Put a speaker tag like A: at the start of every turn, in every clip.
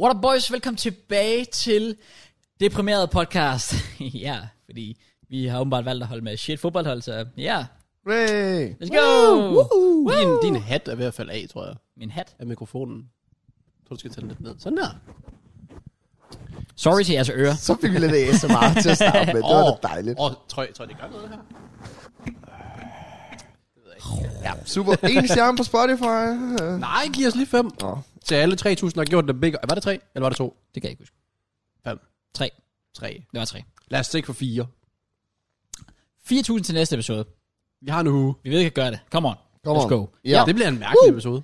A: What up boys, velkommen tilbage til Deprimeret podcast. ja, fordi vi har åbenbart valgt at holde med shit fodboldhold, så ja,
B: Hey.
A: let's go!
C: Uh.
B: Din, din hat er i hvert fald af, tror jeg,
A: Min hat.
B: af mikrofonen. Jeg tror, du skal tage den lidt ned. Sådan der.
A: Sorry til jeres ører.
C: Så fik vi lidt ASMR til at starte med. Det var da dejligt.
B: Åh, oh, tror, jeg, tror jeg, det gør noget her?
C: Super. En stjerne på Spotify.
B: Nej, giv os lige fem.
C: Nå.
B: Til alle 3.000 har gjort det begge. Var det tre, eller var det to?
A: Det kan jeg ikke huske.
B: Fem.
A: Tre.
B: Tre.
A: Det var tre.
B: Lad os stikke for fire.
A: 4.000 til næste episode.
B: Vi har en uge.
A: Vi ved, I kan gøre det. Come on.
C: Come
A: Let's
C: on.
A: go.
C: Ja.
B: Det bliver en mærkelig uh. episode.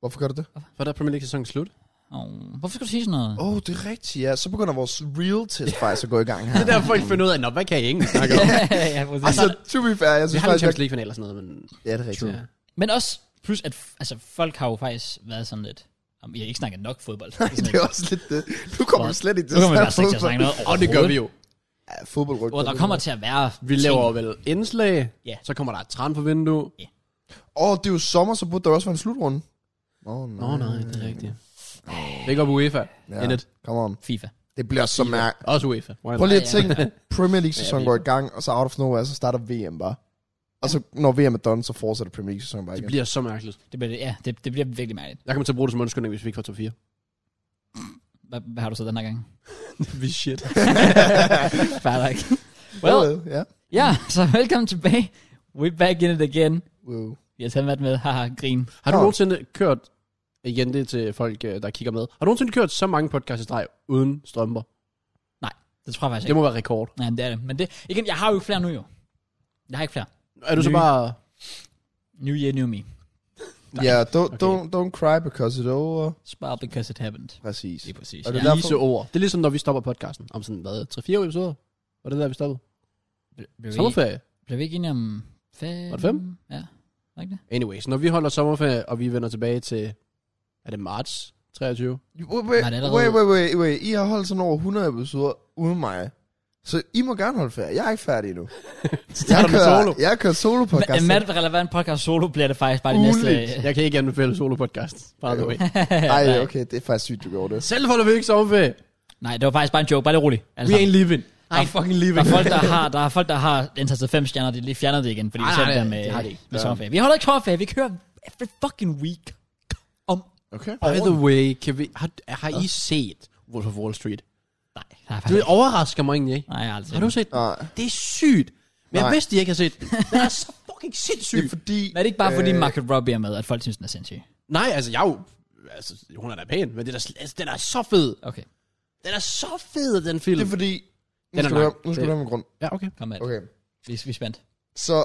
C: Hvorfor gør du det?
B: For der er Premier League-sæsonen slut.
A: Oh, hvorfor skal du sige sådan noget?
C: Åh, oh, det er rigtigt, ja. Så begynder vores real test faktisk at gå i gang her.
B: Det er der, folk finder ud af, Nå, hvad kan jeg ikke snakke om?
A: ja, præcis.
C: Altså, to be fair, jeg
B: Vi
C: synes
B: har en
C: faktisk, jeg...
B: Champions League-final eller sådan noget, men...
C: Ja, det er rigtigt.
B: Ja.
A: Men også, plus at f- altså, folk har jo faktisk været sådan lidt, om I har ikke snakket nok fodbold. Nej,
C: Det er også lidt det. Nu kommer vi slet ikke til
A: Nu kommer vi
C: at
A: altså ikke til
C: snakke
A: at snakke noget
B: Og det gør vi jo.
C: Ja, fodbold rykker.
A: Og der kommer til at være
B: Vi laver vel indslag,
A: Ja.
B: så kommer der et tran på
C: Åh,
B: vindue.
C: oh, det er jo sommer, så burde der også være en slutrunde. Åh, oh, nej.
B: Nå nej, det er rigtigt. Det går på UEFA.
C: Ja.
B: Indet.
C: Come on.
A: FIFA.
C: Det bliver så mærk.
B: Også UEFA. Why
C: Prøv lige at
A: Ja, ja.
C: tænke, Premier League-sæsonen
B: Ja,
C: går i gang, og så out of nowhere, så starter VM bare. Og så når VM er done, så fortsætter Premier League-sæsonen bare
B: Det
C: igen.
B: bliver så mærkeligt.
A: Det bliver, ja, det, det bliver virkelig mærkeligt.
B: Jeg kommer til at bruge det som undskyldning, hvis vi ikke får top 4.
A: Hvad, hvad har du så den her gang?
B: vi shit.
A: Fair ikke. Well,
C: Well, ja.
A: ja, så velkommen tilbage. We're back in it again.
C: Wow.
A: Vi har taget mat med. Haha, grin.
B: Har du
C: Nå.
B: nogensinde kørt, igen det er til folk, øh, der kigger med, har du nogensinde kørt så mange podcasts i streg uden strømper?
A: Det tror jeg faktisk
B: Det
A: ikke.
B: må være rekord.
A: Nej, men det er det. Men det, igen, jeg har jo ikke flere nu jo. Jeg har ikke flere.
B: Er du så
A: Nye.
B: bare...
A: New year, new me.
C: Ja, yeah, don't, don't, don't cry because it's over.
A: Spar because it happened.
C: Præcis.
A: Lige præcis.
C: Og
A: Ja.
C: det
B: Ja.
C: der-
B: Vise ord. Det er ligesom, når vi stopper podcasten. Om sådan, hvad, 3-4 episoder? Var det der, vi stoppede?
A: Ble- Blev, vi,
B: Sommerferie.
A: blev vi ikke enige om fem?
B: Var det fem?
A: Ja. Var ikke det?
B: Anyways, når vi holder sommerferie, og vi vender tilbage til... Er det marts 23?
C: Wait, wait,
A: Nej, det er allerede-
C: wait, wait, wait, wait. I har holdt sådan over 100 episoder uden mig. Så I må gerne holde ferie. Jeg er ikke færdig endnu. jeg,
B: du med solo.
C: jeg kører solo podcast.
A: En mat relevant podcast solo bliver det faktisk bare det næste.
C: Ugenligt.
B: Jeg kan ikke anbefale solo-podcast, by the way.
C: Ej, okay, det er faktisk sygt, du gjorde det.
B: Selv holder vi ikke sommerferie.
A: Nej, det var faktisk bare en joke. Bare lidt roligt.
B: Vi
A: Altså,
B: ain't living. Ah,
A: Nej.
B: I fucking
A: Der
B: living.
A: er folk, der har, der er folk, der har indtastet fem stjerner, de lige fjerner det igen, fordi
B: Ej,
A: de selv
B: nej,
A: der
B: det-
A: med,
B: det har de ikke.
A: med
C: Ja.
A: sommerferie. Vi holder ikke sommerferie, vi kører every fucking week om...
C: Okay.
B: By the way, kan vi, har, har I set Wolf of Wall Street?
A: Nej, nej,
B: Det
A: faktisk.
B: overrasker mig egentlig, ikke?
A: Nej, jeg har aldrig
B: Har du
A: set.
B: set den?
C: Nej.
B: Det er sygt. Men jeg
C: Nej.
B: vidste, de ikke har set den. Den er så fucking
C: Det er
B: sindssyg.
C: fordi... Øh,
A: Men er det ikke bare fordi
B: Øh.
A: Market Robbie er med, at folk synes, den er sindssyg?
B: Nej, altså jeg er jo... Altså, hun er da pæn, men det er da, sl- altså, den er så fed.
A: Okay,
B: Den er så fed, den film.
C: Det er fordi... Nu
B: Den er
C: skal, du høre,
B: lang.
C: nu skal du høre min grund.
B: Ja, okay.
A: kom med. Okay.
C: Okay.
A: Vi, vi er spændt.
C: Så,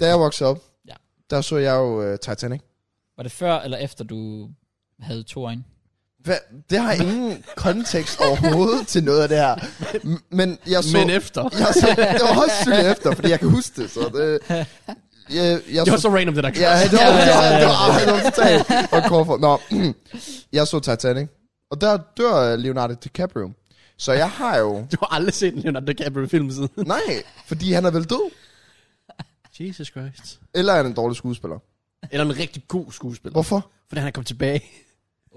C: da jeg voksede op,
A: Ja.
C: der så jeg jo uh, Titanic.
A: Var det før eller efter, du havde to øjne?
C: Hvad? Det har ingen kontekst overhovedet til noget af det her. M- Men jeg så...
B: Men efter.
C: jeg så, det var også sygt efter, fordi jeg kan huske det, så det... Jeg, jeg
B: Det var
C: så,
B: så random, det der
C: ja, det var, det var, det var, det var totalt og Crawford. Nå, jeg så Titanic, og der dør Leonardo DiCaprio. Så jeg har jo...
B: Du har aldrig set en Leonardo DiCaprio-film siden.
C: Nej, fordi han er vel død.
B: Jesus Christ.
C: Eller er han en dårlig skuespiller.
B: Eller en rigtig god skuespiller.
C: Hvorfor?
B: Fordi han er kommet tilbage.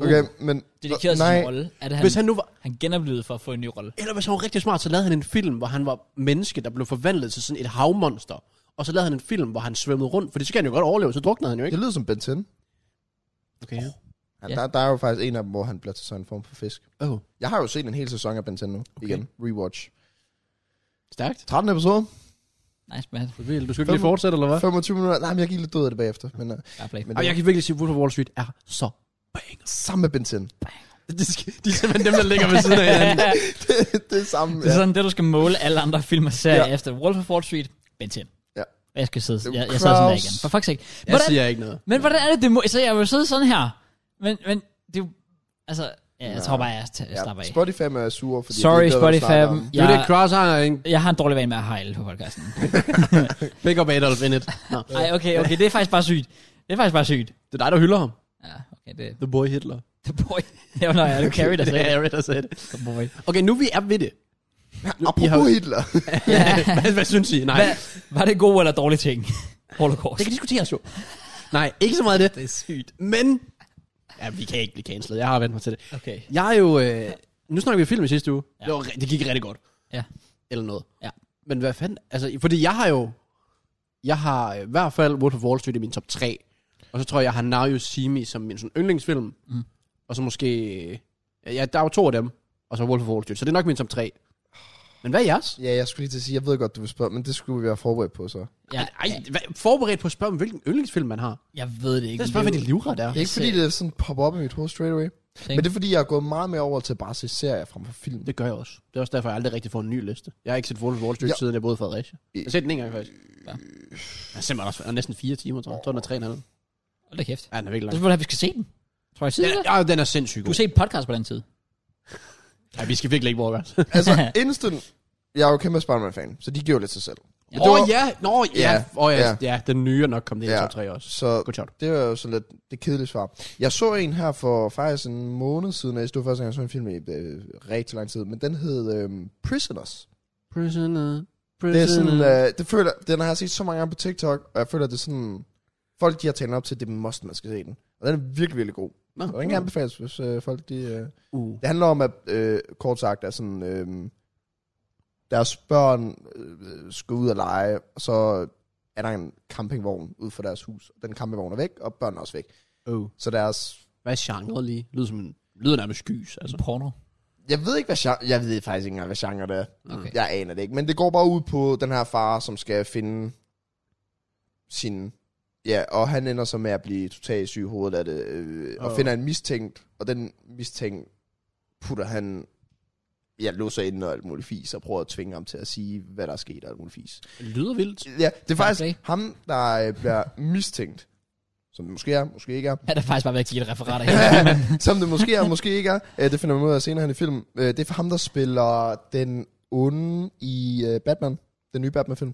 C: Okay, men...
A: Uh. Dedikeret til
C: nej,
A: sin rolle. Er det han,
B: Hvis han nu var...
A: han genoplevede for at få en ny rolle?
B: Eller hvis han var rigtig smart, så lavede han en film, hvor han var menneske, der blev forvandlet til sådan et havmonster. Og så lavede han en film, hvor han svømmede rundt, for så kan han jo godt overleve, så druknede han jo
C: det
B: ikke.
C: lyder som Ben 10.
B: Okay.
C: Ja,
A: Ja.
C: der, der er jo faktisk en af dem, hvor han bliver til sådan en form for fisk.
B: Oh.
C: Jeg har jo set en hel sæson af Ben 10 nu. Igen, rewatch.
B: Stærkt.
C: 13 episoder,
A: Nice, man.
B: Vil du skal ikke lige
C: Fem-
B: fortsætte, eller hvad?
C: 25 minutter. Nej, men jeg gik lidt død af det bagefter. Men, uh,
A: Fair play.
C: men
B: Og jeg kan virkelig sige, at Wolf of Wall Street er så bang.
C: Samme med Ben 10.
B: De, skal, de er simpelthen dem, der ligger ved siden af hinanden.
C: det, det er samme.
A: Det er
C: ja.
A: sådan det, du skal måle alle andre film og serier
C: Ja.
A: efter. Wolf of Wall Street, Ben 10.
C: Ja.
A: Og Jeg skal sidde,
C: Det er
A: jeg, jeg sad sådan der
C: Kraus.
A: igen. For fuck's sake.
B: Jeg
A: Hvordan,
B: siger ikke noget.
A: Men hvordan er det, det må, så jeg vil sidde sådan her, men, men det er jo, altså, ja, jeg
C: Nå.
A: tror bare, jeg t-
C: Ja,
A: slapper af.
C: Spotify er sur, fordi
A: Sorry,
C: de ikke ved, hvad vi
A: Spotify.
C: snakker om.
B: Ja. Det er jo det,
A: Jeg,
B: Cross har en
A: jeg har en dårlig vane med at hejle på podcasten.
B: pick up Adolf in it. Nå.
A: Nej, okay, okay, det er faktisk bare sygt. Det er faktisk bare sygt.
B: Det er dig, der hylder ham.
A: Ja, okay, det
B: The boy Hitler.
A: the boy. Det var når jeg carry der
B: Det er
A: sagde det.
B: Harry, der sagde det.
A: The boy.
B: Okay, nu vi er ved det. I
C: Apropos
B: har-
C: Hitler.
B: Hvad, hvad synes I? Nej.
A: Hvad, var det gode eller dårlige ting? Holocaust.
B: Det kan diskuteres jo. Nej, ikke så meget det. Det er sygt. Men Ja, vi kan ikke blive cancelled. Jeg har vendt mig til det.
A: Okay.
B: Jeg er jo... Øh, nu snakker vi film i sidste uge.
A: Ja.
B: Ja. Det, var, ri- det gik rigtig godt.
A: Ja.
B: Eller noget.
A: Ja.
B: Men hvad fanden... Altså, fordi jeg har jo... Jeg har øh, i hvert fald Wolf of Wall Street i min top 3. Og så tror jeg, jeg har Now You See Me som min sådan, yndlingsfilm.
A: Mm.
B: Og så måske... øh, Ja, der var to af dem. Og så Wolf of Wall Street. Så det er nok min top 3. Men hvad er jeres?
C: Ja, jeg skulle lige til at sige, jeg ved godt, du vil spørge, men det skulle vi være forberedt på så.
A: Ja,
B: Ej, hvad, forberedt på at spørge om, hvilken yndlingsfilm man har.
A: jeg ved det ikke.
B: Det er spørgsmålet, hvad de livret er.
C: Det er ikke fordi, det sådan popper op i mit hoved straight away. Men det er fordi, jeg er gået meget mere over til bare at se serier frem for film.
B: Det gør jeg også. Det er også derfor, jeg aldrig rigtig får en ny liste. Jeg har ikke set Wolf of Wall Street,
C: Ja.
B: ja. siden jeg boede i Fredericia. Jeg har set den en gang, faktisk.
A: Ja.
B: Ja. Jeg er simpelthen også jeg er næsten fire timer, tror jeg. Jeg tror, den er tre og en halv.
A: Hold da kæft.
B: Ja, den er virkelig
A: Så
B: lang.
A: vil jeg, vi skal se den. Tror jeg,
B: Den
A: jeg
B: er, ja, den er sindssygt
A: Du har
B: god.
A: set podcast på den tid.
B: Ja, vi skal virkelig ikke våge os.
C: Altså, instant... Jeg er jo kæmpe Spider-Man-fan, så de gjorde lidt sig selv.
A: Ja.
B: Åh ja, nå ja.
C: Ja.
B: Åh oh, ja.
C: Ja.
B: ja, den nye er nok kommet ind i
C: Ja.
B: top 3 også.
C: Så
B: Godt shot.
C: det var jo så lidt det kedelige svar. Jeg så en her for faktisk en måned siden, og jeg stod første gang, jeg så en film i øh, rigtig lang tid, men den hed øh, Prisoners.
B: Prisoner,
C: Det er
B: prisoner.
C: sådan, øh, det føler, den har jeg set så mange gange på TikTok, og jeg føler, det er sådan, folk de har talt op til, det er must, man skal se den. Og den er virkelig, virkelig god.
B: Nå,
C: Og den kan anbefales, hvis øh, folk de... Øh,
B: uh.
C: Det handler om, at øh, kort sagt, at sådan, øh, deres børn øh, skal ud og lege, og så er der en campingvogn ud for deres hus. Den campingvogn er væk, og børnene er også væk.
B: Oh.
C: Så deres...
B: Hvad er genre lige? Lyder som en... Lyder nærmest skys, altså.
A: Altså porno.
C: Jeg ved ikke, hvad genre, jeg ved faktisk ikke engang, hvad genre det er.
A: Okay.
C: Jeg aner det ikke. Men det går bare ud på den her far, som skal finde sin... Ja, og han ender så med at blive totalt syg i hovedet af det, øh, og
B: Åh.
C: finder en mistænkt, og den mistænkt putter han... Ja, låser ind og alt muligt fis, og prøver at tvinge ham til at sige, hvad der er sket og alt muligt fis.
B: Lyder vildt.
C: Ja, det er faktisk
A: Okay.
C: ham, der øh, bliver mistænkt. Som det måske er, måske ikke er.
A: Ja, der er faktisk bare været et referat af
C: Som det måske er, måske ikke er. Øh, Det finder man ud af senere hen i filmen. Øh, Det er for ham, der spiller den onde i øh, Batman. Den nye Batman-film.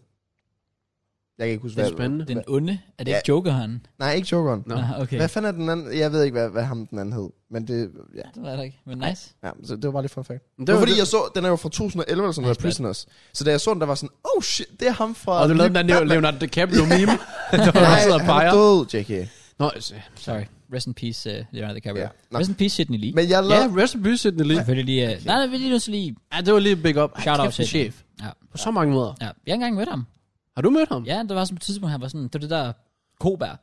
C: Jeg kan ikke huske,
B: Det
C: hvad...
B: er spændende.
A: den onde. Er det ikke Joker, han?
C: Nej, ikke Jokeren.
B: Nå.
A: Nå, okay.
C: Hvad fanden er den anden? Jeg ved ikke, hvad, hvad ham den anden hed. Men det... Ja,
A: Det var der ikke, men nice.
C: ja så det var bare lige fun fact. Det
B: Men
C: var, det var fordi,
B: det-
C: jeg så... Den er jo fra 2011 eller sådan noget,
A: Nice, Batman.
C: Prisoners. Så da jeg så den, der var sådan... Oh shit, det er ham fra...
B: Og du lavede den der Leo- Leonardo DiCaprio meme, der
C: Nej,
B: sidder
C: han
B: og
C: er
B: peger.
C: død, JK.
B: Nå, altså,
A: Sorry. Rest in peace, uh, Leonardo DiCaprio.
C: Ja,
A: Yeah.
C: nå.
A: Rest in peace, Sidney Lee.
C: Men jeg
B: Ja,
C: lavede...
B: rest in peace, Sidney Lee.
A: Selvfølgelig lige... Uh, nej, nej, vi er lige nødt til lige...
B: Ja, det var lige big up. Ej,
A: Shout out
B: kæft, en
A: til
B: chef.
A: Ja.
B: På så mange måder.
A: ja. Jeg har engang mødt ham.
B: Har du mødt ham?
A: Ja, der var sådan et tidspunkt, han var sådan... Det var det der Kobær.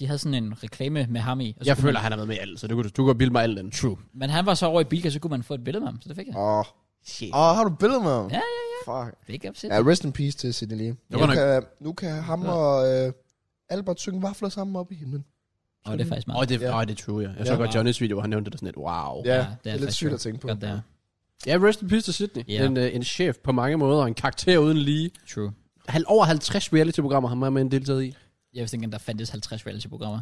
A: De havde sådan en reklame med ham i. Og så
B: Jeg
A: kunne
B: føler, han har været med i alt, så du kunne, du kunne bilde mig alt den. Altså, True.
A: Man, men han var så over i Bilka, så kunne man få et billede med ham. Så det fik jeg.
C: Åh,
B: Shit.
C: Åh, har du billeder med ham?
A: Ja,
C: ja. Fuck.
A: Big up, Sidney.
C: Ja, rest in peace til Sidney Lee. Nu,
B: var nok-
C: kan, nu kan ham og øh, Albert synge vafler sammen op i himlen.
A: Og det er faktisk
B: Åh,
A: meget.
B: det,
C: Ja.
B: yeah. det er true, ja. Jeg så
C: Ja.
B: godt Johnnys video, hvor han nævnte det sådan lidt, wow.
C: Ja, det er,
A: det er
C: lidt
A: faktisk
C: sygt at
A: sjovt.
C: tænke på.
A: Godt der.
B: Ja, rest in peace til Sydney.
A: Ja.
B: En, øh, en chef på mange måder, og en karakter uden lige.
A: True.
B: Hal over 50 reality-programmer, han var med en deltaget i.
A: Jeg vidste ikke, engang, der fandtes 50 reality-programmer.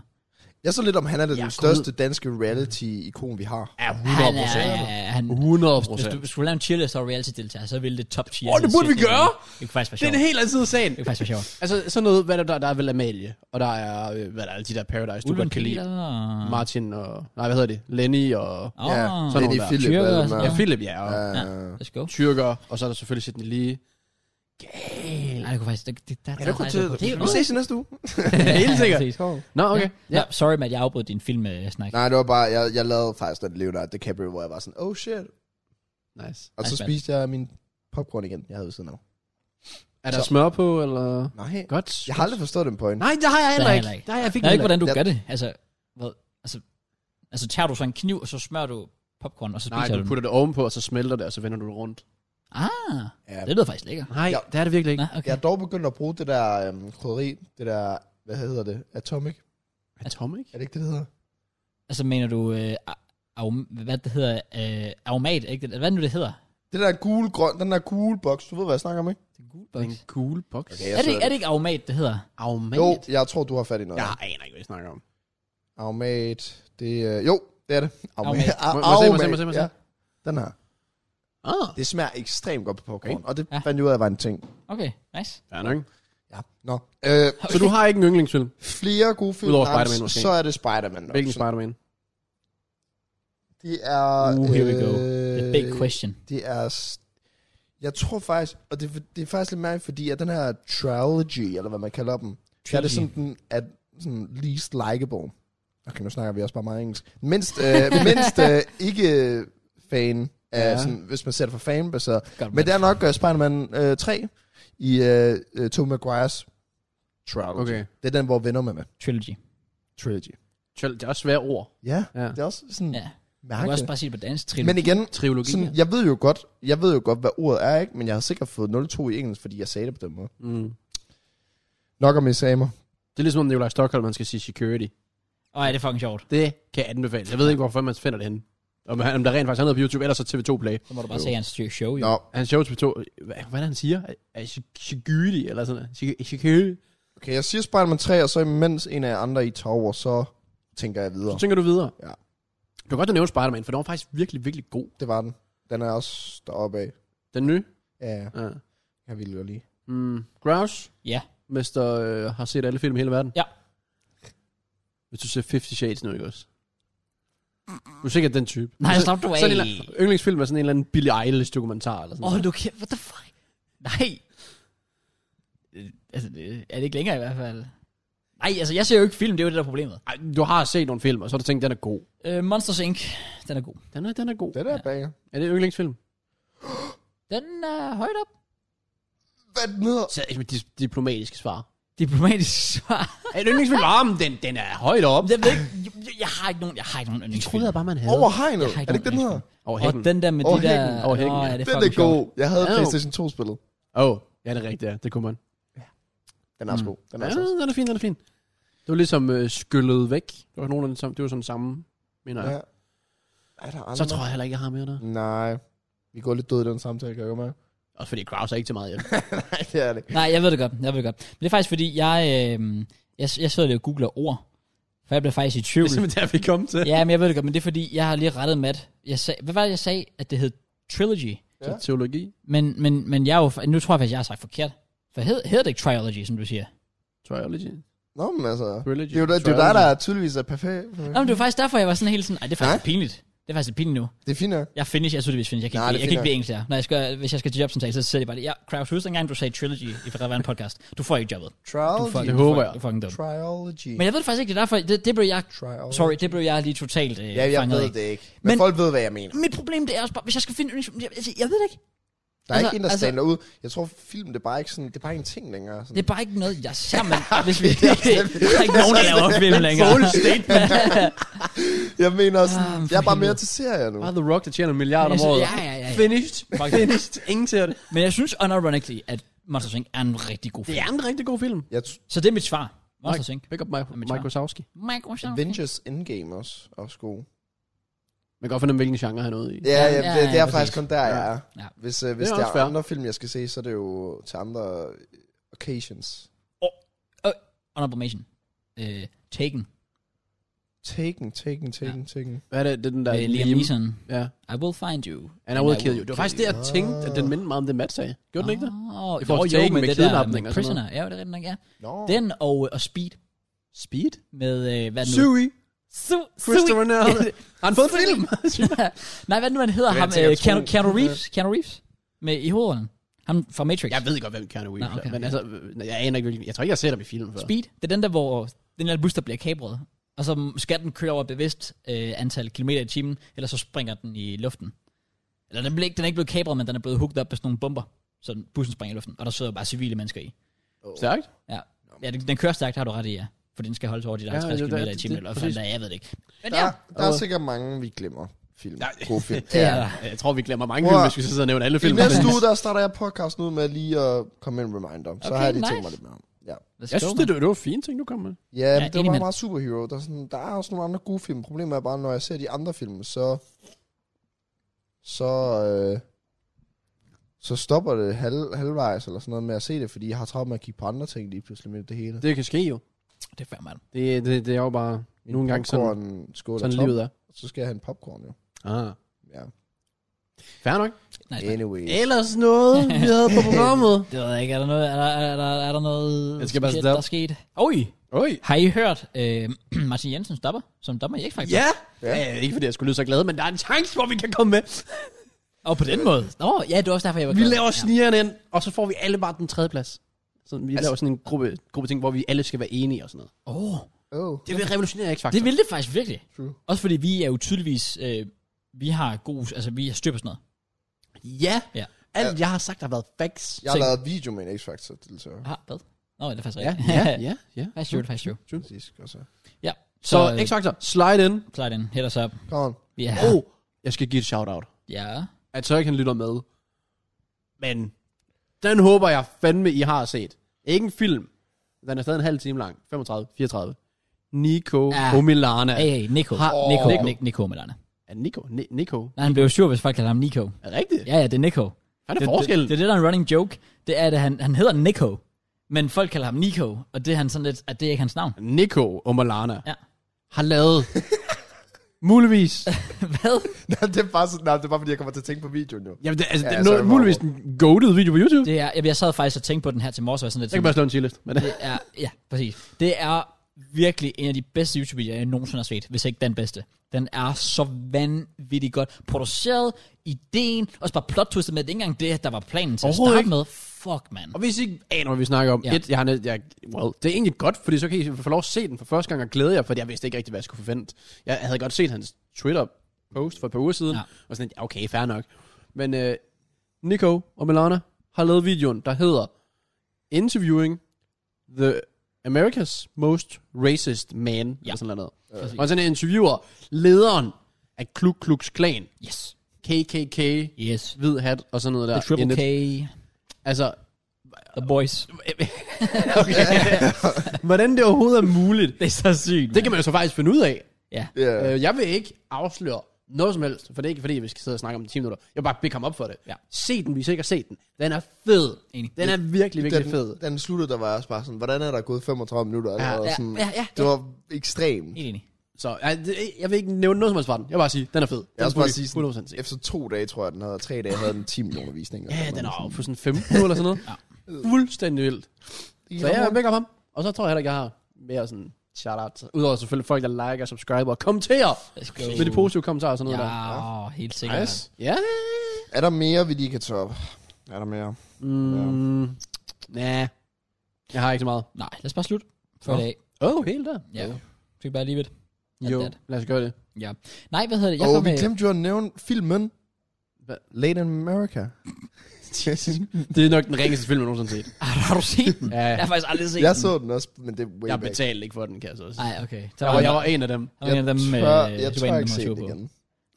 C: Jeg så lidt om, han er den
B: Ja,
C: største danske reality-ikon, vi har.
B: Ja,
A: Han
B: 100
A: er...
B: procent.
A: ja, Han,
B: 100
A: hvis
B: procent.
A: du skulle lave en cheerlist over reality-deltager, så ville det top tier.
B: Åh, det
A: hedde
B: burde vi
A: Sidney Lee.
B: gøre!
A: Det kunne faktisk være
B: Det er
A: sjovt.
B: en helt anden side af sagen.
A: Det kunne faktisk være sjovt.
B: Altså, sådan noget, hvad er der, der er vel Amalie, og der er, øh, hvad er der, alle de der Paradise, du
A: Ulven
B: godt kan lide.
A: Peter og...
B: Martin og... Nej, hvad hedder det? Lenny og...
A: Åh,
C: ja,
B: sådan
C: lidt i
B: nogle der.
C: Philip.
A: Tyrker og
C: eller
A: sådan
B: Ja,
C: noget.
B: Philip, ja, og
C: Ja,
A: let's go.
B: tyrker, og så er der selvfølgelig Sidney Lee.
A: Nej, det kunne faktisk... Det, det, der,
C: Ja, det kunne til. Vi ses i næste uge.
B: Helt sikkert. Nå, okay.
A: Ja. sorry, Matt, jeg afbrød din øh, filmsnak.
C: Nej, det var bare, jeg, jeg lavede faktisk den Leonardo DiCaprio, hvor jeg var sådan, oh shit.
B: Nice.
C: Og så
A: Ej, mand.
C: spiste jeg min popcorn igen, jeg havde ved siden af.
B: Er der
C: Så-
B: smør på, eller...
C: Nej,
B: Godt.
C: jeg har aldrig forstået den point.
B: Nej, det har jeg heller
A: Det har jeg
B: ikke.
A: heller ikke.
B: Det har jeg fik
A: Jeg ved ikke, hvordan du
C: Jeg-
A: gør det. Altså, hvad? Altså, altså, tager du så en kniv, og så smører du popcorn, og så
B: Nej,
A: spiser
B: du
A: du den?
B: putter det ovenpå, og så smelter det, og så vender du det rundt.
A: Ah,
C: Ja.
A: det lyder faktisk lækker.
B: Nej,
C: Ja.
B: det er det virkelig ikke.
A: Nå,
C: Jeg
A: okay.
C: er dog begyndt at bruge det der øhm, krydderi, det der, hvad hedder det, Atomic?
B: Atomic?
C: Er det ikke det, det hedder?
A: Altså, mener du... Øh, a- arom- hvad det hedder? Øh, aromat, ikke? Hvad er det nu, det hedder?
C: Det der gule grøn, den der gule boks, du ved, hvad jeg snakker om, ikke?
A: Det er en gul
B: En
A: boks.
B: cool box.
C: Okay,
A: Er
C: jeg
A: det, ikke- er det ikke aromat, det hedder?
B: Aromat?
C: Jo, jeg tror, du har fat i noget.
B: Jeg aner ikke, hvad jeg snakker om.
C: Aumat, det øh, Jo, det er det.
A: Aumat.
C: Au-
B: Må- må jeg se, må jeg se, må jeg se, må jeg se?
C: ja. Den her.
B: Ah,
C: Det smager ekstremt godt på popcorn,
B: Okay.
C: okay. og det
A: Ja.
C: ja. fandt jeg ud af, var en ting.
A: Okay, nice.
B: ja, nok.
C: Ja. Nå. Øh,
B: Så du har ikke en yndlingsfilm?
C: flere gode film.
B: Udover
C: Nej,
B: Spider-Man
C: så-
B: måske.
C: Så er det Spider-Man. nok.
B: Hvilken
C: Så
B: Spider-Man?
C: Det er...
B: Uh, here we go.
A: The
C: Øh,
A: big question.
C: Det er... s- Jeg tror faktisk, og det, er- det er faktisk lidt mærkeligt, fordi at den her trilogy, eller hvad man kalder dem, der er det
A: Trilogy.
C: sådan, den er sådan least likeable. Okay, nu snakker vi også bare meget engelsk. Mindst, øh, mindst øh, ikke fan af,
B: Ja.
C: ja. sådan, hvis man ser det for fanbaseret.
A: Godt,
C: Men det er nok uh, Spider-Man øh, 3 i øh, øh, Tobey Maguires Trilogy.
B: Okay.
C: Det er den, hvor venner med med.
A: Trilogy.
C: Trilogy.
B: Tjøl, det er også svære ord.
C: Ja,
B: Ja.
C: det er også sådan
A: Ja.
C: ja.
A: Du kan også
C: mærkeligt.
A: bare sige det på dansk. Trilogy.
C: Men igen,
B: Triologi.
C: sådan, jeg ved jo godt, jeg ved jo godt, hvad ordet er, ikke? Men jeg har sikkert fået 0-2 i engelsk, fordi jeg sagde det på den måde.
B: Mm.
C: Nok om eksamer.
B: Det er ligesom om Nikolaj Stockholm, man skal sige security.
A: Øj, det er fucking sjovt.
B: Det kan jeg anbefale. Jeg ved ikke, hvorfor man finder det henne. Om, han, om der rent faktisk er noget på YouTube, eller så TV2 Play.
A: Så må du bare
C: Jo.
A: se hans stykke show, jo.
C: Nå,
B: Han show TV2, hvad, hvad er det, han siger? Er- Er sec- security, eller sådan noget? Sec- Security.
C: okay, jeg siger Spider-Man 3, og så imens en af jer andre i tager over, så tænker jeg videre.
B: Så tænker du videre.
C: Ja.
B: Du kan godt nævne Spider-Man, for den var faktisk virkelig, virkelig god.
C: Det var den. Den er også deroppe af.
B: Den nye.
C: Ja,
B: Ja.
C: jeg vil jo lige.
B: Mm, Grouse.
A: Ja.
B: Mester øh, har set alle film i hele verden.
A: Ja.
B: Hvis du ser 50 Shades nu, ikke også? Du er sikkert den type.
A: Nej,
B: Så-
A: slap du af.
B: Sådan en eller, anden- yndlingsfilm er sådan en eller anden Billie Eilish dokumentar eller sådan
A: Åh,
B: noget.
A: oh, du kan... What the fuck? Nej. Øh, Altså, det er det ikke længere i hvert fald. Nej, altså, jeg ser jo ikke film. Det er jo det, der er problemet.
B: Ej, du har set nogle film, og så har du tænkt, den er god.
A: Øh, Monsters Inc. Den er god.
B: Den er, den er god.
C: Den er bager.
B: Er det yndlingsfilm?
A: Den er højt op.
C: Hvad den hedder?
B: Så med dis- diplomatiske svar.
A: Diplomatisk svar.
B: Er det yndlingsfilm? Ah, men den, den er højt op.
A: Jeg ved ikke... Jeg, jeg, har ikke nogen... Jeg har ikke nogen
B: Jeg
A: yndlingsfilm.
B: troede jeg bare, man havde.
C: Over hegnet.
A: Jeg har ikke
C: Er det ikke den
A: nogen
C: hedder?
B: Over
A: Og
B: hækken.
A: den der med
C: Over
A: de der...
C: hækken.
B: Over hækken,
A: Åh,
B: ja.
A: er det
C: Den
A: fucking
C: er god.
A: sjovt.
C: Jeg havde
B: Ja, jo.
C: PlayStation 2-spillet.
B: Åh, oh, ja, det er rigtigt, ja. Det kunne man.
C: Den er også
B: Mm.
C: god. Den er
B: Ja,
C: også
B: den er fin, den er fin. Det var ligesom øh, skyllet væk. Det var, nogen af den samme, det var sådan samme, mener jeg.
C: Ja. Er der andre?
B: Så tror jeg heller ikke, jeg har mere der.
C: Nej. Vi går lidt døde i den samtale, kan jeg høre med.
B: Også fordi Kraus er ikke til meget hjælp.
C: Nej, det er det ikke.
A: Nej, jeg ved det godt. Jeg ved det godt. Men det er faktisk, fordi jeg... Øh, jeg, jeg sidder lige og googler ord. For jeg blev faktisk i
B: det
A: tvivl.
B: er simpelthen der, vi kom til.
A: Ja, men jeg ved det godt, men det er fordi, jeg har lige rettet Matt. Jeg sag, hvad var det, jeg sagde, at det hed Trilogy?
B: Så teologi.
A: Men, men, men jeg er jo, nu tror jeg faktisk, jeg har sagt forkert. For hed, hedder det ikke Trilogy, som du siger?
B: Trilogy.
C: Nå, men altså...
B: Trilogy.
C: Det er jo der, det er jo dig, der er tydeligvis er perfekt.
A: Nå, men det var faktisk derfor, jeg var sådan helt sådan, nej, det er faktisk ja? pinligt. Det er faktisk lidt pinligt nu.
C: Det er fint nok.
A: Jeg er finish, jeg er tydeligvis finish. Jeg kan,
C: Nej,
A: ikke,
C: det
A: blive-
C: er
A: jeg kan ikke
C: fint
A: blive engelsk der. Når jeg skal, hvis jeg skal til jobsamtale, så siger de bare det. Ja, Kraus, husk dengang, du sagde Trilogy i for en podcast. Du får ikke jobbet. Du
C: Trilogy.
A: får,
B: Det
A: du får-
B: håber jeg.
A: Du får, du får
C: Trilogy.
A: men jeg ved det faktisk ikke, det er derfor, det, det blev jeg,
C: Trilogy.
A: sorry, det blev jeg lige totalt øh,
C: Ja, jeg
A: fanget
C: ved
A: af.
C: det ikke. Men,
A: Men-
C: men folk ved, hvad jeg mener.
A: Mit problem, det er også bare, hvis jeg skal finde, yndlings- jeg, jeg- jeg ved det ikke.
C: Der er
A: Altså-
C: altså, ikke en, der
A: altså-
C: altså, stander ud. Jeg tror, film, det er bare ikke sådan... Det er bare ikke en ting længere. Sådan.
A: Det er bare ikke noget, jeg ser, men hvis vi... der er ikke nogen, der laver film længere.
B: Bold statement.
C: Jeg mener sådan...
A: Ah,
C: Ah,
A: for
C: jeg er bare
A: helvede.
C: mere til serier nu.
B: Bare The Rock, der tjener en milliard om
A: Men jeg
B: året.
A: synes- ja, ja, ja, ja.
B: Finished.
A: Fuck.
B: Finished. Ingen til det.
A: Men jeg synes unironically, at Monsters Inc. er en rigtig god
B: Det
A: film.
B: er en rigtig god film.
C: Jeg t-
A: Så det er mit svar. Monsters Inc.
B: Pick up Mike,
A: mit
B: Mike
A: svar.
B: Wazowski.
C: Avengers Endgame også, også god.
B: Man kan godt fornemme, hvilken genre han er ude i.
C: Ja, ja,
A: ja,
C: ja, det, det
A: ja,
C: er
A: præcis.
C: faktisk kun der, jeg er.
A: Ja.
C: Ja. Hvis, øh,
B: Det
C: hvis
B: er
C: det er,
B: også fair.
C: andre film, jeg skal se, så er det jo til andre øh, occasions.
A: Honorable Mention. Øh, Taken.
C: Taken, taken, taken, ja. taken.
B: Hvad er det, det er den der
A: Med Øh, Liam
B: meme?
A: Neeson.
B: Ja.
A: I will find you.
B: And I will kill you. Det var faktisk det, jeg tænkte, at den mindede meget om det, Matt sagde. Gjorde den ikke det?
A: Oh,
B: I
A: jo,
B: forhold til
A: jo,
B: Taken
A: men
B: med
A: det der
B: kidnapning
A: med
B: og sådan
A: Prisoner. Ja, det er rigtigt nok, ja.
C: Nå.
A: Den og, øh, og Speed
B: Speed?
A: med, øh, hvad er det nu?
B: Sui.
A: Su
B: Christopher Nolan. Har han fået en film?
A: Nej, hvad er det nu, han hedder
C: Det er
A: ham?
C: en ting, jeg
A: Øh, Keanu,
C: tror.
A: Keanu Reeves. Keanu Reeves. Med i hovedrollen. Ham fra Matrix.
B: jeg ved godt, hvem Keanu Reeves
A: Nå,
B: er,
A: okay.
B: men altså, øh, jeg aner ikke, hvilken- jeg tror ikke, jeg har set ham i film før.
A: Speed, det er den der, hvor den der bus, der bliver kabret, og så skal den køre over et bevidst øh, antal kilometer i timen, eller så springer den i luften. Eller den, blev, ikke- den er ikke blevet kabret, men den er blevet hooked op med sådan nogle bomber, så den- bussen springer i luften, og der sidder bare civile mennesker i.
B: Stærkt?
A: Ja, ja den, den kører stærkt, har du ret i, ja. For den skal holde sig over de der
B: Ja,
A: 50
B: det-
A: km
B: det-
A: i
B: det-
A: timen,
B: det-
A: eller hvad fanden
B: præcis.
A: der er, jeg ved det ikke. Men
C: Der,
A: ja,
C: der er
B: Og-
C: sikkert mange, vi glemmer. Film.
B: Nej.
C: Gode film.
A: det er der.
B: Jeg tror, vi glemmer mange
C: Prøv
B: film,
C: at-
B: hvis vi så sidder og nævner alle
C: I
B: film.
C: næste uge, der starter jeg podcasten ud med lige at komme med en reminder. Så
A: Okay,
C: har jeg lige
A: nice.
C: tænkt mig lidt mere om. Ja.
A: Let's
B: Jeg
A: go,
B: synes,
A: man.
B: det, det var fine ting, du kom med.
C: Ja, men
A: enig,
C: det var bare
A: mand.
C: meget superhero. Der er, sådan, der er også nogle andre gode film. Problemet er bare, når jeg ser de andre film, så... Så... Øh, så stopper det halv, halvvejs eller sådan noget med at se det, fordi jeg har travlt med at kigge på andre ting lige pludselig med det hele.
B: Det kan ske jo.
A: det er fandme.
B: Det, det, det er jo bare nogle gange sådan,
C: popcorn, skål
B: sådan
C: og top,
B: livet er.
C: Så skal jeg have en popcorn, jo.
B: Ah.
C: Ja.
B: Fair nok.
A: Nice, man.
C: Anyway.
B: Ellers noget, vi havde på programmet.
A: det ved jeg ikke, er der noget, er der, er der, er der noget
B: Jeg skal bare
A: specielt,
B: stoppe.
A: der er sket? Oj,
B: Oj.
A: har I hørt, øh, Martin Jensen stopper som dommer i X-Factor?
B: Ja.
C: Ja.
B: ja. Ikke fordi jeg skulle lyde så glad, men der er en chance, hvor vi kan komme med.
A: Og på den måde. Nå, ja, det var også derfor, jeg var
B: Vi
A: glad.
B: laver snigeren ind, og så får vi alle bare den tredje plads. Så vi altså, laver sådan en gruppe, gruppe ting, hvor vi alle skal være enige og sådan noget.
A: Åh, oh,
C: Oh,
B: Det vil revolutionere X-Factor.
A: Det vil det faktisk virkelig.
C: true.
A: Også fordi vi er jo tydeligvis, øh, vi har god, altså vi har styr på sådan noget.
B: Ja.
A: Ja.
B: Alt, jeg har sagt, har været facts.
C: Jeg har
A: Tænk-
C: lavet video med en X-Factor deltager.
A: Ah, hvad? Nå, det er faktisk
B: Ja,
A: rigtigt.
B: ja, ja. ja.
A: Faktisk jo, det er faktisk jo.
C: Præcis, godt så.
A: Ja.
B: Så X-Factor, slide in.
A: Slide in, hit os op.
C: Kom on.
A: Ja.
B: Ja. Oh, jeg skal give et shout-out.
A: Ja.
B: At så ikke han lytter med. Men den håber jeg fandme, I har set. Ikke en film. Den er stadig en halv time lang. 35, 34. Nico
A: Ja.
B: ja. Omilana.
A: Hey, hey, Nico.
B: Har-
A: Åh, Nico.
B: Nico.
A: Nico. Nico Melana.
B: Er det Nico? Ni- Nico?
A: Nej, han blev jo sur, hvis folk kalder ham Nico.
B: Er det rigtigt? Ja.
A: Ja, ja, det er Nico.
B: Han er
A: Det, det,
B: forskellen.
A: det, er det, der er en running joke. Det er, at han, han hedder Nico, men folk kalder ham Nico, og det er han sådan lidt, at det er ikke hans navn.
B: Nico Omilana
A: Ja.
B: har lavet muligvis
A: Hvad?
C: Nej, det er bare, sådan, nej, det er bare fordi, jeg kommer til at tænke på videoen nu.
B: Jamen, det, altså,
C: Ja,
B: ja,
C: så er
B: det, noget,
C: det
B: muligvis den goatede video på YouTube. Det,
A: Det er, jeg, jeg sad faktisk og tænkte på den her til morges, og var sådan lidt
B: jeg
A: sådan,
B: kan bare slå en chillist. Men,
A: det er, ja, præcis. Det er virkelig en af de bedste YouTube-videoer, jeg nogensinde har set, hvis ikke den bedste. Den er så vanvittigt godt produceret, ideen, også bare plot twistet med, at det ikke engang det, der var planen til at
B: Overhovedet
A: starte
B: ikke.
A: med. Fuck, man.
B: og hvis I ikke aner, hvad vi snakker om,
A: Ja.
B: ja. et, jeg har net, jeg, well, det er egentlig godt, fordi så kan I få lov at se den for første gang og glæde jer, fordi jeg vidste ikke rigtig, hvad jeg skulle forvente. Jeg havde godt set hans Twitter-post for et par uger siden,
A: Ja.
B: ja. og sådan, ja, okay, fair nok. Men øh, Nico og Milana har lavet videoen, der hedder Interviewing the America's Most Racist Man, ja. eller sådan noget.
A: Præcis.
B: Og sådan interviewer lederen af Ku Klux Klan,
A: Yes.
B: KKK,
A: Yes.
B: hvid hat og sådan noget der.
A: The Triple
B: Inden-
A: K,
B: Altså,
A: The Boys.
B: okay. Hvordan det overhovedet er muligt,
A: Det er så sygt.
B: det kan man jo så faktisk finde ud af.
A: Ja.
C: Ja.
B: Øh, jeg vil ikke afsløre noget som helst, for det er ikke fordi, vi skal sidde og snakke om det i 10 minutter. Jeg vil bare bede ham op for det.
A: Ja.
B: Se den, hvis I ikke har set den. Den er fed.
A: Enig.
B: Den er virkelig, virkelig
C: den,
B: fed.
C: Den sluttede, der var jeg også bare sådan, hvordan er der gået 35 minutter? Ja,
A: ja,
C: sådan,
A: ja, ja,
C: Det var ekstremt.
A: Helt enig.
B: Så ja, det- jeg vil ikke nævne noget som helst fra den. Jeg vil bare sige, den er fed. Den
C: Jeg vil også
B: burde
C: bare
B: I
C: sige,
B: 100%
C: sådan,
B: se.
C: efter to dage, tror jeg, den havde, tre dage havde den 10 millioner visninger.
B: Ja, den er jo på sådan 15 nu eller sådan noget. ja. Fuldstændig vildt. Så jeg er væk ham. Og så tror jeg heller ikke, jeg har mere sådan shout-out. Udover selvfølgelig folk, der liker, subscriber og kommenterer.
A: Let's go.
B: Med de positive kommentarer og sådan noget der.
A: Ja, åh, helt sikkert.
B: Nice. Ja.
C: Er der mere, vi lige kan tage op? Er der mere?
B: Mm, ja. Jeg har ikke så meget.
A: Nej, lad os bare slutte for i
B: Nå.
A: dag.
B: Åh, oh, helt der.
A: Ja. Skal vi bare lige ved At
B: Jo,
A: that.
B: lad os gøre det.
A: Ja. Nej, hvad hedder det?
C: Jeg og
A: kom
C: vi
A: med-
C: glemte jo at nævne filmen
B: Hvad?
C: Late in America.
B: Det er nok den ringeste film, jeg nogensinde har set.
A: Ah, Har du set den?
B: Ja,
A: Jeg har faktisk aldrig set
C: jeg
A: den.
C: så den også, men det er way
B: jeg
C: back.
B: betalte ikke for den, kan jeg så også.
A: Nej, okay. Så
B: Jeg var, jeg var en af dem.
A: jeg, en af dem,
C: jeg
A: øh,
C: tør,
A: du
C: jeg
A: var en
C: tør
A: af dem,
C: ikke
A: der
C: se
A: var
C: den
A: sur på.
C: igen.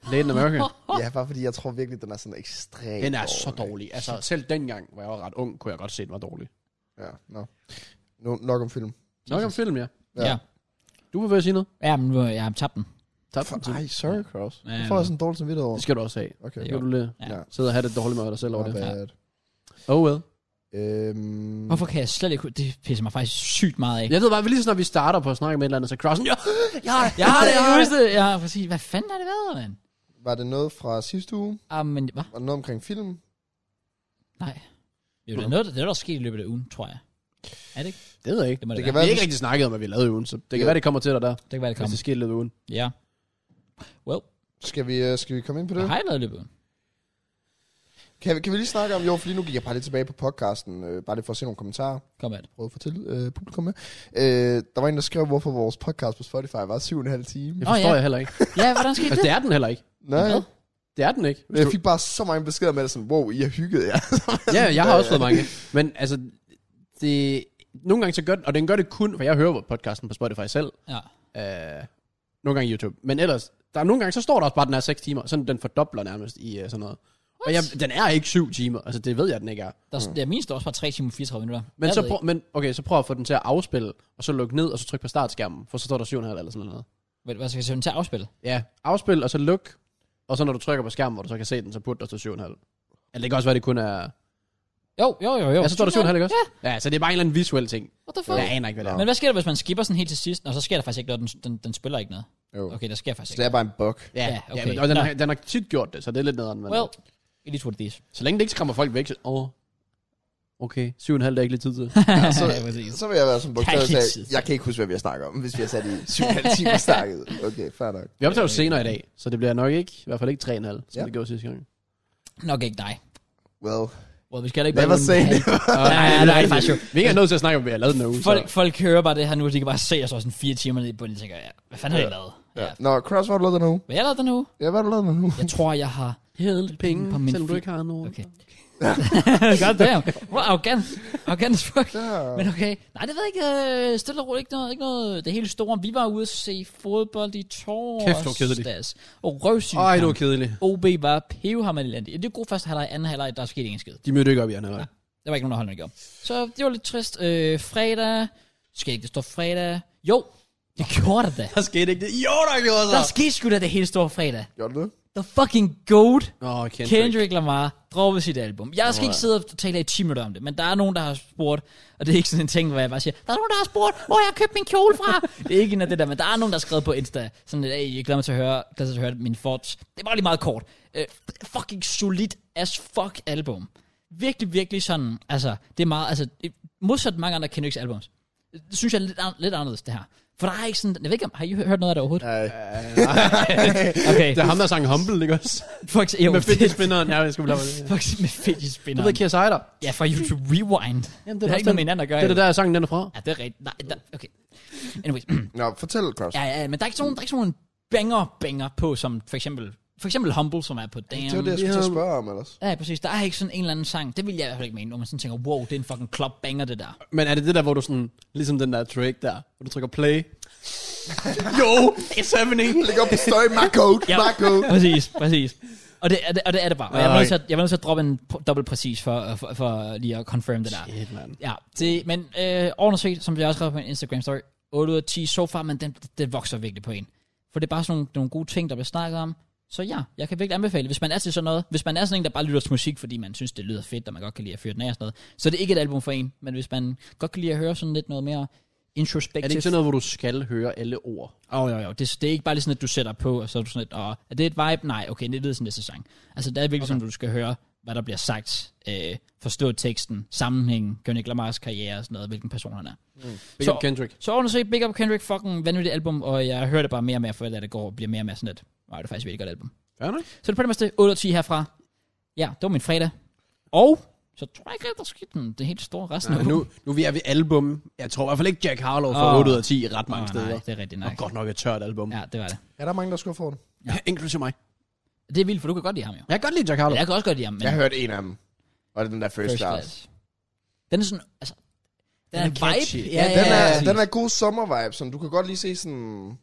B: Late in America.
C: Ja, bare fordi jeg tror virkelig, den er sådan ekstremt
B: Den er så dårlig. Altså, selv dengang, hvor jeg var ret ung, kunne jeg godt se, den var dårlig.
C: Ja, no. no. Nok om film.
B: Nok om film, ja.
A: Ja. ja.
B: Du vil ved at sige noget?
A: Ja, men nu har jeg har tabt den. Øh,
B: Tak for
C: For, ej, sorry, Kraus.
A: Ja,
C: Jeg får
A: ja.
C: også en dårlig samvittighed over.
B: Det skal du også have.
C: Okay,
B: Det
A: Jo.
B: kan du lige
A: Ja.
C: ja.
B: sidde og have det dårligt med dig selv over
C: My
B: det.
C: bad.
B: Oh well.
C: Øhm,
A: Hvorfor kan jeg slet ikke... Det pisser mig faktisk sygt meget af.
B: Jeg ved bare, at vi lige så snart vi starter på at snakke med et eller andet, så Krausen, ja, jeg har det,
A: Jeg har det, jeg
B: har
A: husker det. Ja, præcis. Hvad fanden har det været, mand?
C: Var det noget fra sidste uge?
A: Ah, men hvad?
C: Var det noget omkring film?
A: Nej. Det er jo da noget, der- det er der er sket i løbet af ugen, tror jeg. Er det ikke?
B: Det ved jeg ikke.
A: Det må det, det
C: Det
A: være.
C: kan
B: Vi
C: være,
B: har ikke rigtig snakket om, at vi lavede i ugen, så det kan
C: Jo.
B: være, det kommer til dig der,
A: Det kan være, det
B: hvis
A: kommer.
B: det sker lidt i ugen.
A: Ja. Well,
C: Skal vi, øh, skal vi komme ind på
A: hvad
C: det?
A: har jeg lavet i løbet af ugen?
C: Kan, vi- kan vi lige snakke om, jo, fordi nu gik jeg bare lidt tilbage på podcasten, øh, bare lige for at se nogle kommentarer,
A: Kom med det.
C: prøvede at fortælle øh, publikum med. Øh, der var en, der skrev, hvorfor vores podcast på Spotify var 7,5 timer.
B: Det
A: Nå,
B: forstår
A: ja.
B: jeg heller ikke.
A: Ja, hvordan skete
B: Altså,
A: det?
B: det er den heller ikke.
C: Nej,
A: Hvad?
B: Det er den ikke. Hvis
C: jeg
B: du-
C: fik bare så mange beskeder med det, sådan, wow, I har hygget jer.
B: ja, jeg har også fået mange. Men altså, det, nogle gange så gør den, og den gør det kun, for jeg hører podcasten på Spotify selv,
A: Ja.
B: øh, nogle gange YouTube, men ellers, der er nogle gange, så står der også bare, at den er 6 timer, sådan den fordobler nærmest i øh, sådan noget. What? Og jeg, den er ikke 7 timer, altså det ved jeg, den ikke er.
A: Der, mm. der min står også bare 3 timer og 34 minutter.
B: Men,
A: Jeg
B: så
A: ved
B: prøv, men okay, så prøv at få den til at afspille, og så lukke ned, og så tryk på startskærmen, for så står der 7,5 eller sådan noget.
A: ikke. Hvad- Hvad skal jeg sætte den til at afspille?
B: Ja, afspil, og så luk, og så når du trykker på skærmen, hvor du så kan se den, så putter der stå 7,5. Eller det kan også være, det kun er...
A: Jo, jo, jo, jo.
B: Ja, så står der 7,5, ikke også? Ja. ja, så det er bare en eller anden visuel ting.
A: What the fuck?
B: Jeg aner ikke, hvad det er.
A: Men hvad sker der, hvis man skipper sådan helt til sidst? Og så sker der faktisk ikke noget. Den, den, den spiller ikke noget.
C: Jo.
A: Okay, der sker
C: Så
A: faktisk
C: det
A: ikke
C: er bare en bug.
B: Ja,
A: Ja,
B: ja,
A: okay.
B: okay. ja men- og den,
A: Nå.
B: har, den har tit gjort det, så det er lidt nederen. Men
A: noget. Well, it is what it is.
B: så længe det ikke skræmmer folk væk, så... Åh, okay, syv og en halv, der er ikke lidt tid til.
C: Ja, så,
A: Ja, præcis.
C: så vil jeg være sådan
A: Der er
C: bogstavet
A: ikke
C: og
A: tid.
C: sige, jeg kan ikke huske, hvad vi har snakket om, hvis vi har sat i 7,5 timer snakket. Okay, fair nok.
B: Vi optager jo senere i dag, så det bliver nok ikke, i hvert fald ikke tre og en halv, som
C: Ja.
B: ja. det gjorde sidste gang.
A: Nok ikke dig.
C: Well,
A: Well, vi skal heller ikke
C: Never
A: bare...
C: say never.
A: nej, nej, nej, faktisk jo.
B: Vi er ikke nødt til at snakke om, hvad jeg lavede den her uge.
A: Folk,
B: så.
A: folk hører bare det her nu, og de kan bare se os også sådan fire timer ned i bunden, og tænker, ja, hvad fanden har jeg lavet? Ja.
C: Ja. Nå, Cross, hvad har du lavet den her uge?
A: Hvad har jeg lavet den her uge?
C: Ja, hvad har du lavet den her uge?
A: Jeg tror, jeg har...
B: Hæld penge,
A: på min
B: selvom du
A: feed.
B: ikke har nogen.
A: Okay. God damn. Wow, arrogant. Arrogant as fuck.
C: Der,
A: Men okay. Nej, det ved jeg ikke. Øh, Stille og roligt. Ikke noget, ikke noget. Det hele store. Vi var ude at se fodbold i torsdags.
B: Kæft, det var kedeligt.
A: Og røvsygt.
B: Ej, det var kedeligt.
A: OB var pivhammerlig elendig. Det er god første halvleg, anden halvleg, der er sket ingen skid.
B: De mødte ikke op i anden halvleg.
A: Der var ikke nogen, der holdt mig op. Så det var lidt trist. Øh, fredag. Skal ikke det stå fredag? Jo, det gjorde det da.
B: Der skete ikke det. Jo, der gjorde
A: Der skete sgu da det hele store fredag.
C: gjorde du det?
A: The fucking GOAT.
B: Åh, oh, Kendrick.
A: Kendrick Lamar dropper sit album. Jeg skal ikke sidde og tale i 10 minutter om det, men der er nogen, der har spurgt, og det er ikke sådan en ting, hvor jeg bare siger, der er nogen, der har spurgt, hvor jeg har købt min kjole fra. det er ikke en af det der, men der er nogen, der har skrevet på Insta, sådan lidt, hey, jeg glæder mig til at høre, glæder mig til at høre min thoughts. Det var lige meget kort. Øh, fucking solid as fuck album. Virkelig, virkelig sådan, altså, det er meget, altså, det- modsat mange andre Kendricks albums, det synes jeg er lidt, an- lidt anderledes, det her. For der er ikke sådan, jeg ved ikke, om- har I hørt noget af det overhovedet?
C: Nej.
A: Okay,
B: Det er ham, Øh, der sang Humble, ikke også?
A: for eksempel, jo,
B: Med
A: det-
B: fidgetspinderen. Ja, jeg skal blive det.
A: for eksempel med fidget
B: Du ved, Kier Seider.
A: Ja, fra YouTube Rewind. Jamen, det, det
B: også
A: har ikke noget
B: den-
A: med hinanden at gøre.
B: Det er det der, sangen den er fra.
A: Ja, det er rigtigt. Nej, der, okay. Anyways.
C: Nå, fortæl, Cross.
A: ja, ja, men der er ikke sådan, der er ikke sådan nogle banger-banger på, som for eksempel, for eksempel Humble, som er på Damn.
C: Det var det, jeg skulle til at spørge om ellers.
A: Ja, præcis. Der er ikke sådan en eller anden sang. Det vil jeg i hvert fald ikke mene, når man sådan tænker, wow, det er en fucking club banger, det der.
B: Men er det det der, hvor du sådan, ligesom den der track der, hvor du trykker play? jo, it's happening.
C: Læg op på støj, my code,
A: Ja.
C: my code.
A: præcis, præcis. Og det, er det, og det er det bare. Og jeg var nødt til
B: Nej.
A: at, jeg var nødt til at droppe en pr- dobbelt præcis for, for, for lige at confirm det der.
B: Shit, man.
A: Ja, det, men øh, ordentligt set, som jeg også skrev på min Instagram story, 8 ud af 10 so far, men den, det vokser virkelig på en. For det er bare sådan nogle, nogle gode ting, der bliver snakket om. Så ja, jeg kan virkelig anbefale, hvis man er til sådan noget, hvis man er sådan en, der bare lytter til musik, fordi man synes, det lyder fedt, og man godt kan lide at fyre den af og sådan noget, så det er ikke et album for en, men hvis man godt kan lide at høre sådan lidt noget mere
B: Er det
A: introspektivt.
B: ikke sådan noget, hvor du skal høre alle ord?
A: Åh, oh, jo, jo. Det, det er ikke bare lige sådan, at du sætter på, og så er du sådan lidt, åh, er det et vibe? Nej, okay, det lyder sådan lidt sæson. Altså, det er virkelig okay. sådan, at du skal høre, hvad der bliver sagt, øh, forstå teksten, sammenhængen, Kendrick Lamars karriere og sådan noget, hvilken person han er.
B: Big
A: Så-
B: up Kendrick.
A: Så ordentligt set, Big Up Kendrick, fucking vanvittigt album, og jeg hører det bare mere og mere, for at det går og bliver mere og mere sådan lidt, nej, det er faktisk et virkelig godt album.
B: Ja, nej.
A: Så det er pretty much det, 8 og 10 herfra. Ja, det var min fredag. Og så tror jeg ikke, at der skete den, det helt store resten
B: Nej,
A: af
B: nu,
A: ugen.
B: nu er vi er ved album. Jeg tror i hvert fald ikke, Jack Harlow får
A: Åh.
B: 8 ud af 10 i ret mange
A: Åh,
B: steder.
A: Ah, Nej, det er rigtigt
B: Og
A: nok.
B: godt nok et tørt album. Ja.
A: Ja, det var det.
C: Ja, der er mange, der skulle få den.
B: Inklusive mig.
A: Det er vildt, for du kan godt lide ham jo.
B: Jeg kan godt lide Jack Harlow.
A: Jeg kan også godt lide ham, men
C: Jeg hørte en af dem. Og det er den der first, class.
A: Den er sådan, altså, den,
B: Den
A: er
B: er
A: en vibe.
B: catchy.
A: Ja,
C: Den,
A: ja,
C: er,
A: præcis.
C: den er god sommervibe, som du kan godt lige se sådan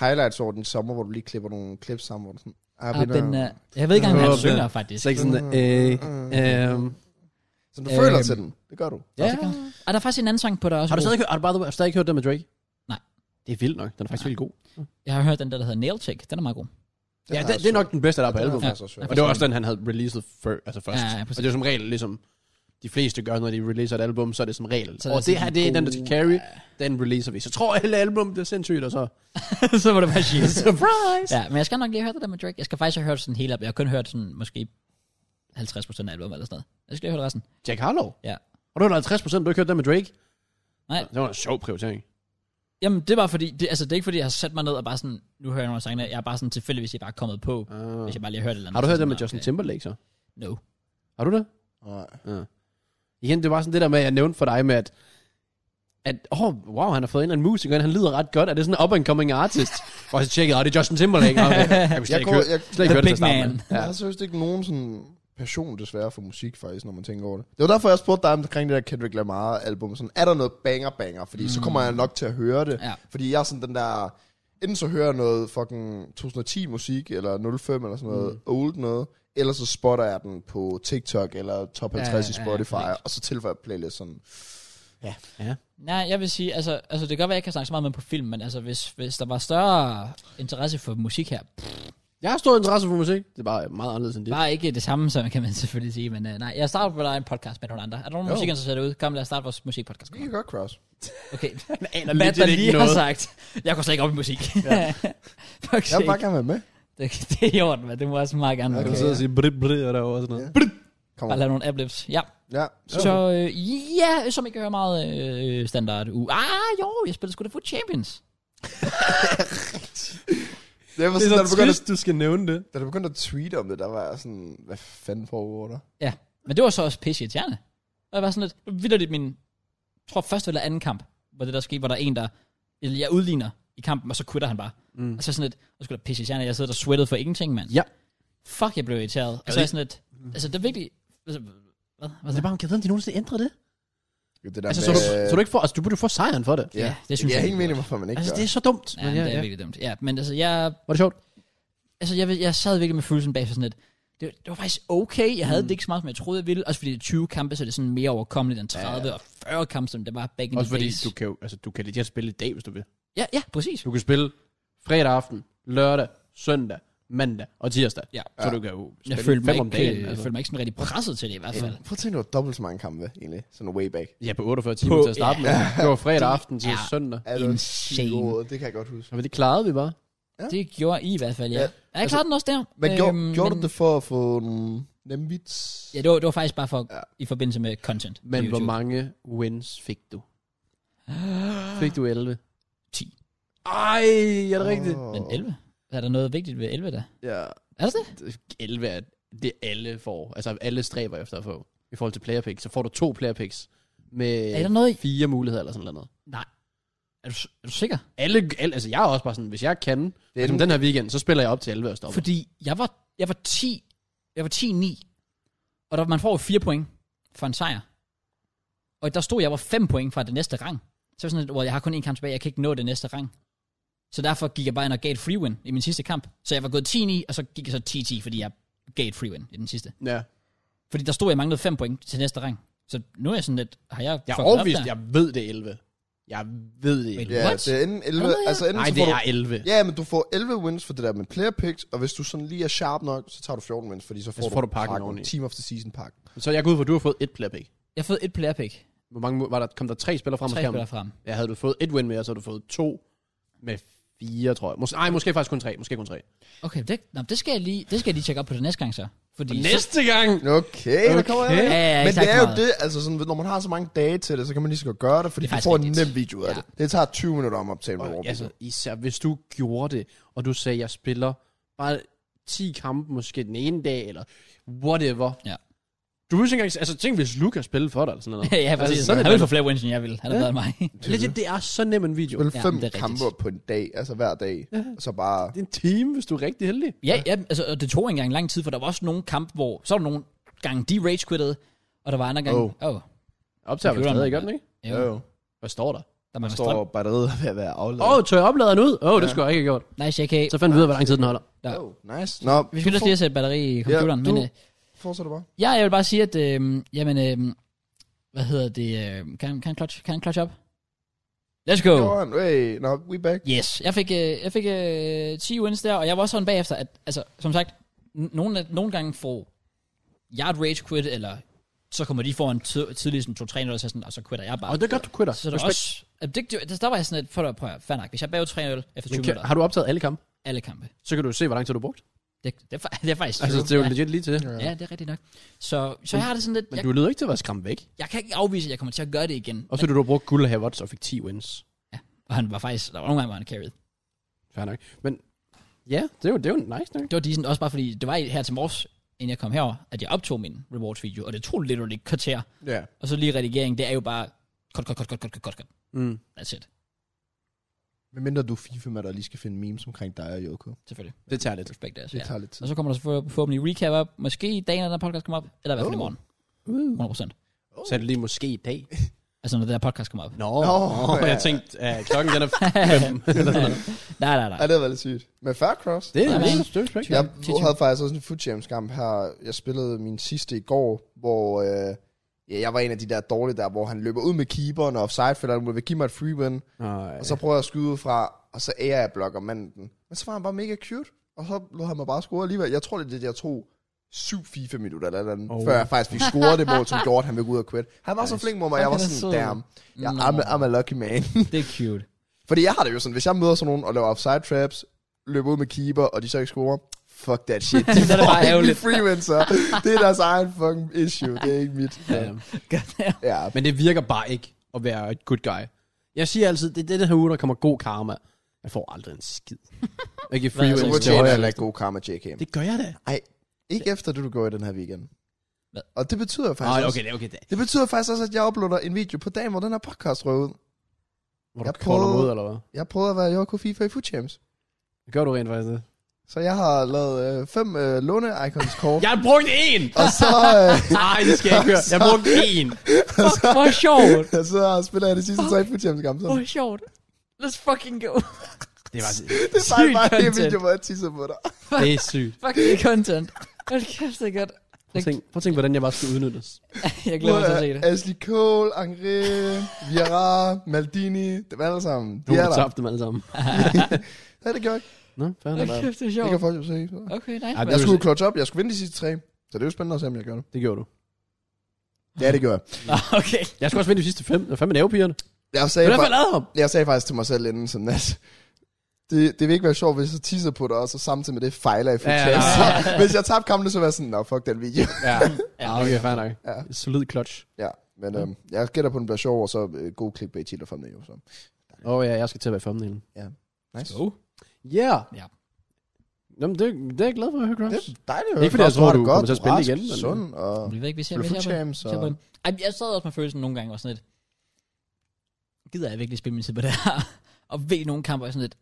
C: highlights over den sommer, hvor du lige klipper nogle klips sammen, hvor du sådan... Ah, Mm,
A: Ah, den er, jeg ved ikke engang, hvad han
B: Åh,
A: synger,
B: den-
A: faktisk.
B: Så ikke sådan, øh, øh,
C: øhm, Så du føler
A: Øhm.
C: til den. Det gør du.
A: Ja. Og der er faktisk en anden sang på der også.
B: Har
A: er
B: du
A: god.
B: stadig, hørt- har du, by the way, stadig ikke hørt den med Drake?
A: Nej.
B: Det er vildt nok. Den er faktisk vildt god.
A: Jeg har hørt den der, der hedder Nail Tech. Den er meget god.
B: Ja, det,
C: altså
B: det er nok den bedste, der er på
C: Den er
B: albumet.
C: faktisk også sjov.
B: Og det var også den, han havde releaset før, altså først.
A: Ja, ja, præcis.
B: og det er jo som regel ligesom, de fleste gør, når de releaser et album, så er det som regel.
A: Så
B: Så
A: er det
B: og det her,
A: sådan
B: det er
A: en
B: den, der skal
A: god-
B: carry. Den releaser vi. Så tror alle album, det er sindssygt, og så...
A: så var det bare shit.
B: Surprise!
A: ja, men jeg skal nok lige høre det der med Drake. Jeg skal faktisk have hørt sådan hele op. Jeg har kun hørt sådan, måske 50% af albumet eller sådan noget. Jeg skal lige høre resten.
B: Jack Harlow.
A: Ja.
B: Og du er 50 procent, du har ikke hørt den med Drake?
A: Nej.
B: Det var en sjov prioritering.
A: Jamen, det var fordi, det, altså det er ikke fordi, jeg har sat mig ned og bare sådan, nu hører jeg nogle af sangene. Jeg er bare sådan tilfældigvis, jeg er bare kommet på,
B: Uh,
A: hvis jeg bare lige har hørt et eller andet.
B: har du hørt
A: Så
B: den med
A: sådan,
B: Justin
A: okay.
B: Timberlake så?
A: No.
B: Har du det?
C: Nej.
B: Ja. Igen, det var sådan det der med, at jeg nævnte for dig med, at, at oh, wow, han har fået en eller anden musiker, han lyder ret godt. Er det sådan en up-and-coming artist? og så tjekkede jeg, det er Justin Timberlake. Okay. Jeg kunne slet
C: Jeg,
B: ikke
C: går,
B: høre
C: jeg,
B: slet ikke
A: The
B: høre det til
A: big
B: at starte
A: man.
B: med.
C: jeg har seriøst ikke nogen sådan passion desværre for musik faktisk, når man tænker over det. Det var derfor, jeg spurgte dig omkring det der Kendrick Lamar-album. Sådan, er der noget banger-banger? Fordi mm. så kommer jeg nok til at høre det.
A: Ja.
C: Fordi jeg er sådan den der... Enten så hører jeg noget fucking 2010-musik, eller 05 eller sådan noget, mm. old noget. Eller så spotter jeg den på TikTok eller Top
A: Ja,
C: 50
A: ja,
C: i
A: ja,
C: Spotify,
A: præcis.
C: og så tilføjer jeg playlist sådan.
B: Ja.
A: Nej, jeg vil sige, altså, altså det kan godt være, jeg ikke kan snakke så meget med på film, men altså, hvis, hvis der var større interesse for musik her,
B: Jeg har stor interesse for musik. Det er bare meget anderledes end det.
A: bare ikke det samme, som kan man selvfølgelig sige, men uh, nej, jeg starter på dig en podcast med nogle andre. Er der nogen
B: Jo.
A: musikinteresserede ud? Kom, lad os starte vores musikpodcast.
C: Det kan godt cross.
A: Okay,
B: aner
A: hvad
B: legit
A: der
B: ikke
A: lige har
B: noget.
A: sagt. Jeg går slet ikke op i musik. Ja. Fuck
C: Jeg vil
A: sake.
C: bare gerne være med.
A: Det, det er i orden, men det må jeg også meget gerne.
C: Ja,
A: Okay,
C: kan
B: Jeg
A: okay,
B: sidder og
A: ja.
B: sige brit brit og derovre og sådan noget.
C: Ja. Kom
A: Bare
C: on.
A: lave nogle ablips. Ja,
C: Ja.
A: så øh, ja, som I kan høre meget øh, standard u. Ah, jo, jeg spillede sgu da Foot Champions.
C: Det
B: Altså,
C: var sådan, da du begyndte
B: du skal nævne det.
C: Da du begyndte at tweete om det, der var jeg sådan, hvad fanden foregår der?
A: Ja. Men det var så også pisse irriterende. Og jeg var sådan lidt, det var vildt min, jeg tror første eller anden kamp, hvor det der skete, hvor der er en, der, eller jeg udligner i kampen, og så quitter han bare.
B: Mm.
A: Og så er jeg sådan lidt, og skulle da pisse irriterende, jeg sidder der sweated for ingenting, mand.
B: Ja.
A: Fuck, jeg blev irriteret. Og så er jeg sådan lidt, altså det er virkelig, altså, hvad? hvad
B: Mm. Det er bare, om kæden, de nogensinde ændrer det.
C: Det der
B: Altså, så,
C: med,
B: du, så du ikke får, altså, du burde få sejren for det.
C: Ja,
A: Ja, det
C: det
A: synes
C: synes jeg
A: jeg
C: er helt
A: ikke.
C: mening, hvorfor man ikke
B: Altså,
C: gør
B: det er så dumt.
A: Ja, men det er virkelig dumt. Ja, men altså, jeg,
B: Var det sjovt?
A: altså, jeg, jeg sad virkelig med følelsen bag sådan lidt, det, det var faktisk okay. Jeg havde mm. det ikke så meget, som jeg troede, jeg ville. Også fordi det er 20 kampe, så er det sådan mere overkommeligt end 30 ja. og 40 kampe, som det var back in
B: Også
A: the
B: fordi,
A: days.
B: du kan jo, altså, du kan lige spille i dag, hvis du vil.
A: Ja, ja, præcis.
B: Du kan spille fredag aften, lørdag, søndag, mandag og tirsdag.
A: Ja.
B: Så du kan jo spille
A: Jeg følte, mig
B: fem om
A: ikke,
B: dagen.
A: dagen, altså. følte mig ikke sådan rigtig presset til det i hvert fald.
C: det. Prøv at tænke, du har dobbelt så mange kampe, egentlig. Sådan way back.
B: Ja, på 48 timer
A: På-
B: til at starte med. Det var fredag aften til
A: Ja.
B: søndag.
C: Altså,
A: Insane.
C: jo, det kan jeg godt huske.
B: Og det klarede vi bare.
C: Ja.
A: Det gjorde I i hvert fald, ja. ja.
C: Ja,
A: Jeg altså, klarede den også der.
C: Men øhm, gjorde,
A: Øhm,
C: gjorde
A: men-
C: du det for at få nogle nemme vits?
A: Ja, det var, det var faktisk bare for, ja.
C: Ja.
A: i forbindelse med content. på
B: Men
A: YouTube.
B: hvor mange wins fik du? Fik du 11?
A: 10.
B: Ej, er det rigtigt?
C: Åh.
A: Men 11? Er der noget vigtigt ved 11 der?
B: Ja.
A: Er det det?
B: 11 er det, alle får. Altså, alle stræber efter at få. I forhold til player picks. Så får du to player picks med
A: Er der noget i?
B: fire muligheder eller sådan noget.
A: Nej. Er du, er du sikker?
B: Alle, alle, altså, jeg er også bare sådan, hvis jeg kan,
C: Det er
B: som
C: den-
B: den her weekend, så spiller jeg op til 11 og stopper.
A: Fordi jeg var, jeg var 10, jeg var 10-9, og der, man får jo 4 point for en sejr. Og der stod, jeg var 5 point fra det næste rang. Så var sådan, at jeg har kun en kamp tilbage, jeg kan ikke nå det næste rang. Så derfor gik jeg bare ind og gav et free win i min sidste kamp. Så jeg var gået 10-9, og så gik jeg så 10-10, fordi jeg gav et free win i den sidste.
B: Ja.
A: Fordi der stod, jeg manglede 5 point til næste rang. Så nu er jeg sådan lidt, har jeg
B: Jeg er
A: fucket op
B: overvist,
A: der?
B: jeg ved det er 11. Jeg ved det
A: Wait,
B: 11.
C: Ja,
A: What?
C: det er enten 11...
A: noget, jeg-
C: Altså, enten
B: Nej,
C: så
B: det
C: får
B: er
C: du,
B: 11.
C: Ja, men du får 11 wins for det der med player picks, og hvis du sådan lige er sharp nok, så tager du 14 wins, fordi så får,
B: så får du pakken oveni.
C: Team of the season pakken.
B: Så jeg går ud for, at du har fået et player pick.
A: Jeg har fået et player pick.
B: Hvor mange, mu- var der, kom der tre spillere frem?
A: Tre
B: skærmen?
A: spillere frem.
B: Ja, havde du fået et win mere, så havde du fået to med fire, tror jeg. Mås- Ej, måske faktisk kun tre. Måske kun tre.
A: Okay, det, nå, det, skal jeg lige, det skal jeg lige tjekke op på det næste gang så. Fordi så-
B: Næste gang!
C: Okay, okay. der kommer jeg.
B: Okay.
C: med.
A: Ja, ja,
C: men
A: ikke sagt
C: det er jo
A: meget.
C: det, altså sådan, når man har så mange dage til det, så kan man lige så godt gøre det, fordi
A: Det er
C: det
A: faktisk
C: du får
A: rigtigt.
C: en nem video af
A: Ja.
C: det. Det tager 20 minutter om at optage med
B: Og,
C: overblik.
B: altså, især hvis du gjorde det, og du sagde, jeg spiller bare 10 kampe, måske den ene dag, eller whatever.
A: Ja.
B: Du vil ikke engang, altså tænk, hvis Lucas spillede for dig, eller sådan noget.
A: ja, præcis.
B: Altså,
A: Altså,
B: sådan
A: sådan
B: er
A: han vil
B: det.
A: få flere wins, end jeg vil. Han er
B: Ja.
A: bedre end mig.
B: Legit, det er så nem en video.
C: Spil
A: Ja,
C: fem
A: men det er
C: kampe
A: rigtigt.
C: på en dag, altså hver dag, og så bare...
B: Det er en time, hvis du er rigtig heldig.
A: ja, ja, altså, og det tog engang lang tid, for der var også nogle kampe, hvor så var der nogle gange, de rage quittede, og der var andre gange, åh, oh. oh,
B: Optager vi
A: Computeren,
B: stadig, gør den ikke?
A: jo,
C: Jo, jo.
B: Hvad står der?
A: der var strøm.
C: Står batteriet er ved at være afladet.
B: Åh, oh, tør jeg opladeren ud? Åh, oh, det skulle jeg ikke have gjort.
A: Nice, JK.
B: Så fandt vi ud af, hvor lang tid den holder.
A: Ja.
C: Oh, nice. Nå,
A: Vi skynder os lige at sætte batteri i computeren,
C: Ja,
A: men
C: du-
A: øh,
C: fortsætter bare.
A: ja, jeg vil bare sige, at, øh, jamen, øh, hvad hedder det, øh, kan, kan, han clutch, kan han clutch op? Let's go!
C: Go on, hey, no, we back.
A: Yes, jeg fik, øh, jeg fik øh, 10 wins der, og jeg var også sådan bagefter, at altså, som sagt, n- nogle, af- nogle gange får jeg et rage quit, eller så kommer de foran t- tidlig sådan 2-3 eller sådan, og så quitter jeg bare.
B: Og det er godt, du quitter.
A: så er der også, at det, det, der var jeg sådan lidt, prøv at prøve, fair nok, hvis jeg er bagud 3-0 efter 20
B: Men
A: minutter,
B: kan, har du optaget alle kampe?
A: alle kampe.
B: Så kan du se, hvor lang tid du har brugt.
A: Det, det, er, fa- det er faktisk
B: Altså,
A: true.
B: det er jo
A: ja,
B: legit lige til.
A: ja, det er rigtigt nok. Så, så jeg har det sådan lidt,
B: Men
A: jeg,
B: du lyder ikke til at være skræmt væk.
A: jeg kan ikke afvise, at jeg kommer til at gøre det igen.
B: Og så du har brugt guld og Havertz og fik 10 wins.
A: Og han var faktisk, der var nogle gange, hvor han carried.
B: Fair nok. Men ja, det er jo, det er jo nice nok.
A: Det var decent, også bare fordi, det var i- her til morges, inden jeg kom herover, at jeg optog min rewards video, og det tog literally et kvarter.
C: Ja.
A: Og så lige redigering, det er jo bare kort, kort, kort, kort, kort, kort, kort, kort.
B: Mm.
A: That's it,
C: Men mindre du er FIFA med, der lige skal finde memes omkring dig og Yoko.
A: selvfølgelig.
B: Det tager lidt.
A: Respekt altså,
C: Det
A: ja.
C: tager lidt tid.
A: Og så kommer der så forhåbentlig recap op, måske i dagen, når den her podcast kommer op, eller i hvert fald i morgen,
C: Oh.
B: Uh.
A: 100%.
B: Så er det lige måske i dag.
A: Altså når den her podcast kommer op.
B: Nå,
C: Nå,
B: oh, jeg
C: ja.
B: tænkte, at klokken den er fem. Eller sådan noget.
A: Nej, nej,
C: Ja,
A: nej.
C: det var lidt sygt. Men fair cross.
B: det er
A: Ja,
B: lidt
A: men-
B: stykke respekt.
A: Ja.
B: Ja.
C: Jeg havde faktisk også en foot champs kamp her. Jeg spillede min sidste i går, hvor øh, ja, jeg var en af de der dårlige der, hvor han løber ud med keeperen og offside fælder, han vil give mig et free win. Og så prøver jeg at skyde ud fra, og så ærer jeg blokker manden. den. Men så var han bare mega cute, og så lå han mig bare score alligevel. Jeg tror, det er det, jeg tog syv FIFA minutter eller et eller andet,
B: Oh.
C: oh. før jeg faktisk fik scoret det mål, som gjorde, at han ville gå ud og quit. Han var nice. så
B: Nice.
C: flink mod mig, jeg
A: Okay,
C: var
A: det er
C: sådan,
A: sødt.
C: damn, jeg,
A: Nå.
C: I'm, a, I'm a lucky man.
A: Det er cute.
C: Fordi jeg har det jo sådan, hvis jeg møder sådan nogen og laver offside traps, løber ud med keeper, og de så ikke scorer, fuck that shit. De
A: Det er da bare
C: får ikke
A: ærgerligt.
C: free win, så. Det er deres egen fucking issue, det er ikke mit.
B: Ja.
C: Ja,
B: Men det virker bare ikke at være et good guy. Jeg siger altid, det er det den her uge, der kommer god karma. Jeg får aldrig en skid. Jeg giver free
A: Hvad, altså,
C: du må
B: wins til
C: tjene
B: højre.
C: eller god karma, JK.
B: Det gør jeg da.
C: Ikke efter det, du gjorde i den her weekend.
A: Hvad?
C: Og det betyder faktisk
B: Nej,
C: også,
B: okay, det er okay. Det.
C: det betyder faktisk også, at jeg uploader en video på dagen, hvor den her podcast røg ud.
B: Hvor
C: Jeg
B: du prøver
C: prøvede-
B: ud, eller hvad?
C: Jeg prøvede at være Yoko FIFA i Food Champs.
B: Gør du rent faktisk det?
C: Så jeg har lavet øh, fem øh, låne-icons kort.
B: Jeg har brugt en!
C: Og så, øh,
B: Nej, det skal jeg ikke høre. Jeg har brugt en.
A: Fuck, hvor sjovt.
C: og så spiller jeg de sidste tre Food Champs kampe.
A: Hvor
C: sammen.
A: sjovt. Let's fucking go.
B: Det var
C: Det er bare,
A: Sygt
C: bare en
A: content.
C: video, hvor jeg tisser på dig.
B: det er sygt.
A: Fucking content. Hold kæft, det er godt.
B: Prøv at tænke, prøv at tænke hvordan jeg bare skulle udnyttes.
A: Jeg glæder mig til at se det.
C: Ashley Cole, Angre, Viera, Maldini, dem alle sammen.
B: Nu
C: De er
B: har du
C: der.
B: tabt dem alle sammen.
C: Ja, det gjorde jeg ikke.
B: Nå, fair nok.
A: Hold kæft, det er
C: Det
A: sjovt.
C: øh, kan folk jo se. Så.
A: Okay, nej. Nice,
B: Ej, det
C: Jeg
A: man.
C: skulle clutch op, jeg skulle vinde de sidste tre. Så det er jo spændende at se, om jeg gør det.
B: Det gjorde du.
C: Ja, det gjorde jeg.
A: Nå, okay.
B: Jeg skulle også vinde de sidste fem. Hvad fanden med nervepigerne?
C: Jeg
B: Det
C: sagde,
B: er derfor,
C: fa-
B: jeg lavede ham.
C: jeg sagde faktisk til mig selv inden sådan, at det, det vil ikke være sjovt, hvis jeg teaser på dig, og så samtidig med det fejler i
B: Ja,
C: futsal.
B: ja,
C: Ja,
B: ja.
C: ja. Hvis jeg tabte kampen, så var jeg sådan, nå, fuck den video.
B: Ja,
A: Ja,
B: ja okay, fair nok.
C: Ja.
B: Solid clutch.
C: Ja, men øhm, jeg gætter på, den bliver sjov, og så øh, god clickbait til fra jo. Så.
B: Åh oh, ja, jeg skal til at være i thumbnailen.
C: Nice.
A: Go.
B: Ja.
A: Ja.
B: Yeah. Jamen, det, det er jeg glad for at høre, Cross.
C: Det er dejligt.
B: Ikke fordi jeg tror, du kommer til at spille
C: rask,
B: igen, men-
C: Sund og...
A: Vi ved ikke, hvis jeg
C: Blev
A: vil
C: food champs,
A: på
C: og...
A: dem. Ej, jeg sad også med følelsen nogle gange, og sådan lidt, gider jeg virkelig spille min tid på det her? og ved nogle kampe, og sådan lidt,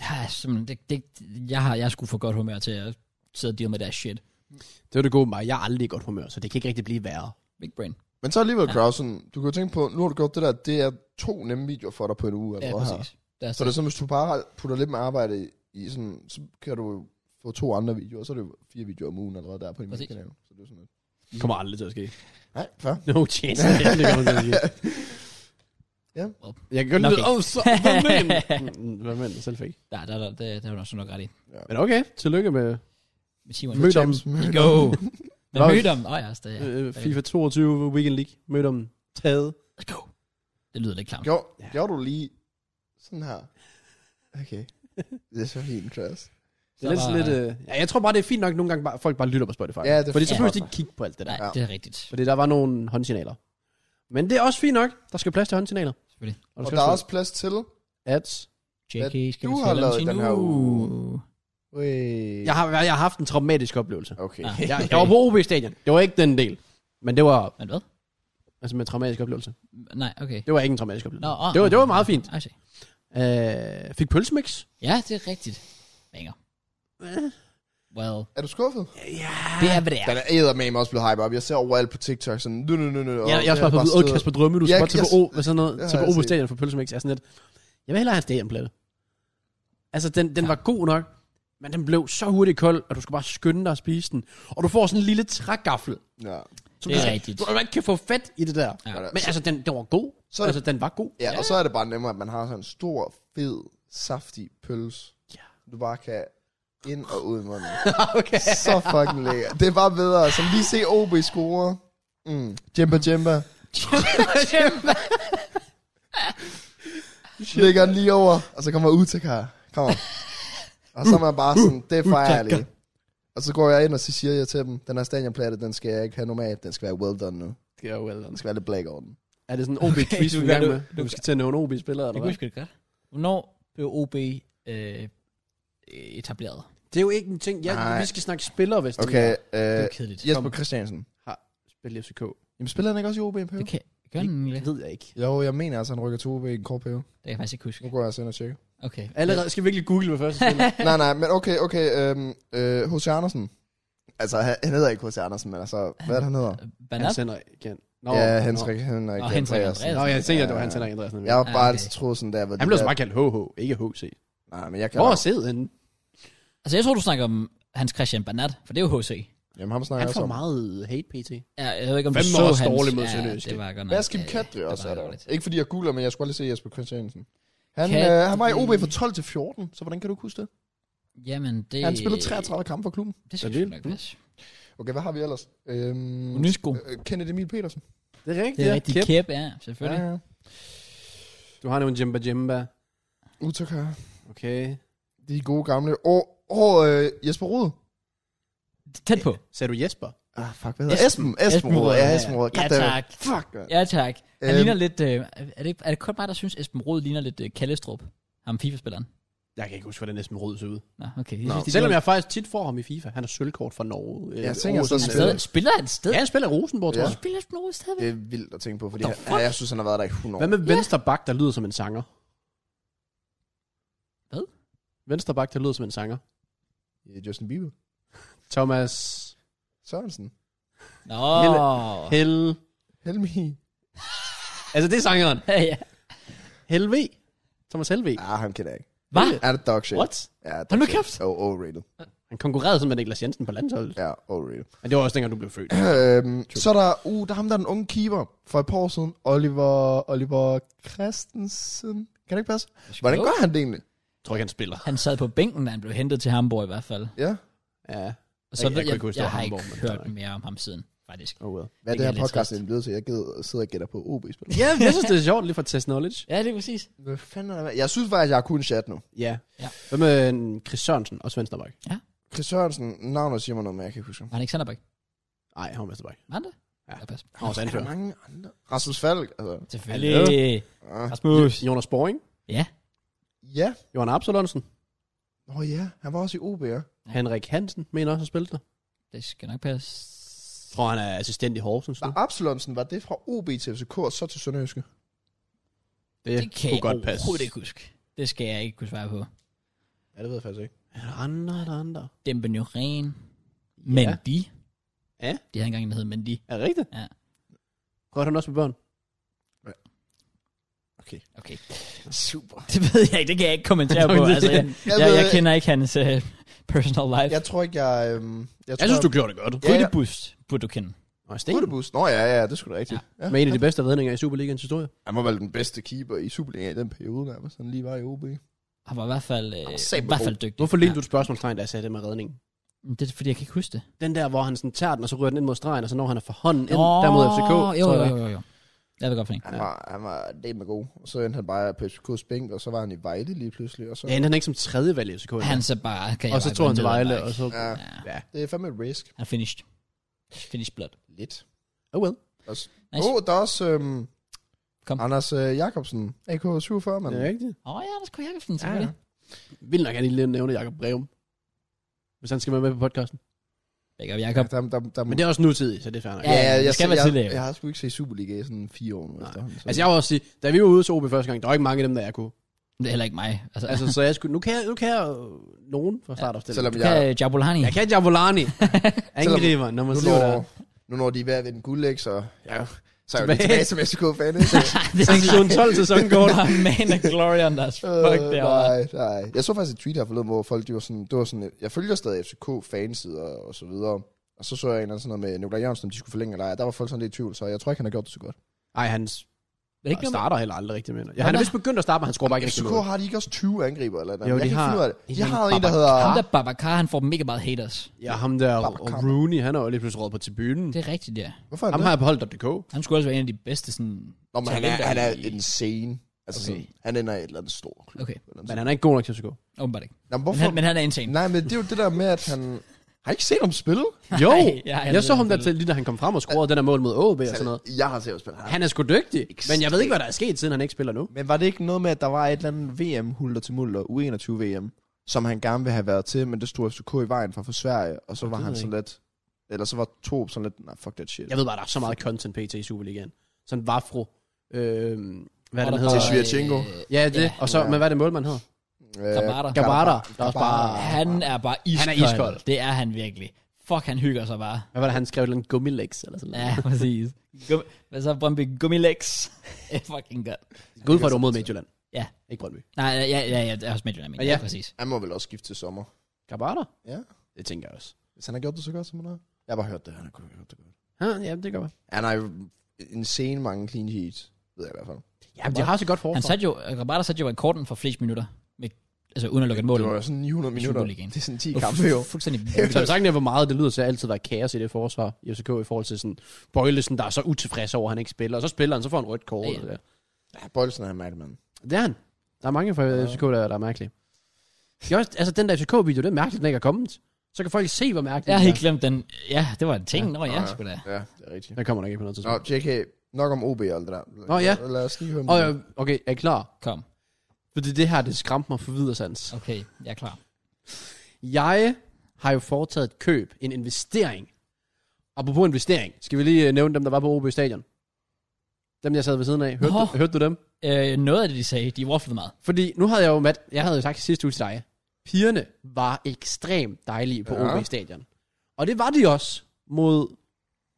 A: ja, simpelthen, det, det, jeg, har, jeg skulle for godt humør til at sidde og deal med deres shit.
B: Det var det gode med mig. Jeg er aldrig i godt humør, så det kan ikke rigtig blive værre.
A: Big brain.
C: Men så alligevel, Krausen, du kan jo tænke på, nu har du gjort det der, det er to nemme videoer for dig på en uge.
A: Ja,
C: Eller ja, her.
A: præcis. Det er
C: Så det er sådan, hvis du bare putter lidt med arbejde i- i, sådan, så kan du få to andre videoer, så er det jo fire videoer om ugen allerede der på din
A: Præcis.
C: kanal. Så det er sådan lidt.
B: Kommer aldrig til at ske.
C: Nej, fair.
B: No chance. det kommer til at ske.
C: Ja.
B: Jeg kan godt
A: Nok
B: lide,
A: ikke.
B: åh, oh, så, hvad mener du? Hvad mener du? Selv fik.
A: der, der, der, det, det har du også nok ret i.
B: Men okay, tillykke med
A: Med Timon.
B: Mødt om
A: Go! Men
B: Nå,
A: mødt om, åh oh, ja, stadig. ja.
B: øh, FIFA 22 Weekend League. Mødt om taget.
A: Let's go. Det lyder lidt klamt.
C: Gjorde,
B: Ja.
C: ja. gjorde du lige sådan her? Okay. Det er så fint, Kraus.
B: Det er lidt, sådan
A: var-
B: lidt øh, ja, jeg tror bare, det er fint nok nogle gange, bare, folk bare lytter på Spotify.
C: Ja, det er
B: Fordi
C: fint.
B: så behøver de ikke kigge på alt det der.
A: Nej,
C: Ja.
A: det er rigtigt.
B: Fordi der var nogle håndsignaler. Men det er også fint nok. Der skal plads til håndsignaler.
A: Selvfølgelig.
B: Og,
C: Og der er også plads til.
B: At,
A: JK, skal
C: du
A: vi
C: har
A: tale om
C: lavet
A: sin
C: den her
A: uge?
C: Ui.
B: jeg, har, jeg har haft en traumatisk oplevelse.
C: Okay.
A: Ah.
B: Jeg, jeg var på OB-stadion. Det var ikke den del. Men det var
A: Men hvad?
B: altså med en traumatisk oplevelse.
A: Nej, okay.
B: Det var ikke en traumatisk oplevelse.
A: Nå, åh,
B: det, var, det var
A: åh,
B: meget fint.
A: I see.
B: Øh, fik pølsemix.
A: Ja, det er rigtigt. Banger. Well,
C: Er du skuffet?
A: det er, hvad det er.
C: Den er eddermame også blevet hype op. Jeg ser overalt på TikTok sådan... Nu, nu, nu, nu,
B: Jeg, jeg er også bare på at Kasper altså- Drømme, du
C: Ja,
B: skal bare til
C: jeg-
B: på O, hvad sådan noget,
C: det har
B: til på
C: jeg
B: O på
C: set.
B: stadion for pølsemix. Jeg er sådan lidt, jeg vil hellere have en stadionplade. Altså, den, den var god nok, men den blev så hurtigt kold, og du skal bare skynde dig at spise den. Og du får sådan en lille trægaffel,
C: Ja.
B: som
A: Det
B: du,
A: er
B: skal,
A: rigtigt.
B: du man ikke kan få fat i det der.
A: Ja.
B: Ja. Men altså, den, den var god.
C: Så
B: Så
C: er det-
B: altså, den var god.
C: Ja, og så er det bare nemmere, at man har sådan en stor, fed, saftig pølse.
B: Ja.
C: Du bare kan ind og ud i munden.
B: Ah, okay.
C: Så fucking lækkert. Det er bare bedre. Som lige se OB score. Mm. Jemba Jemba. Lægger den lige over, og så kommer Utakar. Kom on. Og så er man bare sådan, det fejrer jeg lige. Og så går jeg ind, og så siger jeg til dem, den her stadionplade, den skal jeg ikke have normalt. Den skal være well done nu.
B: Det er, jo well
C: Den
B: done.
C: skal være lidt blæk over den.
B: er det sådan en OB-twist,
A: du
B: okay, du
A: gør
B: er i
A: det-
B: gang med?
A: du
B: Du skal til at nævne OB-spillere,
A: Jeg
B: eller
A: kan
B: hvad?
A: huske det godt. Hvornår blev OB øh, etableret?
B: Det er jo ikke en ting. Ja,
C: Nej.
B: vi skal snakke spillere, hvis det
C: Okay,
B: er.
A: Det
C: øh,
A: er kedeligt.
C: Jesper Christiansen.
B: Spil i FCK.
C: Jamen spiller han ikke også i OB en periode?
A: Det kan, gør den egentlig?
B: Det ved jeg ikke.
C: Jo, jeg mener altså, han rykker til OB i en kort periode.
A: Det kan jeg faktisk ikke huske.
C: Nu går jeg altså ind og tjekker.
A: Okay.
B: Allerede skal vi virkelig google, hvad første spiller.
C: nej, nej, men okay, okay. Øhm, øh, H.C. Andersen. Altså, han han hedder ikke H.C. Andersen, men altså, hvad er det, han hedder?
A: Banat?
B: Hans Henrik igen. Nå,
C: ja,
B: nå.
C: Henrik Henrik
A: Nå, Henrik Andreas.
B: Nå, jeg tænkte, at det
C: Altså,
B: var
C: Ja.
B: Hans Henrik Andreasen.
C: Jeg var
A: Ja,
C: bare
A: okay.
C: lidt troet sådan der, hvor
B: Han
C: de
B: blev
C: der-
B: så bare kaldt HH, ikke HC.
C: Nej, men jeg kan
B: Hvor
C: Hvor?
B: er siddet henne?
A: Altså, jeg tror, du snakker om Hans Christian Banat, for det er jo HC.
C: Jamen, ham snakker jeg
B: Han
C: også
B: får
C: om.
B: meget hate PT.
A: Ja, jeg ved ikke, om du
B: Fandme
A: så
B: også
A: hans...
B: dårlig mod Sønderjyske.
A: ja, det var godt nok.
C: Hvad skal
A: øh,
C: Kadri
A: det
C: også
A: var
C: er der?
A: dårligt.
C: Ikke fordi jeg googler, men jeg skulle aldrig se Jesper Christiansen. Han,
A: Kadri-
C: øh, han var i OB fra 12 til 14, så hvordan kan du ikke huske det?
A: Jamen, det...
C: Han spillede 33 kampe for klubben.
A: Det synes
B: Det er
A: jeg nok, det er.
C: Okay, hvad har vi ellers? Øhm,
A: Unisco.
C: øh, Kenneth Emil Petersen.
B: Det er
A: Det
B: rigtigt.
A: er rigtig kæp, ja, selvfølgelig.
C: ja.
B: Du har nogle Jimba Jimba.
C: Utakar.
B: Okay.
C: De gode gamle. Og, og øh, Jesper Rode.
A: Tæt på.
B: Sagde du Jesper?
C: Ah, fuck, hvad hedder Esben? Esben, Esben Rode. Ja, Esben Rode.
A: Ja,
C: Goddammit.
A: tak.
C: Fuck, man.
A: Ja, tak. Han
C: Øhm.
A: ligner lidt... Øh, er, det, er det kun mig, der synes, Esben Rod ligner lidt øh, Kallestrup? Ham FIFA-spilleren.
B: Jeg kan ikke huske, hvordan Esben Rød ser ud.
A: Nå, okay. Jeg
C: Nå,
A: synes, det
B: Selvom
A: gjorde-
B: jeg faktisk tit får ham i FIFA. Han har sølvkort fra Norge. øh,
C: Jeg tænker
B: Aarhus.
C: sådan-
A: Han stadig, spiller han sted?
B: Ja, han spiller i Rosenborg, tror
C: Ja.
B: jeg.
A: Spiller han noget sted?
C: Det er vildt at tænke på, fordi
A: What
C: han,
A: the
C: ja, jeg synes, han har været der i 100 år.
B: Hvad med
A: Ja.
B: venstre bak, der lyder som en sanger?
A: Hvad?
B: Venstre bak, der lyder som en sanger.
C: med Justin Bieber?
B: Thomas
C: Sørensen?
A: Nå.
B: Hell...
C: Helmi?
B: Altså, det er sangeren.
A: Ja, ja.
B: Helve. Thomas Helve.
C: Ah, ham kender jeg ikke.
A: Hvad?
C: Er det dog shit?
A: What?
C: Ja, dog
A: Hold nu
C: shit.
A: kæft.
C: Oh, overrated.
B: Han konkurrerede sådan med Niklas Jensen på landsholdet.
C: Ja, overrated.
B: Men det var også dengang, du blev født.
C: øhm, så er der, uh, der er ham, der er den unge keeper fra et par år siden. Oliver, Oliver Christensen. Kan det ikke passe? Hvordan gør han det egentlig?
B: Jeg tror ikke, han spiller.
A: Han sad på bænken, da han blev hentet til Hamburg i hvert fald.
C: Ja.
B: Ja.
A: Og så
B: Jeg- jeg
A: ved
B: kunne ikke huske, det
A: jeg
B: var
A: har
B: Hamburg,
A: ikke
B: men det
A: hørt
B: var ikke.
A: mere om ham siden, faktisk.
B: Oh, well.
C: Hvad er
A: Det
C: det
A: er
C: her
A: lidt
C: podcast
A: trist.
C: er blevet til? Jeg gider, sidder og gætter på OB-spil.
B: Ja, jeg synes, det er sjovt lige for at teste knowledge.
A: Ja, det er præcis.
C: Hvad fanden er det? Jeg synes faktisk, jeg har kun chat nu.
B: Ja.
A: Ja.
B: Hvad med en Chris Sørensen og Svensterbak?
C: Chris Sørensen, navnet siger mig noget, men jeg kan ikke huske ham.
A: Var han ikke Sanderbæk?
B: Nej, han var Vesterbak.
A: Var han det?
B: Ja.
A: ja pas.
B: Han var også
C: Er der
B: anfører.
C: mange andre? Rasmus Falk, altså.
A: Selvfølgelig.
C: Ah.
A: Rasmus.
B: Jonas Boring.
A: Ja.
C: Ja.
B: Johan Absalonsen.
C: Åh oh, ja, han var også i OB, ja.
B: Henrik Hansen mener også at spille der.
A: Det skal nok passe.
B: Jeg tror, han er assistent i Horsens nu.
C: Var Absalonsen, var det fra OB til FCK og så til Sønderjyske?
B: Det,
A: Det kan
B: kunne
A: jeg
B: godt passe.
A: overhovedet ikke huske. Det skal jeg ikke kunne svare på.
C: Ja, det ved jeg faktisk ikke.
B: Er der andre, er der andre?
A: Dempen Joren. Mendy.
B: Ja.
A: De havde engang en, der hed Mendy.
B: Er det rigtigt?
A: Ja.
B: Rørte han også med børn?
C: Okay.
A: Okay.
C: Super.
A: Det ved jeg ikke. Det kan jeg ikke kommentere på.
B: Nå, det-
A: Altså, jeg,
C: Jeg,
A: jeg,
C: ved,
A: jeg kender ikke hans uh, personal life.
C: jeg tror ikke, jeg... Øhm, jeg,
B: Jeg synes, du gjorde det godt.
C: Ja, ja.
A: Rydebust burde du kende.
B: Og Sten,
C: Rudebus. Nå ja, ja, det skulle da rigtigt. Ja.
B: med en af de bedste redninger i Superligaens historie.
C: Han var vel den bedste keeper i Superligaen i den periode, der han lige var i OB.
A: Han var i hvert fald, øh,
C: satme
A: i hvert fald dygtig.
B: Hvorfor lignede du et spørgsmålstegn, da jeg sagde det med redningen?
A: Men Det er fordi, jeg kan ikke huske det.
B: Den der, hvor han sådan tager den, og så rører den ind mod stregen, og så når han er for hånden ind, der mod FCK.
A: Jo,
B: tror
A: jo,
B: jeg.
A: jo, jo, jo. Jeg ved godt for en.
C: Han var, han var det med god. Og så endte han bare på FCK's bænk, og så var han i Vejle lige pludselig. Og så,
B: Ja, endte han ikke som tredje valg i FCK.
A: Han så bare... Kan jeg
B: og så
A: bare
B: tog han
A: vente
B: til
A: lidt,
B: Vejle,
A: eller
B: og så...
C: ja,
A: ikke? Ja,
B: Ja.
C: det er fandme et risk.
A: han finished. Finished blot.
C: Lidt.
B: Oh well.
C: Også.
A: Nice.
C: Nice. Oh, der er også øhm,
A: Kom.
C: Anders øh, Jakobsen, AK47, mand.
B: Det er rigtigt.
A: Åh oh, ja, der skulle Jacobsen selvfølgelig.
B: Vildt nok, at han ikke lige nævne Jakob Breum. Hvis han skal være med på podcasten.
A: Backup Jacob.
C: Der, der, der,
B: Men det er også nutidigt, så det er fair nok.
A: Ja, ja, det skal være
C: jeg,
A: tidligere.
C: jeg, jeg har sgu ikke set Superliga i sådan fire år nu.
B: Nej.
C: efterhånden, så-
B: Altså jeg vil også sige, da vi var ude til OB første gang, der var ikke mange af dem, der jeg kunne.
A: Det er heller ikke mig. Altså, altså
B: Altså, så jeg skulle, nu kan jeg, nu kan jeg øh, nogen fra start ja,
C: Selvom
A: du
C: jeg,
A: kan øh, Jabulani.
B: Jeg kan Javolani. Angriber, når man
C: nu,
B: slår der.
C: når, nu når de er ved at vinde guld, ikke, så, ja, så er jeg jo
B: Tilbage.
C: lidt tilbage som SK-fan. ikke?
A: det er ikke
B: Sektion 12 sæsonkort.
A: sådan, man of glory on us. Fuck
C: Øh,
A: det
C: nej, nej. Jeg så faktisk et tweet her forleden, hvor folk, de var sådan, det var sådan, jeg følger stadig FCK-fansider og så videre. Og så så jeg en eller anden sådan noget med Nikolaj Jørgensen, om de skulle forlænge eller ej. Der var folk sådan lidt i tvivl, så jeg tror ikke, han har gjort det så godt.
B: Ej, han
A: Det er ikke noget,
B: starter heller aldrig rigtig med. Ja, han er vist begyndt at starte, men han scorer bare ikke rigtig
C: FCK
B: noget.
C: har de ikke også 20 angriber eller noget? jeg
B: Jo, de
C: kan ikke
B: har
C: finde ud af
B: en
C: det. De har
B: eller
C: en, der
B: anden
A: ham
C: hedder...
A: der Babacar, han får mega meget haters.
B: Ja, ham der
C: Babacar.
B: Rooney, han er jo lige pludselig råd på tribunen.
A: Det er rigtigt, ja.
C: Hvorfor er
B: Ham
C: han
B: har
C: det?
B: jeg på hold.dk.
A: Han skulle også være en af de bedste sådan...
C: Nå, men han er,
A: talenter
C: han er
A: i-
C: insane. Altså
A: Okay.
C: sådan, han ender i et eller andet stort klub.
A: Okay,
C: Eller
B: Men
C: sådan.
B: han er ikke god nok til at score.
A: åbenbart ikke.
C: Jamen,
A: Men
C: hvorfor?
A: han, men han er insane.
C: Nej, men det er jo det der med, at han... Har I ikke set ham spille?
B: Jo,
A: Ej, ja, jeg
B: jeg
A: ved
B: så ham
A: det
B: der
A: godt.
B: til, lige da han kom frem og scorede den der mål mod OB og sådan noget.
C: Jeg har set ham spille.
B: Han er sgu dygtig, men jeg ved ikke, hvad der er sket, siden han ikke spiller nu.
C: Men var det ikke noget med, at der var et eller andet VM-hulter til multer, U21-VM, som han gerne ville have været til, men det stod FCK i vejen fra for Sverige, og så var
B: ved
C: han
B: jeg
C: sådan lidt... Eller så var Torb sådan lidt, nej, fuck that shit.
B: Jeg ved bare, der er så meget content pt i Superligaen. Sådan Vafro. Øhm, hvad er
A: Og
B: den
A: der
B: hedder?
A: var,
C: Til Svirchenko.
A: øh,
B: Ja, det.
A: Ja.
B: Og så, men hvad er det målmand hedder?
C: Øh,
A: Gabata.
B: Gabata. Der er også bare...
C: Gabata.
A: Øh, Han er bare iskold.
B: er iskold.
A: Det er han virkelig. Fuck, han hygger sig bare.
B: Hvad var det, han skrev? Et eller andet gummilegs eller sådan noget.
A: Ja, præcis. Gum- Hvad så, Brøndby? Gummilegs. Det er fucking godt.
B: Gå ud fra, at det var mod Midtjylland.
A: Ja.
B: Ikke Brøndby.
A: Nej, ja, ja, ja, det er også Midtjylland, men
B: Ja.
A: ja, præcis.
C: Han må vel også skifte til sommer.
B: Gabata?
C: Ja.
B: Det tænker jeg også.
C: Hvis han har gjort det så godt, som han har. Jeg har bare hørt det, han har kun gjort det godt.
B: Ja, ja det gør jeg.
C: Han har jo insane mange clean sheets, ved jeg i hvert fald.
B: Ja, de har så godt forsvar.
A: Han satte jo, Rabada satte jo rekorden for flest minutter, med, altså uden at lukke et mål.
C: Det var jo sådan 900 minutter.
A: Superligaen.
C: Det er sådan 10
A: Det var
C: kampe, jo.
A: fu- Fuldstændig
B: Så
A: vanvittigt.
B: jeg sagt, hvor meget det lyder til at altid være kaos i det forsvar i FCK i forhold til sådan Bøjlesen, der er så utilfreds over, at han ikke spiller. Og så spiller han, så får han rødt kort.
A: Ja, ja.
B: Ja, ja.
C: Ja, Bøjelsen er en mærkelig mand.
B: Det er han. Der er mange fra
C: Ja.
B: FCK, der, der er mærkelige. Det er også, altså, den der FCK-video, det er mærkeligt, den ikke er kommet. Så kan folk se, hvor mærkeligt
A: Jeg har
B: den
A: helt glemt den. Ja, det var en ting. Nå ja,
C: Nå, ja.
A: sgu da.
C: Ja, det er rigtigt.
B: er. Den kommer nok ikke på noget
C: Nå,
B: tidspunkt.
C: JK, nok om OB og alt det der.
B: Nå, ja.
C: Lad os lige høre om
B: Og,
C: det.
B: øh, okay, er I klar?
A: Kom.
B: Fordi det her, det skræmte mig for videre sans.
A: Okay, jeg er klar.
B: Jeg har jo foretaget et køb, en investering. Apropos investering, skal vi lige øh, nævne dem, der var på OB Stadion? Dem, jeg sad ved siden af. Hørte,
A: Nå.
B: du, hørte du dem?
A: Øh, noget af det, de sagde, de wafflede meget.
B: Fordi nu havde jeg jo, Matt, jeg havde jo sagt sidste uge til dig, pigerne var ekstremt dejlige på
C: Ja.
B: ja. OB Stadion. Og det var de også mod,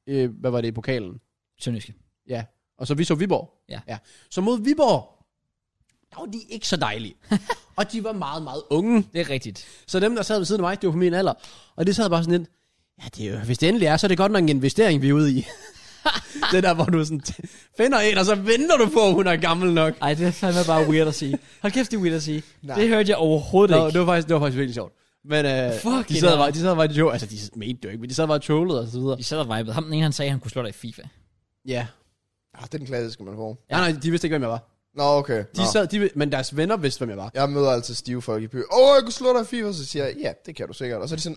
B: øh, hvad var det, i pokalen?
A: Sønderjyske.
B: Ja. Og så vi så Viborg.
A: Ja.
B: ja. Så mod Viborg, der var de ikke så dejlige. og de var meget, meget unge.
A: Det er rigtigt.
B: Så dem, der sad ved siden af mig, det var på min alder. Og det sad bare sådan lidt, ja, det er jo, hvis det endelig er, så er det godt nok en investering, vi er ude i. det der, hvor du sådan finder en, og så venter du på, at hun er gammel nok.
A: Ej, det er fandme bare weird at sige. Hold kæft, det er weird at sige.
C: Nej.
A: Det hørte jeg overhovedet
B: Nå,
A: ikke.
B: det var faktisk, det var faktisk virkelig sjovt. Men øh,
A: Fuck
B: de, sad
A: hell.
B: bare, de sad bare, jo, altså de mente det jo ikke, men de sad bare og trollede og så videre.
A: De sad og vibede. Ham den ene, han sagde, at han kunne slå dig i FIFA.
B: Ja.
C: Ah, den klassiske, man får.
B: ja. Nej, nej, de vidste ikke, hvem jeg var.
C: Nå, okay.
B: De
C: Nå.
B: sad, de, vid- men deres venner vidste, hvem jeg var.
C: Jeg møder altid stive folk i byen. Åh, oh, jeg kunne slå dig i FIFA. Så siger jeg, ja, det kan du sikkert. Og så er de sådan,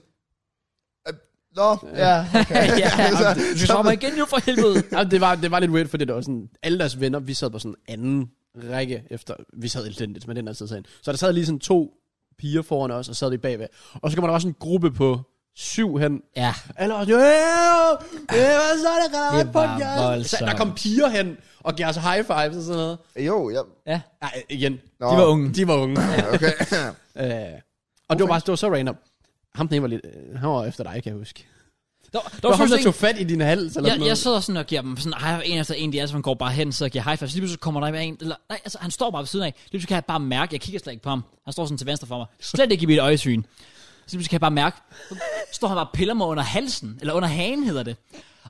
C: "Øh, Nå, ja, okay.
A: ja,
C: så,
A: du slår mig igen jo for helvede.
B: Ja, det, var, det var lidt weird, fordi det var sådan, alle deres venner, vi sad på sådan anden række efter, vi sad elendigt med den der side af sagen. Så der sad lige sådan to piger foran os, og sad lige bagved. Og så kommer der bare sådan en gruppe på syv hen.
A: Ja,
B: Alle var sådan, "Øh, øh, hvad så er det,
A: Det
B: der
A: var
B: Så
A: voldsomt.
B: Der kom piger hen, og gav os high fives og sådan noget.
C: jo, ja.
A: ja.
B: Nej, igen.
C: Nå,
A: De var unge.
B: De var unge.
C: Okay.
B: Øh, og det var bare det var så random. Ham den ene var lidt, øh, han var efter dig, kan jeg huske.
A: Der,
B: Det var ham, der tog fat i din hals eller
A: jeg,
B: noget.
A: jeg sidder sådan og giver dem sådan, hej, en efter en, de alle sammen går bare hen, så giver high five, så lige pludselig kommer der med en, eller, nej, altså han står bare ved siden af, lige pludselig kan jeg bare mærke, jeg kigger slet ikke på ham, han står sådan til venstre for mig, slet ikke i mit øjesyn, så lige pludselig kan jeg bare mærke, så står han bare og piller mig under halsen, eller under hagen hedder det,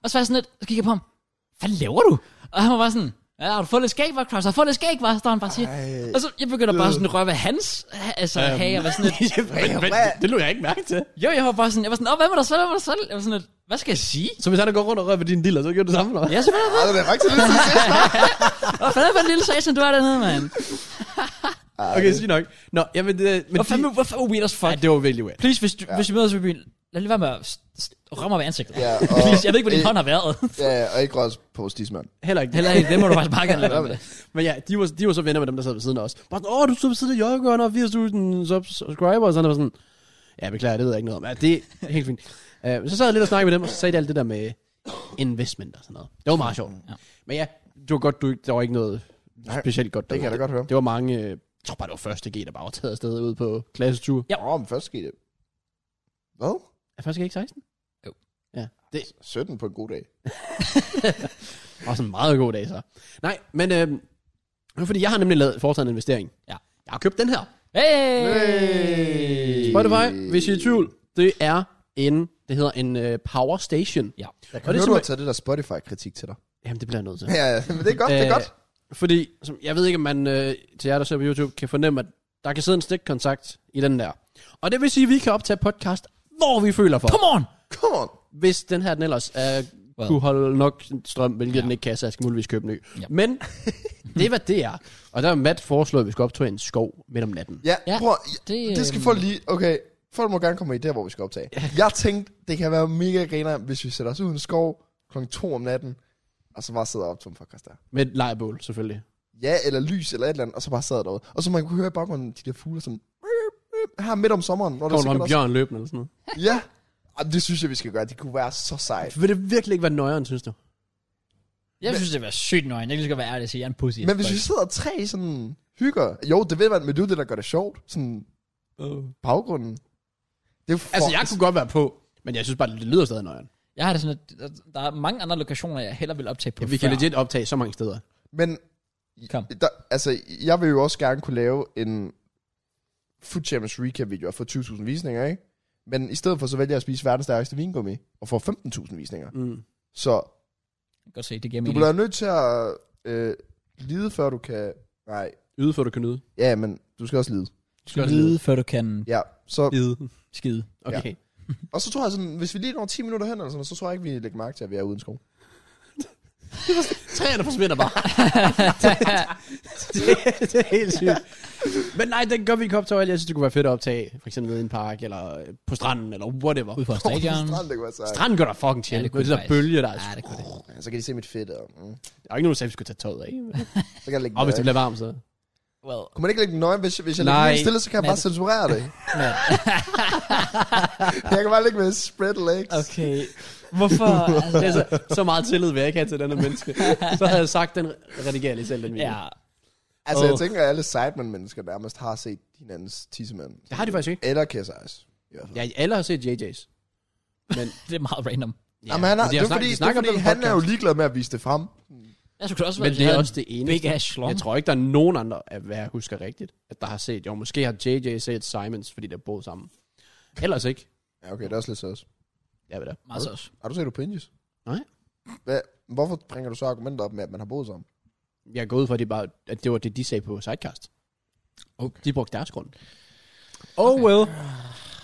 A: og så var jeg sådan lidt, så kigger jeg på ham, hvad laver du? Og han var bare sådan, ja, har du fået lidt skæg, var Kraus? Har du fået lidt skæg, var? Så står han bare og siger.
C: Ej.
A: Og så jeg begynder bare sådan at røre ved hans, altså
B: Øhm.
A: hage, og var sådan lidt,
B: men, men,
C: Hvad?
B: det, det lå jeg ikke mærke til.
A: jo, jeg var bare sådan, jeg var sådan, åh, hvad med dig selv, hvad med dig selv? Jeg var sådan lidt, hvad skal jeg sige?
B: Så hvis han går rundt og rører ved din diller, så gør du det samme, eller hvad?
A: Ja, selvfølgelig.
C: Ej, det er rigtig lidt til sidst.
A: Hvad fanden for en lille satan, du er dernede, mand?
C: Ej,
B: Okay, sygt nok. Nå, jamen, det, men
A: Hvor fanden, hvor fanden weird as
B: Ej,
A: fuck?
B: det var virkelig weird.
A: Please, hvis, du, ja. hvis du møder os i byen, lad lige være med at st- st- ramme mig ved ansigtet.
C: Ja, og,
A: Please, jeg ved ikke, hvor din
C: øh,
A: hånd har været.
C: Ja, ja, og ikke også på stismand.
B: Heller ikke.
A: Heller ikke, det må du faktisk bare gerne lade være med.
B: Men ja, de var, de var så venner med dem, der sad ved siden af os. Bare sådan, åh, du stod ved siden af Jørgen, og 80.000 subscribers, og sådan, og sådan, ja, beklager, det ved jeg ikke noget om. Ja, det er helt fint. Uh, så sad jeg lidt og snakkede med dem, og så sagde de alt det der med investment og sådan noget. Det var meget sjovt.
A: Ja.
B: Ja. Men ja, det var godt, du ikke, der var ikke noget
C: Nej,
B: specielt godt.
C: Det kan jeg da godt høre.
B: Det var mange, øh, jeg tror bare, det var første G, der bare var taget afsted ud på klassetur.
A: Ja.
C: Åh, oh, men først skete det. Hvad?
B: Er første G ikke 16?
A: Jo.
B: Ja, det
C: 17 på en god dag.
B: var sådan en meget god dag så. Nej, men øh, det var fordi jeg har nemlig lavet, foretaget en investering.
A: Ja.
B: Jeg har købt den her.
A: Hey!
C: Hey!
B: Spotify, hvis I er i tvivl, det er en, det hedder en øh, power station.
A: Ja.
C: Jeg kan høre,
B: Og det er
C: du har
B: simpelthen-
C: taget det der Spotify-kritik til dig.
B: Jamen, det bliver jeg nødt til.
C: Ja, ja, men det er godt, det er
B: Øh,
C: godt.
B: Fordi, som, jeg ved ikke, om man øh, til jer, der ser på YouTube, kan fornemme, at der kan sidde en stikkontakt i den der. Og det vil sige, at vi kan optage podcast, hvor vi føler for.
A: Come on!
C: Come on.
B: Hvis den her, den ellers øh, well. kunne holde nok strøm, hvilket ja. den ikke kan, så jeg skal muligvis købe en ny.
A: Ja.
B: Ja. Men det er, hvad det er. Og der er Matt foreslået, at vi skal optage en skov midt om natten.
C: Ja,
A: Ja,
C: ja. prøv at-
B: Øh.
A: det,
C: Det skal
A: øhm,
C: folk lige... Okay, folk må gerne komme i der, hvor vi skal optage. Jeg tænkte, det kan være mega griner, hvis vi sætter os ud i en skov kl. 2 om natten, og så bare sidder og optage en podcast der.
B: Med et lejebål, selvfølgelig.
C: Ja, eller lys, eller et eller andet, og så bare sad derude. Og så man kunne høre i baggrunden de der fugle, som... Her midt om sommeren. Når
B: Kommer der en
C: sikkert
B: bjørn løbende eller sådan noget.
C: også- Ja. Ej, det synes jeg, vi skal gøre. Det kunne være så sejt.
B: Vil det virkelig ikke være nøjeren, synes du?
A: Jeg synes, det var sygt nøgen. Jeg kan lige så godt være ærlig og sige, jeg er en pussy.
C: Men hvis vi sidder tre sådan hygger... Jo, det ved man, men det er jo det, der gør det sjovt. Sådan
B: Uh.
C: baggrunden. Det er jo for...
B: Altså, jeg kunne godt være på, men jeg synes bare, det lyder stadig nøjeren.
A: Jeg har det sådan, at der- der er mange andre lokationer, jeg hellere vil optage på.
B: Ja, vi kan
A: før.
B: legit optage så mange steder.
C: Men
A: Kom.
C: Der, altså, jeg vil jo også gerne kunne lave en Food Champions recap-video og få 20.000 visninger, ikke? Men i stedet for, så vælger jeg at spise verdens stærkeste vingummi og få 15.000 visninger.
B: Mm.
C: Så
A: Godt se, det giver
C: du
A: mening.
C: bliver nødt til at øh, lide, før du kan... Nej,
B: Yde, for du kan nyde.
C: ja, men du skal også lide.
A: Du skal lide, før du kan
C: Ja, så,
B: Yde.
A: skide.
B: Okay.
C: og så tror jeg sådan, hvis vi lige når 10 minutter hen, eller sådan, så tror jeg ikke, vi lægger mærke til, at vi er uden sko.
B: Træerne forsvinder bare. det, det, det, er helt sygt. Men nej, den gør vi ikke optage. alt. Jeg synes, det kunne være fedt at optage, for eksempel nede i en park, eller øh, på stranden, eller whatever.
A: Ud på stadion.
C: Strand, det kunne være sejt.
B: Stranden gør da fucking
A: Ja, det
B: chill. det,
A: kunne
B: det der
A: faktisk.
B: bølge, der er.
A: Ja, det kunne det.
C: Ja, så kan de se mit fedt. Og, mm.
B: Der er ikke nogen, der sagde, at vi skulle tage tøjet af.
C: Så kan jeg lægge
B: Og hvis det
C: mærke.
B: bliver varmt, så.
A: Well,
C: Kunne man ikke lægge den nøgen? Hvis, hvis jeg
B: Nej.
C: lægger den helt stille, så kan jeg bare
A: Nej.
C: censurere det.
A: nej.
C: jeg kan bare ligge med spread legs.
A: Okay. Hvorfor? altså,
B: Altså, så meget tillid vil jeg ikke have til den her menneske. Så havde jeg sagt, den redigerer lige selv, den video.
A: ja.
C: Altså, jeg
B: Åh.
C: tænker, at alle Sidemen-mennesker nærmest har set hinandens tissemand.
B: Det har de faktisk ikke.
C: Eller Kiss Eyes. I hvert fald.
B: Ja, alle har set JJ's. Men,
A: Det er meget random.
B: ja,
C: Jamen, han har, det
B: men de
C: er
B: har
C: jo
B: snak-
C: fordi,
B: de
C: det er
B: snakker om
C: fordi
B: det i
C: han er jo
B: podcast.
C: ligeglad med at vise det frem.
A: Jeg skulle også
B: Men
A: være,
B: det er
A: sådan
B: også det
A: en
B: eneste.
A: Big ass slum.
B: Jeg tror ikke, der er nogen andre, af hvad jeg husker rigtigt, at der har set. Jo, måske har JJ set Simons, fordi der boede sammen. Ellers ikke.
C: Ja, okay, det er også lidt søs.
B: Jeg ved det.
A: Meget sås.
C: Har du set Opinions?
B: Nej.
C: Hvad, hvorfor bringer du så argumenter op med, at man har boet sammen?
B: Jeg går ud fra, at det, bare, at det var det, de sagde på Sidecast. Okay. De brugte deres grund. Oh well.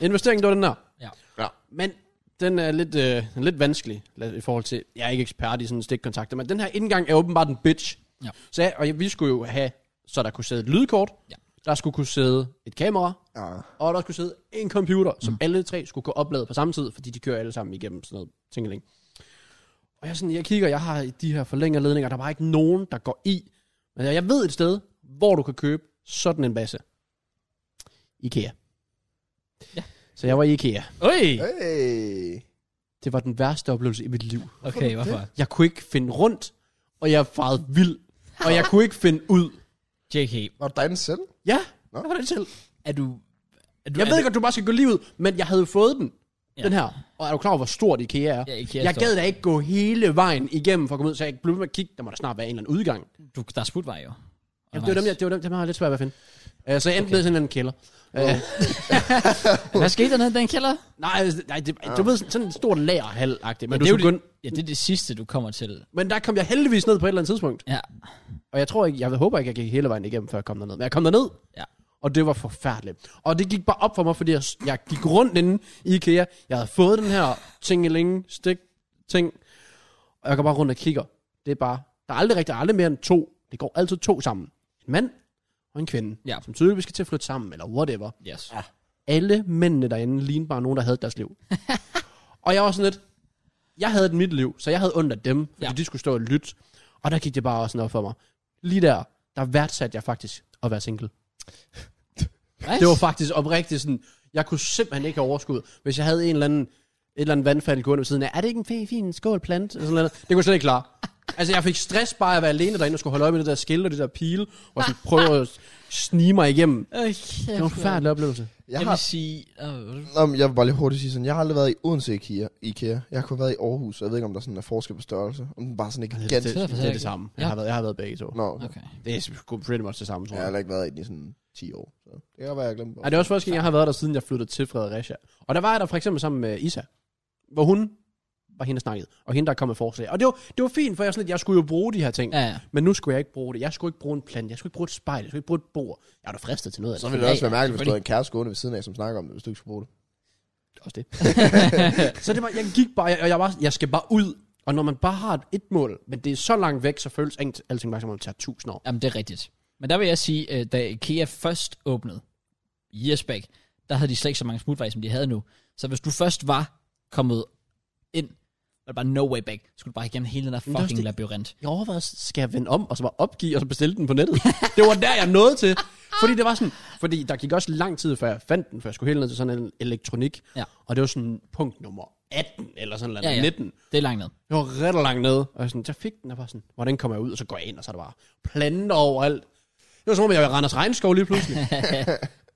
B: Investeringen, det var den der.
A: Ja.
B: ja. Men den er lidt, øh, den er lidt vanskelig la- i forhold til, jeg er ikke ekspert i sådan stikkontakter, men den her indgang er åbenbart en bitch.
A: Ja.
B: Så jeg, og jeg, vi skulle jo have, så der kunne sidde et lydkort,
A: Ja.
B: der skulle kunne sidde et kamera,
C: Ja.
B: og der skulle sidde en computer, som mm. alle tre skulle kunne oplade på samme tid, fordi de kører alle sammen igennem sådan noget tingeling. Og jeg, er sådan, jeg kigger, jeg har de her forlængede ledninger, der er bare ikke nogen, der går i. Men jeg ved et sted, hvor du kan købe sådan en basse. Ikea.
A: Ja.
B: Så jeg var i Ikea.
A: Øj!
C: Hey.
B: Det var den værste oplevelse i mit liv.
A: Okay, hvorfor?
B: Jeg kunne ikke finde rundt, og jeg farede vild. Og jeg kunne ikke finde ud.
A: JK,
C: Var det dig den selv?
B: Ja,
C: Nå.
B: det var det selv.
A: er du... Er du
B: Jeg
A: er
B: ved
A: du-
B: godt, du bare skal gå lige ud, men jeg havde jo fået den,
A: Ja.
B: ja. den her. Og er du klar over, hvor stort IKEA er?
A: Ja, IKEA er
B: jeg
A: stort.
B: gad da ikke gå hele vejen igennem for at komme ud, så jeg blev ved med at kigge. Der må da snart være en eller anden udgang.
A: Du, der er smutvej jo.
B: Jamen, det var dem, jeg, det var dem, dem har jeg lidt svært ved at finde. Uh, så jeg endte okay. ned i sådan en kælder. Uh,
A: Hvad skete der nede i den kælder?
B: nej, altså, nej det, du ved, sådan sådan en stor lagerhal-agtig. Men,
A: det
B: ja,
A: er
B: du
A: jo
B: skulle
A: det,
B: kun-
A: ja, det er det sidste, du kommer til.
B: men der kom jeg heldigvis ned på et eller andet tidspunkt.
A: Ja.
B: Og jeg tror ikke, jeg håber ikke, jeg gik hele vejen igennem, før jeg kom derned. Men jeg kom derned,
A: Ja.
B: og det var forfærdeligt. Og det gik bare op for mig, fordi jeg, jeg gik rundt inde i IKEA. Jeg havde fået den her tingeling stik ting. Og jeg går bare rundt og kigger. Det er bare, der er aldrig rigtig der er aldrig mere end to. Det går altid to sammen. En mand og en kvinde,
A: Ja.
B: som tydeligvis skal til at flytte sammen, eller whatever.
A: Yes.
B: Alle mændene derinde lignede bare nogen, der havde deres liv. og jeg var sådan lidt, jeg havde et mit liv, så jeg havde ondt af dem, fordi
A: Ja.
B: ja. de skulle stå og lytte. Og der gik det bare også sådan op for mig. Lige der, der værdsatte jeg faktisk at være single.
A: Nice.
B: Det var faktisk oprigtigt sådan, jeg kunne simpelthen ikke have overskud, hvis jeg havde en eller anden, et eller andet vandfald gående ved siden af, er det ikke en fin, fin skål plant? Eller sådan noget. Det kunne jeg slet ikke klare. Altså, jeg fik stress bare af at være alene derinde og skulle holde øje med det der skilt og det der pile, og sådan prøve at snige mig igennem.
A: Øj,
B: Det var en forfærdelig oplevelse.
C: Jeg
A: Jeg
C: har,
A: vil sige... øh,
C: Nå, men jeg vil bare lige hurtigt sige sådan, jeg har aldrig været i Odense IKEA. IKEA. Jeg har kun været i Aarhus, og jeg ved ikke, om der sådan er forskel på størrelse. Om den bare sådan ikke
B: Det,
C: gigant.
B: det, det, det er det samme. Jeg
A: Ja.
B: har været, jeg har været begge to.
C: Nå, okay.
A: Okay.
B: Det er sgu pretty much det samme, tror
C: jeg har
B: jeg.
C: heller ikke været i den i sådan 10 år. Så det kan godt være, jeg glemte.
B: Ja, det er også første gang, jeg har været der, siden jeg flyttede til Fredericia. Og der var jeg der for eksempel sammen med Isa, hvor hun var hende, der snakkede, og hende, der kom med forslag. Og det var, det var fint, for jeg, var sådan, lidt, jeg skulle jo bruge de her ting.
A: Ja, ja.
B: Men nu skulle jeg ikke bruge det. Jeg skulle ikke bruge en plan. Jeg skulle ikke bruge et spejl. Jeg skulle ikke bruge et bord. Jeg var da fristet til noget af
C: Så
B: det.
C: ville det også
A: Ja,
C: være
A: ja,
C: mærkeligt, hvis
A: selvfølgelig.
C: der var en kæreste gående ved siden af, som snakker om det, hvis du ikke skulle bruge det.
B: Også det. så det var, jeg gik bare, og jeg, var, jeg skal bare ud. Og når man bare har et, et mål, men det er så langt væk, så føles alt, alting bare som om det tager tusind år.
A: Jamen, det er rigtigt. Men der vil jeg sige, øh, da IKEA først åbnede, years back, der havde de slet ikke så mange smutveje, som de havde nu. Så hvis du først var kommet ind, var det bare no way back, så skulle du bare igennem hele den der
B: er også
A: fucking
B: det-
A: labyrint.
B: Jeg overvejede, skal jeg vende om, og så bare opgive, og så bestille den på nettet. det var der, jeg nåede til. Fordi det var sådan, fordi der gik også lang tid, før jeg fandt den, før jeg skulle hele ned til sådan en elektronik.
A: Ja.
B: Og det var sådan punkt nummer 18, eller sådan noget,
A: Ja,
B: ja,
A: ja.
B: ja. 19.
A: Det er langt ned.
B: Jeg var ret langt nede, og jeg, sådan, jeg fik den, og var sådan, hvordan kommer jeg ud? Og så går jeg ind, og så er der bare planter overalt. Det var som om, jeg var i Randers Regnskov lige pludselig.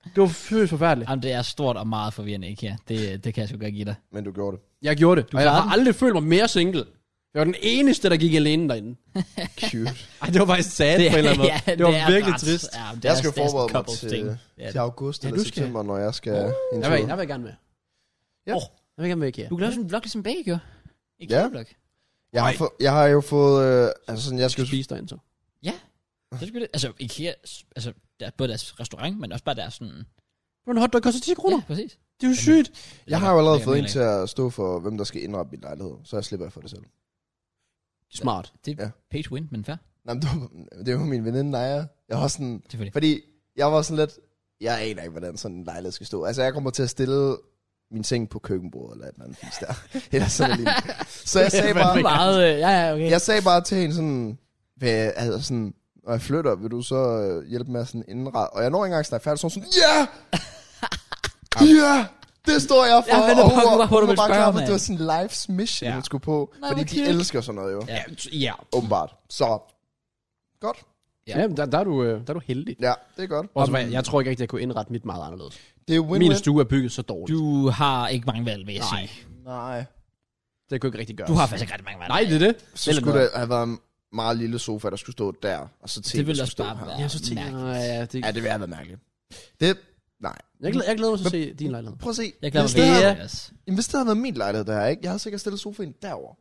B: det var føles forfærdeligt.
A: Jamen, det er stort og meget forvirrende, IKEA. Det, det kan jeg sgu godt give dig.
C: Men du gjorde det.
B: Jeg gjorde det, du og jeg
A: klarede
B: har aldrig følt mig mere single. Jeg var den eneste, der gik alene derinde.
C: Cute.
B: Ej, det var faktisk sad på en eller anden måde.
A: ja,
B: det, var
A: er
B: virkelig
A: ret.
B: trist.
A: Ja, men det
C: Jeg
A: er-
C: skal jo
A: det er sådan
C: forberede mig
A: couples
C: til,
A: ting.
C: til august
B: Ja,
C: eller
B: du skal.
C: september, når jeg skal en
B: Der vil, der
C: tur.
B: vil jeg gerne med.
C: Ja.
B: Åh, der vil jeg gerne med IKEA.
A: Du kan lave sådan en vlog, ligesom begge gjorde. IKEA-vlog.
C: Jeg har, få, jeg har jo fået... Øh, altså sådan, jeg
B: skal
C: skal...
B: spise derinde så.
A: Det er sgu det. Altså, IKEA, altså, der, både deres restaurant, men også bare deres sådan...
B: Det var en hotdog, koster 10 kroner.
A: Ja, præcis.
B: Det er jo sygt.
C: Jeg har jo allerede
A: Det er
C: fået en
A: mere
C: til at stå for, hvem der skal indrette min lejlighed, så jeg slipper for det selv.
B: Smart.
A: Det er
C: Ja.
A: pay to win, men fair.
C: Nej, men det var, det var min veninde, Naja. Jeg var sådan...
A: Selvfølgelig.
C: Fordi jeg var sådan lidt... Jeg aner ikke, hvordan sådan en lejlighed skal stå. Altså, jeg kommer til at stille min seng på køkkenbordet eller et eller andet fisk der. eller sådan noget. Så jeg sagde
A: Det
C: bare...
A: er meget... øh, Ja, ja, okay.
C: Jeg sagde bare til hende sådan... Hvad, altså sådan når jeg flytter, vil du så øh, hjælpe med at sådan indrette? Og jeg når ikke engang at snakke færdig, så er hun sådan, ja! ja! Det står jeg for!
A: Jeg venter
C: Og
A: på,
C: hun
A: hvor du
C: var- hun var
A: ville
C: bare
A: spørge
C: klar
A: om,
C: for, at det
A: mand.
C: var sådan life's mission,
B: Ja.
C: ja. hun skulle på.
A: Nej,
C: fordi
A: hvor
C: de
A: cute.
C: elsker sådan noget jo,
A: Ja.
B: Ja.
C: åbenbart. Så, godt.
A: Ja.
B: Ja, men der, der, er du, øh, der er du heldig.
C: Ja, det er godt.
B: Og så, jeg, jeg tror ikke rigtig, jeg kunne indrette mit meget anderledes.
C: Det er
B: Min
C: win-win.
B: stue er bygget så dårligt.
A: Du har ikke mange valg, vil jeg
B: Nej.
A: sige.
C: Nej. altså.
B: Det kunne ikke rigtig gøre.
A: Du har faktisk ikke rigtig mange valg.
B: Nej, det er det.
C: Så
B: Eller
C: skulle der have været en meget lille sofa, der skulle stå der, og så TV
A: Det ville
C: skulle
A: også
C: stå
A: bare
C: her.
A: være
B: Jeg synes, tænker,
A: mærkeligt.
B: nej, ja, det,
C: Ja, det ville have været mærkeligt. Det, nej.
B: jeg, glæder, jeg glæder mig til at se din lejlighed.
C: Prøv at se.
A: Jeg glæder
C: Hvis
A: mig
C: det
A: virkelig.
C: havde-
A: Yes.
C: Jamen, hvis det havde været min lejlighed, der ikke? Jeg havde sikkert stillet sofaen derover.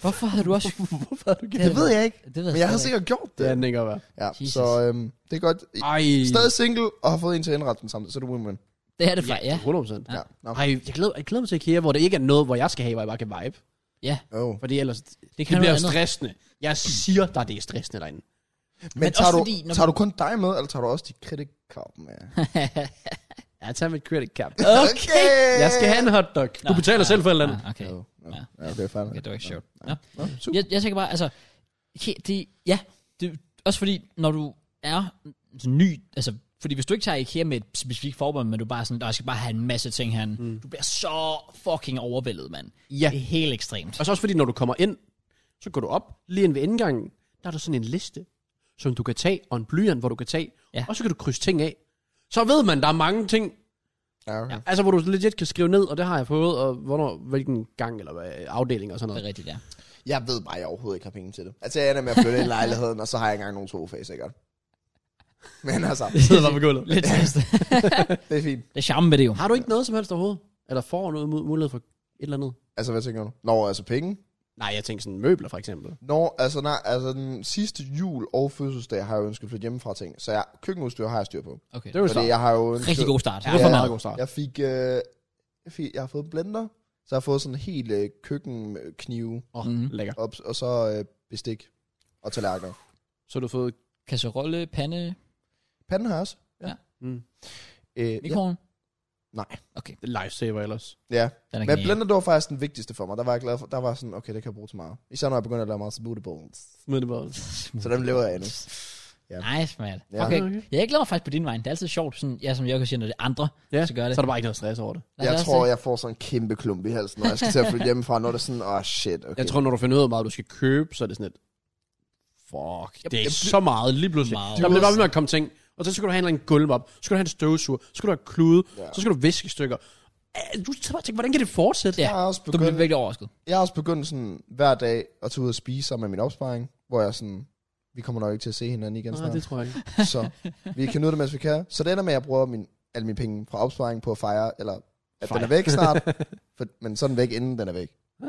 A: Hvorfor havde du også...
B: Hvorfor har du gjort
A: Det
C: Det ved jeg ikke.
A: Det ved
C: Men jeg havde
A: slet
C: sikkert gjort
B: det?
C: det.
B: er den ikke at være.
C: Ja,
A: Jesus.
C: så øhm, det er godt. I-
B: Ej.
C: Stadig single, og har fået en til at indrette den sammen, så er det win-win.
A: ikke. Det er det faktisk, ja.
B: 100%.
C: Ja. Nå.
B: Ej, jeg glæder, jeg glæder mig til IKEA, hvor det ikke er noget, hvor jeg skal have, hvor jeg bare kan vibe.
A: Ja,
C: Oh.
B: Fordi ellers, det,
A: det kan
B: det
A: noget
B: bliver
A: andet.
B: stressende. Jeg siger dig, det er stressende derinde.
C: Men,
A: Men
C: tager,
A: også
C: du,
A: fordi, når-
C: tager du kun dig med, eller tager du også de critic card med?
B: Jeg tager mit credit card.
C: Okay!
B: Jeg skal have en hotdog. Du
A: Nå,
B: betaler
A: ja,
B: selv for et eller andet.
A: Ah, okay.
C: Jo, jo.
A: Ja.
C: Ja, det er fandme.
A: okay, det var ikke sjovt. Nå.
C: Nå, super.
A: Jeg, jeg tænker bare, altså... he- Det, ja, det, også fordi, når du er altså, ny... Altså, fordi hvis du ikke tager IKEA med et specifikt formål, men du bare er sådan, "Nå, jeg skal bare have en masse ting her. Mm. Du bliver så fucking overvældet, mand.
B: Ja.
A: Det er helt ekstremt.
B: Og så også fordi, når du kommer ind, så går du op lige ind ved indgangen. Der er der sådan en liste, som du kan tage, og en blyant, hvor du kan tage.
A: Ja.
B: Og så kan du krydse ting af. Så ved man, der er mange ting,
C: Ja, okay.
B: altså hvor du legit kan skrive ned, og det har jeg fået, og hvornår, hvilken gang eller hvad, afdeling og sådan
A: Det
B: noget.
A: er rigtigt, ja.
C: Jeg ved bare, at jeg overhovedet ikke har penge til det. Altså, jeg ender med at flytte ind i lejligheden, og så har jeg ikke engang nogen sofa, sikkert. Men altså,
B: Det sidder bare på gulvet.
A: Lidt trist.
C: det er fint.
A: det er charmen ved det jo.
B: Har du ikke noget som helst overhovedet? Eller får noget mu- mulighed for et eller andet?
C: Altså, hvad tænker du? Nå, altså penge?
B: Nej, jeg tænker sådan møbler for eksempel.
C: Nå, altså nej, altså den sidste jul og fødselsdag har jeg jo ønsket at flytte hjemmefra ting, så jeg, køkkenudstyr har jeg styr på.
A: Okay.
B: Det er jo
C: Fordi
B: så.
C: jeg har jo ønsket,
A: Rigtig god start.
B: Ja,
A: Ja,
B: det er en
C: ja.
B: meget god start.
C: Jeg fik, øh, jeg fik, jeg har fået en blender, så jeg har fået sådan en hel øh, køkkenknive
B: Åh,
A: Mhm.
B: lækker.
C: op, og så øh, bestik og tallerkener.
B: Så har du fået...
A: Kasserolle, pande,
C: Panden har jeg også.
A: Ja.
B: Mm.
C: Øh, ja.
A: mikroen.
C: Nej.
B: Lifesaver ellers.
A: Den
C: Ja.
A: er
C: Men
A: genial.
C: blender, det var faktisk den vigtigste for mig. Der var jeg glad for, der var sådan, okay, det kan jeg bruge til meget. Især når jeg begyndte at lave meget smoothie bowls.
B: Smid det bare.
C: Så dem lever jeg endnu. Ja.
A: Nice, man.
C: Ja.
A: Okay.
B: Okay.
A: Ja, jeg glæder mig faktisk på din vej. Det er altid sjovt, sådan, ja, som Jørgen siger, når det er andre,
B: Ja,
A: så gør det.
B: så er der bare ikke noget stress over det.
A: Lad os- lad
C: Jeg
A: os
C: tror,
A: se.
C: jeg får sådan en kæmpe klump i halsen, når jeg skal til at flytte hjemmefra. Når det er sådan, åh oh, shit, okay.
B: Jeg tror, når du finder ud af, hvor meget du skal købe, så er det sådan et... Fuck, det er
A: jeg
B: ikke
A: blev-
B: så meget lige pludselig.
A: Meget.
B: Der bliver bare ved med at komme ting. Og så skal du have en eller anden gulv op. Så skal du have en støvsuger. Så skal du have klude.
C: Ja.
B: Så skal du viske stykker. Du skal bare tænke, hvordan kan det fortsætte?
A: Ja.
C: jeg har også
A: Du bliver
C: begyndt,
A: virkelig overrasket.
C: jeg har også begyndt sådan, hver dag at tage ud og spise sammen med min opsparing, hvor jeg sådan, vi kommer nok ikke til at se hinanden igen
B: Nej,
C: snart.
B: det tror jeg ikke.
C: Så vi kan nyde det, mens vi kan. Så det ender med, at jeg bruger min, alle mine penge fra opsparing på at fejre, eller at
B: Fejre.
C: den er væk snart, for, men så er den væk, inden den er væk.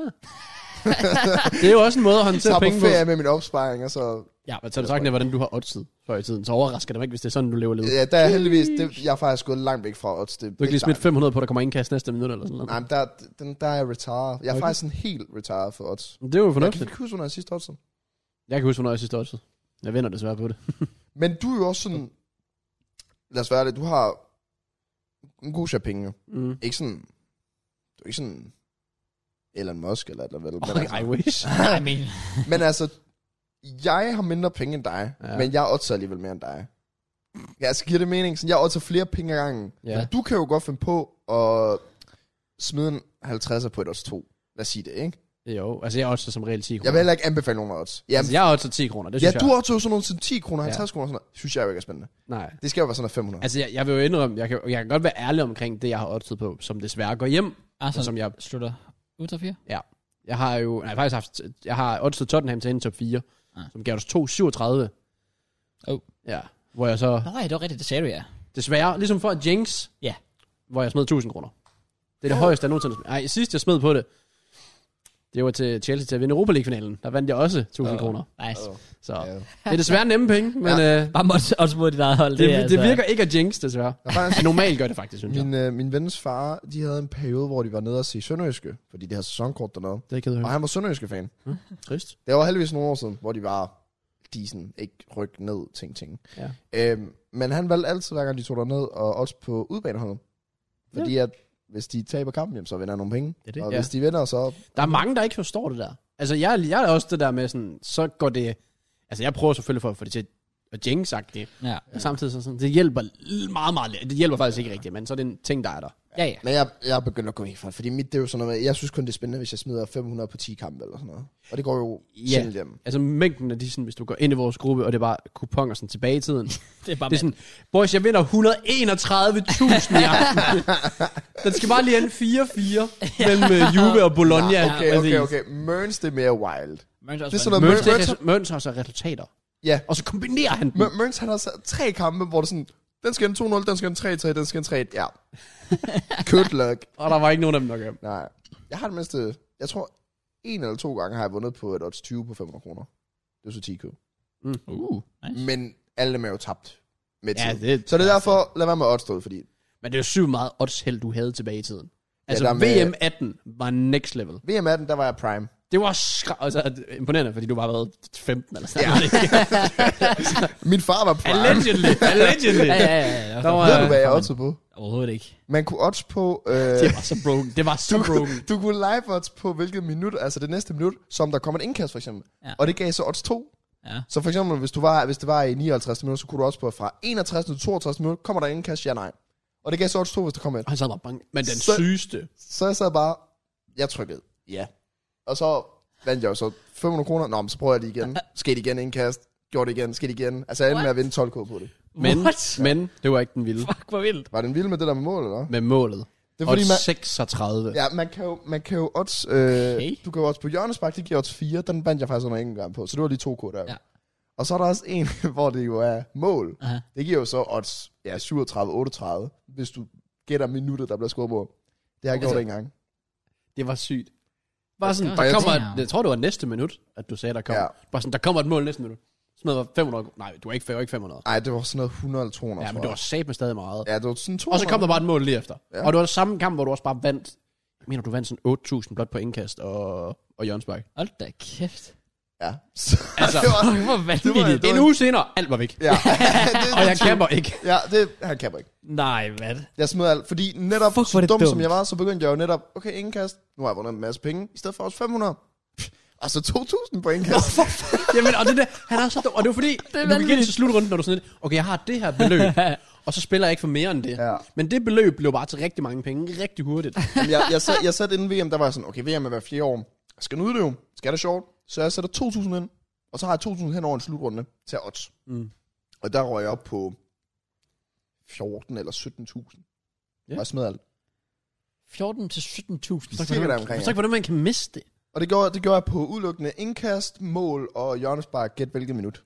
B: Det er jo også en måde at
C: Så
B: håndtere
C: jeg
B: penge
C: på
B: på.
C: ferie med min opsparing, og så...
A: Ja,
B: Men så er det sagt, hvordan du har oddset før i tiden. Så overrasker det mig ikke, hvis det er sådan, du lever livet.
C: Ja, der er heldigvis... Det, jeg er faktisk gået langt væk fra odds. Det,
B: Du har ikke lige smidt 500 på, der kommer indkast næste minut eller sådan
C: Nej,
B: noget.
C: men der, den, der er jeg retired. Jeg er
B: Okay.
C: okay. faktisk sådan helt retired for odds.
B: Men Det er jo
C: Jeg kan
B: fornuftigt.
C: ikke huske, hvornår jeg sidst odds.
B: Jeg kan huske, hvornår jeg sidst oddset. Jeg vinder desværre på det.
C: Men du er jo også sådan... Lad os være det, du har en god chat penge. jo.
B: Mm.
C: Ikke sådan... Du er ikke sådan... Elon Musk eller eller hvad. men
B: Okay,
C: altså-
B: I wish.
A: I mean,
C: Men altså, jeg har mindre penge end dig,
B: Ja.
C: ja. men jeg otter alligevel mere end dig. Ja, altså giver det mening? Sådan, jeg otter flere penge ad gangen.
B: Ja.
C: Men Du kan jo godt finde på at smide en 50'er på et odds 2. Lad os sige det, ikke?
B: Jo, altså jeg oddser som regel 10 kroner.
C: Jeg vil heller ikke anbefale nogen af odds. Jamen,
B: Altså jeg oddser 10 kroner, det
C: ja,
B: synes
C: du
B: jeg.
C: har jo sådan nogle til 10 kroner,
B: Ja.
C: 50 kroner og sådan noget. Synes jeg jo ikke er spændende.
B: Nej.
C: Det skal jo være sådan noget 500.
B: Altså, jeg, jeg vil jo indrømme, jeg kan, jeg kan godt være ærlig omkring det, jeg har oddset på, som desværre går hjem,
A: altså,
B: som jeg...
A: slutter ud af fire.
B: Jeg har jo... Nej, jeg har faktisk haft... Jeg har oddset Tottenham til en top 4,
A: Ah.
B: som gav os 2,37.
A: Oh.
B: Ja, hvor jeg så...
A: Nej, det var rigtigt, det sagde du, ja.
B: Desværre, ligesom for Jinx,
A: Ja.
B: hvor jeg smed 1000 kroner. Det er det højeste, jeg nogensinde smed. Nej, sidst jeg smed på det, det var til Chelsea til at vinde Europa League-finalen. Der vandt jeg også 1000
C: Åh.
B: kroner.
A: Nice.
C: Åh.
B: Så
C: Ja.
B: det er desværre nemme penge, men ja. øh,
A: Bare mod, også mod dit eget hold.
B: det,
A: er altså-
B: det, det virker ikke at Jinx, desværre.
C: Der er faktisk,
B: Normalt gør det faktisk, synes jeg.
C: min, øh, min vens far, de havde en periode, hvor de var nede og se Sønderjyske, fordi de havde sæsonkort dernede.
B: Det er ikke
C: Og han var Sønderjyske-fan.
B: Trist.
C: Det var heldigvis nogle år siden, hvor de var de sådan, ikke ryk ned, ting, ting.
B: Ja.
C: Øhm, men han valgte altid, hver gang de tog derned, og også på udbaneholdet. Fordi at, hvis de taber kampen, jamen, så vinder jeg nogle penge.
A: Det er det.
C: og
B: Ja.
C: hvis de vinder, så...
B: Der er mange, der ikke forstår det der. Altså, jeg, jeg er også det der med sådan, så går det... Altså, jeg prøver selvfølgelig for at få det til og Jinx sagt det.
A: Ja.
B: Ja. Samtidig så sådan, det hjælper l- meget, meget lidt. Det hjælper faktisk ikke rigtigt, men så er det en ting, der er der.
A: Ja, ja.
C: Men jeg, jeg er begyndt at gå helt fra det, fordi mit det er jo sådan noget med, jeg synes kun det er spændende, hvis jeg smider 500 på 10 kampe eller sådan noget. Og det går jo
B: Ja.
C: yeah. sjældent hjem.
B: Altså mængden af de, sådan, hvis du går ind i vores gruppe, og det er bare kuponer sådan tilbage i tiden.
A: Det er bare
B: det er sådan, boys, jeg vinder 131.000 i aften. Den skal bare lige ende 4-4 mellem uh, Juve og Bologna.
C: Ja, okay, okay,
B: Præcis.
C: okay. Mørns, det er mere wild.
A: Mørns er
C: Det
A: også bare-
C: er sådan noget,
B: Møns,
C: Mørns, Mørns,
B: det, Møns Altså, har så resultater.
C: ja.
B: Og så kombinerer han dem.
C: Mør- Mørns, han har så tre kampe, hvor det er sådan, den skal en 2-0, den skal en 3-3, den skal en 3-1. Ja. Good luck.
B: Og der var ikke nogen af dem, der gav.
C: Nej. Jeg har det mindste, jeg tror, en eller to gange har jeg vundet på et odds 20 på 500 kroner. Det er så 10
A: Uh, nice.
C: Men alle dem er jo tabt med
B: Ja,
C: tiden.
B: det-
C: så det er derfor, lad være med odds fordi
B: Men det er jo sygt meget oddsheld, du havde tilbage i tiden. Altså,
C: der
B: ja,
C: med-
B: VM18 var next level.
C: VM18, der var jeg prime.
B: Det var skra- altså, imponerende, fordi du bare været 15 eller sådan
C: Ja.
B: noget.
C: Min far var prime.
B: Allegedly. Allegedly.
A: Ja, ja, ja. ja.
B: Der var,
C: Ved du, hvad jeg odds på?
A: Overhovedet ikke.
C: Man kunne odds på... Øh,
B: det var så broken. Det var så
C: du,
B: broken.
C: kunne, du kunne live odds på, hvilket minut, altså det næste minut, som der kom en indkast for eksempel.
A: Ja.
C: Ja. Og det gav så odds 2.
A: Ja.
C: Så for eksempel, hvis, du var, hvis det var i 59 minutter, så kunne du også på at fra 61 til 62 minutter, kommer der en indkast, ja nej. Og det gav så odds 2, hvis der kom et.
B: Og Han sad bare bange. Men den
C: Så-
B: sygeste.
C: Så jeg sad bare, jeg trykkede, ja. Og så vandt jeg jo så 500 kroner. Nå, men så prøver jeg det igen. Skete igen indkast. Gjorde det igen. Skete igen. Altså jeg endte med at vinde 12k på det.
B: Men,
A: What?
B: men det var ikke den vilde.
A: Fuck, hvor vildt.
C: Var den vild med det der med mål, eller?
B: Med målet.
C: Det er fordi, man,
B: 36. Ja.
C: Ja, man kan jo, man kan jo odds, øh, okay. du kan jo odds på hjørnespark, det giver odds 4, den vandt jeg faktisk under ingen gang på, så det var lige 2 k der.
A: Ja.
C: Og så er der også en, hvor det jo er mål.
A: Aha.
C: Det giver jo så odds ja, 37-38, hvis du gætter minuttet, der bliver scoret på. Det har jeg gjort
B: Altså,
C: en gang.
B: Det var sygt. Bare sådan,
A: God
B: der kommer,
A: damn.
B: et, jeg tror, det var næste minut, at du sagde, der kom. Ja.
C: Ja.
B: Bare sådan, der kommer et mål næste minut. Sådan noget var 500. Nej, du var ikke, det var ikke 500.
C: Nej, det var sådan noget 100 eller 200,
B: Ja, men
C: tror
B: det
C: jeg.
B: var sat med stadig meget.
C: Ja, det var sådan 200.
B: Og så kom der bare et mål lige efter. Ja.
C: Ja.
B: Og det var det samme kamp, hvor du også bare vandt. Jeg mener, du vandt sådan 8.000 blot på indkast og, og Jørgensberg.
A: Hold da kæft.
C: Ja. Så,
B: Altså,
C: det var,
A: Fuck, hvor vanvittigt.
C: Det var-
B: En uge senere, alt var væk.
C: ja. det,
B: Og jeg kæmper ikke.
C: Ja, det, han kæmper ikke.
A: Nej, hvad?
C: Jeg smed alt, fordi netop,
A: Fuck,
C: Fuck,
A: hvor er
C: så
A: det
C: dum dumt. som
A: dumt.
C: jeg var, så begyndte jeg jo netop, okay, indkast, nu har jeg vundet en masse penge, i stedet for også 500. Pff, Og så 2.000 på indkast.
B: Jamen, og det der, han er så dum. Og det er fordi, det du kan
A: vanvittigt.
B: gætte til slutrunden, når du sådan lidt, okay, jeg har det her beløb, og så spiller jeg ikke for mere end det.
C: Ja.
B: Men det beløb blev bare til rigtig mange penge, rigtig hurtigt.
C: Jamen, jeg, jeg, sad, jeg sad inden VM, der var jeg sådan, okay, VM er hver fire år. Jeg skal nyde det jo. Skal det sjovt? Så jeg sætter 2.000 ind, og så har jeg 2.000 hen over en slutrunde til odds.
B: Mm.
C: Og der røg jeg op på 14 eller 17.000.
B: Ja.
C: Ja. Og jeg smed alt.
A: 14 til 17.000.
C: Så kigger der omkring.
B: Så ikke, hvordan man kan miste det.
C: Og det gjorde, det gjorde jeg på udelukkende indkast, mål og hjørnespark, gæt hvilket minut.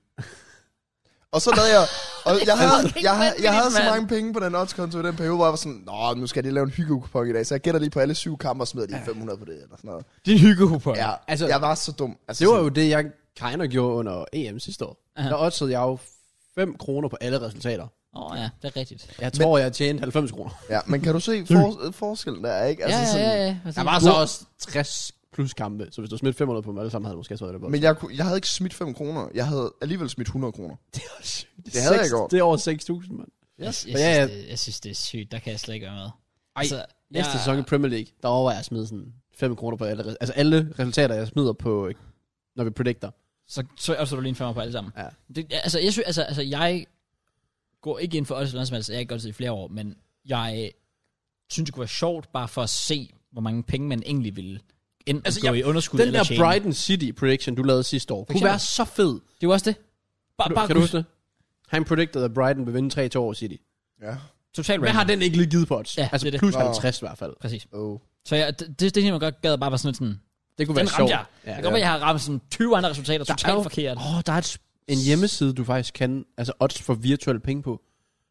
C: Og så lavede jeg, og jeg havde,
A: fucking
C: jeg havde, jeg havde så
A: vanvittigt,
C: mange penge på den oddskonto i den periode, hvor jeg var sådan, nå, nu skal jeg lige lave en hyggekupon i dag, så jeg gætter lige på alle syv kampe og smider lige 500 på det, eller sådan noget.
A: Din hyggehupper.
C: Ja,
B: altså-
C: altså, jeg var så dum. Altså,
B: Det var jo det, jeg kinder gjorde under EM sidste år.
A: Aha.
B: Der oddsede jeg jo 5 kroner på alle resultater.
A: Åh oh, ja, det er rigtigt.
B: Jeg tror, jeg tjente 90 kroner.
A: Altså,
C: Ja, men kan du se for, forskellen der, ikke? Altså,
A: Ja, ja, ja. ja.
B: Der var så også 60 plus kampe, så hvis du smidte 500 på dem alle sammen, havde du måske også været det på.
C: Men jeg, kunne- jeg havde ikke smidt 5 kroner. Jeg havde alligevel smidt 100 kroner.
B: det, er også- det,
C: Det havde jeg
B: seks-
C: ikke over.
B: Det er over 6.000, mand.
A: Jeg, jeg,
B: Ja, ja.
A: synes, det, jeg synes, det er sygt. Der kan jeg slet ikke Altså, være med. Ej,
B: Næste ja. sæson i Premier League, der overvejer jeg at smide sådan 5 kroner på alle, re- altså alle resultater, jeg smider på, øh, når vi predicter.
A: Så, så er du lige en femmer på alle sammen.
B: Ja.
A: Det, altså, jeg synes, altså, altså, jeg går ikke ind for odds eller noget som helst. Jeg har ikke godt i flere år, men jeg synes, det kunne være sjovt bare for at se, hvor mange penge man egentlig ville enten altså,
B: Altså,
A: gå
B: jeg-
A: i underskud
B: Den
A: eller
B: der
A: tjene.
B: Brighton City prediction, du lavede sidste år, kunne
A: eksempel.
B: være så fed.
A: Det er jo også det. Bare,
B: Kan du,
A: bare
B: kan du huske det? Han predicted, at Brighton vil vinde 3-2 over City.
C: Ja.
A: Totalt
B: Hvad har den ikke lige givet på os?
A: Ja,
B: altså
A: det er det.
B: plus
C: Nå.
B: 50 i hvert fald.
A: Præcis.
C: Oh.
A: Så jeg, det, det, det, jeg godt gad bare var sådan lidt sådan,
B: Det kunne
A: den
B: være
A: ramte
B: sjovt.
A: jeg. Ja, det kan godt være, jeg har ramt sådan 20 andre resultater totalt forkert.
B: Åh, der er et, en hjemmeside, du faktisk kan, altså odds for virtuelle penge på.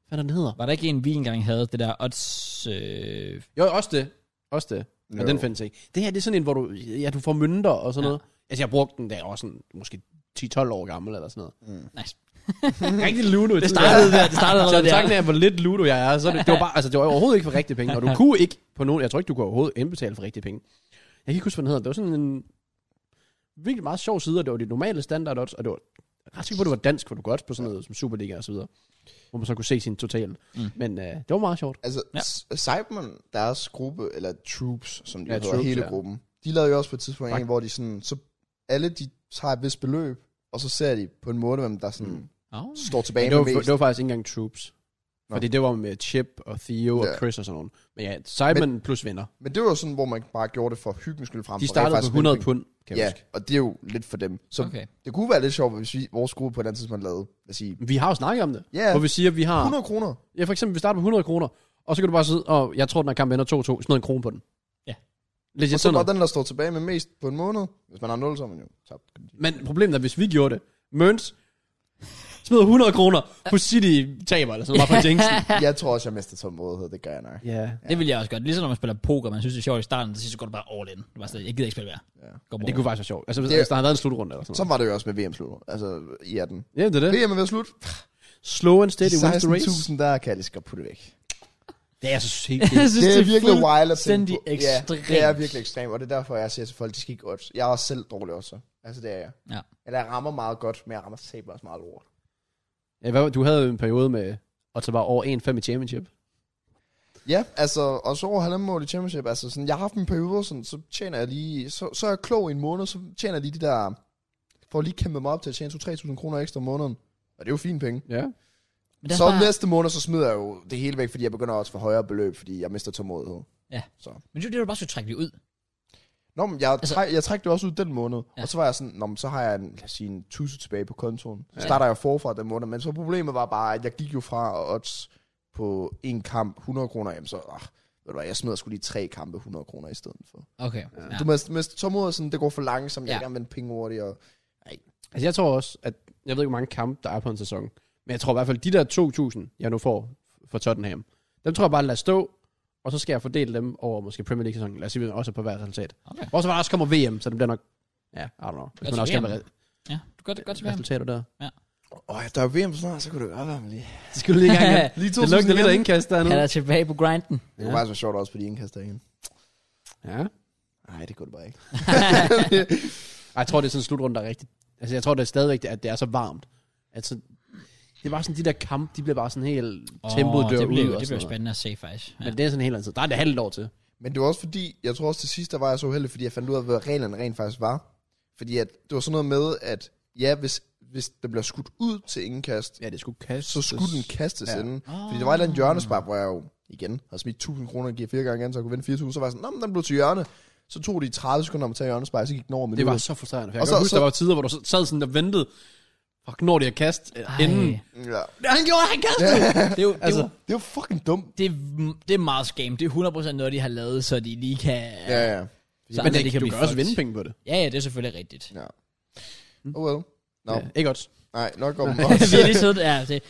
B: Hvad er den hedder?
A: Var der ikke en, vi engang havde, det der odds... Øh,
B: Jo, også det. Også det. No. Og den findes ikke. Det her, det er sådan en, hvor du, ja, du får mønter og sådan
A: Ja.
B: ja. noget. Altså, jeg brugte den, da jeg var sådan, måske 10-12 år gammel eller sådan noget.
A: nice.
B: Rigtig ludo. Det
A: startede der, det startede
B: Så
A: allerede der.
B: tak, af, hvor lidt ludo jeg er, så er det, det var bare, altså, det var overhovedet ikke for rigtige penge. Og du kunne ikke på nogen, jeg tror ikke, du kunne overhovedet indbetale for rigtige penge. Jeg kan ikke huske, hvad den hedder. Det var sådan en virkelig meget sjov side, og det var de normale standard odds, og det var jeg er ret sikker på, at det var dansk, hvor du godt på sådan noget som Superliga og så videre. Hvor man så kunne se sin total. Mm. Men øh, det var meget sjovt.
C: Altså,
A: Ja.
C: ja. Simon, deres gruppe, eller Troops, som de
B: Ja,
C: ja, hedder,
B: Troops,
C: hele
B: ja.
C: gruppen, de lavede jo også på et tidspunkt
B: Tak.
C: en, hvor de sådan, så alle de tager et vist beløb, og så ser de på en måned, hvem der sådan, mm.
A: Oh.
C: står tilbage
B: Men det, var,
C: med
B: det
C: mest.
B: var faktisk ikke engang Troops.
C: Nå.
B: Fordi det var med Chip og Theo og
C: Ja.
B: Chris og sådan nogen. Men ja, Simon plus venner.
C: Men det var jo sådan, hvor man bare gjorde det for hyggens skyld frem.
B: De
C: for rent
B: startede
C: faktisk at
B: på 100
C: vinde penge.
B: pund, kan jeg
C: Ja,
B: huske.
C: og det er jo lidt for dem. Så okay.
A: Okay.
C: det kunne være lidt sjovt, hvis vi, vores gruppe på et andet tidspunkt lavede, lad os sige,
B: Vi har jo snakket om det.
C: Ja.
B: Hvor vi siger, at vi har...
C: 100 kroner.
B: Ja, for eksempel, vi starter på 100 kroner, og så kan du bare sidde, og jeg tror, den her kamp ender 2-2, sådan noget en krone på den.
A: Ja.
B: Legit
C: Og så
B: sådan
C: var
B: noget.
C: den, der står tilbage med mest på en måned. Hvis man har 0, så er man jo tabt.
B: Men problemet er, hvis vi gjorde det, Møns smider 100 kroner, på City taber, eller sådan noget, bare for jinxen.
C: Jeg tror også, jeg mister tålmodighed, det gør jeg nok.
B: Ja.
A: Det vil jeg også godt. Ligesom når man spiller poker, man synes det er sjovt i starten, så så går du bare all in. Du bare sådan, jeg gider ikke spille mere.
C: Ja.
A: Går
B: Det kunne faktisk være sjovt. Altså, hvis,
C: Det-
B: hvis der havde været en slutrunde eller sådan
C: Så var det jo også med VM slut. Altså i 18.
B: noget. Ja, det er det.
C: VM er ved at slutte.
B: Slow and steady wins the race.
C: 16.000, der kan jeg lige så godt putte det væk.
B: Det er så sygt.
A: jeg synes,
C: Det er virkelig wild at tænke
A: fuldstændig
C: på. Ja, det er
A: ekstremt.
C: virkelig ekstremt, og det er derfor, jeg siger til folk, de skal ikke odds. Jeg er også selv dårlig også. Altså det er jeg.
A: Ja.
C: Eller jeg rammer meget godt, men jeg rammer sæber også meget lort.
B: ja, hvad, du havde jo en periode med, og så var over 1-5 i championship.
C: Ja, altså, og så over halvanden mål i championship, altså sådan, jeg har haft en periode, sådan, så tjener jeg lige, så, så er jeg klog i en måned, så tjener jeg lige de der, for lige kæmpe mig op til at tjene 2-3.000 kroner ekstra om måneden. Og det er jo fine penge.
B: Ja.
A: Men det er
C: Så
A: bare,
C: næste måned, så smider jeg jo det hele væk, fordi jeg begynder også for højere beløb, fordi jeg mister tålmodighed.
A: men det er jo det, du bare skal trække det ud.
C: Nå, men jeg,
A: Altså-
C: altså, træk, jeg trak det også ud den måned,
A: Ja.
C: ja. og så var jeg sådan, Nå, men så har jeg en, lad os sige, en tusse tilbage på kontoen. Så
A: Ja.
C: starter jeg forfra den måned, men så problemet var bare, at jeg gik jo fra at odds på en kamp 100 kroner, jamen så, ah, ved du hvad, jeg smider sgu lige tre kampe 100 kroner i stedet for.
A: Okay.
C: Ja. Du mister, mister tommodet, sådan, det går for langsomt, jeg
A: Ja.
C: ja. gerne vil penge hurtigt, og
B: Altså, jeg tror også, at jeg ved ikke, hvor mange kampe der er på en sæson, men jeg tror i hvert fald, de der 2.000, jeg nu får for Tottenham, dem tror jeg bare, lad stå, og så skal jeg fordele dem over måske Premier League-sæsonen. Lad os sige, at vi også er på hver resultat.
A: Okay.
B: Og så var der også kommer VM, så det bliver nok... Ja, I don't know. Hvis
A: Godt
B: man
A: til
B: også kæmper
A: VM. Ja, du gør det godt tilbage.
B: resultater der.
C: åh, der er VM snart, så kunne det godt være, man lige...
B: Det skulle lige i gang igen.
C: Lige
B: Det lugter lidt af indkast der nu.
A: Han er tilbage på grinden.
C: Det kunne
B: Ja.
C: faktisk være sjovt også på de indkaster igen.
B: Ja.
C: Nej, det kunne det bare ikke.
B: Ej, Jeg tror, det er sådan en slutrunde, der er rigtigt. Altså, jeg tror det er stadigvæk, at det er så varmt. Altså, det er bare sådan, de der kampe, de bliver bare sådan helt tempoet dør
A: det bliver,
B: ud. og
A: det bliver
B: sådan noget.
A: spændende at se, faktisk. Ja.
B: Men det er sådan en helt anden tid. Der er det halvt år til.
C: Men det var også fordi, jeg tror også til sidst, der var jeg så uheldig, fordi jeg fandt ud af, hvad reglerne rent faktisk var. Fordi at, det var sådan noget med, at ja, hvis, hvis der bliver skudt ud til indkast,
B: Ja, det skulle kaste.
C: så skulle den kastes
B: Ja. Ah.
C: ja. inden. Fordi der var et eller andet hjørnespark, hvor jeg jo igen havde smidt 1000 kroner og givet fire gange igen, så jeg kunne vinde 4000, så var jeg sådan, nå, men den blev til hjørne. Så tog de 30 sekunder om at tage hjørnespark, så gik den over med
B: Det var så frustrerende. For jeg
C: Og
B: kan så,
C: så-
B: huske,
C: så-
B: der var tider, hvor du så- sad sådan og ventede. Fuck, når det er kast øh, inden.
C: Ja.
A: Han gjorde, han kastede! det, er jo, altså,
B: Altså,
C: Det var fucking dumt.
A: det, er, m- det er meget scam. Det er 100% noget, de har lavet, så de lige kan...
C: Ja, ja.
A: så
B: men
A: andre,
B: det,
A: de
B: kan du
A: blive
B: kan også
A: fucked.
B: vinde penge på det.
A: Ja, ja, det er selvfølgelig rigtigt.
C: ja. Oh well. No.
B: Mm. Ja, ikke godt.
C: Nej, nok om
A: vi
C: os.
A: har lige siddet... Ja, det en
B: Altså-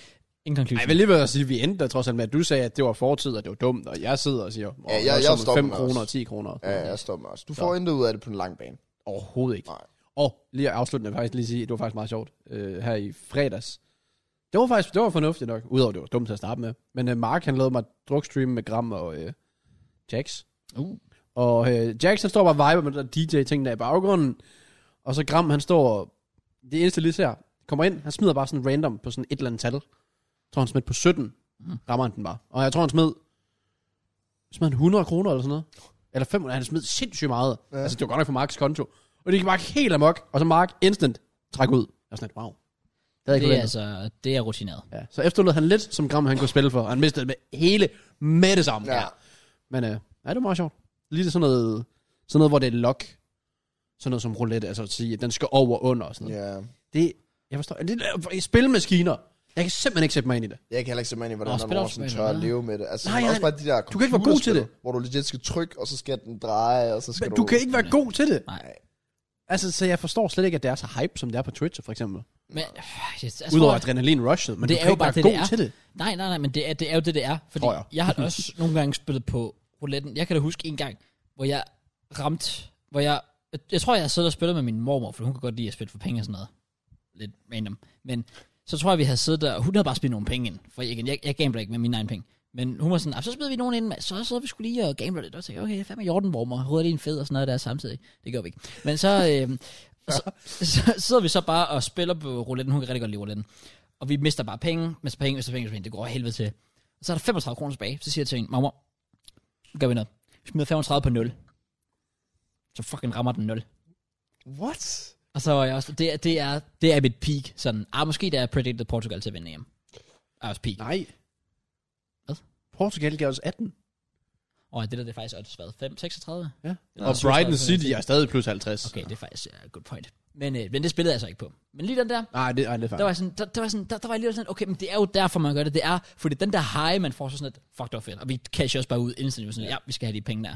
B: Ej,
A: conclusion.
B: jeg vil lige ved at sige, at vi endte der trods alt med, at du sagde, at det var fortid, og det var dumt, og jeg sidder og siger, åh,
C: jeg-
B: det var
C: jeg
B: som
C: stopper
B: 5
C: med
B: kroner og
C: os.
B: 10 kroner. og sådan noget.
C: ja, jeg står med os. Du får intet ud af det på den lange bane.
B: Overhovedet ikke.
C: Nej.
B: Og lige afsluttende vil jeg faktisk lige sige, det var faktisk meget sjovt øh, her i fredags. Det var faktisk det var fornuftigt nok, udover det var dumt til at starte med. Men øh, Mark han lavede mig drukstream med Gram og øh, Jax.
A: Uh.
B: Og øh, Jax han står bare og viber med den der DJ-ting der i baggrunden. Og så Gram han står og, det eneste jeg lige ser, kommer ind, han smider bare sådan random på sådan et eller andet tal. Jeg tror han smed på 17,
A: Mm.
B: rammer han den bare. Og jeg tror han smed, smed han 100 kroner eller sådan noget. Eller 500, han smed sindssygt meget. Ja. Altså det var godt nok for Marks konto. Og det gik Mark helt amok, og så Mark instant træk ud. Jeg var sådan, lidt, wow. Det havde jeg
A: Det
B: ikke
A: er
B: altså.
A: altså... Det er rutineret.
B: ja. Så efterlod han lidt, som Gram han kunne spille for. og Han mistede det med hele med det samme.
C: Ja.
B: Men øh, ja, det var meget sjovt. Lige det sådan noget, sådan noget, hvor det er lock. Sådan noget som roulette, altså at sige, at den skal over og under og sådan noget.
C: Ja.
B: Ja. Det, jeg forstår, det er spilmaskiner. Jeg kan simpelthen ikke sætte mig ind i det.
C: Jeg kan heller ikke se mig ind i, hvordan
A: Nå,
C: der er
A: spiller
C: nogen, der
A: også
C: tør at
A: med,
C: leve med det. Altså,
B: Nej,
C: nej,
B: nej,
C: også bare de der
B: du kan ikke være god til
C: computerspil,
B: det.
C: Hvor du legit skal trykke, og så skal den dreje, og så skal
B: Men
C: du...
B: du kan ikke være god til det.
A: Nej.
B: Altså, så jeg forstår slet ikke, at det er så hype, som det er på Twitch, for eksempel.
A: Men, øh, jeg, jeg
B: Udover
A: tror-
B: adrenalin rushet, men
A: det er
B: du kan
A: jo
B: ikke
A: bare
B: være
A: det,
B: god
A: det er.
B: til det.
A: Nej, nej, nej, men det er, det er jo det, det er. Fordi
B: Tror jeg.
A: jeg. jeg har da også nogle gange spillet på rouletten. Jeg kan da huske en gang, hvor jeg ramte, hvor jeg, jeg, jeg tror, jeg sad og spillede med min mormor, for hun kan godt lide at spille for penge og sådan noget. Lidt random. Men så tror jeg, vi havde siddet der, og hun havde bare spillet nogle penge ind. For igen, jeg, jeg gambler ikke med mine egne penge. Men hun var sådan, "Ah, så spillede vi nogen ind, mand." så sidder vi skulle lige og gambler lidt. Og så tænkte jeg, okay, fandme Jordan Vormer, hovedet lige en fed og sådan noget der samtidig. Det gør vi ikke. Men så, øh, så, så, sidder vi så bare og spiller på rouletten. Hun kan rigtig godt lide rouletten. Og vi mister bare penge, mister penge, mister penge, mister penge. Det går af helvede til. Og så er der 35 kroner tilbage. Så siger jeg til hende, mamma, nu gør vi noget. Vi smider 35 på 0. Så fucking rammer den 0.
C: What?
A: Og så var jeg også, det, er- det, er, det er mit peak. Sådan, ah, måske da jeg predicted Portugal til at vinde hjem. Er også peak.
B: Nej.
A: Hvad?
B: Portugal gav os 18.
A: Og det der, det er faktisk odds, hvad, 5, 36?
B: Ja.
A: Nå,
B: Og
A: 37,
B: Brighton City er stadig plus 50.
A: Okay, det er faktisk uh, good point. Men, øh, men det spillede jeg så ikke på. Men lige den der,
B: Nej, det, ej, det er
A: der var
B: faktisk.
A: jeg sådan, der, der var jeg sådan, der, der var jeg lige sådan, okay, men det er jo derfor, man gør det. Det er, fordi den der high, man får så sådan et, fuck, det var fedt. Og vi casher også bare ud instantly, sådan, ja, vi skal have de penge der.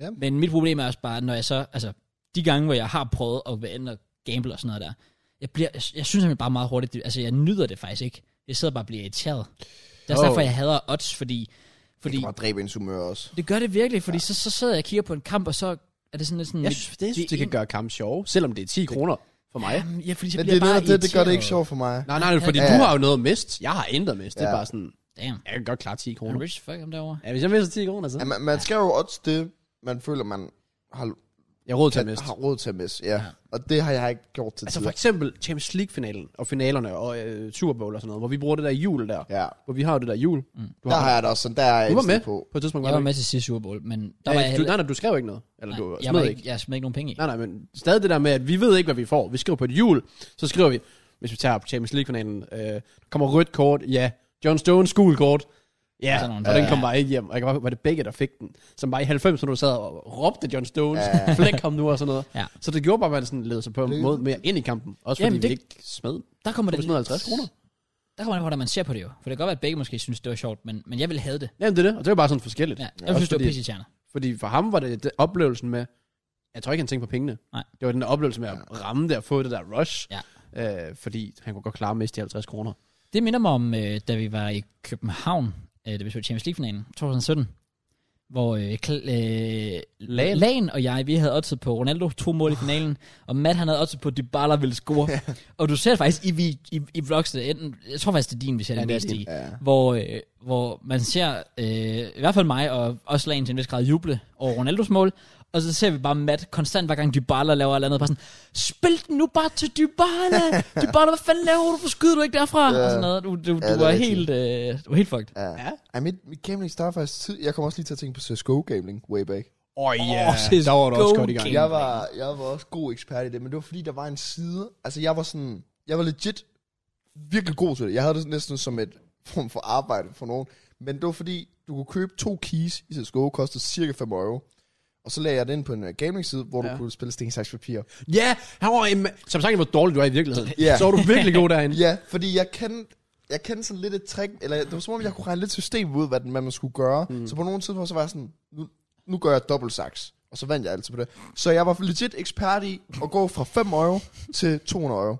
C: Ja.
A: Men mit problem er også bare, når jeg så, altså, de gange, hvor jeg har prøvet at være inde og gamble og sådan noget der, jeg, bliver, jeg, jeg synes simpelthen bare meget hurtigt, det- altså jeg nyder det faktisk ikke. Jeg sidder bare og bliver irriteret. Det er også
B: Oh.
A: derfor, jeg hader odds, fordi, fordi
C: Det kan bare dræbe ens humør også.
A: det gør det virkelig, fordi ja. så, så sidder jeg og kigger på en kamp, og så er det sådan lidt sådan...
B: Jeg
A: mit-
B: synes, det, jeg synes,
A: det
B: det
A: er
B: kan
A: en-
B: gøre kampen sjov, selvom det er 10 kroner for mig.
A: Jamen, ja, fordi så
C: Men
A: bliver
C: det,
A: jeg bare
C: det, det, det gør det
A: irriteret.
C: ikke sjovt for mig.
B: Nej, nej, fordi
C: Ja.
B: du har jo noget at miste. Jeg har intet at miste. Det er
C: Ja.
B: bare sådan,
A: Damn,
B: jeg kan godt klare 10
A: er du
B: kroner.
A: rich fuck ham derovre?
B: Ja, hvis jeg mister 10 kroner, så...
C: Ja, man, man skal jo odds det, man føler, man har,
B: Jeg råd til at
C: kan,
B: miste.
C: har råd til at misse. Ja.
A: Ja.
C: ja. Og det har jeg ikke gjort til
B: Altså
C: altså,
B: for
C: tider.
B: eksempel Champions League-finalen og finalerne og øh, Super Bowl og sådan noget, hvor vi bruger det der jul der.
C: Ja.
B: Hvor vi har jo det der jul. Mm. Du,
C: Der har jeg det også sådan, der er jeg
B: du var med
C: indstillet på.
B: på et tidspunkt.
A: Jeg
B: var
A: var
B: du
A: med til sidste Super Bowl, men der
B: ikke?
A: var
B: Ja,
A: jeg
B: du,
A: heller
B: nej, nej, du skrev ikke noget. Eller du
A: jeg,
B: smed
A: var
B: ikke.
A: ikke, jeg smed ikke nogen penge i.
B: Nej, nej, men stadig det der med, at vi ved ikke, hvad vi får. Vi skriver på et jul, så skriver vi, hvis vi tager på Champions League-finalen, øh, der kommer rødt kort, ja. John Stones gul kort,
A: Sådan
B: ja.
A: Altså, nogle
B: Og
A: ting,
B: den kom
A: ja.
B: bare ikke hjem. Og jeg kan bare, var det begge, der fik den. Som bare i 90, når du sad og råbte John Stones, ja. flæk ham nu og sådan noget.
A: Ja.
B: Så det gjorde bare, at man sådan led sig på en
C: Det-
B: måde mere ind i kampen. Også fordi
A: Jamen,
B: Jamen, det...
A: det-
B: vi ikke smed.
A: Der kommer det
B: Det var 50 kroner.
A: Der kommer det på, hvordan man ser på det jo. For det kan godt være, at begge måske synes, det var sjovt, men, men jeg ville have det.
B: Jamen det er det, og det var bare sådan forskelligt.
A: Ja,
B: Ja.
A: jeg synes,
B: også
A: det var
B: fordi-
A: pisse tjerner.
B: Fordi for ham var det, det oplevelsen med, jeg tror ikke, han tænkte på pengene.
A: Nej.
B: Det var den der oplevelse med at ramme det og få det der rush.
A: Ja.
B: Øh, fordi han kunne godt klare at miste de 50 kroner.
A: Det minder mig om, øh, da vi var i København, øh, da vi så Champions League-finalen 2017, hvor øh, Kl- øh,
B: Lagen.
A: Lagen og jeg, vi havde oddset på Ronaldo, to mål i finalen, og Matt han havde oddset på, at Dybala ville score. og du ser det faktisk i, vi- i, i vlogsene, enten, jeg tror faktisk, det er din, vi ser det
B: Ja, det er
A: mest
B: din.
A: i,
C: Ja.
A: hvor, øh, hvor man ser, øh, i hvert fald mig og også Lagen til en vis grad juble over Ronaldos mål, og så ser vi bare Matt konstant, hver gang Dybala laver et eller andet, bare sådan, spil den nu bare til Dybala! Dybala, hvad fanden laver du? Hvorfor skyder du ikke derfra?
C: Ja.
A: Og sådan noget. Du, du,
C: Ja,
A: du,
C: det
A: var
C: er
A: helt,
C: rigtigt.
A: øh, du var helt fucked.
C: Ja.
B: Ja.
C: ja. Ej, mit, mit gambling starter faktisk tid. Jeg kommer også lige til at tænke på CSGO gambling way back.
B: Åh oh,
A: Åh, det er
B: der var du også
A: go
B: godt i gang.
A: game.
B: Ja.
C: Jeg var, jeg var også god ekspert i det, men det var fordi, der var en side. Altså, jeg var sådan, jeg var legit virkelig god til det. Jeg havde det næsten som et form for arbejde for nogen. Men det var fordi, du kunne købe to keys i CSGO, kostede cirka 5 euro. Og så lagde jeg det ind på en øh, gambling-side, hvor ja.
B: Ja.
C: du kunne spille sten, saks, papir.
B: ja, han var en, ma- som sagt, hvor dårlig du er i virkeligheden.
C: Ja.
B: Så var du virkelig god derinde.
C: Ja, fordi jeg kendte, jeg kendte sådan lidt et trick, eller det var som om, jeg kunne regne lidt system ud, hvad, den, hvad man skulle gøre. Mm. Så på nogle tidspunkter, så var jeg sådan, nu, nu gør jeg dobbelt saks. Og så vandt jeg altid på det. Så jeg var legit ekspert i at gå fra 5 euro til 200 euro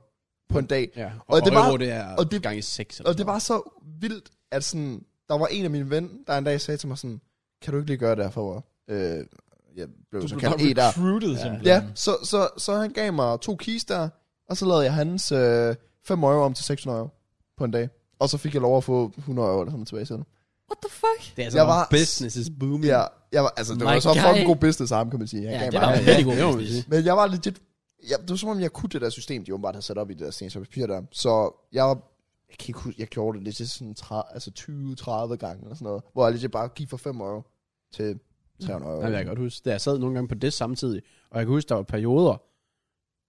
C: på en dag.
B: Ja. Og,
C: Og
B: og
C: det
B: det
C: var-
B: var, det er
C: og det-
B: gange 6.
C: Og det var så vildt, at sådan, der var en af mine ven, der en dag sagde til mig sådan, kan du ikke lige gøre det her for mig? Øh, jeg blev så kaldt E der.
A: recruited, simpelthen.
C: Ja, så, så, så han gav mig to keys der, og så lavede jeg hans øh, 5 euro om til 600 euro på en dag. Og så fik jeg lov at få 100 euro eller sådan noget tilbage selv.
A: What the fuck?
B: det er altså
C: jeg
B: bare
C: var-
B: business is booming.
C: Ja, jeg var, altså, det
A: My
C: var så
A: guy.
C: fucking god business arm, kan man sige. Jeg
A: Ja,
C: gav
A: det
C: bare-
A: var en
B: ja,
A: rigtig god
B: det må man
A: business.
B: sige.
C: Men jeg var legit... Ja, det var som om, jeg kunne det der system, de åbenbart havde sat op i det der sten og papir der. Så jeg, jeg kan ikke huske, jeg gjorde det legit sådan 30, altså 20-30 gange eller sådan noget. Hvor jeg legit bare gik fra 5 euro til 300 euro.
B: Nej, det kan jeg godt huske. Da jeg sad nogle gange på det samtidig, og jeg kan huske, der var perioder,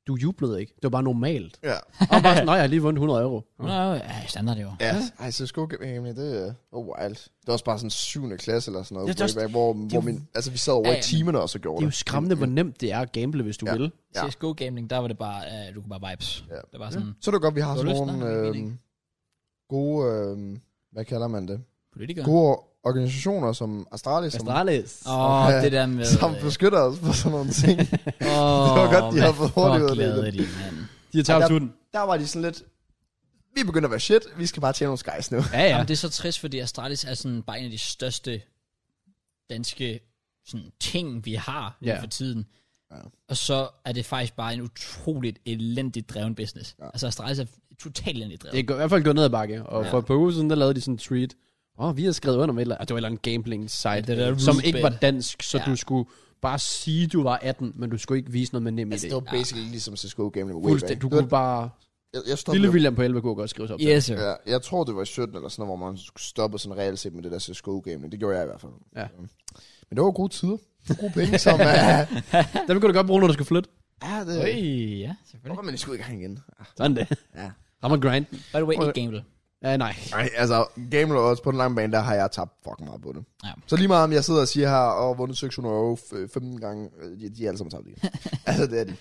B: du jublede ikke. Det var bare normalt.
C: Ja.
B: Og bare sådan, nej, jeg har lige vundet 100 euro.
A: Nå, ja, standard jo.
C: Mm. Ja, ej, så sko det er oh, wild. Det var også bare sådan 7. klasse eller sådan noget,
B: Det er
C: det
B: også-
C: way back, hvor, hvor
B: jo-
C: min, altså vi sad over
A: Ja,
C: ja,
A: ja,
C: i
A: men-
C: timerne og så gjorde
B: Det er jo skræmmende, hvor nemt det er at gamble, hvis du
C: Ja.
B: vil.
C: Ja.
A: CSGO gambling, der var det bare, øh, du kunne bare vibes.
C: Ja. Mm.
A: Det var sådan,
C: Så er det godt, vi har
A: Du har
C: sådan
A: lyst, nej,
C: nogle
A: det er
C: øh,
A: meningen.
C: gode, øh, hvad kalder man det?
A: politiker.
C: Gode organisationer som Astralis, som,
B: Astralis.
A: Åh, oh,
C: Ja.
A: det der med...
C: som beskytter os for sådan nogle ting.
A: oh,
C: det var godt, de havde fået hurtigt ud af det.
A: det. mand.
B: De har tabt
C: Ej, der-
B: huden.
C: Der var de sådan lidt, vi begynder at være shit, vi skal bare tjene nogle skies nu.
B: Ja, ja.
A: Jamen, det er så trist, fordi Astralis er sådan bare en af de største danske sådan, ting, vi har lige
B: Ja.
A: for tiden.
C: Ja.
A: Og så er det faktisk bare en utroligt elendigt dreven business. Ja. Altså Astralis er totalt elendigt drevet.
B: Det er gå- i hvert fald gået ned ad bakke. Og
A: Ja.
B: for et par uger siden, der lavede de sådan en tweet. Åh, oh, vi har skrevet under med et eller andet. Det var et eller andet gambling site,
A: Ja,
B: ja,
A: det der
B: som
A: Roosbet.
B: ikke var dansk. Så
A: Ja.
B: ja. du skulle bare sige, du var 18, men du skulle ikke vise noget med nem
C: Altså,
B: idé.
C: det var basically ligesom CSGO Game med Wayback.
B: Fuldstændig. Du kunne bare...
C: jeg, jeg, stoppede,
B: Lille William på 11 kunne godt skrive sig op. til.
A: Yes, sir.
C: ja, jeg tror, det var i 17 eller sådan noget, hvor man stoppede sådan reelt set med det der CSGO Game. Det gjorde jeg i hvert fald. Mm.
B: Ja.
C: Men det var gode tider. Gode penge, som... Uh,
B: Der kunne du godt bruge, når du skulle flytte.
C: Ja, det
A: Øh. ja, selvfølgelig.
C: Hvorfor man skulle i gang igen? Ah,
B: Sådan det.
C: Ja.
B: Rammer grind.
A: By the way,
C: Okay.
A: ikke gamble.
B: Ja, nej.
C: Nej, altså, Game of Odds på den lange bane, der har jeg tabt fucking meget på det.
A: Ja.
C: Så lige meget om jeg sidder og siger her, og vundet 600 euro f- 15 gange, øh, de, de er alle sammen tabt lige. altså, det er de.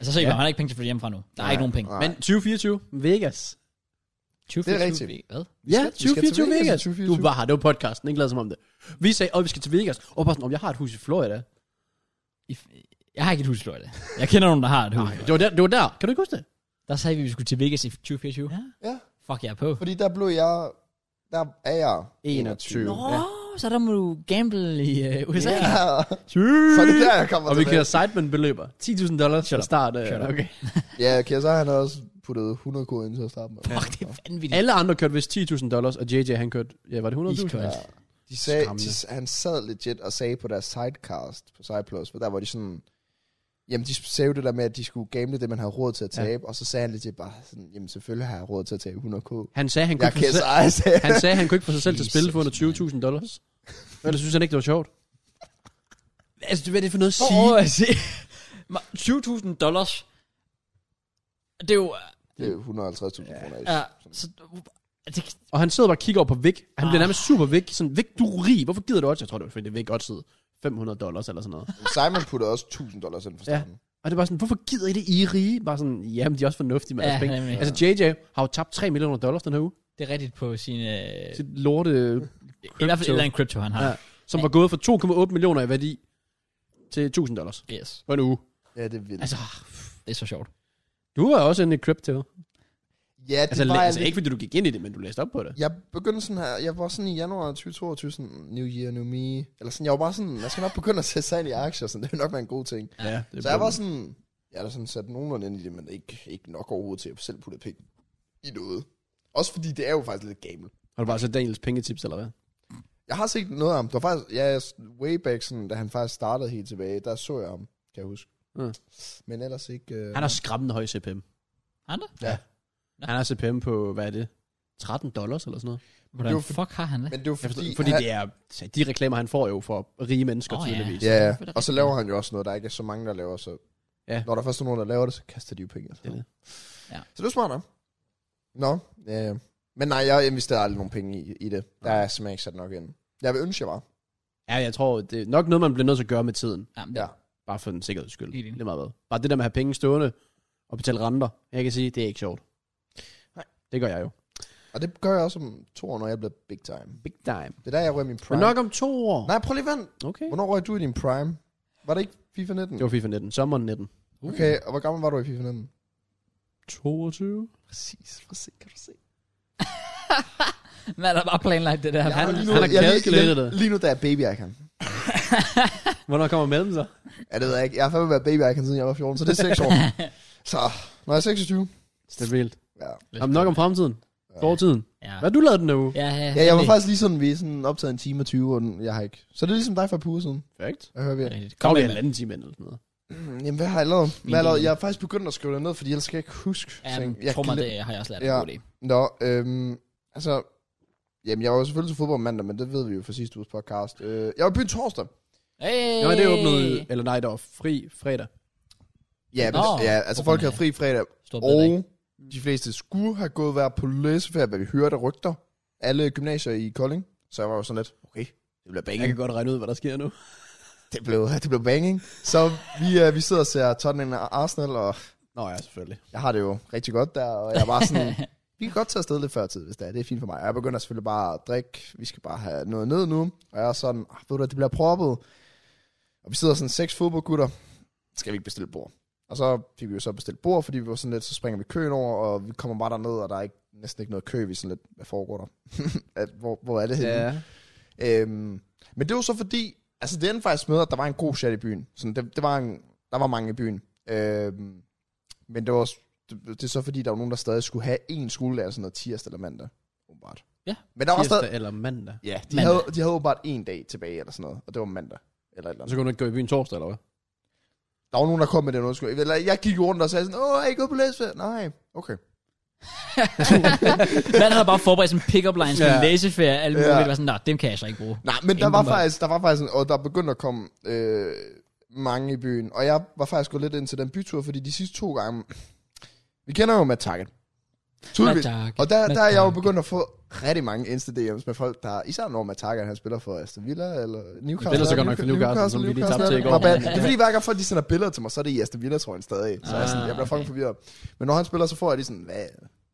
A: Altså, så I, man har ikke penge til at flytte hjemmefra nu. Der er
C: Nej,
A: ikke nogen penge.
C: nej.
B: Men 2024, Vegas.
A: 20,
C: Det er rigtigt.
A: Hvad?
B: Ja,
C: skal- vi skal Altså, til
B: 2024
C: Vegas i
B: Vegas.
C: 2024.
B: Du var her, det var podcasten, ikke lad som om det. Vi sagde, åh, vi skal til Vegas. Og bare sådan, om jeg har et hus i Florida.
A: I, jeg har ikke et hus i Florida. Jeg kender nogen, der har et hus.
B: Nej, det var der, det var der. Kan du ikke huske det?
A: Der sagde vi, at vi skulle til Vegas i 2024. Ja.
C: Ja,
A: Fuck, jeg er på.
C: fordi der blev jeg... Der er jeg
B: 21.
A: Nå, så der må du gamble i øh, USA.
C: Ja.
A: Yeah.
C: Så det er der, jeg kommer
B: Og vi
C: tilbage.
B: kører sideman beløber. 10.000 dollars til
A: Shut up.
B: start. øh,
A: Shut up.
B: Okay.
C: Ja, okay, så har han også puttet 100 kroner ind til at starte med.
A: Fuck, det er vanvittigt.
B: Alle andre kørte vist 10.000 dollars, og JJ han kørte, ja, var det 100.000?
A: Iskoldt.
B: Ja.
C: De sagde,
B: Skræmmende.
C: de, han sad legit og sagde på deres sidecast på Sideplus, for der var de sådan, jamen de sagde jo det der med, at de skulle gamle det, man havde råd til at
B: Ja.
C: tabe, ja. og så sagde han legit bare sådan, jamen selvfølgelig har jeg råd til at tabe 100k.
B: Han sagde, han kunne,
C: Jeg
B: ikke
C: kan
B: få sig,
C: så ej, sagde han.
B: han sagde, han kunne ikke få sig selv til at spille for
A: Jesus,
B: under 20.000 dollars. Ellers synes han ikke, det var sjovt. Altså, hvad er det for noget at sige?
A: Åh, oh, altså. 20.000 dollars. Det er jo...
C: Det er 150.000 kroner.
A: Ja,
C: Ja.
A: så, øh, det,
B: Og han sidder bare og kigger over på Vic. Han
C: Ah.
B: bliver nærmest super Vic. Sådan, Vic, du er rig. Hvorfor gider du også? Jeg tror, det var fordi, Vic også hed 500 dollars eller sådan noget.
C: Simon puttede også 1000 dollars ind for
B: Ja.
C: starten. Ja.
B: Og det er bare sådan, hvorfor gider I det, I er rige? Bare sådan, jamen, de er også fornuftige med
A: Ja,
B: deres penge.
A: nemlig.
B: Altså, JJ har jo tabt 3 millioner dollars den her uge.
A: det er rigtigt på sine... øh,
B: Sit lorte,
A: I hvert fald et eller andet crypto, han har.
B: Ja. som var gået fra 2,8 millioner i værdi til 1000 dollars
A: Yes.
B: på en uge.
C: ja, det er vildt.
A: Altså, det er så sjovt.
B: Du var også inde i crypto.
C: ja, det
B: Altså,
C: var
B: la- altså
C: jeg,
B: ikke fordi du gik ind i det, men du læste op på det.
C: jeg begyndte sådan her, jeg var sådan i januar 2022, sådan, new year, new me, eller sådan, jeg var bare sådan, jeg skal nok begynde at sætte sig ind i aktier, sådan, det vil nok være en god ting.
B: Ja, det
C: Så jeg var sådan, jeg har sådan sat nogenlunde ind i det, men ikke, ikke nok overhovedet til at selv putte penge i noget. Også fordi det er jo faktisk lidt gamble.
B: Har du bare set Daniels pengetips, eller hvad?
C: Jeg har set noget af ham. Der var faktisk, ja, way back, sådan, da han faktisk startede helt tilbage, der så jeg ham, kan jeg huske.
B: Mm.
C: Men ellers ikke... Øh,
B: Han har skræmmende høj CPM.
A: Han der?
C: Ja.
B: Han har CPM på, hvad er det? 13 dollars eller sådan noget.
A: Hvordan
C: Det var for-
A: fuck har han det?
C: men det er jo
B: Jeg forstår,
C: fordi...
B: fordi
C: han,
B: det er, så de reklamer, han får jo for rige mennesker,
A: Åh,
B: oh,
A: ja.
B: tydeligvis. Ja.
A: Det
C: Ja,
A: er
C: og så
A: rigtigt.
C: laver han jo også noget, der ikke er så mange, der laver, så...
B: Ja.
C: Når der først er nogen, der laver det, så kaster de jo penge.
B: Det er
C: Altså.
B: det.
A: Ja.
C: Så det er smart nok. Nå, ja, ja. Men nej, jeg investerede aldrig nogen penge i, i det. Der er jeg simpelthen ikke sat nok ind. Jeg vil ønske, jeg var.
B: ja, jeg tror, det er nok noget, man bliver nødt til at gøre med tiden.
A: Jamen, det,
C: Ja.
B: Bare for den sikkerheds skyld.
A: Helt enig.
B: Det er meget hvad. Bare det der med at have penge stående og betale renter. Jeg kan sige, det er ikke sjovt.
C: Nej.
B: Det gør jeg jo.
C: Og det gør jeg også om to år, når jeg bliver big time.
B: Big time.
C: Det er der, jeg rører min prime.
B: Men nok om to år.
C: Nej, prøv lige vent.
B: Okay.
C: Hvornår røg du i din prime? Var det ikke FIFA 19?
B: Det var FIFA 19. Sommeren 19.
C: Okay, og hvor gammel var du i FIFA 19?
B: 22.
C: Præcis, præcis, kan du se.
A: Man har bare planlagt det der.
C: Jeg
A: Han,
C: har lige nu,
B: han har
C: jeg lige-
B: kalkuleret
C: lige-
B: det.
C: Lige nu, der er baby icon.
B: Hvornår kommer mellem så?
C: Ja, det ved jeg ikke. Jeg har fandme været baby icon, siden jeg var 14, så det er 6 år. så, når jeg er 26.
B: Stabilt.
C: Ja.
B: Om nok om fremtiden.
C: Ja.
B: Fortiden.
A: Ja.
B: Hvad har du lavet den her uge?
A: Ja, ja,
C: ja, jeg var faktisk lige sådan, vi er sådan optaget en time og 20, og den, jeg har ikke. Så det er ligesom dig for et par uger siden.
B: Perfekt.
C: Jeg hører vi.
A: Det er rigtigt.
B: Kom
A: Kom
B: vi
A: med,
B: en anden time ind eller sådan noget.
C: Mm, Jamen, hvad har jeg lavet? Hvad har jeg, lavet?
A: Min-
C: jeg har faktisk begyndt at skrive det ned, fordi ellers kan jeg ikke huske.
A: Ja,
C: ting.
A: jeg tror mig,
C: glem-
A: det har jeg også lært. Ja.
C: Ja.
A: En god idé.
C: Nå, øhm, altså... Jamen, jeg var jo selvfølgelig til fodbold mandag, men det ved vi jo fra sidste uges podcast. Øh, jeg var i byen torsdag.
A: Hey!
B: Nå, men det åbnede, eller nej, der var fri fredag.
C: Ja, men,
A: Nå.
C: ja altså
A: Hvorfor
C: folk
A: mandag?
C: havde fri fredag,
A: Stor bedring.
C: og de fleste skulle have gået være på læseferie, hvad vi hørte af rygter. Alle gymnasier i Kolding. Så jeg var jo sådan lidt, okay, det bliver
B: Jeg
C: banging.
B: kan godt regne ud, hvad der sker nu.
C: Det blev, det blev banging. Så vi, øh, vi sidder og ser Tottenham og Arsenal, og
B: Nå ja, selvfølgelig.
C: jeg har det jo rigtig godt der, og jeg er bare sådan, vi kan godt tage afsted lidt før tid, hvis det er, det er fint for mig. Og jeg begynder selvfølgelig bare at drikke, vi skal bare have noget ned nu, og jeg er sådan, "Ah, ved du, hvad, det bliver proppet. Og vi sidder sådan seks fodboldgutter, skal vi ikke bestille bord? Og så fik vi jo så bestilt bord, fordi vi var sådan lidt, så springer vi køen over, og vi kommer bare derned, og der er ikke, næsten ikke noget kø, vi er sådan lidt, hvad foregår der? At, hvor, hvor er det henne?
B: Ja.
C: Øhm, men det var så fordi, altså det endte faktisk med, at der var en god chat i byen. Sådan, det, det var en, der var mange i byen. Øhm, men det var s- det, det er så fordi, der var nogen, der stadig skulle have en skoledag, sådan noget tirsdag eller mandag. Åbenbart.
A: Ja.
C: Men der var stadig,
B: Tirsdag eller mandag.
C: ja, de
A: Mandag.
C: havde, de havde åbenbart en dag tilbage eller sådan noget, og det var mandag. Eller et eller
B: Og
C: andet.
B: så kunne du ikke gå i byen torsdag, eller hvad?
C: Der var nogen, der kom med den undskyld. Eller jeg gik rundt og sagde sådan, åh, er I gået på læsferie? Nej, okay.
A: Man har bare forberedt sådan en pick-up line, sådan en
B: Ja.
A: læseferie, alle
C: Ja.
A: mulige, ja. sådan, nej, dem kan jeg så ikke bruge.
C: Nej, men der
A: Ingen
C: var,
A: mål.
C: faktisk, der var faktisk, en- og der begyndte at komme øh, mange i byen. Og jeg var faktisk gået lidt ind til den bytur, fordi de sidste to gange... Vi kender jo Matt Target. Tydeligvis.
A: tak.
C: Og der,
A: Matt
C: der er jeg jo
A: Target.
C: begyndt at få rigtig mange Insta-DM's med folk, der... Især når Matt Target, han spiller for Aston Villa eller Newcastle.
B: spiller så godt nok for Newcastle, som vi lige tabte til i går. øh,
C: Rabat. Det er fordi, hver gang folk de sender billeder til mig, så er det i Aston Villa, tror jeg, stadig. Så ah, jeg, er sådan, jeg bliver fucking forvirret. Men når han spiller, så får jeg lige sådan... Hvad?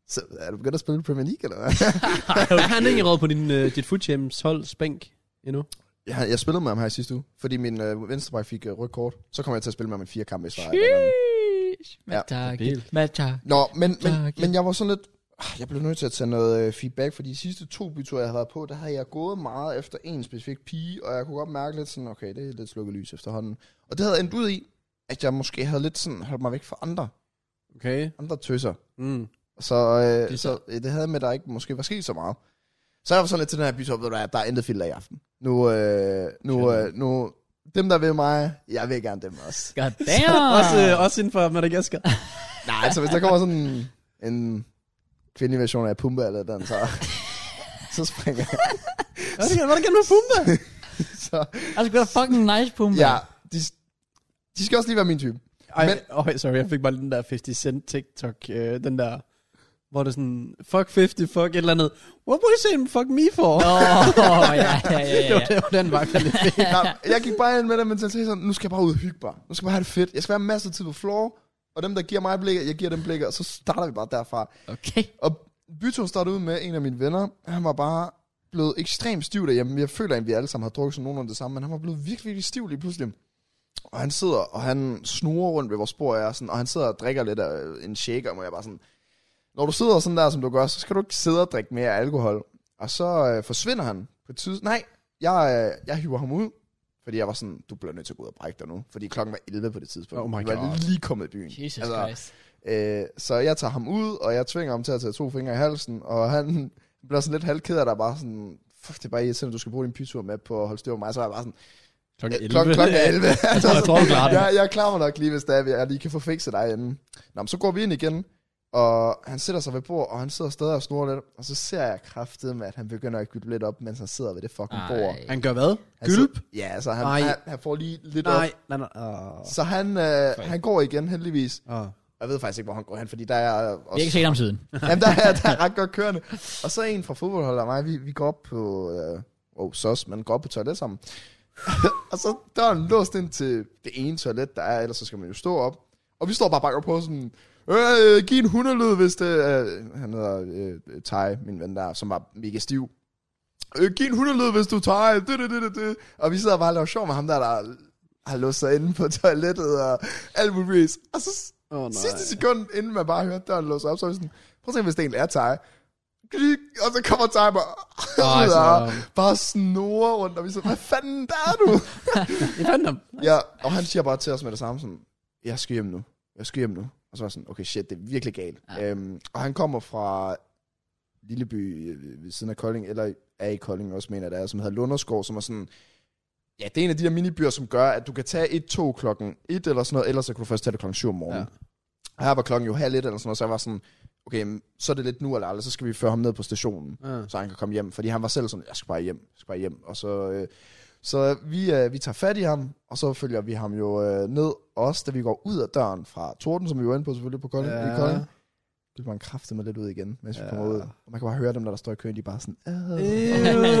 C: Så er du begyndt at spille i Premier League, eller hvad?
B: Har han ikke råd på din, øh, dit Food Champs holds bænk endnu?
C: Jeg, jeg spillede med ham her i sidste uge, fordi min øh, venstreback fik øh, rødt kort. Så kom jeg til at spille med ham i fire kampe i streg.
A: Sheesh. Matt
C: Ja,
A: Target.
B: helt.
A: Matt Target.
C: Nå, men, men,
A: Tak.
C: men jeg var sådan lidt... ah, Jeg blev nødt til at tage noget øh, feedback, for de sidste to byture, jeg havde været på, der havde jeg gået meget efter en specifik pige, og jeg kunne godt mærke lidt sådan, okay, det er lidt slukket lys efterhånden. Og det havde endt ud i, at jeg måske havde lidt sådan holdt mig væk fra andre,
B: Okay.
C: andre tøser.
B: Mm.
C: Så, øh,
B: Det er
C: det, så øh, det havde med, at der ikke måske var sket så meget. Så jeg var sådan lidt til den her bytur, ved du hvad, der er intet filter i aften. Nu, øh, nu, øh, nu, dem der vil mig, jeg vil gerne dem også.
A: God
B: Ja.
A: damn.
B: Også, øh, også inden for Madagaskar.
C: Nej, altså hvis der kommer sådan en kvindelig version af Pumba eller den, så, så springer jeg.
B: Hvad er det, hvad er det gennem med Pumba?
C: Så,
A: Altså, det er fucking nice på
C: ja, de, de skal også lige være min type.
B: Ej, men,
C: Men-
B: oh, sorry, jeg fik bare den der 50 Cent TikTok, øh, den der, hvor det er sådan, fuck 50, fuck et eller andet. What were you saying fuck me for?
A: Åh, oh, ja, ja, ja,
B: det,
A: ja.
B: var, det var den vej, jeg lidt fik.
C: Nå, jeg gik bare ind med den mentalitet sådan, nu skal jeg bare ud og hygge bare. Nu skal jeg bare have det fedt. Jeg skal være masser af tid på floor, og dem der giver mig blikker, jeg giver dem blikker, og så starter vi bare derfra.
A: Okay.
C: Og byturen startede ud med en af mine venner. Han var bare blevet ekstremt stiv derhjemme. Jeg føler, at vi alle sammen har drukket sådan nogenlunde det samme, men han var blevet virkelig, virkelig stiv lige pludselig. Og han sidder, og han snorer rundt ved vores bord, og, jeg er sådan, og han sidder og drikker lidt af en shaker, og jeg bare sådan... Når du sidder sådan der, som du gør, så skal du ikke sidde og drikke mere alkohol. Og så øh, forsvinder han på et tids... Nej, jeg, øh, jeg hiver ham ud, fordi jeg var sådan, du bliver nødt til at gå ud og brække dig nu. Fordi klokken var 11 på det tidspunkt.
B: Oh my
C: Jeg var
B: God.
C: lige kommet i byen.
A: Jesus
C: Altså,
A: Christ.
C: Øh, så jeg tager ham ud, og jeg tvinger ham til at tage to fingre i halsen, og han bliver sådan lidt halvked af, der bare sådan, fuck, det er bare irriterende, du skal bruge din pytur med på at holde styr på mig, så er jeg bare sådan,
B: Klokken
C: "Øh, klokken klokken er 11. jeg,
B: tror, jeg tror, du klarer det.
C: jeg, jeg klarer mig nok lige, hvis det er, jeg lige kan få fikset dig inden. Nå, men så går vi ind igen, og han sætter sig ved bord, og han sidder stadig og snorer lidt, og så ser jeg kraftet med, at han begynder at gylde lidt op, mens han sidder ved det fucking bord.
A: Ej.
B: Han gør hvad?
C: Han
B: Gylp?
C: sidder- Ja, så han,
B: Ej.
C: han, han får lige lidt
B: Nej,
C: op.
B: nej, nej. Uh,
C: Så han, øh, han går igen, heldigvis.
B: uh.
C: Jeg ved faktisk ikke, hvor han går hen, fordi der er
A: Vi har
C: også
A: ikke set ham siden.
C: Jamen, der er, der er ret godt kørende. Og så en fra fodboldholdet og mig, vi, vi går op på... Øh, oh, sås, men går op på toilet sammen. og så døren låst ind til det ene toilet, der er, ellers så skal man jo stå op. Og vi står bare og banker på sådan... Øh, giv en hundelyd, hvis det... Øh, han hedder øh, Thaj, min ven der, som var mega stiv. Øh, giv en hundelyd, hvis du tager det, det, det, det, det. Og vi sidder bare og laver sjov med ham der, der har låst sig inde på toilettet og alt muligt. Og så
B: Oh, nej.
C: Sidste sekund, inden man bare hørte døren låse op, så var jeg sådan, prøv at se, hvis det egentlig er Thaj. Klik, Og så kommer Thaj bare,
B: Ej, så-
C: og bare snorer rundt, og vi så, hvad fanden der er du?
B: Jeg fandt ham.
C: ja, og han siger bare til os med det samme, sådan, jeg skal hjem nu, jeg skal hjem nu. Og så var jeg sådan, okay shit, det er virkelig galt.
A: Ja.
C: Ja. Øhm, og han kommer fra Lilleby øh, ved siden af Kolding, eller er i Kolding også, mener jeg, det er, som hedder Lunderskov, som er sådan, ja, det er en af de der minibyer, som gør, at du kan tage et tog klokken et eller sådan noget, ellers så kan du først tage det klokken 7 om morgenen.
B: Ja.
C: Ja. Og her var klokken jo halv et eller sådan noget, så jeg var sådan, okay, jamen, så er det lidt nu eller aldrig, så skal vi føre ham ned på stationen,
B: Ja.
C: så han kan komme hjem. Fordi han var selv sådan, jeg skal bare hjem, jeg skal bare hjem. Og så, øh, så vi, øh, vi tager fat i ham, og så følger vi ham jo øh, ned, også da vi går ud af døren fra Torden, som vi var inde på selvfølgelig på Kolding. Ja. I Kolding. Det man kraftet med lidt ud igen, mens vi
B: Ja.
C: kommer ud. Og man kan bare høre dem, der, der står i køen, de er bare sådan, øh.
B: Ew.
C: Og jeg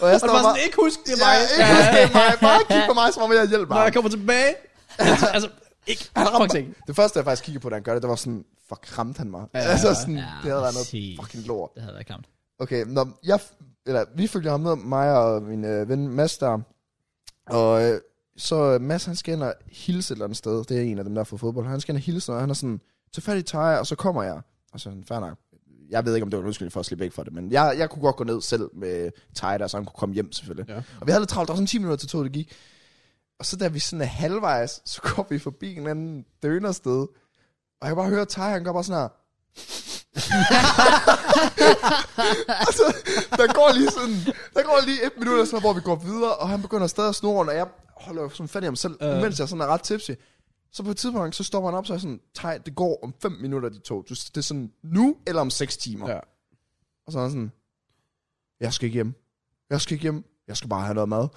B: Og det var sådan, ikke husk, det er mig.
C: Ja, ikke, husk, det er mig. Bare kig på mig, som om jeg hjælper
B: Når
C: ham.
B: jeg kommer tilbage. altså, altså, ikke. Fuck ting.
C: Det første, jeg faktisk kiggede på, da han gør det, det var sådan, fuck, ramte han mig?
B: Ja.
C: Ja, altså sådan,
A: Ja,
C: ja, det havde været noget
A: præcis.
C: fucking lort.
A: Det havde været klamt.
C: Okay, nå, jeg, eller, vi følger ham ned, mig og min øh, ven Mads der. Og øh, så øh, Mads, han skal ind og hilse et eller andet sted. Det er en af dem, der er fra fodbold. Han skal ind og hilse, og han er sådan, tag fat i Thaj, og så kommer jeg. Og så er han, fair nok. Jeg ved ikke, om det var en undskyldning for at slippe væk fra det, men jeg, jeg kunne godt gå ned selv med Thaj der, så han kunne komme hjem selvfølgelig.
B: Ja.
C: Og vi havde lidt travlt, der var sådan 10 minutter til toget, det gik. Og så da vi sådan er halvvejs, så går vi forbi en eller anden dønersted. Og jeg kan bare høre Thaj, han går bare sådan her. og så, der går lige sådan, der går lige et minut, eller sådan, noget, hvor vi går videre, og han begynder stadig at snore, og jeg holder jo sådan fat i ham selv,
B: Øh.
C: uh. mens jeg sådan er ret tipsy. Så på et tidspunkt, så stopper han op, så er jeg sådan, Thaj, det går om 5 minutter, de to. Du- Det er sådan nu, eller om 6 timer.
B: Ja.
C: Og så er han sådan, jeg skal ikke hjem. Jeg skal ikke hjem. Jeg skal bare have noget mad.
B: Det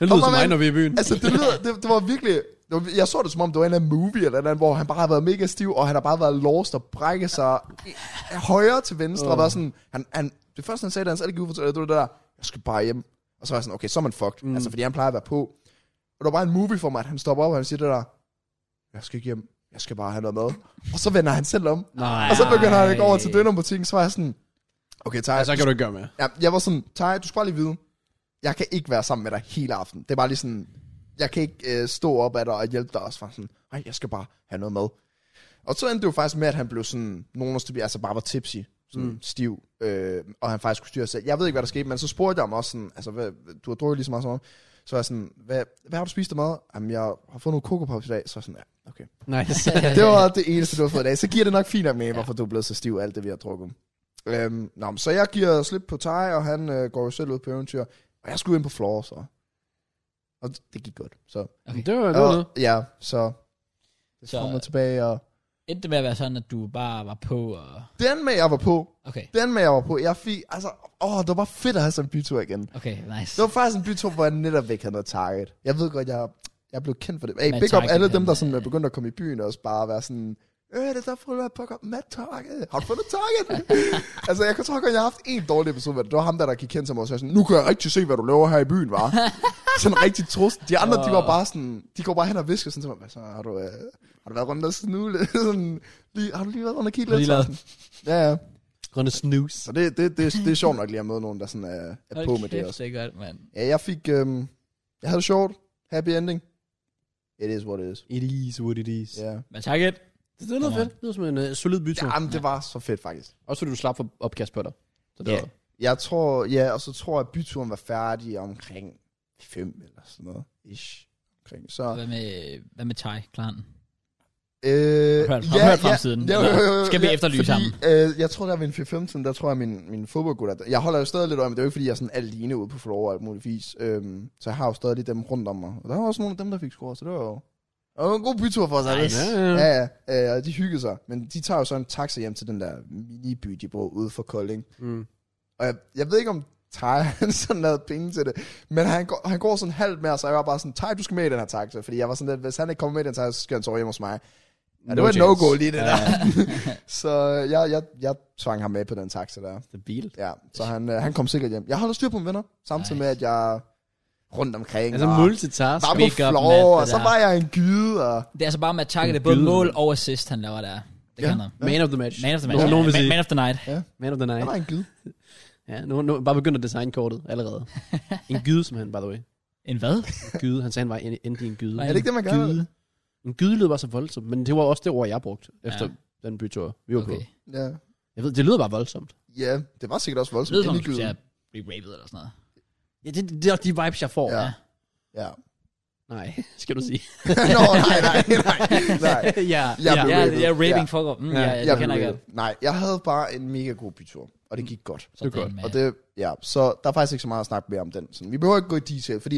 B: lyder
C: Kom
B: som
C: on,
B: mig,
C: man.
B: når vi er i byen.
C: Altså, det, lyder, det, det var virkelig... Det var, jeg så det, som om det var en eller anden movie, eller den, hvor han bare har været mega stiv, og han har bare været lost og brækket sig i- højre til venstre, og var sådan... Han, han, det første, han sagde, da han satte ud for det var det der, jeg skal bare hjem. Og så var jeg sådan, okay, så er man fucked. Mm. Altså, fordi han plejer at være på. Og det var bare en movie for mig, at han stopper op, og han siger det der, jeg skal ikke hjem, jeg skal bare have noget mad. Og så vender han selv om.
B: Nej.
C: Og så begynder han at gå over til dønerbutikken, så var jeg sådan, okay, Thaj,
B: Ja, så kan du ikke gøre mere.
C: Ja, jeg var sådan, Thaj, du skal bare lige vide, jeg kan ikke være sammen med dig hele aften. Det er bare lige sådan, jeg kan ikke øh, stå op af dig og hjælpe dig også. Var sådan, nej, jeg skal bare have noget mad. Og så endte det jo faktisk med, at han blev sådan, nogen af os, altså bare var tipsy, sådan mm. stiv, øh, og han faktisk kunne styre sig. selv. Jeg ved ikke, hvad der skete, men så spurgte jeg ham også sådan, altså, hvad, du har drukket lige så meget som om. Så var jeg sådan, hvad, hvad har du spist af mad? Jamen, jeg har fået nogle Coco Pops i dag. Så var jeg sådan, ja, okay.
B: Nice.
C: Det var det eneste, du har fået i dag. Så giver det nok fint med, hvorfor du er blevet så stiv af alt det, vi har drukket. Øhm, nå, men så jeg giver slip på Thaj, og han øh, går jo selv ud på eventyr. Og jeg skulle ind på floor, så. Og det gik godt. Så,
A: Okay.
B: Det var det.
C: og,
B: Var det.
C: ja, så det
A: Så-
C: så, kommer tilbage. Og...
A: Endte det med at være sådan, at du bare var på og...
C: Den med, jeg var på.
A: Okay,
C: Den med, jeg var på. Jeg fik, altså, åh, det var fedt at have sådan en bytur igen.
A: okay, nice.
C: Det var faktisk en bytur, hvor jeg netop ikke havde noget target. Jeg ved godt, jeg, jeg blev kendt for det. Hey,
A: Mad
C: big up
A: Target,
C: alle dem,
A: han,
C: der sådan
A: øh,
C: er begyndt at komme i byen og også bare være sådan, Øh, det er der for at pakke op Mad Target. Har du fundet Target? altså, jeg kan tro, at jeg har haft en dårlig episode med det. Det var ham der, der gik hen til mig og sagde sådan, nu kan jeg rigtig se, hvad du laver her i byen, var. sådan rigtig trust. De andre, de var bare sådan, de går bare hen og visker sådan til mig, hvad så har du, øh, har du været rundt og snule? sådan, lige, har du lige været rundt og kigge lidt?
A: Lige lavet.
C: Sådan, Ja, ja.
B: Grønne snus.
C: Så det, det, det, det er sjovt nok lige at møde nogen, der sådan er, er på med det også.
A: Det er godt, mand.
C: Ja, jeg fik... Øhm, jeg havde det sjovt. Happy ending. It is what it is.
B: It is what it is.
C: Ja. Yeah.
A: Men tak et.
B: Det lyder fedt. Det lyder som en uh, solid bytur.
C: Jamen, det var så fedt, faktisk.
B: Også fordi du slap for opkast på dig. Så det
A: Ja.
B: var,
C: Jeg tror... Ja, og så tror jeg, at byturen var færdig omkring 5 eller sådan noget. Ish. Omkring. Så...
A: Hvad med, hvad med Thai, klar den?
C: Øh, ja,
A: hørt- har du hørt fra ham siden? Skal vi efterlyse
C: fordi,
A: ham?
C: Øh, jeg tror, der var en 4-15, der tror jeg, min, min fodboldgutter... Jeg holder jo stadig lidt øje, men det er jo ikke, fordi jeg er sådan alene ude på floor og alt muligt vis. Øhm, så jeg har jo stadig lidt dem rundt om mig. Og der var også nogle af dem, der fik scoret, så det var jo... Det var en god bytur for os alle.
A: Nice.
B: Ja, ja.
C: Ja, ja, øh, og de hyggede sig. Men de tager jo så en taxa hjem til den der miniby, de bor ude for Kolding.
B: Mm.
C: Og jeg, jeg ved ikke, om Tej, han sådan havde penge til det. Men han går, han går sådan halvt med os, og jeg var bare sådan, Tej, du skal med i den her taxa. Fordi jeg var sådan lidt, hvis han ikke kommer med i den taxa, så skal han sove hjemme hos mig. Ja, det
B: No
C: var et
B: chance.
C: no-go lige det der. så øh, jeg, jeg, jeg tvang ham med på den taxa der.
B: The Beatles.
C: Ja, så han, øh, han kom sikkert hjem. Jeg holder styr på mine venner, samtidig med, at jeg er rundt omkring.
B: Altså
C: og
B: multitask.
C: var på
A: Speak up,
C: floor,
A: Matt,
C: og
A: det
C: så
A: der.
C: var jeg en gyde, og
A: Det er altså bare med at takke
B: En
A: det er både
B: gyde.
A: mål og assist, han laver der. Det
C: Ja.
A: kan han.
B: Man of the match.
A: Man of the
B: Nogen-
A: match.
B: Nogen vil
A: Man,
B: sige,
A: man of the night.
B: man of the
C: jeg
B: night.
C: var en gyde.
B: Ja, nu, nu bare begyndt at designe kortet allerede. En gyde, som han, by the way.
A: En hvad?
B: Gyde, han sagde, han var en- endelig en gyde.
A: Nej.
C: Er det ikke det, man gør?
A: Gyde.
B: En gyde lød bare så voldsomt, men det var også det ord, jeg brugte efter
A: Ja.
B: den bytur, vi var
A: Okay.
B: på.
C: Ja.
B: Jeg ved, det lyder bare voldsomt.
C: Ja, det var sikkert også
A: Det
C: voldsomt.
A: lyder som,
C: Ind i
A: om du
C: gyden.
A: skal blive raped eller sådan noget.
B: Ja, det, det er også de vibes, jeg får.
C: Ja.
B: Ja.
C: Ja.
B: Nej, skal du sige.
C: Nå, nej, nej, nej, nej.
B: ja,
C: Jeg
A: Ja,
C: blev
A: ja,
C: raped.
A: ja, raping
C: Ja.
A: foregår. Mm, ja,
B: Ja,
A: ja,
C: Jeg
A: det
C: blev
A: kender jeg
C: raped. Nej, jeg havde bare en mega god bytur, og det gik godt.
A: Sådan
B: godt.
A: med-
C: Og det, ja, så der er faktisk ikke så meget at snakke mere om den. Sådan, vi behøver ikke gå i detail, fordi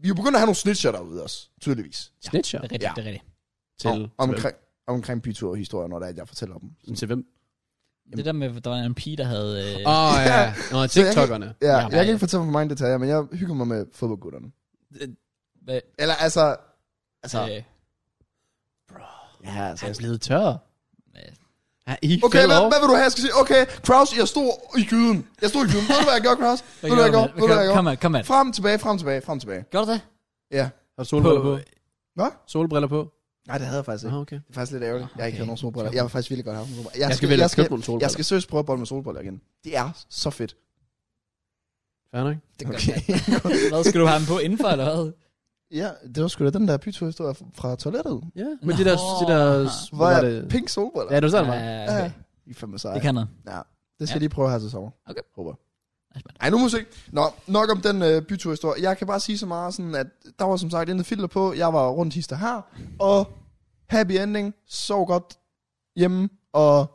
C: vi er jo begyndt at have nogle snitcher derude også, tydeligvis.
B: Snitcher
A: Det er rigtigt,
C: Ja.
A: det er rigtigt.
B: til,
C: Om, omkring, omkring byturhistorier, når det er, at jeg fortæller dem.
B: til, til hvem?
A: Det der med, der var en pige, der havde... Øh,
B: Åh,
C: Ah.
B: oh, ja. Nå, TikTokerne.
C: Ja,
A: Ja,
C: jeg
A: ja.
C: kan ikke fortælle for mange detaljer, men jeg hygger mig med fodboldgutterne.
A: hvad,
C: Eller altså... Altså,
A: øh,
B: Ja, altså, jeg er blevet tør. Ja, I
C: Okay, hvad,
B: over.
C: hvad vil du have, jeg skal sige? Okay, Kraus, jeg stod i gyden. Jeg stod i gyden. Ved du, hvad jeg gjorde, Kraus? Ved du, hvad jeg gjorde? Ved du, hvad jeg
A: Kom
C: gjorde?
A: med, kom med.
C: Frem, tilbage, frem, tilbage, frem, tilbage.
A: Gør du det?
C: Ja.
B: Har du solbriller på?
A: På-
C: Hvad?
B: Solbriller på?
C: Nej, det havde jeg faktisk
B: Nå,
C: ikke.
B: okay.
C: Det er faktisk lidt ærgerligt. Okay. Jeg har ikke havde nogen solbriller. Jeg vil faktisk virkelig godt have nogle solbriller.
B: Jeg skal vælge
C: jeg
B: at købe
C: skal,
B: nogle solbriller.
C: jeg skal seriøst prøve at bolle med solbriller igen. Det er så fedt.
B: Fair nok.
A: Det gør okay. Hvad, skal du have ham på indenfor, eller hvad?
C: ja, det var sgu da den der byturhistorie fra- fra toilettet.
B: Ja, men de der, de der,
C: Hvor
B: hvad
C: jeg
B: var det?
C: pink solbriller.
B: Ja, du sagde det var.
A: Ja,
C: okay.
A: Ah, okay.
C: I er fandme seje.
A: Det kan noget.
C: Ja, det skal jeg lige prøve her til sommer.
A: Okay.
C: Håber.
A: Nice, mand.
C: Ej, nu musik. Nå, nok om den øh, byturhistorie. Jeg kan bare sige så meget, sådan, at der var som sagt intet filter på. Jeg var rundt hister her. Og happy ending. Sov godt hjemme. Og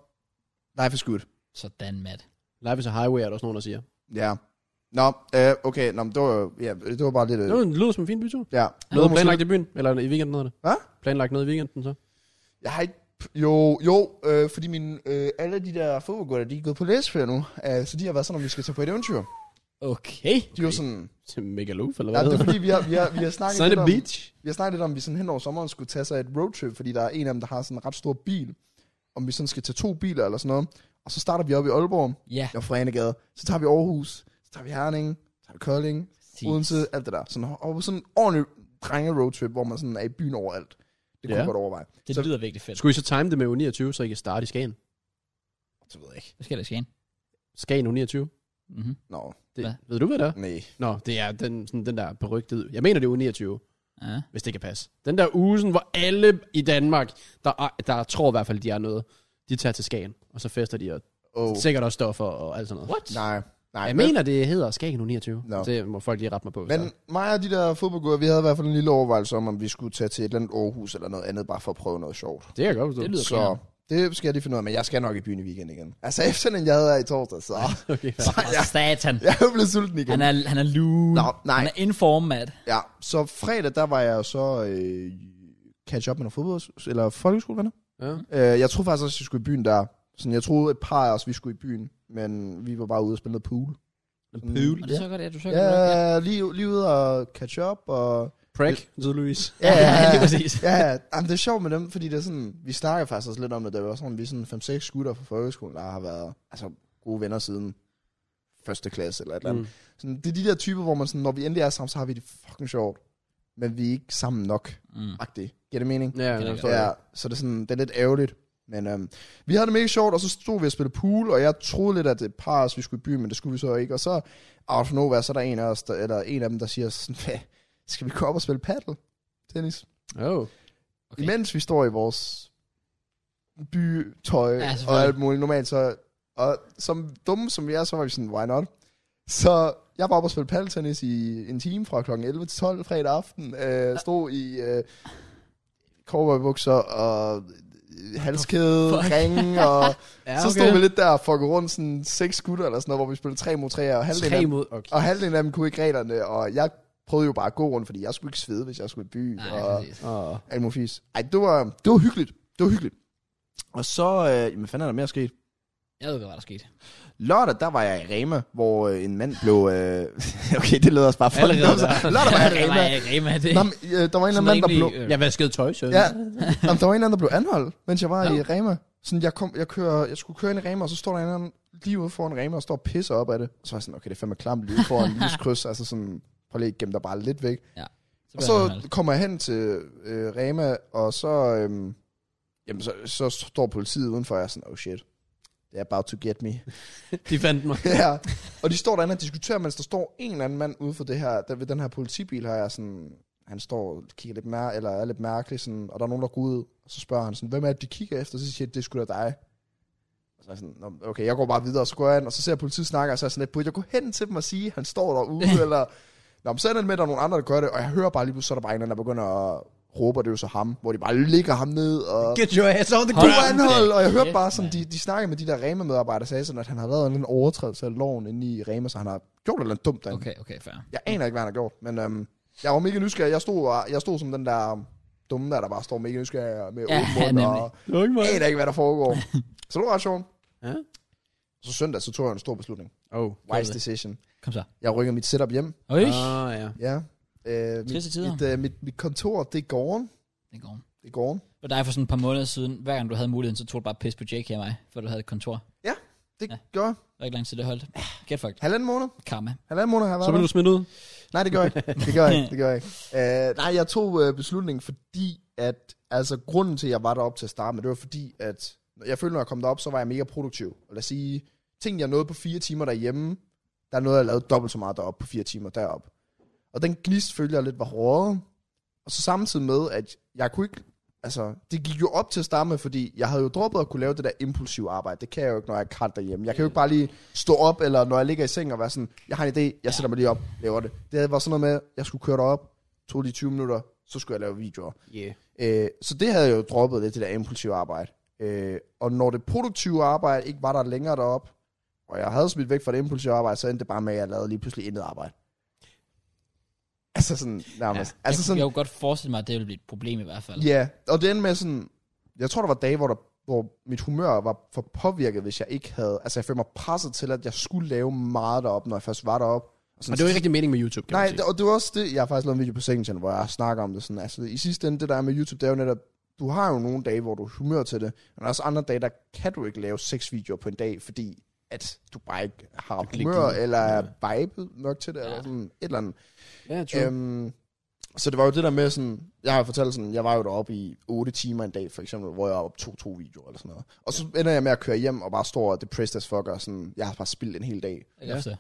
C: life is good.
A: Sådan, Matt.
B: Life is a highway, er der også nogen, der siger.
C: Ja. Nå, øh, okay, nå, men det var, jo- ja, det var bare lidt... Øh,
B: Det var en lyd som en fin bytur.
C: ja.
B: Noget
C: måske-
B: planlagt i byen? Eller i weekenden hedder det?
C: Hvad?
B: Planlagt noget i weekenden så?
C: Jeg har ikke... Jo, jo, øh, fordi min, øh, alle de der fodboldgutter, de er gået på læsferie nu. Øh, så de har været sådan, om vi skal tage på et eventyr.
A: Okay.
C: De var sådan...
B: Til Megaloof, eller
C: Ja,
B: hvad
C: det er
B: hedder
C: fordi, vi har, vi har, vi har snakket
B: Sunny
C: lidt om,
B: Beach.
C: vi har snakket lidt om, at vi sådan hen over sommeren skulle tage sig et roadtrip, fordi der er en af dem, der har sådan en ret stor bil. Om vi sådan skal tage to biler eller sådan noget. Og så starter vi op i Aalborg,
A: Ja.
C: og Franegade. Så tager vi Aarhus, så tager vi Herning, så tager vi Kolding,
A: præcis.
C: Odense, alt det der. Sådan, og på sådan en ordentlig drenge roadtrip, hvor man sådan er i byen overalt. Det kunne
B: Ja.
C: jeg godt overveje.
A: Det
C: Så-
A: lyder virkelig fedt.
B: Altså, Skulle I så time det med U29, så I kan starte i Skagen?
C: Det ved jeg ikke.
A: Hvad skal der ske ind?
B: Skagen U29?
A: Mm-hmm.
C: Nå,
B: Det,
A: Hvad?
B: ved du, hvad det er?
C: nej.
B: Nå, det er den, sådan, den der berygtede... Jeg mener, det er U29.
A: Ja.
B: hvis det kan passe. Den der uge, sådan, hvor alle i Danmark, der, er- der tror i hvert fald, de er noget, de tager til Skagen, og så fester de, og
C: Oh.
B: sikkert også stoffer og alt sådan noget.
A: What?
C: Nej, nej.
B: Jeg
C: men-
B: mener, det hedder Skagen 29.
C: Nå.
B: Det må folk lige rette mig på. hvis
C: Men
B: der er.
C: mig og de der fodboldgårde, vi havde i hvert fald en lille overvejelse om, om vi skulle tage til et eller andet Aarhus eller noget andet, bare for at prøve noget sjovt.
B: det kan jeg godt forstå.
A: Det lyder
C: Så det skal jeg lige finde ud af, men jeg skal nok i byen i weekend igen. Altså efter den, jeg havde her i torsdag, så
B: okay, fair.
A: Så, ja. Satan.
C: jeg er jo blevet sulten igen.
A: Han er, han er lun.
C: Nå, nej.
A: Han er inform, Matt.
C: Ja, så fredag, der var jeg så øh, catch up med nogle fodbold- eller folkeskolevenner.
B: Ja.
C: Øh, jeg troede faktisk også, at vi skulle i byen der. Sådan, jeg troede et par af os, vi skulle i byen, men vi var bare ude og spille noget pool.
A: Og
B: Pool.
A: det er så godt, ja, du så godt. Ja.
C: Ja, lige, lige ude og catch up og...
B: Prank, tydeligvis.
C: Ja, ja,
A: Ja, lige
C: ja.
A: præcis.
C: ja, ja. Jamen, det er sjovt med dem, fordi det er sådan, vi snakker faktisk også lidt om det, der var sådan, vi er sådan 5-6 gutter fra folkeskolen, der har været altså, gode venner siden første klasse eller et eller andet.
B: Mm.
C: Mm. Sådan, det er de der typer, hvor man sådan, når vi endelig er sammen, så har vi det fucking sjovt, men vi er ikke sammen nok.
A: Mm.
C: agtig Giver det mening?
B: Ja,
A: Kan
B: jeg
A: jeg
B: forstår
C: Ja,
B: det.
C: ja så det er, sådan, det er lidt ærgerligt. Men øhm, vi havde det mega sjovt, og så stod vi og spillede pool, og jeg troede lidt, at det par os, vi skulle i byen, men det skulle vi så ikke. Og så, out of nowhere, så er der en af, os, der, eller en af dem, der siger sådan, hvad, skal vi gå op og spille paddle? Tennis.
B: Oh.
A: Okay.
C: Okay. Imens vi står i vores bytøj
A: Ja,
C: ja, og
A: selvfølgelig.
C: alt muligt normalt, så, og som dumme som vi er, så var vi sådan, why not? Så jeg var oppe og spille paddeltennis i en time fra kl. 11 til 12 fredag aften. Øh, stod i øh, cowboybukser og øh, halskæde,
A: Fuck.
C: ringe, og
B: Ja,
C: ja, okay. så stod vi lidt der og fuckede rundt sådan seks gutter eller sådan noget, hvor vi spillede tre mod tre, og halvdelen,
B: Tre
C: af dem,
B: mod... Okay.
C: og halvdelen af dem kunne ikke reglerne, og jeg prøvede jo bare at gå rundt, fordi jeg skulle ikke svede, hvis jeg skulle i byen.
A: Nej,
C: og,
A: præcis.
B: Åh.
C: alt muligt fis. Ej, det var, det var hyggeligt. Det var hyggeligt. Og så, øh, jamen, hvad fanden er der mere sket?
A: Jeg ved godt, hvad der skete.
C: Lørdag, der var jeg i Rema, hvor øh, en mand blev... Øh, okay, det lød også bare fucking
B: Allerede
C: dumt.
B: der.
C: Lørdag var jeg i
A: Det var
C: Rema.
A: jeg ikke med det.
C: Nå, men, øh, der var en eller anden mand, der blev...
B: Jeg vaskede tøj, så.
C: Ja, jamen, der var en eller anden, der blev anholdt, mens jeg var
A: Nå.
C: i Rema. Sådan, jeg, kom, jeg, kører, jeg skulle køre ind i Rema, og så står der en eller anden lige ude foran Rema og står og pisser op af det. Og så var jeg sådan, okay, det er fandme klamt lige ude foran lyskryds. Altså sådan, prøv lige at gemme dig bare lidt væk. Og så kommer jeg hen til øh, Rema, og så, øhm, jamen, så, så står politiet udenfor, og jeg er sådan, oh shit, they're about to get me.
B: De fandt mig.
C: ja. Og de står derinde og diskuterer, mens der står en eller anden mand ude for det her, der, ved den her politibil her, jeg er sådan, han står og kigger lidt mær- eller er lidt mærkelig, sådan, og der er nogen, der går ud, og så spørger han sådan, hvem er det, de kigger efter? Så siger jeg, det skulle da dig. Og så er jeg sådan, "Nå, okay, jeg går bare videre, og så går jeg ind, og så ser jeg politiet snakker, og så er jeg sådan lidt, burde jeg gå hen til dem og sige, han står derude, eller... Nå, men så ender det med, at der er nogle andre, der gør det, og jeg hører bare lige pludselig, så er der bare en eller anden, der begynder at råbe, og det er jo så ham, hvor de bare ligger ham ned, og...
B: Get your ass on the
A: Hold
C: Du
B: ground.
A: da
C: anhold, og jeg hørte
A: kæft,
C: bare, som
A: mand.
C: de, de snakkede med de der Rema-medarbejdere, sagde sådan, at han har lavet en overtrædelse af loven inde i Rema, så han har gjort et eller andet dumt derinde. Okay.
A: Okay, okay, fair.
C: Jeg aner ikke, hvad han har gjort, men øhm, jeg var mega nysgerrig. Jeg stod, og- jeg stod som den der øhm, dumme der, der bare står mega nysgerrig og med
A: Ja,
C: ja, åben mund,
A: nemlig.
C: og
B: Det var ikke mig.
C: aner ikke, hvad der foregår. så det var ret sjovt.
B: Ja.
C: Så søndag, så tog jeg en stor beslutning.
B: Oh.
A: Gjorde
C: Wise
A: det.
C: decision.
A: Kom så.
C: Jeg rykker mit setup hjem.
A: Øj,
B: Ah, ja.
C: Ja. Øh,
A: Triste
C: mit,
A: tider.
C: mit, øh, mit, mit, kontor, det er gården.
A: det går.
C: Det er gården.
A: Og dig for sådan et par måneder siden, hver gang du havde muligheden, så tog du bare pis på Jake her mig, før du havde et kontor.
C: Det
A: Ja.
C: ja. gør jeg.
A: Der er ikke lang tid, det holdt. Get fucked.
C: Halvanden måned.
A: Karma.
C: Halvanden måned har jeg været
B: Så blev
C: der.
B: du smidt ud.
C: Nej, det gør jeg ikke. Det gør jeg ikke. Det gør jeg ikke. Øh, nej, jeg tog øh, beslutningen, fordi at, altså grunden til, at jeg var deroppe til at starte med, det var fordi, at jeg følte, når jeg kom derop, så var jeg mega produktiv. Og lad os sige, ting jeg nåede på fire timer derhjemme, der er noget, jeg lavede dobbelt så meget deroppe på fire timer deroppe. Og den gnist følte jeg lidt var hårdere. Og så samtidig med, at jeg kunne ikke, altså det gik jo op til at starte med, fordi jeg havde jo droppet at kunne lave det der impulsive arbejde. Det kan jeg jo ikke, når jeg er kaldt derhjemme. Jeg kan jo ikke bare lige stå op, eller når jeg ligger i sengen og være sådan, jeg har en idé, jeg
A: Ja.
C: sætter mig lige op, laver det. Det var sådan noget med, jeg skulle køre derop, tog lige 20 minutter, så skulle jeg lave videoer.
B: Yeah.
C: Øh, så det havde jeg jo droppet lidt, det der impulsive arbejde. Øh, og når det produktive arbejde ikke var der længere derop, og jeg havde smidt væk fra det impulsive arbejde, så endte det bare med, at jeg lavede lige pludselig intet arbejde. Altså sådan, nærmest. Ja, altså
A: jeg, sådan...
C: sådan,
A: jeg kunne godt forestille mig, at det ville blive et problem i hvert fald.
C: ja, og det endte med sådan, jeg tror, der var dage, hvor der hvor mit humør var for påvirket, hvis jeg ikke havde... Altså, jeg følte mig presset til, at jeg skulle lave meget derop, når jeg først var derop.
B: Og det er jo ikke rigtig mening med YouTube, kan man
C: Nej,
B: sige.
C: det, og det var også det, jeg har faktisk lavet en video på Second Channel, hvor jeg snakker om det sådan, altså i sidste ende, det der er med YouTube, det er jo netop, du har jo nogle dage, hvor du har humør til det, men der er også andre dage, der kan du ikke lave seks videoer på en dag, fordi at du bare ikke har
B: kan ikke
C: humør,
B: lide det.
C: eller er
B: Ja.
C: vibet nok til det, eller
A: Ja.
C: sådan et eller andet.
B: Ja, true.
C: Øhm, så det var jo det der med sådan, jeg har jo fortalt sådan, jeg var jo deroppe i 8 timer en dag, for eksempel, hvor jeg var oppe to-to videoer eller sådan noget. Og så ender jeg med at køre hjem og bare står og depressed as fuck, og sådan, jeg har bare spildt en hel dag.
A: Jeg kan forstå.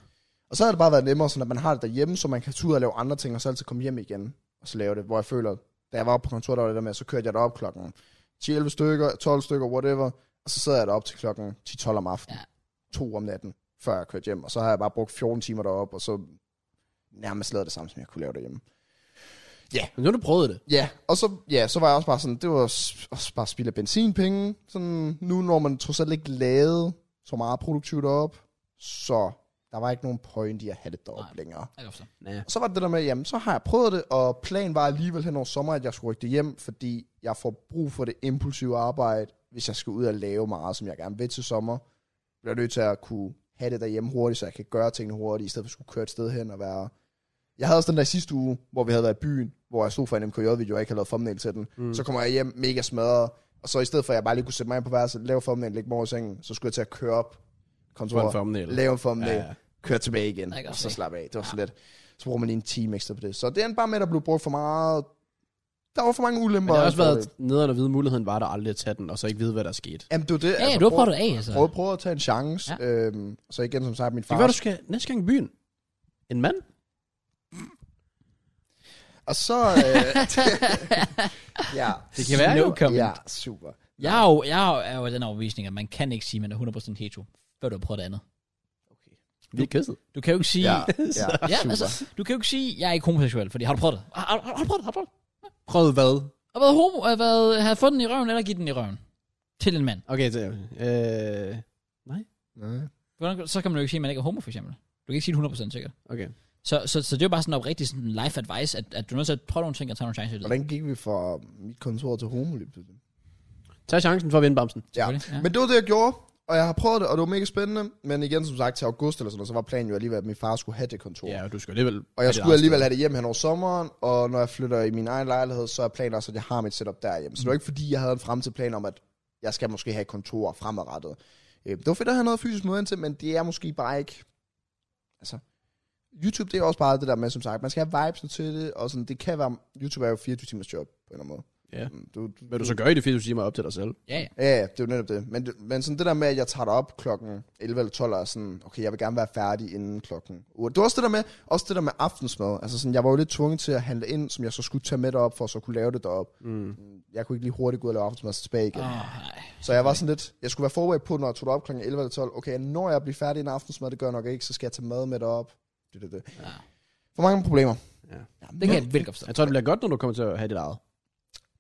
C: Og så har det bare været nemmere, sådan at man har det derhjemme, så man kan tage ud og lave andre ting, og så altid komme hjem igen, og så lave det. Hvor jeg føler, da jeg var oppe på kontoret, der var det der med, så kørte jeg derop klokken 10-11 stykker, 12 stykker, whatever. Og så sad jeg derop til klokken 10-12 om aftenen,
A: Ja.
C: ja. 2 om natten, før jeg kørte hjem. Og så har jeg bare brugt 14 timer derop, og så nærmest lavet det samme, som jeg kunne lave derhjemme.
B: Men nu har du prøvet det.
C: Ja, og så, ja, så var jeg også bare sådan, det var s- også bare spild af benzinpenge. Sådan, nu når man trods alt ikke lavede så meget produktivt op, så der var ikke nogen point i at have det
A: Nej.
C: deroppe længere.
A: Jeg kan forstå.
B: Ja.
C: Og så var det det der med, jamen så har jeg prøvet det, og planen var alligevel hen over sommer, at jeg skulle rykke det hjem, fordi jeg får brug for det impulsive arbejde, hvis jeg skal ud og lave meget, som jeg gerne vil til sommer. Bliver jeg nødt til at kunne have det derhjemme hurtigt, så jeg kan gøre tingene hurtigt, i stedet for at skulle køre et sted hen og være... Jeg havde også den der sidste uge, hvor vi havde været i byen, hvor jeg stod for en MKJ-video, og ikke havde lavet thumbnail til den. Mm. Så kommer jeg hjem mega smadret, og så i stedet for, at jeg bare lige kunne sætte mig ind på værelset, lave thumbnail, lægge mig over i sengen, så skulle jeg til at køre op
B: Prøv en
C: kontoret,
B: thumbnail.
C: lave en thumbnail,
B: Ja, ja.
C: køre tilbage igen,
A: Jeg kan
C: og
A: godt
C: så
A: se.
C: slappe af. Det var så lidt. Så bruger man lige en time ekstra på det. Så det er bare med, at der blev brugt for meget... Der var for mange ulemper.
B: Men det har også
C: og
B: været
C: fordele.
B: nederen at vide, muligheden var der aldrig at tage den, og så ikke vide, hvad der skete.
C: Jamen, det var det.
A: Ja, ja, du har
C: prøv-
A: prøvet det af, altså.
C: Prøv, prøv at tage en chance. Ja. Øhm, så igen, som sagt, min
B: Det
C: far...
B: kan være, du skal næste gang i byen. En mand?
C: Og så... Øh, ja.
B: Det kan være, jo.
A: No comment.
C: Ja, super.
A: Jeg er, jo, jeg er jo- er jo af den overbevisning, at man kan ikke sige, at man er 100% hetero, før du har prøvet det andet.
B: Vi er kysset.
A: Du kan jo ikke sige,
C: Ja,
A: ja.
C: ja,
A: Ja,
C: super.
A: altså, du kan jo ikke sige, jeg er ikke homoseksuel, fordi har du prøvet det? Har, har, har du prøvet det? Har du prøvet det?
B: Prøvet hvad?
A: Har været homo, har været, har fået den i røven, eller givet den i røven? Til en mand.
B: Okay, så, øh,
C: Nej.
A: Hvordan, så kan man jo ikke sige, at man ikke er homo, for eksempel. Du kan ikke sige det 100% sikkert.
B: okay.
A: Så, så, så det er jo bare sådan oprigtigt sådan life advice, at, at du er nødt til at prøve nogle ting og tage nogle chancer i det.
C: Hvordan gik vi fra mit kontor til homo lige pludselig?
B: Tag chancen for at vinde bamsen.
C: Ja.
A: Selvfølgelig, ja.
C: Men det var det, jeg gjorde, og jeg har prøvet det, og det var mega spændende. Men igen, som sagt, til august eller sådan noget, så var planen jo alligevel, at min far skulle have det kontor.
B: Ja, og du skal alligevel...
C: Og
B: have
C: jeg
B: dit
C: skulle
B: eget
C: alligevel
B: sted.
C: have det hjem hen over sommeren, og når jeg flytter i min egen lejlighed, så er planen også, at jeg har mit setup derhjemme. Så det var ikke fordi, jeg havde en fremtidsplan om, at jeg skal måske have et kontor fremadrettet. Øh, Det var fedt at have noget fysisk møde ind til, men det er måske bare ikke... Altså, YouTube, det er også bare det der med, som sagt, man skal have vibes til det, og sådan, det kan være... YouTube er jo 24 timers job, på en eller anden måde.
B: Ja.
C: Mm, Du, du,
B: Hvad du så gør i det, fordi du siger mig op til dig selv.
A: Ja, ja.
C: Ja, ja, det er jo netop det. Men, det- men sådan det der med, at jeg tager dig op klokken 11 eller 12, og er sådan, okay, jeg vil gerne være færdig inden klokken 8. Det var også det der med, også det der med aftensmad. Altså sådan, jeg var jo lidt tvunget til at handle ind, som jeg så skulle tage med derop, for at så kunne lave det derop.
B: Mm.
C: Jeg kunne ikke lige hurtigt gå ud og lave aftensmad så tilbage igen.
A: Åh,
C: Ah.
A: nej.
C: Så jeg var sådan lidt, jeg skulle være forberedt på, når jeg tog dig op klokken 11 eller 12. Okay, når jeg bliver færdig inden aftensmad, det gør jeg nok ikke, så skal jeg tage mad med derop. Det, det, det.
A: Ja.
C: For mange problemer.
B: Ja.
A: Det kan jeg virkelig godt forstå.
B: Jeg tror, det bliver godt, når du kommer til at have dit eget.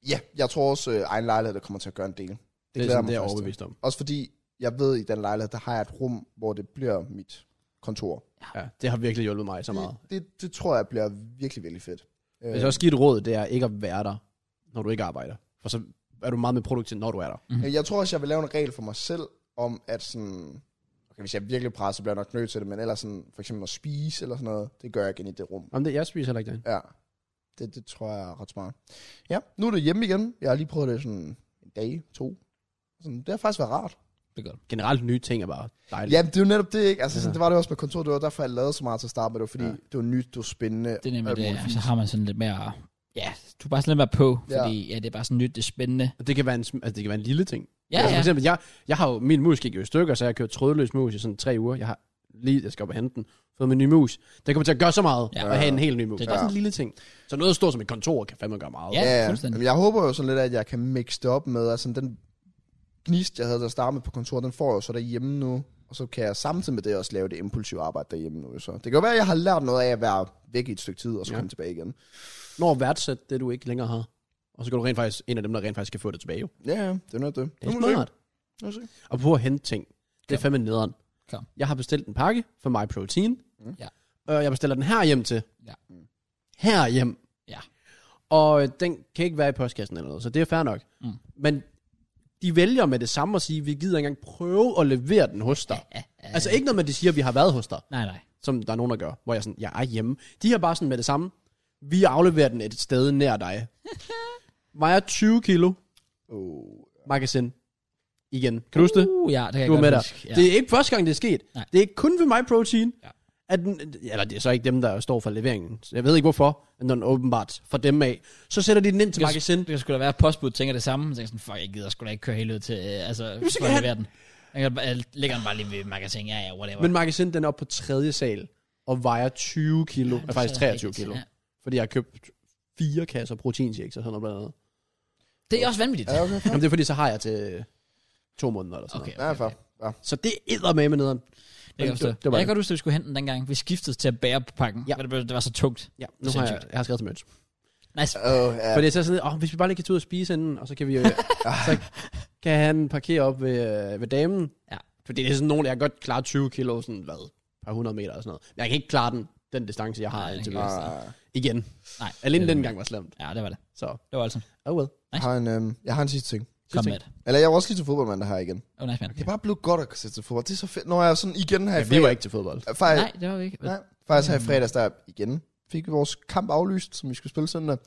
C: Ja, jeg tror også, øh, egen lejlighed, der kommer til at gøre en del. Det,
B: Det, er
C: glæder jeg
B: sådan,
C: mig
B: det er jeg
C: faktisk til.
B: overbevist om.
C: Også fordi, jeg ved, i den lejlighed, der har jeg et rum, hvor det bliver mit kontor.
B: Ja, det har virkelig hjulpet mig så meget.
C: Det, det, det tror jeg bliver virkelig, virkelig fedt. Øh,
B: Jeg vil så også give et råd, det er ikke at være der, når du ikke arbejder. For så er du meget mere produktiv, når du er der.
C: Øh, Jeg tror også, jeg vil lave en regel for mig selv, om at sådan... Okay, hvis jeg er virkelig presset, så bliver jeg nok nødt til det, men ellers sådan, for eksempel at spise eller sådan noget, det gør jeg igen i det rum.
B: Jamen, det, jeg spiser heller ikke derinde.
C: Ja, det, det tror jeg er ret smart. Ja, nu er det hjemme igen. Jeg har lige prøvet det sådan en dag, to. Sådan, det har faktisk været rart.
A: Det er godt.
B: Generelt nye ting er bare dejligt.
C: Ja, det er jo netop det, ikke? Altså,
B: Ja.
C: sådan, det var det også med kontoret. Det var derfor, jeg lavede så meget til at starte med. Det var fordi,
B: Ja.
C: ja. det var nyt, det var spændende.
A: Det er nemlig
C: alt
A: det,
C: muligt
A: ja. så
C: fint.
A: har man sådan lidt mere, ja, du er bare sådan lidt mere på,
C: Ja.
A: fordi ja. det er bare sådan nyt, det er spændende.
B: Og det kan være en, sm- altså, det kan være en lille ting.
A: Ja,
B: altså,
A: ja.
B: For eksempel, jeg, jeg har jo, min mus gik jo i stykker, så jeg har kørt trådløs mus i sådan tre uger. Jeg har lige, jeg skal op og hente den, fået min nye mus. Den kommer til at gøre så meget,
A: Ja.
B: ja. og have en helt ny mus.
A: Det
B: Det
A: er
B: er bare sådan en lille ting. Så noget stort som et kontor kan fandme gøre meget.
A: Ja,
C: Ja, ja.
A: fuldstændig.
C: Jamen, jeg håber jo sådan lidt, at jeg kan mixe det op med, altså den gnist, jeg havde til at starte med på kontoret, den får jeg jo så derhjemme nu, og så kan jeg samtidig med det også lave det impulsive arbejde derhjemme nu. Så det kan jo være, at jeg har lært noget af at være væk i et stykke tid, og så
B: Ja.
C: ja. komme tilbage igen.
B: Når at værdsætte det, du ikke længere har. Og så går du rent faktisk, en af dem, der rent faktisk kan få det tilbage. Jo.
C: Ja, ja, det er noget af det.
B: Det er
C: Nu må vi se.
B: smart.
C: Nu må vi se.
B: Og på at hente ting. Det er
A: Klar.
B: fandme nederen.
A: Klar.
B: Jeg har bestilt en pakke for My Protein.
C: Mm.
A: Ja.
B: Og jeg bestiller den her hjem til.
A: Ja.
C: Mm.
B: Her hjem.
A: Ja.
B: Og øh, den kan ikke være i postkassen eller noget, så det er fair nok.
A: Mm.
B: Men de vælger med det samme at sige, vi gider ikke engang prøve at levere den hos dig.
A: Ja, ja.
B: Altså ikke noget med, at de siger, vi har været hos dig,
A: Nej, nej.
B: som der er nogen, der gør, hvor jeg sådan, jeg er hjemme. De har bare sådan med det samme, vi afleverer den et sted nær dig. Vejer 20 kilo,
C: Oh.
B: magasin. Igen. Kan du huske det?
A: Uh, ja, det kan jeg
B: Du var
A: godt
B: med der.
A: huske.
B: Ja. Det er ikke første gang, det er sket.
A: Nej.
B: Det er kun ved MyProtein,
A: Ja.
B: ja. at, den- eller det er så ikke dem, der står for leveringen. Så jeg ved ikke hvorfor, men den åbenbart fra dem af. Så sætter de den ind til
A: Det kan,
B: magasin.
A: det kan sgu da være, at postbud tænker det samme. Så tænker sådan, fuck, jeg gider sgu da ikke køre hele ud til, øh, altså, Jamen, for
B: så kan
A: at
B: han-
A: levere den. Jeg kan, bare- jeg lægger den bare lige ved magasin, ja, ja, whatever.
B: Men magasin, den er oppe på tredje sal, og vejer 20 kilo, ja,
A: det
B: er faktisk
A: er
B: 23
A: rigtigt,
B: kilo.
A: ja.
B: Ja. Fordi jeg har købt fire kasser proteinshakes og sådan noget blandt andet.
A: det er også vanvittigt.
C: Ja, okay, fair.
B: Jamen det er fordi, så har jeg til to måneder eller sådan
A: Okay,
B: noget.
C: Ja, fair. Ja.
B: Så det æder med med nederen.
A: Det kan jeg forstå.
B: Det- det var
A: jeg kan
B: det.
A: godt huske, at vi skulle hente den dengang. Vi skiftede til at bære på pakken.
B: Ja.
A: Ja. Det, blev- det var så tungt.
B: Ja, nu har jeg,
A: Sindssygt.
B: jeg har skrevet til Møns.
A: Nice.
C: Oh, ja.
B: Ja. Fordi så er jeg sådan, lidt, åh, hvis vi bare lige kan tage ud og spise inden, og så kan vi så kan han parkere op ved, øh, ved damen.
A: Ja.
B: Fordi det er sådan nogen, jeg kan godt klare 20 kilo, sådan hvad, par hundrede meter og sådan noget. Men jeg kan ikke klare den, den distance, jeg har
A: Nej,
B: Nej, indtil
A: det
B: videre.
A: kan
C: Ah.
B: Igen.
A: Nej.
B: Alene
A: det-
B: den gang var slemt.
A: Ja, det var det.
B: Så,
A: Det var altså.
B: oh well.
C: Jeg har, en, øhm, jeg har en sidste ting.
A: Kom
B: ting.
A: med det.
C: Eller jeg var også lige til fodboldmandag her igen.
A: Oh, nice, man.
C: Det er bare blevet godt at kunne sætte til fodbold. Det er så fedt. Når jeg er sådan igen her i
B: Ja, vi
C: fredag-
B: var ikke til fodbold.
C: Øh, Faktisk,
A: Nej, det var vi ikke.
C: nej, faktisk her i fredags, der igen fik vi vores kamp aflyst, som vi skulle spille søndag.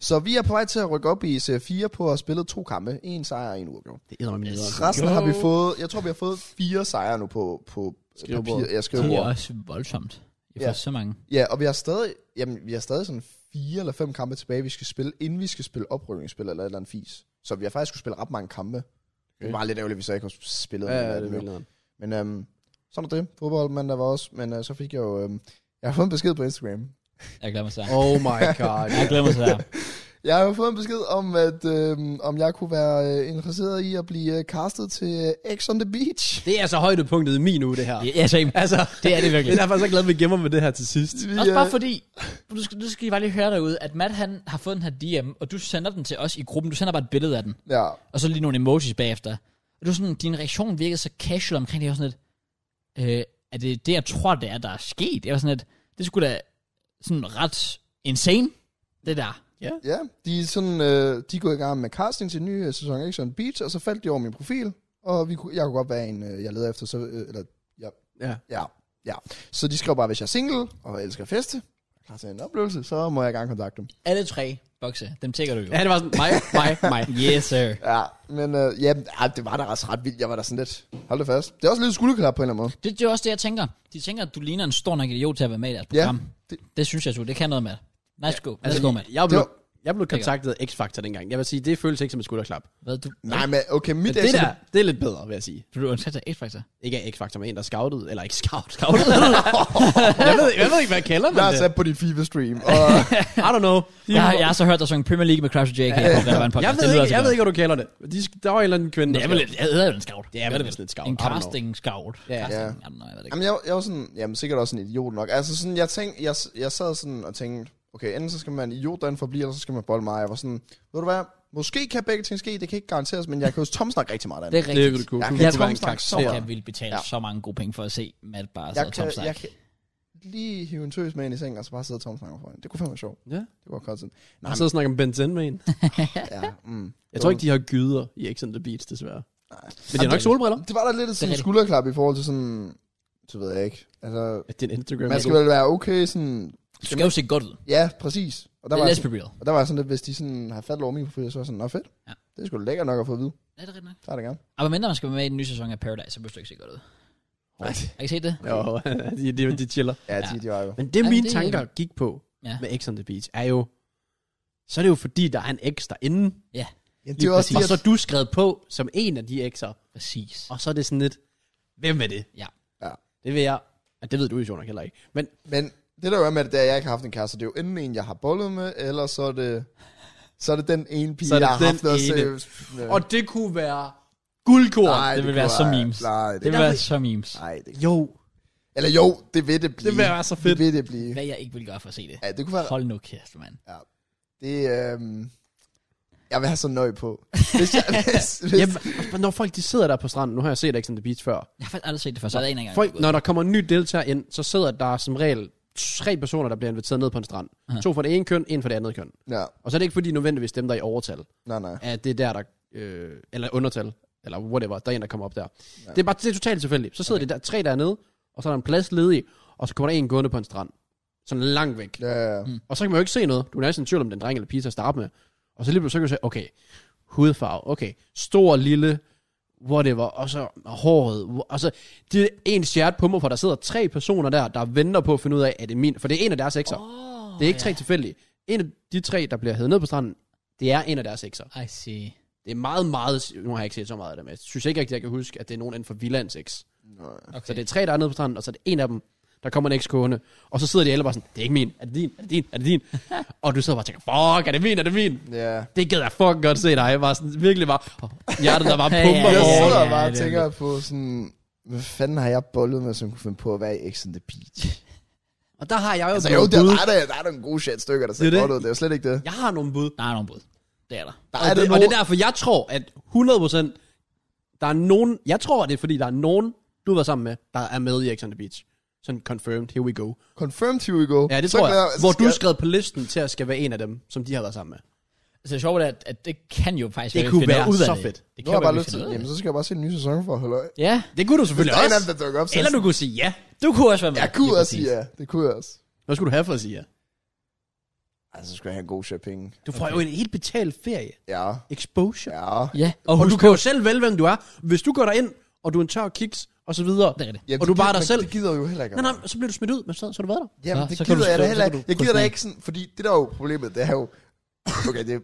C: Så vi er på vej til at rykke op i serie 4 på at have spillet to kampe. En sejr og en uafgjort.
B: Det æder med nederen.
C: Resten
A: Go.
C: har vi fået, jeg tror vi har fået fire sejre nu på, på
B: Skrivebordet.
C: papir. Ja,
A: Det er
C: skrivebordet.
A: også voldsomt. Jeg får
C: Ja.
A: så mange.
C: Ja, og vi har stadig, jamen, vi har stadig sådan fire eller fem kampe tilbage, vi skal spille, inden vi skal spille oprykningsspil eller et eller andet fis. Så vi har faktisk skulle spille ret mange kampe. Okay.
B: Okay.
C: Det var lidt ærgerligt, hvis jeg ikke har spillet.
B: Ja,
C: nogen
B: ja,
C: af
B: det
C: dem
B: var
C: jo.
B: nederen.
C: Men øhm, sådan er det. Fodboldmandag var også. Men øh, så fik jeg jo... Øhm, jeg har fået en besked på Instagram.
A: Jeg glemmer så.
B: Oh my god.
A: Jeg glemmer så.
C: Jeg har jo fået en besked om, at øhm, om jeg kunne være øh, interesseret i at blive øh, castet til øh, X on the Beach.
B: det er så højdepunktet i min uge, det her.
A: Ja, same.
B: Altså,
A: Det er det
B: det
A: virkelig.
B: er derfor, jeg er så glad, vi gemmer med det her til sidst.
C: Vi,
A: Også bare
C: øh,
A: fordi, du skal, du skal I bare lige høre derude, at Matt han har fået den her DM, og du sender den til os i gruppen. Du sender bare et billede af den,
C: Ja,
A: og så lige nogle emojis bagefter. Og du er sådan, din reaktion virkede så casual omkring det. Jeg var sådan lidt, øh, er det det, jeg tror, det er, der er sket? Jeg var sådan lidt, det skulle da sådan ret insane, det der.
C: ja, de er sådan, øh, de er gået i gang med casting til den nye øh, sæson af X on the Beach, og så faldt de over min profil, og vi kunne, jeg kunne godt være en, øh, jeg leder efter, så, øh, eller,
B: Ja.
C: ja, ja. Så de skrev bare, hvis jeg er single, og jeg elsker at feste, og er klar til en oplevelse, så må jeg gerne kontakte dem.
A: Alle tre bokse, dem tækker du jo.
B: Ja, det var sådan, mig, mig, mig.
A: Yes, sir.
C: Ja, men øh, ja, ej, det var da også ret vildt. Jeg var da sådan lidt, hold det fast. Det er også lidt skulderklap på en eller anden måde.
A: Det, det er også det, jeg tænker. De tænker, at du ligner en stor nok idiot til at være med i deres
C: Ja,
A: program. det,
C: det-
A: det synes jeg, du. Det kan noget, Matt. Nice go. Nice
B: Altså,
A: go, Matt.
B: jeg blev,
C: Det
B: jeg blev kontaktet af X-Factor dengang. Jeg vil sige, det føles ikke som et skulderklap.
A: Hvad, du,
C: Nej, men okay,
B: Men
C: mit
B: det
C: ekstra-
B: der, det er lidt bedre, vil jeg sige.
A: Blev du ansat af X-Factor?
B: Ikke af X-Factor, men en, der scoutede, eller ikke scout, scoutede. jeg, ved, jeg ved ikke, hvad kalder
C: Jeg
B: man
C: er
B: det.
C: sat på din FIFA-stream, og
B: I don't know. De,
A: Jeg, har- jeg har så hørt dig synge Premier League med Crash og JK på relevant podcast.
B: jeg, ved
A: Det lyder
B: ikke,
A: altså
B: jeg ved
A: godt.
B: ikke, hvad du kalder det. De, sk- der var en eller anden kvinde,
A: Det er
B: der
A: vel
B: skrev-
A: lidt, det er vel en scout.
B: Det er vel vist lidt scout.
A: En
B: I don't know.
A: casting scout.
B: Ja.
A: Casting, I don't know, jeg ved det ikke.
C: jamen, jeg, jeg var sådan, jamen sikkert også en idiot nok. Altså sådan, jeg, tænkte, jeg, jeg sad sådan og tænkte, okay, enten så skal man idiot derinde for at blive, eller så skal man bolde mig. Jeg var sådan, ved du hvad, måske kan begge ting ske, det kan ikke garanteres, men jeg kan jo tomsnakke rigtig meget
A: Det
C: derinde.
A: er rigtigt.
B: Det ville du kunne.
C: Jeg
B: Du
C: kan
B: kunne være en
C: ikke snakke så
A: Jeg
B: karakter.
A: kan vil betale
C: Ja.
A: så mange gode penge for at se Matt bare
C: Jeg
A: sidde og
B: altså
C: kan,
A: tomsnakke.
C: jeg kan lige hive en tøs med ind i sengen, og så bare sidde og tomsnakke foran. Det kunne fandme være sjovt.
B: Ja.
C: Det var content.
B: Jeg sidder og snakker om Benzin med en.
C: Ja, mm.
B: Altså- Jeg tror ikke, de har gyder i X on the Beach, desværre.
C: Nej.
B: Men de har nok solbriller.
C: Det var da lidt et sådan
A: rigtigt.
C: skulderklap i forhold til sådan... Så ved jeg ikke. Altså,
B: At din Instagram
C: man skal vel være okay sådan...
A: Du skal jo se godt ud.
C: Ja, præcis. Og der, var jeg
A: Let's
C: sådan,
A: be real.
C: og der var jeg sådan lidt, hvis de sådan har fat over min profil, så var jeg sådan, nå fedt.
A: Ja.
C: Ja. Det er sgu da lækkert nok at få at vide.
A: Er det rigtigt nok?
C: Tager det gerne.
A: Og hvad mindre man skal være med i den nye sæson af Paradise, så behøver du ikke se godt ud.
B: Nej.
A: Har I set det?
B: Jo, de, de, de chiller.
C: Ja,
A: Ja.
C: ja. de var jo.
B: Men det,
A: Ja,
B: mine
A: det-
B: tanker gik på
A: Ja.
B: med X on the Beach, er jo... Så er det jo fordi, der er en X derinde.
C: Ja, det
A: Lige
C: var også
A: præcis.
C: de,
B: Og så
C: at,
B: er du skrevet på som en af de X'er.
A: Præcis.
B: Og så er det sådan lidt... Hvem er det?
A: Ja.
C: Ja.
B: Det ved jeg... Ja, det ved du jo sjovt nok heller ikke. Men
C: Men det der jo er med det, det er, at jeg ikke har haft en kæreste. Det er jo enten en, jeg har bollet med, eller så er det... Så er det den ene pige,
B: Så er det
C: jeg har
B: den
C: haft noget
B: ene.
C: seriøst med.
B: Og det kunne være guldkorn.
C: Øh. Nej,
A: det vil
C: kunne
A: være så memes.
C: Nej, det,
A: Det vil være så memes.
C: nej, det
B: Jo,
C: Eller jo, det vil det blive.
B: det vil være så
C: det
B: fedt.
C: vil det blive.
A: Hvad jeg ikke vil gøre for at se det.
C: Ja, det kunne være
A: Hold nu kæft, mand.
C: Det, øhm, jeg vil have sådan nøje på. Hvis jeg, hvis, hvis,
B: Jamen, og når folk de sidder der på stranden, nu har jeg set X on the Beach før.
A: Jeg har faktisk aldrig set det før, så er det en gang.
B: Folk, når der kommer en ny deltager ind, så sidder der som regel tre personer, der bliver inviteret ned på en strand.
A: Aha.
B: To fra det ene køn, en fra det andet køn.
C: ja,
B: Og så er det ikke fordi nødvendigvis dem, der er i overtal,
C: nej, nej.
B: at det er der, der øh, eller undertal, eller whatever, der er en, der kommer op der.
C: Ja.
B: Ja. Det er bare det er totalt tilfældigt. Så sidder
A: Okay.
B: okay. de der, tre dernede, og så er der en plads ledig, og så kommer der en gående på en strand. Sådan langt væk.
C: Ja, ja, ja.
A: Mm.
B: Og så kan man jo ikke se noget. Du er næsten i tvivl om, den dreng eller pige til at starte med. Og så lige pludselig så kan du se, okay, hudfarve, okay, stor, lille, whatever, og så håret, wh- og så, det er en stjert på mig, for der sidder tre personer der, der venter på at finde ud af, er det min, for det er en af deres ekser. Oh,
A: Oh,
B: det er ikke tre tilfældige. En af de tre, der bliver hævet ned på stranden, det er en af deres ekser.
A: I see.
B: Det er meget, meget, nu har jeg ikke set så meget af det, men jeg synes ikke rigtig, jeg kan huske, at det er nogen inden for Villands eks.
C: Nej.
A: Okay.
B: Så det er tre, der er nede på stranden, og så er det en af dem, der kommer en ekskone. Og så sidder de alle bare sådan, det er ikke min, er det din, er det din, er det din? og du sidder bare og tænker, fuck, er det min, er det min?
C: Ja.
B: Det gad jeg fucking godt se dig. Bare sådan, virkelig bare, åh, hjertet der bare
A: Ja,
B: pumper
A: ja,
C: Jeg
A: ja.
B: hårdt.
C: sidder bare og
A: det er
C: tænker på sådan... Hvad fanden har jeg bollet med, som kunne finde på at være i X on the Beach?
B: Og der har jeg jo,
C: Altså,
B: altså,
C: jo,
B: nogle
C: der,
B: bud.
C: der, er, der, der er nogle gode shit stykker, der
B: Det
C: ser
B: er
C: godt
B: det.
C: ud. Det er jo slet ikke det.
B: Jeg har nogle bud.
A: Der er nogle bud. Det er der.
C: Der
B: Og,
C: er
B: det,
C: det,
B: og det
C: nogen-
B: er derfor, jeg tror, at 100%, der er nogen, jeg tror, det er fordi, der er nogen, du har været sammen med, der er med i X on the Beach. Sådan confirmed, here we go.
C: Confirmed here we go.
B: Ja, det
C: Så
B: tror jeg.
C: glæder så
B: Hvor du er
C: skal...
B: skrevet på listen til at skal være en af dem, som de har været sammen med.
A: Så det sjove er, at, at det kan jo faktisk
B: Det
A: være, at vi
B: kunne
A: finder
B: være
A: ud af
B: så
A: det.
B: fedt.
A: Det
C: Nu
A: kan
C: har
A: jo
C: jeg
A: være,
C: bare
A: vi
C: lyst til...
A: finder ud af
C: Jamen,
A: det.
C: så skal jeg bare se en ny sæson for at holde øje.
A: Ja.
B: Det kunne du
C: Hvis der
B: selvfølgelig
C: er en af
B: også.
C: dem, der dukker op, så...
A: Eller du kunne sige ja. Du kunne også være med.
C: Jeg kunne
A: Lige
C: også sige
A: præcis.
C: ja. Det kunne jeg også.
B: Hvad skulle du have for at sige ja?
C: Altså, så skulle jeg have en god shit penge.
B: Du får okay. jo en helt betalt ferie.
C: Ja.
B: Exposure.
C: Ja.
A: Ja, og,
B: Og, og
A: husk
B: du kan jo selv vælge, hvem du er. Hvis du går derind, og du er en tør kiks, og så videre,
A: Det er det.
B: og du bare er dig
C: men
B: selv.
C: Det gider jeg jo heller ikke.
B: Nej, nej, så bliver du smidt ud, men så, så har du været der.
C: Jamen,
A: Nå,
C: det
A: så kan
C: gider
A: du
C: jeg da
A: skrive-
C: heller
A: så kan
C: ikke.
A: du
C: Jeg gider da
A: krydsmærke.
C: ikke sådan, fordi det der er jo problemet, det er jo... Okay, det,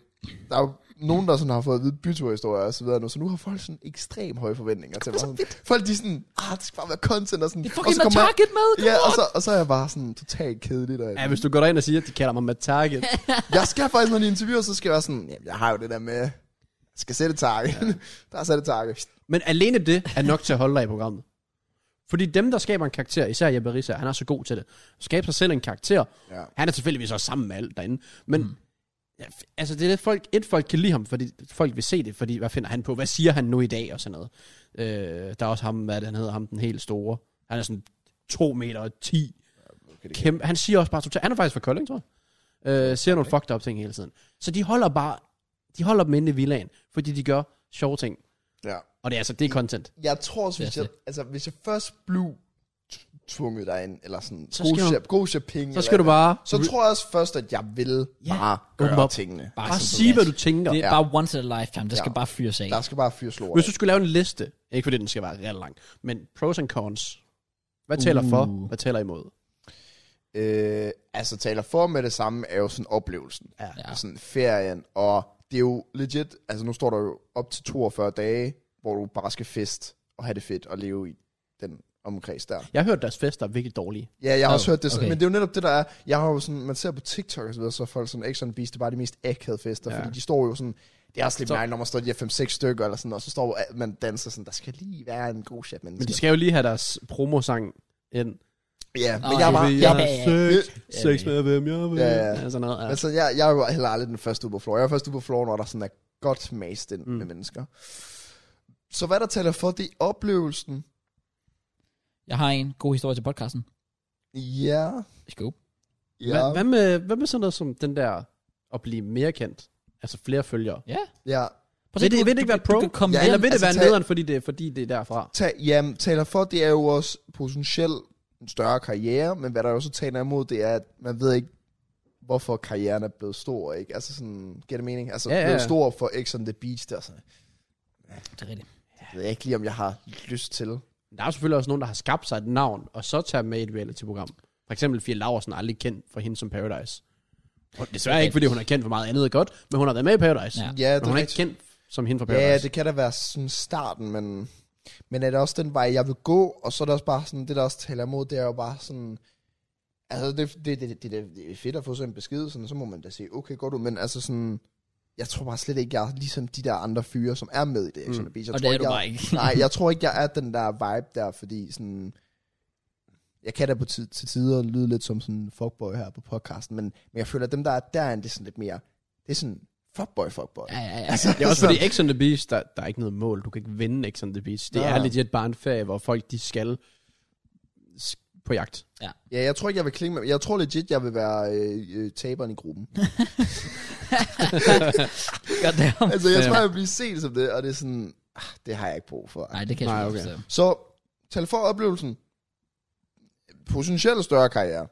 C: der er jo nogen, der sådan har fået at vide byturhistorier og så videre nu, så nu har folk sådan ekstrem høje forventninger til mig. Sådan, folk de er sådan, ah, det skal bare være content og sådan.
A: Det er
C: og
A: fucking
C: så kommer jeg-
A: target med.
C: Ja, og så, og så er jeg bare sådan totalt kedelig derinde.
B: Ja, hvis du går derind og siger, at de kalder mig med target.
C: Jeg skal faktisk, når de interviewer, så skal jeg være sådan, jamen, jeg har jo det der med, jeg skal sætte takke. Ja. der er sætte takke.
B: men alene det er nok til at holde dig i programmet. Fordi dem, der skaber en karakter, især Jeppe Risse, han er så god til det. Skaber sig selv en karakter.
C: Ja.
B: Han er tilfældigvis også sammen med alt derinde. Men mm. ja, f- altså, det er det, folk, et folk kan lide ham, fordi folk vil se det, fordi hvad finder han på? Hvad siger han nu i dag? Og sådan noget. Øh, der er også ham, hvad er det, han hedder, ham den helt store. Han er sådan 2 meter og 10.
C: Okay, det
B: Kæmpe. Han siger også bare totalt, han er faktisk fra Kolding, tror jeg. Øh, siger nogle fucked up ting hele tiden. Så de holder bare, de holder dem inde i villaen, fordi de gør sjove ting.
C: ja.
B: Og det er altså, det er content.
C: Jeg tror også, hvis
A: Det er
C: jeg, altså, hvis jeg først blev t- tvunget derind, eller sådan,
B: Så
C: så god,
B: skal du-
C: shop, god shopping,
B: Så skal du bare,
C: så tror jeg også først, at jeg vil
B: Ja,
C: ja, bare
B: åbne
C: gøre
B: op.
C: tingene.
A: Bare,
B: bare
A: sådan
B: sige, hvad
A: noget.
B: du tænker.
A: Det er
C: Ja.
A: bare once in a lifetime. Det skal
C: Ja.
A: bare fyres af.
C: Der skal bare fyre slår
B: Hvis du skulle lave en liste, ikke fordi den skal være ret lang, men pros and cons. Hvad taler
A: Uh.
B: for, hvad taler imod?
C: øh, Altså, taler for med det samme, er jo sådan oplevelsen.
B: Ja.
A: Ja.
C: Ja. Sådan ferien, og det er jo legit, altså nu står der jo op til 42 dage, hvor du bare skal fest, og have det fedt, og leve i den omkreds der.
B: Jeg har hørt, deres fester er virkelig dårlige.
C: Ja, jeg har
A: Oh,
C: oh, også hørt det,
A: okay.
C: okay. men det er jo netop det, der er, jeg har jo sådan, man ser på TikTok og så videre, så er folk sådan, X on the Beach, det er bare de mest akavede fester,
B: Ja.
C: ja. fordi de står jo sådan, det er også lidt
B: Så-
C: mærkeligt, når man står de her 5-6 stykker, eller sådan, og så står at man danser sådan, der skal lige være en god chat,
B: Men
C: mennesker.
B: de skal jo lige have deres promosang ind.
C: Ja, men
A: Åh,
C: jeg var,
A: det ved
C: jeg,
A: jeg.
C: var-
A: Ja,
B: sex
A: ja.
B: med hvem jeg vil.
C: Ja, ja.
B: ja. Sådan noget, ja.
C: altså, jeg, jeg er jo heller aldrig den første ude på floor. Jeg er først ude på floor, når der sådan er godt mast ind
B: Mm.
C: mm. med mennesker. Så hvad der taler for, det er oplevelsen.
A: Jeg har en god historie til podcasten.
C: Ja,
A: Let's go.
C: ja,
B: Hvad, hvad, med, hvad med sådan noget som den der at blive mere kendt? Altså flere følgere.
A: Ja.
C: ja.
A: Prøv at
B: Vil
A: se,
B: det-
A: du-
B: vil det ikke
A: du-
B: være pro?
A: Du kan komme
C: Ja,
A: hjem.
B: Eller vil det
C: altså,
B: være
C: tag-
B: nederen, fordi det, er- fordi det er derfra?
C: Ta- ja, taler for, det er jo også potentielt en større karriere, men hvad der også taler imod, det er, at man ved ikke, hvorfor karrieren er blevet stor, ikke? Altså sådan, giver det mening? Altså,
B: Ja,
C: ja,
B: ja.
C: ja. blevet stor for X on the Beach, der sådan,
A: Det er rigtigt.
C: jeg ved ikke lige, om jeg har lyst til.
B: Der er jo selvfølgelig også nogen, der har skabt sig et navn, og så tager med i et reality-program. For eksempel Fie Laursen er aldrig kendt for hende som Paradise. Og desværre ikke, fordi hun er kendt for meget andet godt, men hun har været med i Paradise.
A: Ja.
B: Ja.
C: Ja,
B: Men hun er ikke
C: rigtigt.
B: kendt som hende fra Paradise.
C: Ja, det kan da være sådan starten, men, men er det også den vej, jeg vil gå? Og så er det også bare sådan, det der også taler imod, det er jo bare sådan, altså det, det, det, det, det, det er fedt at få sådan en besked, sådan, så må man da sige, okay, går du, men altså sådan, jeg tror bare slet ikke, jeg er ligesom de der andre fyre, som er med i det, X on the Beach. Jeg
A: Mm. Og det
C: tror
A: er
C: ikke,
A: du
C: jeg,
A: bare ikke.
C: Nej, jeg tror ikke, jeg er den der vibe der, fordi sådan... Jeg kan da på tid, til tider lyde lidt som sådan en fuckboy her på podcasten, men, men jeg føler, at dem, der er derinde, det er sådan lidt mere... Det er sådan fuckboy, fuckboy.
A: Ja, ja, ja.
C: Altså,
B: Det er også fordi X on the Beach, der, der er ikke noget mål. Du kan ikke vinde X on the Beach. Det
C: Nej.
B: er legit bare en ferie, hvor folk de skal s- på jagt.
C: Ja, jeg tror ikke, jeg vil klinge med Jeg tror legit, jeg vil være øh, øh, taberen i gruppen.
A: Goddamn.
C: altså, jeg
B: Ja.
C: tror, jeg vil blive set som det, og det er sådan... Ah, det har jeg ikke brug for.
A: Nej, det kan jeg
B: Nej,
A: Nej,
B: okay.
A: okay. forstå.
C: Så, tal for oplevelsen. Potentielt større karriere.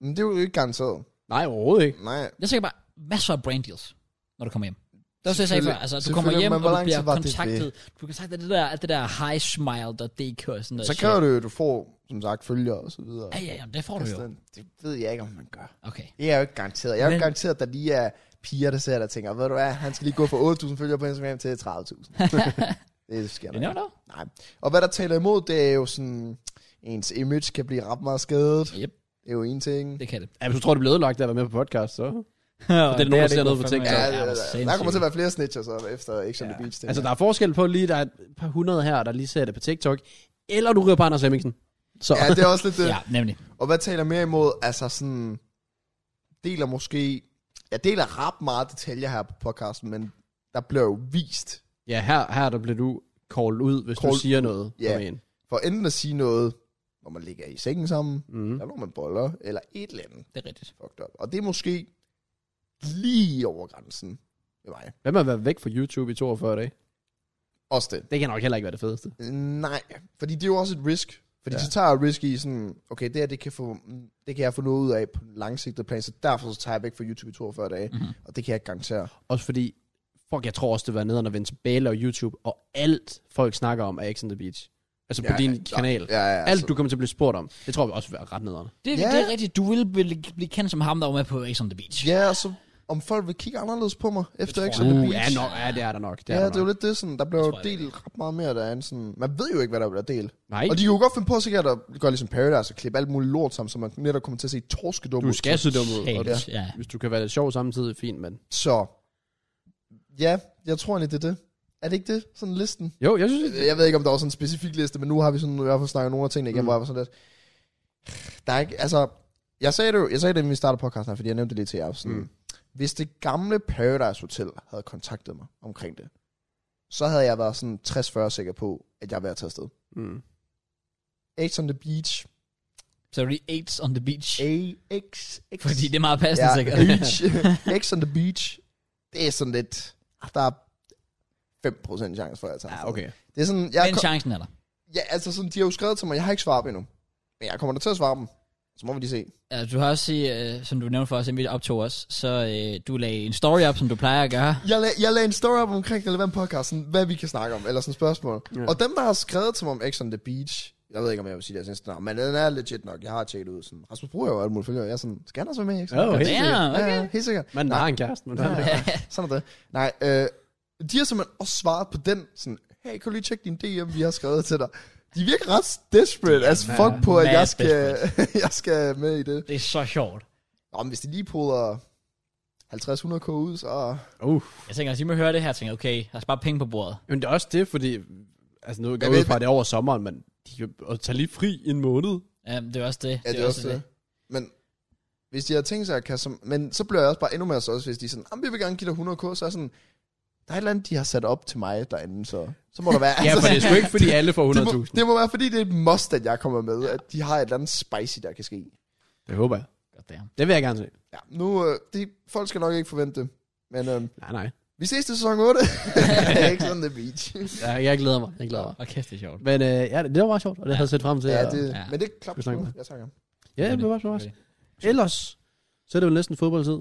C: Men det er jo ikke garanteret.
B: Nej, overhovedet ikke.
C: Nej.
A: Jeg tænker bare masser af brand deals, når du kommer hjem. Det er også det, jeg sagde før.
C: Selvfølgelig-
A: Altså, du
C: selvfølgelig,
A: kommer hjem,
C: men
A: og
C: hvor
A: du
C: lang
A: bliver
C: tid var det
A: kontaktet. Du bliver kontaktet af det der, af det der highsmile.dk og sådan noget.
C: Så
A: shit.
C: kræver det jo, at du får, som sagt, følgere og så videre.
A: Ja, ja, ja, det får du jo.
C: Det ved jeg ikke, om man gør.
A: Okay.
C: Det er jeg jo ikke garanteret. Jeg er jo
A: Men-
C: ikke garanteret, at der lige er piger, der ser der og tænker, ved du hvad, han skal lige gå fra 8.000 følgere på Instagram til 30.000. det sker
A: You
C: nok.
A: never know.
C: Nej. Og hvad der taler imod, det er jo sådan, ens image kan blive ret meget skadet.
A: Yep,
C: Det er jo en ting.
A: det kan det.
B: Ja, hvis du tror, det bliver ødelagt af at være med på podcast, så...
A: det
B: nogen, der ser noget på
C: Ja,
B: TikTok.
A: Ja,
C: ja,
A: det
C: ja,
A: er
C: ja, der kommer til at være flere snitcher så efter Action
B: Ja.
C: ja. the Beach.
B: Altså, der er forskel på lige, der er et par hundrede her, der lige ser det på TikTok. Eller du ryger på Anders Hemmingsen. Så
C: Ja, det er også lidt det.
A: Ja, nemlig.
C: Og hvad taler mere imod? Altså sådan, deler måske, jeg deler ret meget detaljer her på podcasten, men der bliver jo vist,
B: ja her, her der bliver du called ud, hvis du
C: Called
B: siger noget
C: ja.
B: om en.
C: for enten at sige noget, når man ligger i sengen sammen,
B: Mm.
C: der når man boller, eller et eller andet
A: Det er rigtigt.
C: fucked up. Og det er måske lige over grænsen med mig.
B: Hvad med at være væk fra YouTube i 42 dage?
C: Også det.
B: Det kan nok heller ikke være det fedeste.
C: Nej, fordi det er jo også et risk. Fordi
B: Ja.
C: ja. så tager jeg risk i sådan, okay, det her, det kan, få, det kan jeg få noget ud af på en langsigtet plan, så derfor så tager jeg væk fra YouTube i 42 dage,
A: Mhm.
C: mm-hmm. og det kan jeg ikke garantere.
B: Også fordi, fuck, jeg tror også, det var nederen at vende tilbage og lave YouTube, og alt folk snakker om er X on the Beach. Altså på
C: Ja,
B: din
C: ja,
B: kanal.
C: Ja, ja, altså-
B: Alt du kommer til at blive spurgt om, det tror jeg også vil være ret nederen.
A: Det,
C: Ja.
A: det er rigtigt. Du vil bl- blive kendt som ham, der var med på Ace on the Beach.
C: Ja, og så om folk vil kigge anderledes på mig efter X
A: tror
C: on
A: jeg.
C: the
A: Uh,
C: Beach.
B: ja, no, ja, det er der nok. Det er
C: Ja,
B: der
C: det er jo
B: nok.
C: lidt det sådan, der bliver
A: Det
C: jo
A: tror jeg, det
C: delt ret meget mere der er en sådan, man ved jo ikke, hvad der bliver delt.
B: Nej,
C: Og de kan jo godt finde på sikkert at gøre ligesom Paradise og klippe alt muligt lort sammen, så man netop kommer til at se torskedumme
B: du skal se dum ud.
A: Helt,
B: Og det,
A: ja.
B: hvis du kan være lidt sjov samtidig, fint, men...
C: Så, ja, jeg tror egentlig, det er det. Er det ikke det, sådan listen?
B: Jo, jeg synes...
C: Øh, Jeg ved ikke, om der var sådan en specifik liste, men nu har vi sådan i hvert fald snakket nogle af tingene igen,
B: Mm.
C: mm. hvor jeg var sådan lidt... Der er ikke, altså, jeg sagde det jo, jeg sagde det, inden vi startede podcasten her, fordi jeg nævnte det lige til jer. Sådan,
B: Mm.
C: mm. Hvis det gamle Paradise Hotel havde kontaktet mig omkring det, så havde jeg været sådan 60-40 sikker på, at jeg ville have taget afsted.
B: Mm.
C: X on the Beach.
A: Så er det Ace on the Beach.
C: AX.
A: Fordi det er meget passende,
C: ja,
A: sikkert.
C: beach. X on the Beach. Det er sådan lidt... Der er 5% chance for, at jeg tager
B: Ja,
C: afsted.
B: okay.
C: Det er sådan, jeg,
A: Men chancen er der.
C: Ja, altså sådan, de har jo skrevet til mig, jeg har ikke svaret dem endnu. Men jeg kommer da til at svare dem. Så må vi lige se.
A: Ja, du har også, sige, øh, som du nævnte for os, inden vi optog os, så øh, du lagde en story op, som du plejer at gøre.
C: Jeg, lag, jeg lagde en story op omkring relevant podcast, sådan, hvad vi kan snakke om, eller sådan spørgsmål.
B: Ja.
C: Ja. Og dem, der har skrevet til mig om X on the Beach, jeg ved ikke, om jeg vil sige deres Instagram, men den er legit nok. Jeg har tjekket ud. Sådan. Rasmus bruger jo alt muligt følgere. Jeg er sådan, skal han også være med i X? on the
B: Jo, helt sikkert.
A: Damn,
C: Beach?" Ja,
A: okay.
C: ja, helt sikkert.
B: Man
C: Nej.
B: har en kæreste, men ja.
C: Ja, sådan er det. Nej, øh, de har simpelthen også svaret på den, sådan, hey, kan du lige tjekke din DM, vi har skrevet til dig. De virker ret desperate as fuck på, at
A: mad
C: jeg skal, jeg skal med i det.
A: Det er så sjovt.
C: Nå, men hvis de lige puder 50-100k ud, så...
B: Uh.
A: Jeg tænker, at I må høre det her, tænker, okay, har sparet penge på bordet.
B: Men det er også det, fordi... Altså nu går jeg
C: ved-
B: ud fra, at det er over sommeren, men de kan jo tage lige fri i en måned.
A: Um, det er også det.
C: Ja, det er også det. Men hvis de har tænkt sig at kaste... som- Men så bliver jeg også bare endnu mere så også, hvis de er sådan, "Jamen, vi vil gerne give dig 100k, så er jeg sådan, der er et eller andet, de har sat op til mig derinde, så, så må der være...
B: Ja, for det er sgu ikke, fordi alle får
C: Altså, det, må,
B: 100.000.
C: det må være, fordi det er et must, at jeg kommer med, at de har et eller andet spicy, der kan ske.
B: Det håber jeg.
A: Goddamn.
B: Det vil jeg gerne se.
C: Ja, nu... Øh, det, folk skal nok ikke forvente det, men øh,
B: Nej, nej.
C: vi ses til sæson 8. ikke sådan the beach.
B: Jeg, jeg glæder mig. Jeg glæder mig.
A: Og kæft, det er sjovt.
B: Men øh, ja, det det var meget sjovt, og det havde jeg set frem til.
C: Ja,
B: og-
C: det,
A: Ja.
C: men det klapper
B: Vi snakker
C: sgu.
B: med.
C: Jeg takker.
B: ja det var også meget. Ellers, så er det jo næsten fodboldtid.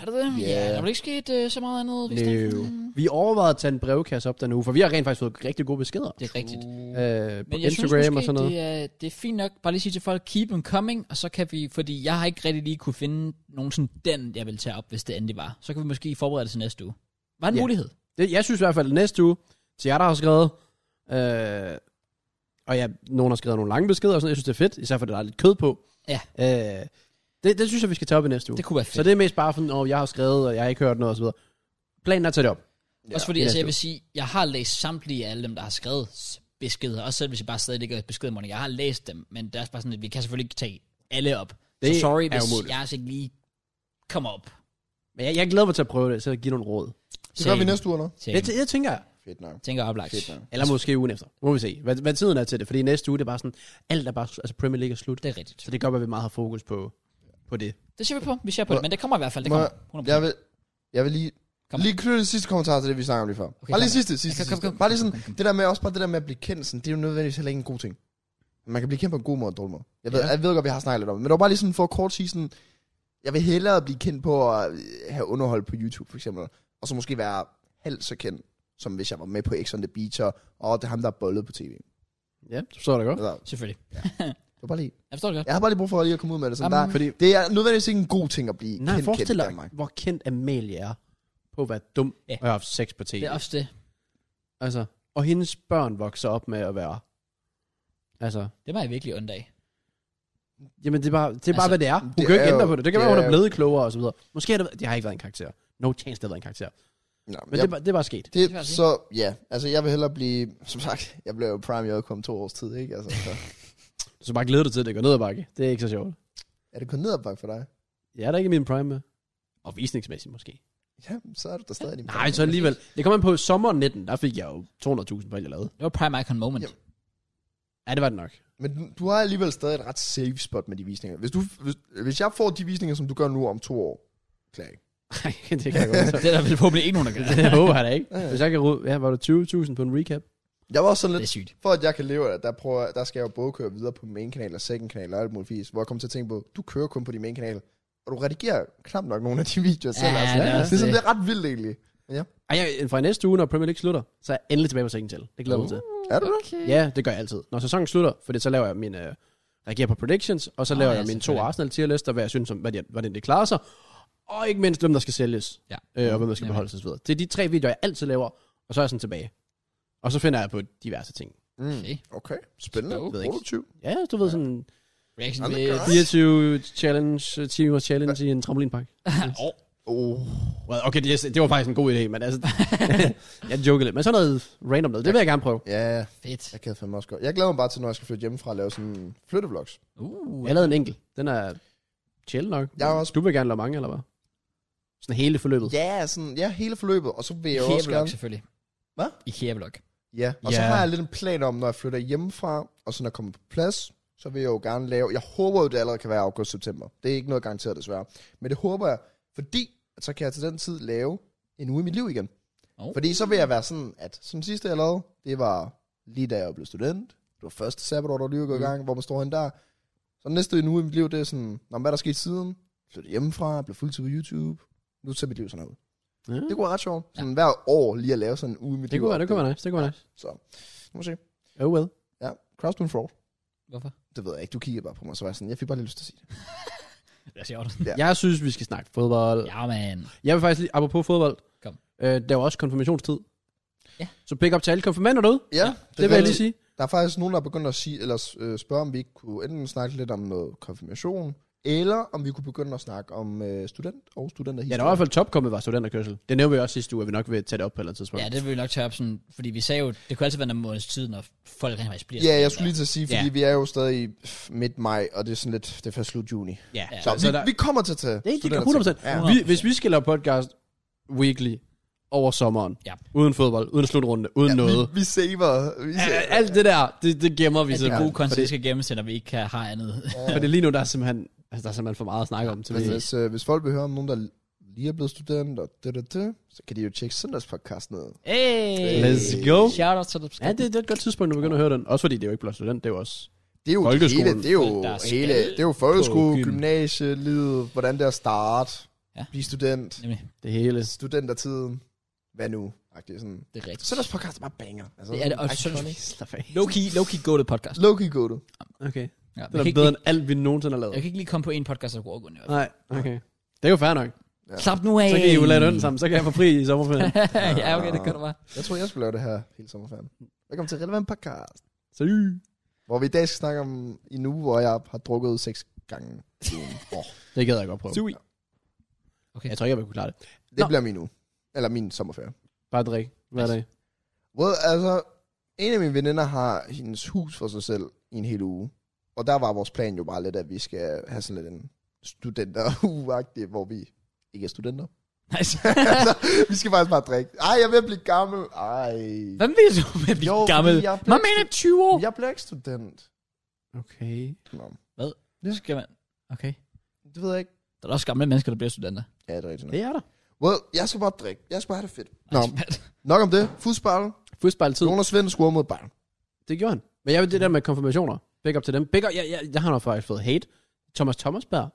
A: Er det det? Ja,
C: Ja.
A: der er vel ikke sket øh, så meget andet. hvis det
B: No.
A: er- Mm.
B: Vi overvejede at tage en brevkasse op den uge, for vi har rent faktisk fået rigtig gode beskeder.
A: Det er rigtigt.
B: Øh, på
A: Men jeg
B: Instagram
A: synes måske,
B: og sådan noget.
A: Det, er, det er fint nok bare lige sige til folk, keep them coming, og så kan vi, fordi jeg har ikke rigtig lige kunne finde nogen sådan den, jeg vil tage op, hvis det endelig var. Så kan vi måske forberede det til næste uge. Var en
B: Ja.
A: mulighed?
B: Det, jeg synes i hvert fald, at næste uge, til jer, der har skrevet, øh, og ja, nogen har skrevet nogle lange beskeder og sådan noget, jeg synes, det er fedt, især fordi der er lidt kød på.
A: Ja.
B: Øh, det, det synes jeg, vi skal tage op i næste uge.
A: Det kunne være fedt.
B: så det er mest bare sådan, at jeg har skrevet, og jeg har ikke hørt noget osv. Planen er at tage det op.
A: Ja, også fordi,
B: det er
A: altså, jeg
B: sjovt.
A: vil sige, jeg har læst samtlige af alle dem, der har skrevet s- beskeder. Også selv hvis jeg bare stadig ikke har besked morgen. Jeg har læst dem, men det er også bare sådan, at vi kan selvfølgelig ikke tage alle op.
B: Det
A: så sorry,
B: er
A: hvis
B: umuligt.
A: jeg altså ikke lige kommer op.
B: Men jeg, jeg glæder mig til at prøve det, så jeg giver nogle råd.
C: Det gør vi næste uge, eller?
B: Det, det, det tænker jeg.
C: Fedt nok.
A: Tænker oplagt.
C: Fedt nok.
A: Altså-
B: Eller måske ugen efter. Må vi se, hvad, hvad tiden er til det. Fordi næste uge, det er bare sådan, alt er bare, altså Premier League er slut.
A: Det er rigtigt.
B: Så det kan godt være, at vi meget har fokus på, på det.
A: Det ser vi på. Vi ser på det,
C: Må-
A: men det kommer i hvert fald. Det
C: må
A: kommer.
C: jeg-
A: 100%.
C: Jeg vil, jeg vil lige,
A: Kom.
C: kom. lige knytte det sidste kommentar til det, vi snakker om lige før. Okay, bare lige
A: kom.
C: sidste, sidste,
A: Ja, kom, kom,
C: sidste.
A: kom.
C: Bare lige sådan,
A: Kom, kom.
C: det der med, også bare det der med at blive kendt, sådan, det er jo nødvendigvis heller ikke en god ting. Man kan blive kendt på en god måde og en dårlig måde. Jeg ved,
B: Ja.
C: ja. jeg ved godt, vi har snakket lidt om det, men det var bare lige sådan for kort sige sådan, jeg vil hellere blive kendt på at øh, have underhold på YouTube for eksempel, og så måske være halvt så kendt, som hvis jeg var med på X on the Beach, og åh, det er ham, der er bollet på tv.
B: Ja, så forstår det godt.
C: Eller,
A: Selvfølgelig.
C: det var bare lige,
A: Jeg forstår det godt.
C: jeg har bare lige brug for lige at komme ud med det. Sådan,
A: Jamen,
C: um,
B: Fordi,
C: der, det er nødvendigvis ikke en god ting at blive
B: nej,
C: kendt, kendt i
B: forestil dig,
C: Danmark.
B: hvor kendt Amalie er på at være dum
A: Ja.
B: ja. og have haft sex på tv.
A: Det er også det.
B: Altså, og hendes børn vokser op med at være... Altså,
A: Det var jeg virkelig ondt af.
B: jamen det er bare, det
A: Altså,
B: er bare altså, hvad det er. Hun
C: det
B: kan jo ikke
C: er
B: ændre
C: jo-
B: på det. Det kan
C: det
B: være, hun
C: er
B: er
C: jo-
B: blevet klogere og så videre. Måske har det, været- det har ikke været en karakter. No chance, det har været en karakter.
C: Nå,
B: Men det, er bare, det er bare sket.
A: Det
C: Det,
A: vil jeg
C: det
A: sige.
C: så, ja. Altså, jeg vil hellere blive, som sagt, jeg blev jo prime joke om to års tid, ikke? Altså, så
B: Så bare glæder du til, at det går ned ad bakke. Det er ikke så sjovt.
C: er det kun nedadbakke for dig?
B: Jeg er da ikke i min prime med. Og visningsmæssigt måske.
C: Ja, så er du der stadig. din
B: Nej,
C: prime.
B: så alligevel. Det kommer an på sommeren 19, der fik jeg jo 200.000 på alt, jeg lavede.
A: Det var Prime Icon Moment.
C: Jamen.
B: Ja, det var det nok.
C: Men du, du har alligevel stadig et ret safe spot med de visninger. Hvis, du, hvis, hvis jeg får de visninger, som du gør nu om to år, klager ikke.
B: Nej, det kan jeg godt.
A: Det er der vel forhåbentlig ikke nogen, der gør.
B: Det håber jeg da ikke.
C: Ja.
B: Hvis jeg kan rydde, ja, var det 20.000 på en recap?
C: Jeg var også sådan
A: Det
C: lidt,
A: er sygt.
C: for at jeg kan leve af det, der, prøver, der skal jeg jo både køre videre på main kanal og second kanal og alt muligt fisk, hvor jeg kom til at tænke på, du kører kun på din main kanal, og du redigerer knap nok nogle af de videoer selv.
A: Ja,
C: altså.
A: det er
C: det, er
A: også
C: sådan,
A: det.
C: det er ret vildt egentlig.
B: Ej, jeg, fra næste uge, når Premier League slutter, så er jeg endelig tilbage på sækken til. Det glæder jeg mig
A: Uh.
B: til.
C: Uh, Er du det?
A: Okay.
B: Ja, det gør jeg altid. Når sæsonen slutter, for så laver jeg min øh, reagerer på predictions, og så
A: Ah,
B: laver
A: ja,
B: jeg mine to
A: selvfølgelig.
B: Arsenal tierlister, hvad jeg synes om, hvad de- hvordan det klarer sig, og ikke mindst, hvem der skal sælges,
A: Ja.
B: øh, og hvem der skal
A: Nemlig.
B: beholdes osv. Det er de tre videoer, jeg altid laver, og så er jeg sådan tilbage. Og så finder jeg på diverse ting.
A: Okay.
C: Mm. Okay, spændende.
A: Spændende.
B: Ved ikke.
C: Produktiv.
B: Ja, du ved sådan
A: Reaction
C: Jamen,
A: ved...
C: det gør
B: 24 challenge, øh, 10 ugers challenge i en trampolinpark.
A: Åh,
C: Oh.
B: Well, okay, det, det var faktisk en god idé, men altså, jeg jokede lidt. Men sådan noget random noget, det vil jeg gerne prøve.
C: Ja, ja.
A: fedt.
C: Jeg kan fandme også godt. Jeg glæder mig bare til, når jeg skal flytte hjemmefra og lave sådan flyttevlogs.
A: Uh,
B: Jeg lavede en enkelt. Den er chill nok.
C: Jeg har også-
B: Du vil gerne lave mange, eller hvad? Sådan hele forløbet.
C: Ja, sådan, ja, hele forløbet, og så vil jeg også
A: IKEA-blog
C: gerne...
A: selvfølgelig.
C: Hvad?
A: IKEA-blog.
C: Ja, og så
B: Ja.
C: har jeg lidt en plan om, når jeg flytter hjemmefra, og så når jeg kommer på plads, så vil jeg jo gerne lave... Jeg håber jo, det allerede kan være august-september. Det er ikke noget garanteret, desværre. Men det håber jeg, fordi at så kan jeg til den tid lave en uge i mit liv igen.
A: Oh.
C: Fordi så vil jeg være sådan, at som sidste jeg lavede, det var lige da jeg blev student. Det var første sabbatår, der lige var gået i
B: Mm.
C: gang, hvor man står hen der. Så næste uge i mit liv, det er sådan, Nå, men hvad er der sket siden? Flyttet hjemmefra, blev fuldtid på YouTube. Nu ser mit liv sådan her ud.
B: Ja.
C: Det kunne være ret sjovt. Sådan ja. hver år lige at lave sådan en uge i mit
B: Det
C: liv.
B: kunne være, det kunne være nice, det kunne være nice.
C: Så, nu må vi se.
B: Oh well.
C: Ja, Crossbone Fraud.
A: Hvorfor?
C: Det ved jeg ikke, du kigger bare på mig, så var jeg sådan, jeg fik bare lige lyst til at sige det.
A: Det er sjovt.
C: Ja.
B: Jeg synes, vi skal snakke fodbold. Ja.
A: Ja, man.
B: Jeg vil faktisk lige, apropos fodbold.
A: Kom.
B: Øh, der var også konfirmationstid.
A: Ja.
B: Så pick up til alle konfirmander derude. Det,
C: Ja,
B: det vil jeg lige sige.
C: Der er faktisk nogen, der er begyndt at sige, eller øh, spørge, om vi ikke kunne enten snakke lidt om noget konfirmation, eller om vi kunne begynde at snakke om øh, student og studenter.
B: Ja, der var i hvert fald topkommet var studenterkørsel. Det nævnte vi også sidste uge, at vi nok vil tage det op på et eller andet tidspunkt.
A: Ja, det vil vi nok tage op sådan, fordi vi sagde jo, det kunne altid være en måneds tid, når folk rent faktisk bliver.
C: Ja, jeg skulle lige til at sige, fordi
B: Ja.
C: vi er jo stadig i pff, midt maj, og det er sådan lidt, det er først slut juni.
B: ja.
A: Ja.
C: Så, så vi, der... vi kommer til at tage
B: Det er ikke
C: studenter-
B: 100%.
C: Ja.
B: Ja. Vi, hvis vi skal lave podcast weekly over sommeren,
A: Ja.
B: uden fodbold, uden slutrunde, uden ja, noget,
C: Vi, vi saver. Vi saver.
B: Al- Alt det der, det, det gemmer vi
A: At det
B: simpelthen.
A: gode content det
B: Fordi,
A: skal gemmes til, når vi ikke kan have andet.
B: fordi lige nu, der er simpelthen, altså, der er simpelthen for meget at snakke om. Til
C: Men
B: vi,
C: hvis, øh, hvis folk vil høre om nogen, der lige er blevet student, og det, det, det, så kan de jo tjekke søndagspodcasten ned.
A: Hey!
B: Let's go.
A: Shout out til dig.
B: ja, det, det er et godt tidspunkt, at begynde at høre den. Også fordi det er jo ikke blot student, det er jo også...
C: Det er jo
B: Folkeskolen.
C: hele, det er jo
A: Der skal
C: hele, det er jo folkeskole,
B: på gym.
C: gymnasielivet, hvordan det er at starte,
A: Ja.
C: ja. blive student,
A: Nemlig,
B: Det hele.
C: studentertiden, hvad nu, agtigt sådan.
A: det er rigtigt.
C: Søndags podcast er bare banger. Altså,
A: Det er det, og
C: iconic.
A: Low-key, low-key go to podcast.
C: Low-key go to.
B: Okay.
A: Ja,
B: Det
A: jeg, kan
B: er
A: ikke,
B: bedre
A: lige-
B: end alt, vi nogensinde har lavet.
A: jeg kan ikke lige komme på en podcast, der kunne overgå den. i hvert fald.
B: Nej, okay. Det er jo fair nok.
C: Ja.
A: Slap nu af.
B: Så kan I jo lade den sammen, så kan jeg få fri i sommerferien.
A: ja, okay, det kan du bare.
C: Jeg tror, jeg skulle lave det her hele sommerferien. Velkommen til Relevant Podcast,
B: Så
C: hvor vi i dag skal snakke om en uge, hvor jeg har drukket seks gange. i ugen. Åh,
B: Det gad jeg godt prøve. Sui.
A: Okay.
B: Jeg tror ikke, jeg vil kunne klare det.
C: det
B: Nå.
C: bliver min uge. Eller min sommerferie.
B: Bare drik hver
A: Altså-
B: dag.
C: Well, altså, en af mine veninder har hendes hus for sig selv i en hel uge. Og der var vores plan jo bare lidt, at vi skal have sådan lidt en studenter hvor vi ikke er studenter.
A: Nice.
C: Vi skal faktisk bare drikke. Ej, jeg er ved at blive gammel. Ej.
A: Hvad mener du med at blive
C: Jo, fordi
A: gammel?
C: jeg blev
A: Man mener 20 år.
C: Jeg bliver ikke student.
B: Okay.
C: Nå,
A: Det skal man. Okay.
C: det ved jeg ikke.
A: Der er også gamle mennesker, der bliver studenter.
C: Ja, det er rigtigt. nok.
B: Det er der.
C: Well, jeg skal bare drikke. Jeg skal bare have det fedt. Nå,
A: Nice, mand.
C: nok om det. Fodspejl.
B: Fodspejltid.
C: Jonas Svend scorer mod Bayern.
B: Det gjorde han. Men jeg ved det der med konfirmationer. Big up til dem. Big up, jeg, jeg, jeg har nok faktisk fået hate. Thomas Thomasberg,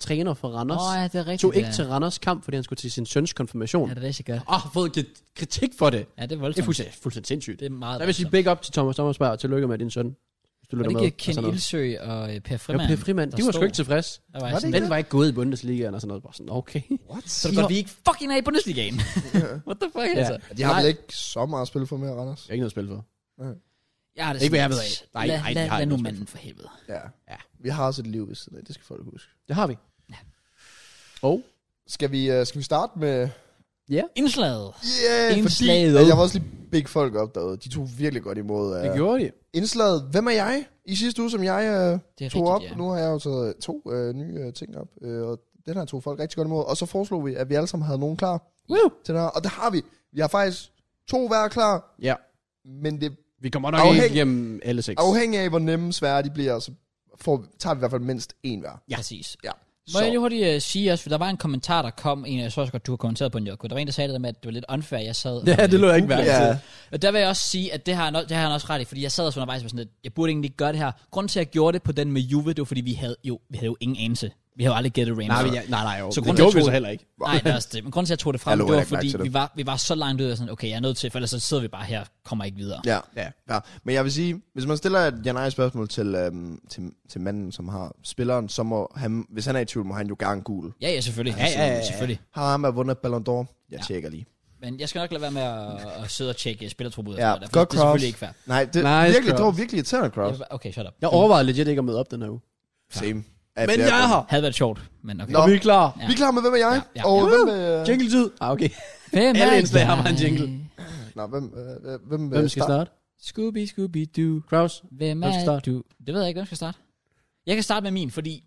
B: træner for Randers,
A: Åh,
B: oh,
A: ja, det er rigtigt.
B: tog ikke
A: ja.
B: til Randers kamp, fordi han skulle til sin søns konfirmation.
A: Ja, det er rigtig godt.
B: Og har fået kri- kritik for det.
A: Ja, det er
B: Det er
A: voldsomt.
B: fuldstændig, fuldstændig sindssygt.
A: Det er meget
B: Jeg vil sige
A: voldsomt.
B: big up til Thomas Thomasberg, og tillykke med din søn. Hvis du
A: Var
B: lytter
A: det
B: med. Altså,
A: ikke
B: og
A: Ken
B: sådan noget.
A: Ildsø og øh, Per
B: Jo,
A: Frimand?
B: Per Frimand,
A: der
B: de var sgu
A: stod?
B: ikke tilfreds.
A: Der var,
C: Var
A: jeg
C: det
A: sådan,
B: Den var ikke gået i Bundesligaen og sådan noget. Bare sådan, okay.
C: What?
A: så er det godt, vi ikke fucking er i Bundesligaen. What the fuck,
B: Ja.
A: altså?
C: De har
B: Nej.
C: vel ikke så meget at spille for mere, Randers?
B: Jeg har ikke noget at spille for.
A: Jeg har det
B: Ikke, hvad jeg
A: sådan
B: ved
A: lidt,
B: af. Nej,
A: lad-
B: nej, de
A: lad-
B: har
A: Lad
B: ikke
A: nu
B: noget
A: manden for helvede.
C: Ja.
B: Ja.
C: Vi har også et liv ved siden af. Det skal folk huske.
B: Det har vi. Og
C: Skal vi, øh, skal vi starte med...
A: Indslaget.
C: Yeah,
A: Indslaget.
C: fordi at jeg var også lige big folk op derude. De tog virkelig godt imod.
B: det
C: Uh,
B: gjorde de.
C: indslaget, hvem er jeg? I sidste uge, som jeg uh,
A: Det er
C: tog op.
A: rigtigt, ja.
C: Nu har jeg jo taget to uh, nye uh, ting op. Uh, og den her tog folk rigtig godt imod. Og så foreslog vi, at vi alle sammen havde nogen klar
B: Woo!
C: til den her. Og det har vi. Vi har faktisk to hver klar.
B: Ja,
C: Men det
B: vi kommer nok
C: Afhæng-
B: ikke igennem alle seks.
C: afhænger af, hvor nemme svære de bliver, så får, tager vi i hvert fald mindst en hver.
A: Ja. Præcis.
C: Ja.
A: Må jeg lige
C: Så,
A: hurtigt uh, sige også, for der var en kommentar, der kom, en, jeg så også godt, du har kommenteret på den, Jokko. Der var en, der sagde det der med, at det var lidt unfair, jeg sad... og,
B: Ja,
A: øh,
B: det lå jeg ikke værd
A: googlede.
B: til.
C: ja,
A: Og der vil jeg også sige, at det har, han, o- det har han også ret i, fordi jeg sad også undervejs og var sådan lidt, jeg burde egentlig ikke gøre det her. Grunden til, at jeg gjorde det på den med Juve, det var, fordi vi havde jo, vi havde jo ingen anelse. Vi havde jo aldrig gættet Rams.
B: Nej, men jeg, nej, nej, jo.
A: Så
B: Så det
A: grunden
B: gjorde
A: til,
B: vi
A: at
B: så
A: Tore-
B: heller ikke.
A: Nej, det er også det. Men grunden til, at jeg tog det frem,
C: Jeg
A: det
C: lover,
A: var,
C: jeg ikke mærke
A: fordi
C: til det.
A: vi var, vi var så langt ud af sådan, okay, jeg er nødt til, for ellers så sidder vi bare her og kommer ikke videre.
C: ja.
B: Ja.
C: Ja, men jeg vil sige, hvis man stiller et ja-nej-spørgsmål til, øhm, til, til manden, som har spilleren, så må han, hvis han er i tvivl, må han jo gerne gul.
A: Ja, ja, selvfølgelig.
B: Ja, ja, ja, ja.
A: Selvfølgelig.
C: Har han vundet Ballon d'Or? Jeg
A: Ja.
C: ja. tjekker lige.
A: Men jeg skal nok lade være med at, at sidde og tjekke spillertrobud.
C: Ja,
A: det,
C: godt
A: det er selvfølgelig
C: cross.
A: ikke fair.
C: Nej, det,
B: Nice
C: nice virkelig, det var
B: cross.
C: virkelig irriterende
A: Jeg
C: cross.
A: var- Okay, shut up.
B: Jeg overvejede legit ikke at møde op den her uge.
C: Same. Ja,
B: Men
C: det
B: jeg er her.
A: Havde været sjovt, men okay.
C: Nå.
B: Og vi er klar.
A: Ja.
C: Vi er klar med, hvem er jeg?
A: Ja, ja.
C: Og
A: Ja.
C: hvem, øh,
B: Jingle-tid. Ah, okay.
A: Hvem
B: Alle
A: er
B: indslag har
A: jeg?
B: bare en jingle.
C: nå, hvem, øh, øh, hvem, øh,
B: Hvem skal
C: start-
B: starte?
A: Scooby, Scooby, du.
B: Kraus?
A: Hvem
B: Hvem skal
A: er
B: starte?
A: du? Det ved jeg ikke, hvem skal starte. Jeg kan starte med min, fordi...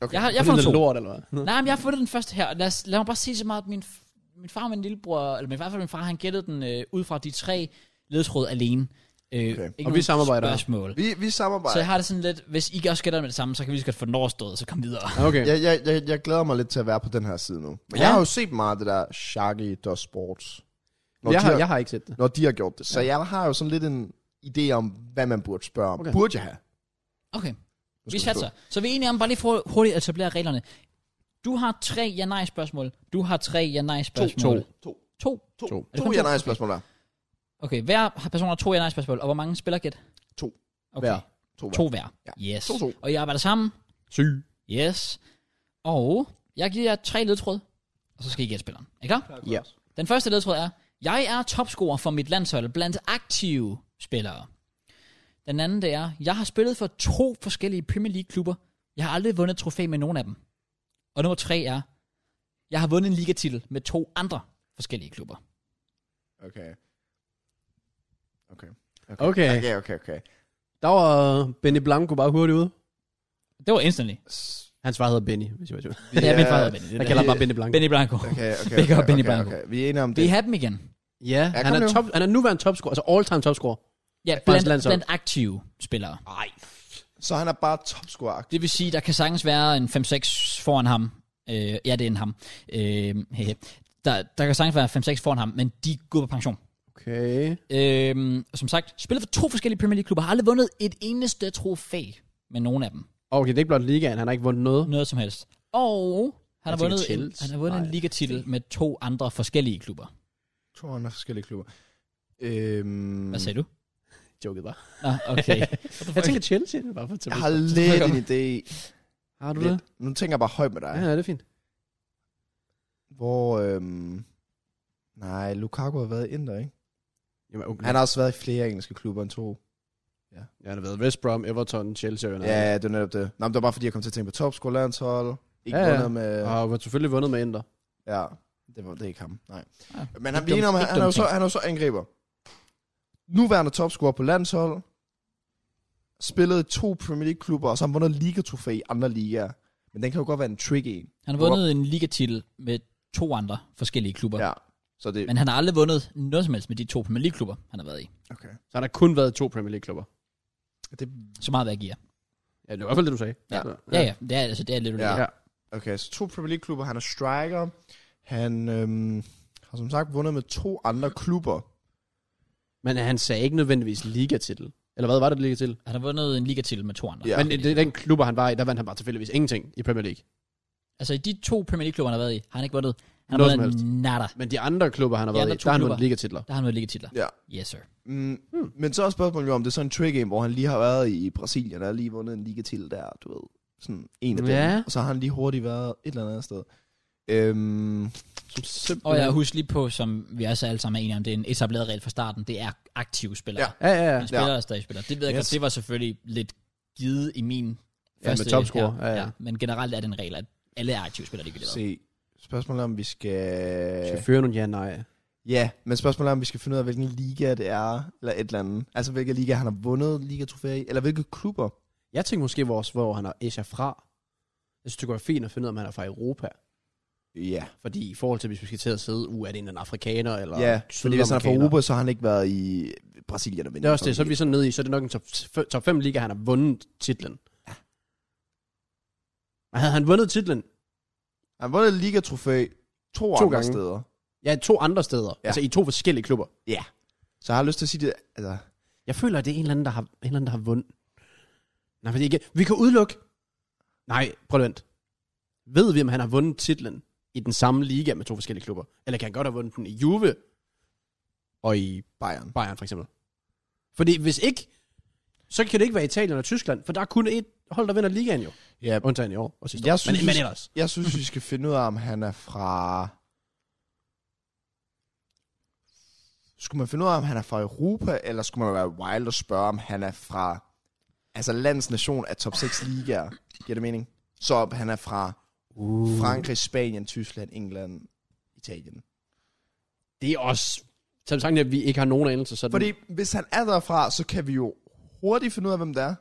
C: Okay.
A: Jeg har, jeg
B: Jeg
A: har fundet to.
B: det lort, eller hvad?
A: Nej, men jeg har fundet den første her. Lad, os, lad mig bare sige så meget, at min, f- min far og min lillebror, eller i hvert fald min far, han gættede den øh, ud fra de tre ledtråd alene. Øh,
C: Okay.
A: ikke
B: vi
A: nogen
B: samarbejder.
A: Spørgsmål.
C: Vi, vi
A: Så
C: samarbejder.
A: jeg har det sådan lidt, hvis I ikke også gætter med det samme, så kan vi lige så godt få den overstået, og så kom videre.
B: Ah, Okay.
C: Jeg, jeg, jeg, jeg glæder mig lidt til at være på den her side nu. Men ja.
A: Ja.
C: jeg har jo set meget af det der Sharky Does Sports. Når,
B: Jeg
C: de
B: har,
C: har,
B: jeg har ikke set det.
C: når de har gjort det. Så ja. jeg har jo sådan lidt en idé om, hvad man burde spørge om.
B: Okay.
C: Okay. Burde jeg have?
A: Okay,
C: Nu
A: vi
C: skal
A: satser.
C: forstå.
A: Så vi er enige om bare lige for hurtigt at etablere reglerne. Du har tre ja-nej-spørgsmål. Du har tre ja-nej-spørgsmål.
B: To.
C: To.
A: To.
C: To,
B: To.
C: to.
A: det
C: to
A: kun to?
C: ja-nej-spørgsmål hver.
A: Okay, hver person har to ja-nej-spørgsmål, og hvor mange spiller gæt?
C: To.
A: Okay,
B: Hver.
C: To, hver.
A: to hver.
C: Ja.
A: Yes.
C: To, to.
A: Og I arbejder sammen?
B: Syg.
A: Yes. Og jeg giver jer tre ledtråd, og så skal I gætte spilleren. Er I klar?
B: Ja.
A: Den første ledtråd er, jeg er topscorer for mit landshold blandt aktive spillere. Den anden det er, jeg har spillet for to forskellige Premier League klubber. Jeg har aldrig vundet et trofæ med nogen af dem. Og nummer tre er, jeg har vundet en ligatitel med to andre forskellige klubber.
C: Okay. Okay.
B: Okay.
C: Okay, okay, okay.
B: Der var Benny Blanco bare hurtigt ude.
A: Det var instantly.
C: S-
B: Hans far hedder Benny, hvis jeg var i tvivl.
C: Vi,
A: Det er min
C: øh,
A: far, hedder Benny. Det
B: Jeg
A: er
B: kalder
A: der.
B: ham bare Benny Blanco.
A: Benny Blanco.
C: Okay, okay,
A: Big up, Benny
C: okay,
A: Blanco.
C: okay. Vi er enige om
A: Vi
C: det.
A: have dem igen.
B: Ja,
C: Ja,
B: han
C: kom
B: er,
C: nu.
B: top, han er nuværende topscorer, altså all-time topscorer.
A: Ja,
B: Barnes
A: blandt,
B: landshold.
A: blandt aktive spillere.
B: Nej.
C: Så han er bare topscorer.
A: Det vil sige, der kan sagtens være en 5-6 foran ham. Øh, ja, det er en ham. Øh, hehe. der, der kan sagtens være 5-6 foran ham, men de er gået på pension.
B: Okay.
A: Øh, og som sagt, spiller for to forskellige Premier League-klubber, har aldrig vundet et eneste trofæ med nogen af dem.
B: Okay, det er ikke blot ligaen, han har ikke vundet noget.
A: Noget som helst. Og han har
B: tænker
A: vundet, en,
B: Chelsea.
A: han har vundet en
B: Nej.
A: ligatitel med to andre forskellige klubber.
C: To andre forskellige klubber. Øhm,
A: Hvad sagde du?
B: Joket bare.
A: Nå, okay.
B: Jeg tænker Chelsea, det er bare for
C: Jeg har lidt en idé.
B: Har du det?
C: Lidt. Nu tænker jeg bare højt med dig.
B: Ja, ja, det er fint.
C: Hvor, øhm, nej, Lukaku har været i Inter, ikke?
B: Jamen, okay.
C: Han har også været i flere engelske klubber end to.
B: Ja, det har været West Brom, Everton, Chelsea og
C: Ja, ja det er netop det. Nå, men det var bare fordi, jeg kom til at tænke på topskolelandshold. Ikke
B: Ja, ja.
C: ja, vundet med...
B: Og har selvfølgelig vundet med Inter.
C: Ja, det, var, det er ikke ham. Nej.
A: Ja,
C: Men han,
A: ikke
C: vi er enige om,
A: dumt-
C: han,
A: ikke
C: han, er jo
A: dumt
C: så,
A: tænkt.
C: han er jo så angriber. Nuværende topscorer på landshold. Spillede i to Premier League-klubber, og så har han vundet ligatrofæ i andre ligaer. Men den kan jo godt være en tricky en.
A: Han har vundet en ligatitel med to andre forskellige klubber. Ja.
C: Ja. Så det...
A: Men han har aldrig vundet noget som helst med de to Premier League-klubber, han har været i.
C: Okay.
B: Så han har kun været i to Premier League-klubber.
C: Det,
A: Så meget værd giver.
B: Ja, det var i hvert fald det, du sagde.
A: Ja.
B: Så,
A: Ja, ja, det er, altså, det er lidt
C: Ja.
A: ja.
B: ja.
C: okay, så to Premier League-klubber. Han er striker. Han øhm, har som sagt vundet med to andre klubber.
B: Men han sagde ikke nødvendigvis ligatitel. Eller hvad var det, ligatitel?
A: Han har vundet en ligatitel med to andre.
C: Ja.
B: Ja, Men i den- den klubber, han var i, der vandt han bare tilfældigvis ingenting i Premier League.
A: Altså i de to Premier League-klubber, han har været i, har han ikke vundet. Han
B: Noget
A: har
B: som
A: vundet nada.
B: Men de andre klubber, han har
A: De
B: været
A: andre
B: i,
A: to
B: der har han
A: klubber.
B: vundet ligatitler.
A: Der har han vundet ligatitler.
C: Ja.
A: Yes, sir.
C: Mm,
B: Hmm.
C: hmm. Men så er spørgsmålet jo, om det er sådan en tray game, hvor han lige har været i Brasilien, og har lige vundet en liga til der, du ved. Sådan en af dem.
B: Ja.
C: Og så har han lige hurtigt været et eller andet sted. Øhm,
B: Som
A: Og
B: simpelthen...
A: jeg husker lige på, som vi også alle sammen er enige om, det er en etableret regel fra starten. Det er aktive spillere.
C: Ja.
B: Ja, ja, ja.
A: Han spiller, ja. stadig spiller. Det ved jeg yes.
C: Yes.
A: godt, det var selvfølgelig lidt givet i min
B: Ja, med topscorer.
A: her.
B: Ja, ja.
A: Men generelt er det en regel, at alle er aktive spillere, det kan det
C: se, spørgsmålet er, om vi skal...
B: Skal føre nogle ja nej.
C: Ja, men spørgsmålet er, om vi skal finde ud af, hvilken liga det er, eller et eller andet. Altså, hvilke liga han har vundet ligatrofæer i, eller hvilke klubber.
B: Jeg tænkte måske vores, hvor han har Asia fra. Jeg synes, det kunne være fint at finde ud af, om han er fra Europa.
C: Ja,
B: Fordi i forhold til, hvis vi skal til at sidde, uh, er det en eller anden afrikaner eller
C: ja fordi hvis han er fra
B: sydamerikaner?
C: Europa, så har han ikke været i Brasilien.
B: Det er også det. Så er vi sådan nede i, så er det nok en top, f- top 5 liga, han har vundet titlen. Ja. Havde han vundet titlen?
C: Han har vundet ligatrofæ to,
B: To
C: to andre
B: gange.
C: gange. steder.
B: Ja, i to andre steder. Ja.
C: Ja.
B: Altså i to forskellige klubber.
C: Så jeg har lyst til at sige det, altså...
B: Jeg føler, at det er en eller anden, der har, en eller anden, der har vundet. Nej, fordi ikke. Vi kan udelukke. Nej, prøv at vent. Ved vi, om han har vundet titlen i den samme liga med to forskellige klubber? Eller kan han godt have vundet den i Juve og i
C: Bayern.
B: Bayern for eksempel? Fordi hvis ikke, så kan det ikke være Italien eller Tyskland, for der er kun et hold, der vinder ligaen jo.
C: Ja,
B: Undtagen i år og sidste
C: Jeg
B: år.
C: synes-
B: men, men ellers.
C: jeg synes, vi skal finde ud af, om han er fra... Skulle man finde ud af, om han er fra Europa, eller skulle man være wild og spørge, om han er fra... Altså landsnation af top 6 ligaer. Giver det mening? Så om han er fra
B: Uh.
C: Frankrig, Spanien, Tyskland, England, Italien.
B: Det er også... Som sagt, at vi ikke har nogen anelse, så er den-
C: Fordi hvis han er derfra, så kan vi jo hurtigt finde ud af, hvem det er.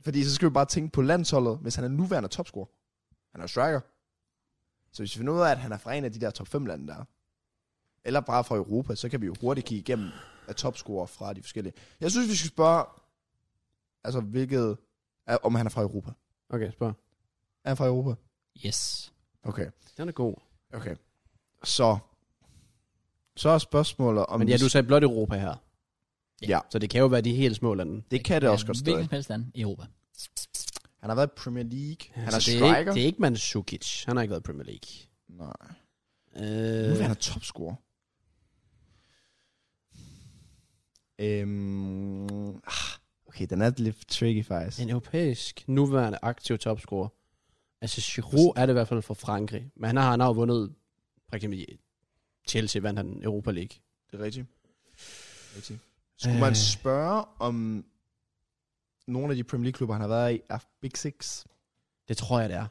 C: Fordi så skal vi bare tænke på landsholdet, hvis han er nuværende topscorer. Han er jo striker. Så hvis vi finder ud af, at han er fra en af de der top 5 lande, der er, eller bare fra Europa, så kan vi jo hurtigt kigge igennem af topscorer fra de forskellige. Jeg synes, vi skal spørge, altså hvilket, er- om han er fra Europa.
B: Okay, spørg.
C: Er han fra Europa?
A: være. Yes.
C: Okay.
B: Den er god.
C: Okay. Så, så er spørgsmålet om...
B: Men ja,
C: vi-
B: du sagde blot Europa her.
C: Ja.
B: Så det kan jo være de helt små lande.
C: det kan det også godt
A: stadig.
C: stadig.
A: Hvilken helst land i Europa.
C: Han har været i Premier League. Han er
B: Altså, det Er ikke,
C: striker.
B: det er ikke Mandzukic. Han har ikke været i Premier League.
C: Nej. Nu
B: Øh,
C: er han er topscorer. Øhm, ah, okay, den er lidt tricky faktisk.
B: en europæisk nuværende aktiv topscorer. Altså Giroud er det i hvert fald fra Frankrig. Men han har, han har jo vundet, for eksempel i Chelsea vandt han Europa League.
C: Det er rigtigt. rigtigt. Skulle man
B: Øh.
C: spørge, om nogle af de Premier League-klubber, han har været i, er Big Six?
B: Det tror jeg, det er.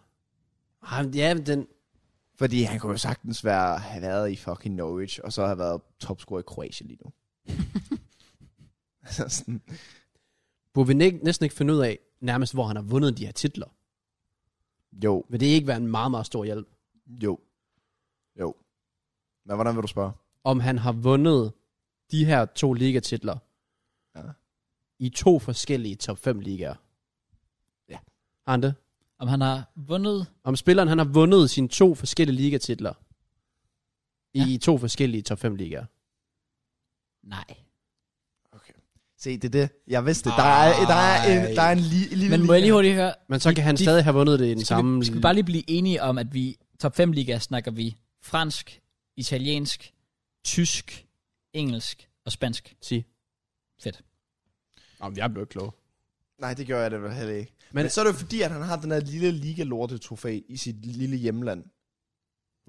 B: Ah, men Ja, men den,
C: Fordi han kunne jo sagtens være, have været i fucking Norwich, og så have været topscorer i Kroatien lige nu. Altså sådan,
B: burde vi ikke- næsten ikke finde ud af, nærmest hvor han har vundet de her titler.
C: jo,
B: Vil det ikke være en meget, meget stor hjælp?
C: jo, jo. Men hvordan vil du spørge?
B: Om han har vundet de her to ligatitler
C: Ja.
B: i to forskellige top 5 ligaer.
C: Ja.
B: Har han det?
A: Om han har vundet...
B: Om spilleren han har vundet sine to forskellige ligatitler i to forskellige top 5 ligaer.
A: Nej.
C: Se, det er det. Jeg vidste det. Der er, der er en, der er en li- lille
A: Men må jeg
C: linje.
A: lige hurtigt høre...
B: Men så kan han
A: de-
B: stadig have vundet det i den
A: Skal
B: samme...
A: vi, skal vi bare lige blive enige om, at vi top 5 liga snakker vi fransk, italiensk, tysk, engelsk og spansk.
B: sige.
A: Fedt.
B: Jamen, jeg blev klog.
C: Nej, det gør jeg da vel heller ikke.
B: Men-
C: Men, Men så er det jo fordi, at han har den her lille liga lorte trofæ i sit lille hjemland.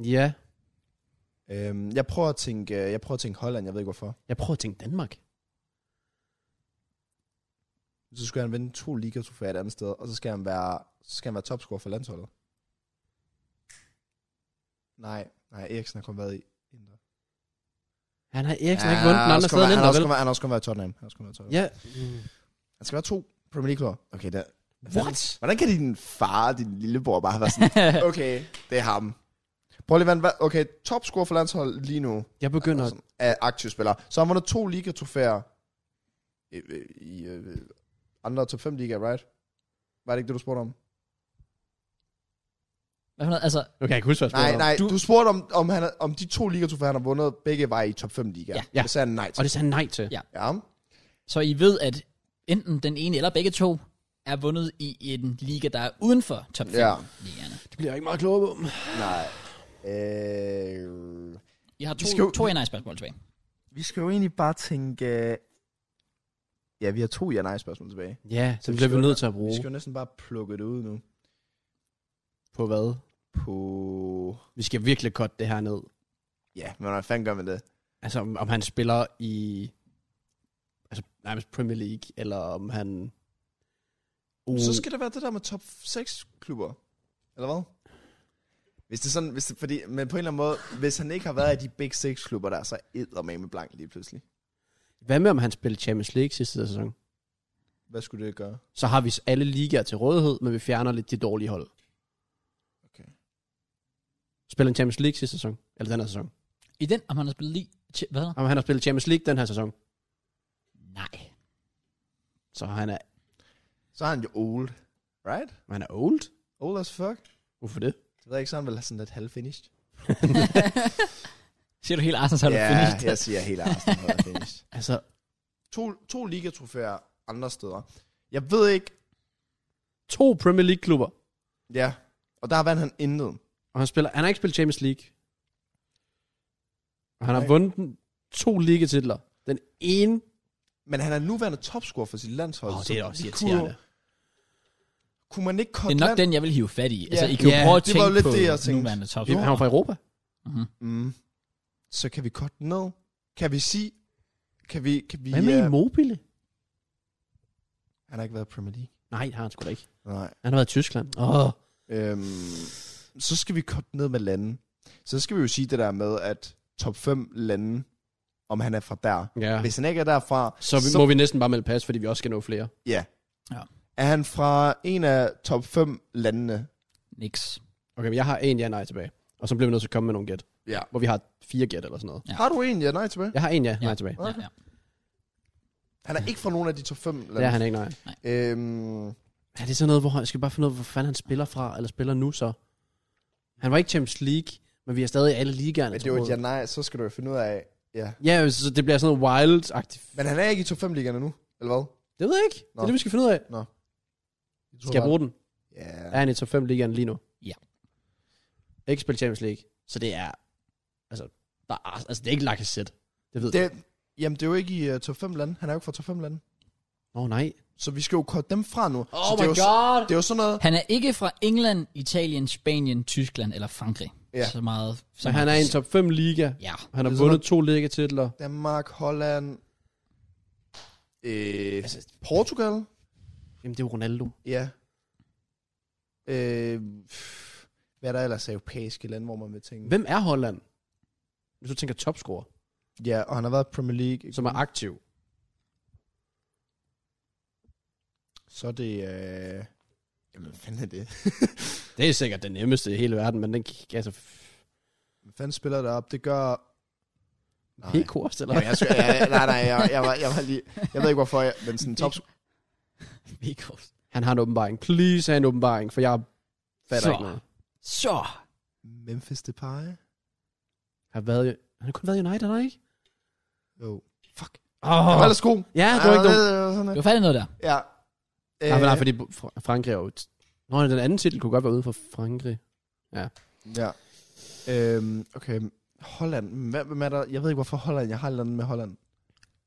B: Ja,
C: Øhm, jeg prøver at tænke, øh, jeg prøver at tænke Holland, jeg ved ikke hvorfor.
B: jeg prøver at tænke Danmark.
C: Så skal han vinde to liga trofæer et andet sted, og så skal han være, så skal han være topscorer for landsholdet. Nej, nej, Eriksen har kun været i Indre.
B: Han har Eriksen ja, ikke vundet den andre steder end
C: han, har også kun
B: Indre, vel?
C: været- han har også kun været i Tottenham. Han har også kun været i Tottenham.
B: Ja.
C: Han skal være to Premier League-klubber. Okay, der.
B: What?
C: Hvordan kan din far og din lillebror bare have været sådan, okay, det er ham. Prøv lige at vende, okay, topscorer for landshold lige nu
B: Jeg begynder...
C: sådan, af aktive spillere. Så har man vundet to ligatofærer i, i, i øh, andre top 5 ligaer, right? Var det ikke det, du spurgte om?
A: Hvad for noget? Altså,
B: Okay, jeg kan huske, hvad jeg
C: Nej,
B: spurgte om.
C: nej,
A: Du-
C: du, du spurgte om, om, han, om de to ligatofærer, han har vundet, begge var i top 5 ligaer.
A: Ja.
B: Ja.
C: Det sagde han nej til.
B: Og det sagde han nej til.
A: Ja.
C: Ja.
A: så I ved, at enten den ene eller begge to er vundet i en liga, der er uden for top 5
C: Ja.
A: ligaerne.
B: Det bliver jeg ikke meget klogere på.
C: Nej. Øh,
A: I har to,
C: Vi skal jo-
A: to ja spørgsmål tilbage.
C: vi skal jo egentlig bare tænke... øh, Ja, vi har to ja-nej-spørgsmål tilbage.
B: Ja, så bliver vi nødt til at
C: Vi
B: bruge
C: skal jo næsten bare plukke det ud nu.
B: på hvad?
C: På...
B: Vi skal virkelig godt det her ned.
C: Ja, men hvordan fanden gør man det?
B: Altså, om, om han spiller i... Altså, nærmest Premier League, eller om han... Uh,
C: Så skal det være det der med top 6 klubber. Eller hvad? Hvis det er sådan, hvis det, fordi, men på en eller anden måde, hvis han ikke har været i de big six klubber der, så æder man med blank lige pludselig.
B: Hvad med, om han spillede Champions League sidste sæson?
C: Hvad skulle det gøre?
B: Så har vi s- alle ligaer til rådighed, men vi fjerner lidt de dårlige hold.
C: Okay.
B: Spiller en Champions League sidste sæson? Eller den her sæson?
A: I den, om han har spillet lige... Ch- hvad hedder
B: Om han har spillet Champions League den her sæson,
A: Nej.
B: så han er,
C: Så er han jo old. Right?
B: han er old.
C: Old as fuck.
B: Hvorfor det?
C: Det ved jeg ikke, så er han vil have sådan lidt halvfinished.
A: Siger du helt Arsens hold yeah, finished?
C: jeg siger helt Arsenal holder finished.
B: Altså,
C: To, to ligatrofæer andre steder. Jeg ved ikke,
B: to Premier League-klubber,
C: ja, og der vandt han intet.
B: og han, spiller, han har ikke spillet Champions League. Og han har
C: Nej.
B: vundet den- to ligatitler. Den ene...
C: Men han er nuværende topscorer for sit landshold.
B: Åh,
C: så
B: det er da også
C: vi
B: irriterende.
C: Kunne, kunne man ikke
A: Det
C: kotte
A: er nok den, jeg vil hive fat i. Yeah. Altså, I
C: Ja.
A: kan jo
B: Ja,
A: prøve at
C: det var
A: tænke
C: jo lidt
A: på
C: det, jeg tænkte.
A: nuværende top.
B: Vi- Han var fra Europa.
A: Mm-hmm.
C: Mm. Så kan vi kotte den ned. Kan vi sige... Kan vi... Kan vi
B: Hvad med
C: øh,
B: Immobile?
C: han har ikke været i Premier League.
B: Nej, det har han sgu da ikke.
C: Nej.
B: Han har været i Tyskland. Åh,
C: Øhm, så skal vi kotte den ned med lande. Så skal vi jo sige det der med, at top 5 lande, om han er fra der.
B: ja.
C: Hvis han ikke er derfra,
B: Så, vi, så må vi næsten bare melde pas, fordi vi også skal nå flere.
C: Ja.
A: Ja.
C: Er han fra en af top 5 landene?
A: Niks.
B: Okay, men jeg har en ja-nej tilbage. Og så bliver vi nødt til at komme med nogle gæt.
C: Ja.
B: Hvor vi har fire gæt eller sådan noget.
A: Ja.
C: ja. Har du en? Ja, nej tilbage.
B: Jeg har en ja-nej
A: Ja.
B: tilbage.
A: Ja, ja.
C: Han er ikke fra nogen af de top 5 lande.
B: Det er han ikke, nej.
C: Øhm,
B: Ja, det er sådan noget, hvor jeg skal bare finde ud af, hvor fanden han spiller fra, eller spiller nu så. Han var ikke Champions League, men vi er stadig i alle ligaerne.
C: men det er jo et
B: tror
C: ja,
B: jeg.
C: nej, så skal du jo finde ud af... Ja.
B: Ja, så det bliver sådan noget wild-agtigt.
C: Men han er ikke i top 5 ligerne nu, eller hvad?
B: Det ved jeg ikke. Nå. Det er
C: Nå.
B: det, vi skal finde ud af. Skal jeg bruge den?
C: Ja.
B: Er han i top 5 ligaen lige nu?
A: Ja.
B: Ikke spille Champions League. Så det er... Altså, der er, altså det er ikke Lacazette. Det ved jeg.
C: Det, jamen, det er jo ikke i uh, top 5 lande. Han er jo ikke fra top 5 lande.
B: Åh, oh, nej.
C: Så vi skal jo korte dem fra nu.
B: Oh
C: så det er
B: my
C: jo, så-
B: god!
C: Det er jo sådan noget...
A: Han er ikke fra England, Italien, Spanien, Tyskland eller Frankrig.
C: Ja.
A: Så meget.
B: Så han er i en top 5 liga.
A: Ja.
B: Han har
C: Det er
B: vundet to ligatitler.
C: Danmark, Holland... Øh,
B: Altså,
C: Portugal?
B: jamen, det er jo Ronaldo.
C: Ja. Øh, pff, hvad er der ellers af europæiske lande, hvor man vil tænke...
B: Hvem er Holland? Hvis du tænker topscorer,
C: Ja, og han har været i Premier League.
B: som er aktiv.
C: Så er det... Øh... Jamen, hvad fanden er det?
B: Det er sikkert den nemmeste i hele verden, men den gik altså...
C: Hvad fanden spiller der op? Det gør... Nej.
B: PK eller?
C: Jamen, jeg, skal, jeg, nej, nej, jeg, jeg, var, jeg var lige... Jeg ved ikke, hvorfor jeg... Men sådan top...
A: Vikos.
B: Han har en åbenbaring. Please have en åbenbaring, for jeg fatter
A: Så.
B: så. ikke noget.
A: Så.
C: Memphis Depay?
B: Han har, været, i- han har kun været i United, har han ikke?
C: Jo. Fuck.
B: Oh.
C: Han var ellers god.
B: Ja, det var ikke dumt.
C: dumt.
A: Du var fat i noget der.
C: Ja. Øh,
B: Nej, men nej, fordi Fra- Frankrig er jo... et- Nå, den anden titel kunne godt være ude for Frankrig.
C: Ja. Øhm, okay. Holland. Hvad, hvem er der? Jeg ved ikke, hvorfor Holland. Jeg har et eller andet med Holland.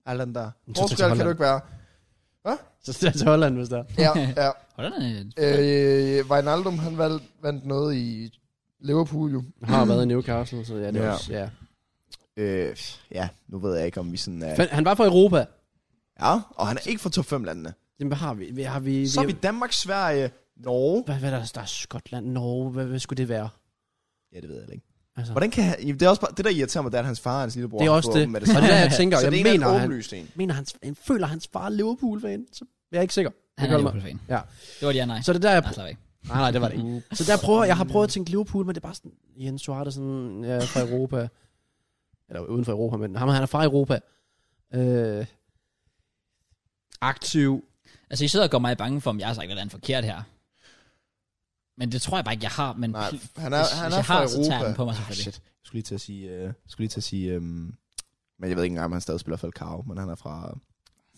C: Holland der.
B: Men så tag til
C: Portugal kan
B: Holland.
C: du ikke være.
B: Så det er til Holland, hvis der.
C: Ja, ja.
A: Hvordan er det?
C: Øh, Wijnaldum, han valg, vandt noget i Liverpool jo.
B: Har været i Newcastle, så ja, det er
C: Ja.
B: også... Ja.
C: Øh, ja, nu ved jeg ikke, om vi sådan er...
B: Men Han var fra Europa.
C: Ja, og han er ikke fra top 5 landene.
B: Jamen, hvad har vi? Hvad har vi,
C: Så er vi Danmark, Sverige, Norge.
B: Hvad, hvad er der? Der er Skotland, Norge. Hvad, hvad skulle det være?
C: Ja, det ved jeg ikke.
B: Altså,
C: Hvordan kan han, det, er også bare, det der irriterer mig, det er, at hans far og hans lillebror
B: det er
C: har
B: også
C: fået
B: det.
C: dem Med det
B: Og
C: samme.
B: det er, jeg tænker,
C: så
B: jeg
C: det
B: mener,
C: er en
B: han,
C: åbenlyst en.
B: mener hans, han føler, hans far er Liverpool-fan. Så jeg er ikke sikker.
A: Han
B: Det
A: er
B: gør mig.
A: Liverpool-fan.
B: Ja.
A: Det var det, jeg nej.
B: Så det er der, jeg,
A: Nej, slap af.
B: Nej, nej, det var det ikke. Så der prøver, jeg har prøvet at tænke Liverpool, men det er bare sådan, Jens Suarez sådan, ja, fra Europa. Eller uden for Europa, men ham, han er fra Europa. Øh, aktiv.
A: Altså, I sidder og gør mig bange for, om jeg har sagt et eller andet forkert her. Men det tror jeg bare ikke, jeg har. Men
C: Nej,
A: pl-
C: han er,
A: hvis-
C: han
A: hvis
C: er
A: jeg
C: fra
A: har, så tager jeg den
C: Europa.
A: på mig
D: Ah,
A: selvfølgelig.
D: shit. Jeg skulle lige til at sige... Øh, jeg skulle lige til at sige øh, men jeg ved ikke engang, om han stadig spiller Falcao, men han er fra... øh,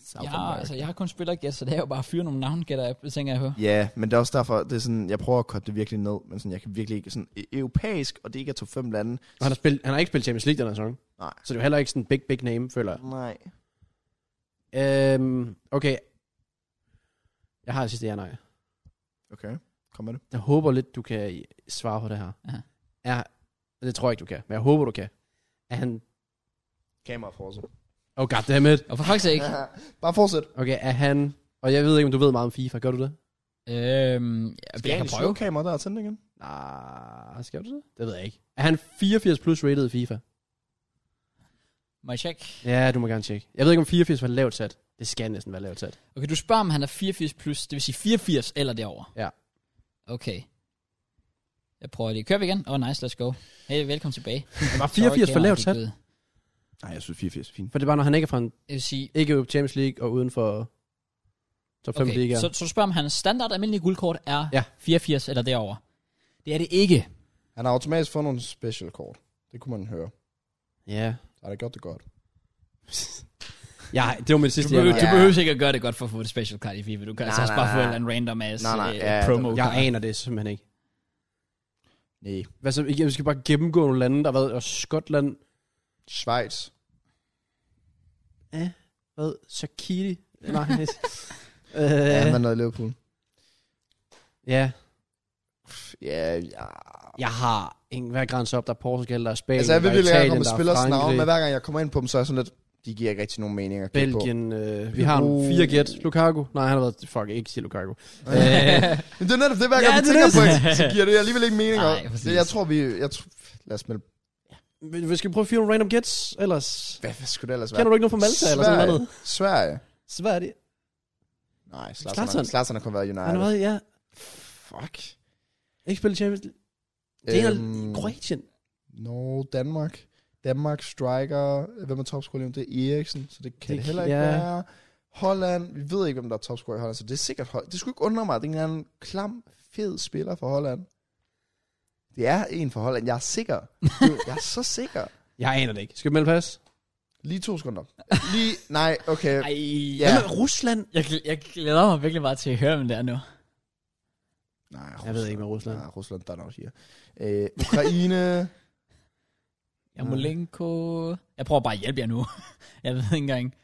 D: South
A: jeg, har, altså, jeg har kun spillet gæst, så det er jo bare at fyre nogle navn, gætter jeg, det tænker jeg på.
D: Ja, men det er også derfor, det er sådan, jeg prøver at korte det virkelig ned, men sådan, jeg kan virkelig ikke sådan, e- europæisk, og det ikke er top 5 lande.
B: Og han har, spillet, han har ikke spillet Champions League den her sæson.
D: Nej.
B: Så det er jo heller ikke sådan en big, big name, føler jeg.
D: Nej.
B: Øhm, okay. Jeg har det sidste ja-nej.
D: Okay, kom med det.
B: Jeg håber lidt, du kan svare på det her.
A: Aha.
B: Er, det tror jeg ikke, du kan, men jeg håber, du kan. Er han...
D: Kamera for sig.
B: Oh god damn it.
A: Og for faktisk ikke.
C: Bare fortsæt.
B: Okay, er han... Og jeg ved ikke, om du ved meget om FIFA. Gør du det?
A: øhm, jeg, jeg kan prøve.
D: kameraet der og tænde igen?
B: Nej, skal du det? Det ved jeg ikke. Er han 84 plus rated i FIFA?
A: Må jeg tjekke?
B: Ja, du må gerne tjekke. Jeg ved ikke, om 84 var lavt sat. Det skal næsten være lavt sat.
A: Okay, du spørger, om han er 84 plus, det vil sige 84 eller derover.
B: Ja.
A: Okay. Jeg prøver lige. Kører vi igen? Åh, oh, nice, let's go. Hey, velkommen tilbage.
B: Det var
A: Sorry,
B: 84 for
A: kameraet
B: lavt
A: gik
B: sat.
A: ud.
D: Nej, jeg synes 84 er fint.
B: For det var, når han ikke er fra en,
A: Det vil sige,
B: ikke er Champions League og uden for top 5
A: okay,
B: ligaer.
A: så, så du spørger, om hans standard almindelige guldkort er
B: Ja.
A: ja. 84 eller derover. Det er det ikke.
C: Han har automatisk fået nogle special kort. Det kunne man høre.
B: Ja.
C: Så har det gjort det godt.
B: ja, det var mit
A: Du
B: sidste.
A: behøver,
B: Jeg,
A: du
D: Ja.
A: behøver ikke at gøre det godt for at få et special card i FIFA. Du kan
D: Nej,
A: altså også
D: nej,
A: bare få
D: nej.
A: en eller anden random ass
D: Nej, nej,
A: øh,
D: ja,
A: promo
B: jeg aner det simpelthen ikke.
D: Nej.
B: Hvad så? Vi skal bare gennemgå nogle lande, der har været. Og Skotland.
C: Schweiz.
B: Hvad? Sakiri? Nej. øh,
C: Ja,
B: ja,
C: han er i Liverpool.
B: ja,
D: Ja, ja.
B: jeg har ingen hver grænse op. Der er Portugal, der er Spanien,
C: Altså, jeg ved
B: der er
C: virkelig, at jeg kommer
B: Italien, der
C: og
B: er
C: spiller navn,
B: Frankrig.
C: men hver gang jeg kommer ind på dem, så er jeg sådan lidt, de giver ikke rigtig nogen mening at kigge på.
B: Belgien, øh, vi har en fire gæt. Lukaku? Nej, han har været... Fuck, ikke sige Lukaku. Øh,
C: Men det er netop det, hver gang
B: Ja,
C: ja, vi
B: det er
C: tænker
B: det.
C: på det, så giver det alligevel ikke mening.
A: Nej,
C: og-
A: præcis.
C: det, jeg tror, vi... Jeg tror, lad os melde...
B: vi- vi skal prøve at fyre nogle random gæts, ellers...
C: Hvad, hvad skulle det ellers være?
B: Kender du ikke nogen fra Malta eller sådan
C: Sverige.
B: noget?
C: Sverige.
B: Sverige.
C: Nej,
B: Zlatan.
C: Slatsen. Slatsen har kun været i
B: Han
C: United.
B: har været, ja.
C: Fuck.
B: Ikke spillet Champions League. Det er øhm, Kroatien.
C: No, Danmark. Danmark striker. Hvem er topscorer Det er Eriksen, så det kan
B: Det
C: det, det
B: kan-
C: heller ikke
B: ja.
C: ja. være. Holland. Vi ved ikke, hvem der er topscorer i Holland, så det er sikkert Holland. Det skulle ikke undre mig, at det er en eller anden klam, fed spiller for Holland. Det er en for Holland. Jeg er sikker. Jeg er så sikker.
B: Jeg aner det ikke. Skal vi melde pas?
C: Lige to sekunder. Lige, nej, okay.
A: Ej,
C: Ja.
B: Hvad med Rusland?
A: jeg, gl- jeg glæder mig virkelig meget til at høre, om det er nu.
C: Nej, Rusland.
B: Jeg ved ikke med Rusland.
C: Nej, Rusland, der er nok siger. Øh, Ukraine.
A: Jamolenko... Jeg prøver bare at hjælpe jer nu. jeg ved ikke engang.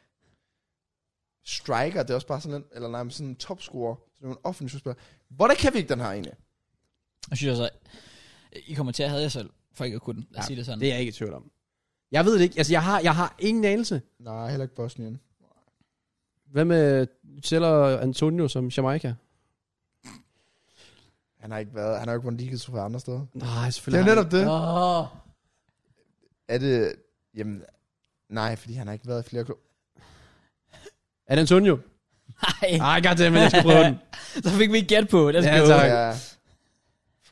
C: striker, det er også bare sådan en, eller nej, men sådan en topscorer. Så det er jo en offensiv spiller. Hvordan kan vi ikke den her egentlig?
A: Og synes jeg så, I kommer til at have jer selv, for ikke at kunne den. Lad os
B: Ja,
A: sige det sådan.
B: Det er jeg ikke i tvivl om. Jeg ved det ikke. Altså, jeg har, jeg har ingen anelse.
C: Nej, heller ikke Bosnien.
B: Hvad med du tæller Antonio som Jamaica?
C: Han har ikke været, han har jo ikke vundet ligaen fra andre steder.
B: Nej,
C: Det er
B: selvfølgelig.
C: jo netop det.
A: Åh,
C: Er det, jamen, nej, fordi han har ikke været i flere klubber.
B: Er det Antonio?
A: nej.
B: Nej, goddammit, jeg skal prøve den.
A: Så fik vi ikke gæt på. Let's
B: Ah. Ja,
A: go.
B: tak.
C: Ja.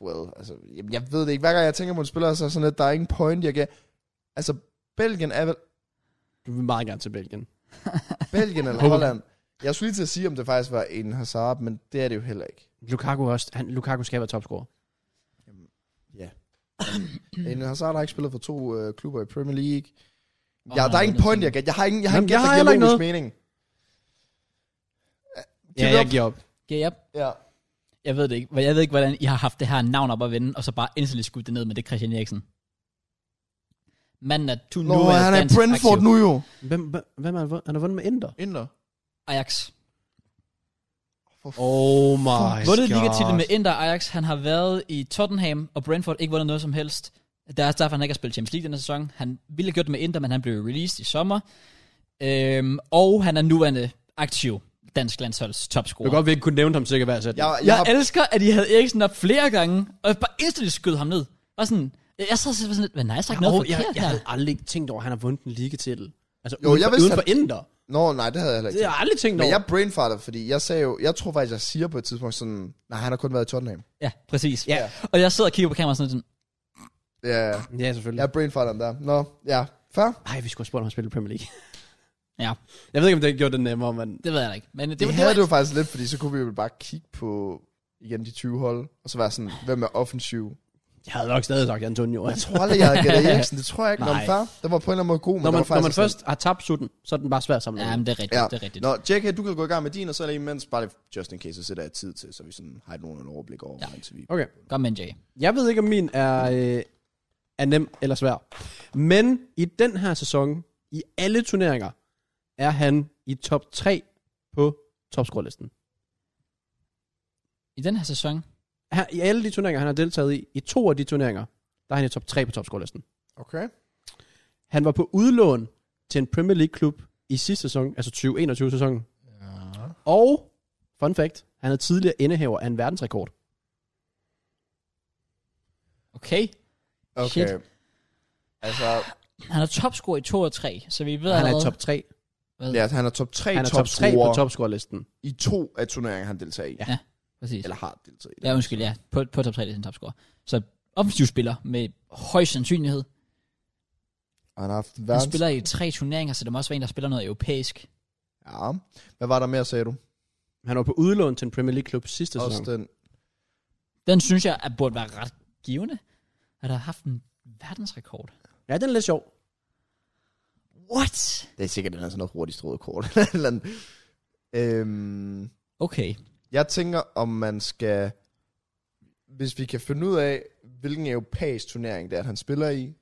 C: Well, altså, jamen, jeg ved det ikke. Hver gang jeg tænker på en spiller, så er sådan lidt, der er ingen point, jeg kan... Altså, Belgien er vel...
B: Du vil meget gerne til Belgien.
C: Belgien eller
B: Håber-
C: Holland. Jeg skulle lige til at sige, om det faktisk var en Hazard, men det er det jo heller ikke.
B: Lukaku, også, han, Lukaku skal være topscorer. Hmm.
C: En Hazard har ikke spillet for to øh, klubber i Premier League.
A: Åh,
C: Ja, der er
A: nej,
C: ingen
A: det er
C: point,
A: sådan-
C: jeg kan. Jeg har ingen, jeg har
B: Jamen,
C: ingen gæst,
B: jeg
C: der
B: har
C: giver
B: heller ikke
C: logisk mening.
B: Ja,
C: Giv det
B: jeg
C: op.
B: giver op.
A: Okay, yep.
C: Ja.
A: Jeg ved det ikke. Jeg ved ikke, hvordan I har haft det her navn op at vende, og så bare instantly skudt det ned med det er Christian Eriksen. Manden er tu
C: Nå,
A: nuværende
C: han er i
A: dansk
C: Brentford
A: aktiv.
C: nu jo.
B: Hvem, hvem- hvem er han, vund- han har vundet med Inter?
C: Inder.
A: Ajax.
C: For
B: Oh my
A: Vundet ligatitlen med Inter og Ajax. Han har været i Tottenham og Brentford, ikke vundet noget som helst. Det er også derfor, han ikke har spillet Champions League denne sæson. Han ville have gjort det med Inter, men han blev released i sommer. Øhm, og han er nuværende aktiv dansk landsholds
B: Du kan
A: topscorer.
B: godt, vi ikke kunne nævne ham sikkert hver sæt.
C: Jeg,
B: Ja.
C: jeg,
A: Jeg
C: har,
A: elsker, at I havde Eriksen op flere gange, og bare instantly skød ham ned. Og sådan, jeg sad og sådan lidt, men nej, jeg har sagt noget
B: Jeg,
A: forkert
B: jeg, jeg
A: her.
B: havde aldrig tænkt over, at han har vundet en ligatitel. Altså,
C: Jo,
B: uden,
C: jeg
B: for,
C: vidste,
B: uden for Inter.
C: Nå, nej, det havde jeg heller ikke.
B: Det har jeg aldrig tænkt
C: Men
B: over.
C: jeg brainfartede, fordi jeg sagde jo, jeg tror faktisk, jeg siger på et tidspunkt sådan, nej, han har kun været i Tottenham.
A: Ja, præcis.
C: Ja.
A: Og jeg sidder og kigger på kameraet sådan, sådan
C: Ja, ja.
B: Ja, selvfølgelig.
C: jeg brainfartede ham der. Nå, ja, fair.
B: Nej, vi skulle have spurgt, om han spillede i Premier League.
A: Ja.
B: Jeg ved ikke, om det gjorde det nemmere, men...
A: det ved jeg da ikke. Men det,
C: Det,
A: var-
C: det
A: det var,
C: havde du faktisk lidt, fordi så kunne vi jo bare kigge på igen de 20 hold, og så være sådan, hvem er offensiv?
B: Jeg havde nok stadig sagt Antonio.
C: Jeg tror aldrig, jeg havde gættet Eriksen, det tror jeg ikke. Nå, men
B: Nej.
C: fair. Den var på en eller anden måde god, men
B: Når
C: den
B: man,
C: var
B: når
C: faktisk
B: man
C: også-
B: først har tabt sutten, så er den bare svær at
A: Ja,
B: sammenligne.
A: men det er rigtigt,
C: Ja.
A: det er rigtigt.
D: Nå, JK, du kan gå i gang med din, og så er det imens bare lige just in case, så sætter jeg tid til, så vi sådan har et nogenlunde overblik over, ja. mens vi...
B: Okay.
A: Kom med, Jay.
B: Jeg ved ikke, om min er, øh, er nem eller svær. Men i den her sæson, i alle turneringer, er han i top 3 på topscorelisten.
A: I den her sæson,
B: Her, I alle de turneringer, han har deltaget i, i to af de turneringer, der er han i top 3 på topscorelisten.
C: Okay.
B: Han var på udlån til en Premier League-klub i sidste sæson, altså 2021-sæsonen.
C: Ja.
B: Og, fun fact, han er tidligere indehaver af en verdensrekord.
A: okay,
C: Okay.
A: Shit.
C: Altså,
A: han er topscorer i 2 og 3, så vi ved
B: Han er i
A: allerede-
B: top 3.
A: Hvad?
C: altså,
D: Ja, han er top 3
B: Han er top 3 på topscorelisten.
D: i to af turneringer, han deltager i.
B: Ja.
A: Præcis.
D: Eller har deltaget i.
A: Ja, undskyld, ja. På, på top 3, det er sin topscorer. Så offensiv spiller med høj sandsynlighed.
C: han har haft
A: Han
C: verdens...
A: spiller i tre turneringer, så det må også være en, der spiller noget europæisk.
C: Ja. Hvad var der mere, sagde du?
B: Han var på udlån til en Premier League-klub sidste sæson.
C: Også den.
A: Den synes jeg, at burde være ret givende. At have haft en verdensrekord.
B: Ja, den er lidt sjov.
A: What?
D: Det er sikkert, den er sådan noget hurtigt strået kort. eller et eller andet. øhm,
A: Okay.
C: Jeg tænker, om man skal... Hvis vi kan finde ud af, hvilken europæisk turnering det er, at han spiller i,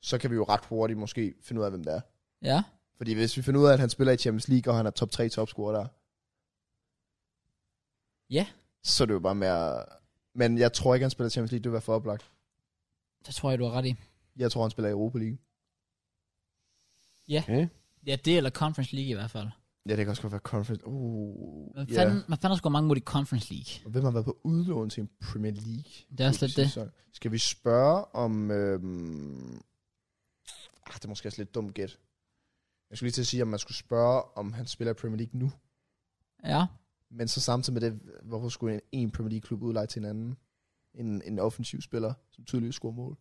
C: så kan vi jo ret hurtigt måske finde ud af, hvem det er.
A: Ja.
C: Fordi hvis vi finder ud af, at han spiller i Champions League, og han er top 3 topscorer der.
A: Ja.
C: Så er det jo bare mere... Men jeg tror ikke, han spiller i Champions League. Det vil være for oplagt.
A: Det tror jeg, du har ret i.
C: Jeg tror, han spiller i Europa League.
B: Okay.
A: Ja, det eller Conference League i hvert fald.
C: Ja, det kan også godt være conference. Uh,
A: Hvad
C: ja.
A: fanden, yeah. man fanden har sgu mange mod i Conference League.
C: Og hvem har været på udlån til en Premier League?
A: Det er også lidt det.
C: Sæson? Skal vi spørge om... Øhm... Ah, det er måske også lidt dumt gæt. Jeg skulle lige til at sige, om man skulle spørge, om han spiller i Premier League nu.
A: Ja.
C: Men så samtidig med det, hvorfor skulle en, en Premier League-klub udleje til en anden? En, en offensiv spiller, som tydeligvis scorer mål.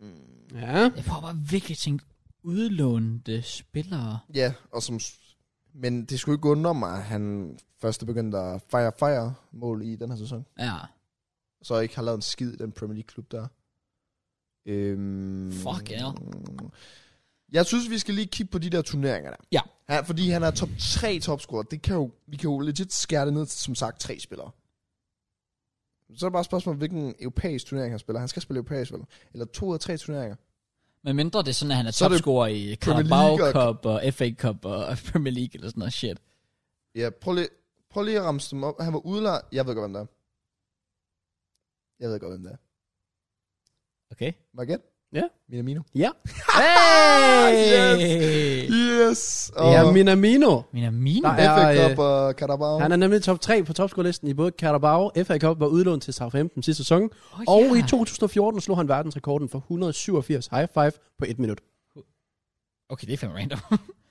C: Mm.
B: Ja.
A: Jeg prøver bare virkelig at tænke udlånte spillere.
C: Ja, og som... s- Men det skulle ikke undre mig, at han først begyndte at fejre fejre mål i den her sæson.
A: Ja.
C: så ikke har lavet en skid i den Premier League-klub der. Øhm,
A: Fuck, ja.
C: Jeg synes, vi skal lige kigge på de der turneringer der.
A: Ja.
C: ja fordi han er top 3 topscorer. Det kan jo, vi kan jo legit skære det ned til, som sagt, tre spillere. Så er det bare et spørgsmål, hvilken europæisk turnering han spiller. Han skal spille europæisk, vel? Eller to af tre turneringer.
A: Men mindre det er sådan, at han er
C: Så er det
A: topscorer i
C: Premier
A: Carabao
C: League og-
A: Cup og FA Cup og Premier League eller sådan noget shit.
C: Ja, prøv lige, prøv lige at ramse dem op. Han var udlejet. Jeg ved godt, hvem det er. Jeg ved godt, hvem det er.
A: Okay.
C: Marget?
B: Ja.
C: Minamino.
B: Ja.
C: Ah, Yes!
A: Hey!
C: Yes! Og
B: Ja,
C: ja, min...
B: Minamino.
A: Mine mine?
B: Nej.
C: FA
B: er, øh,
C: Cup og Carabao.
B: Han er nemlig top 3 på topscorelisten i både Carabao, FA Cup var udlånt til Southampton sidste sæson.
A: Oh,
B: Og i 2014 slog han verdensrekorden for 187 high five på et minut.
A: Okay, det er fandme random.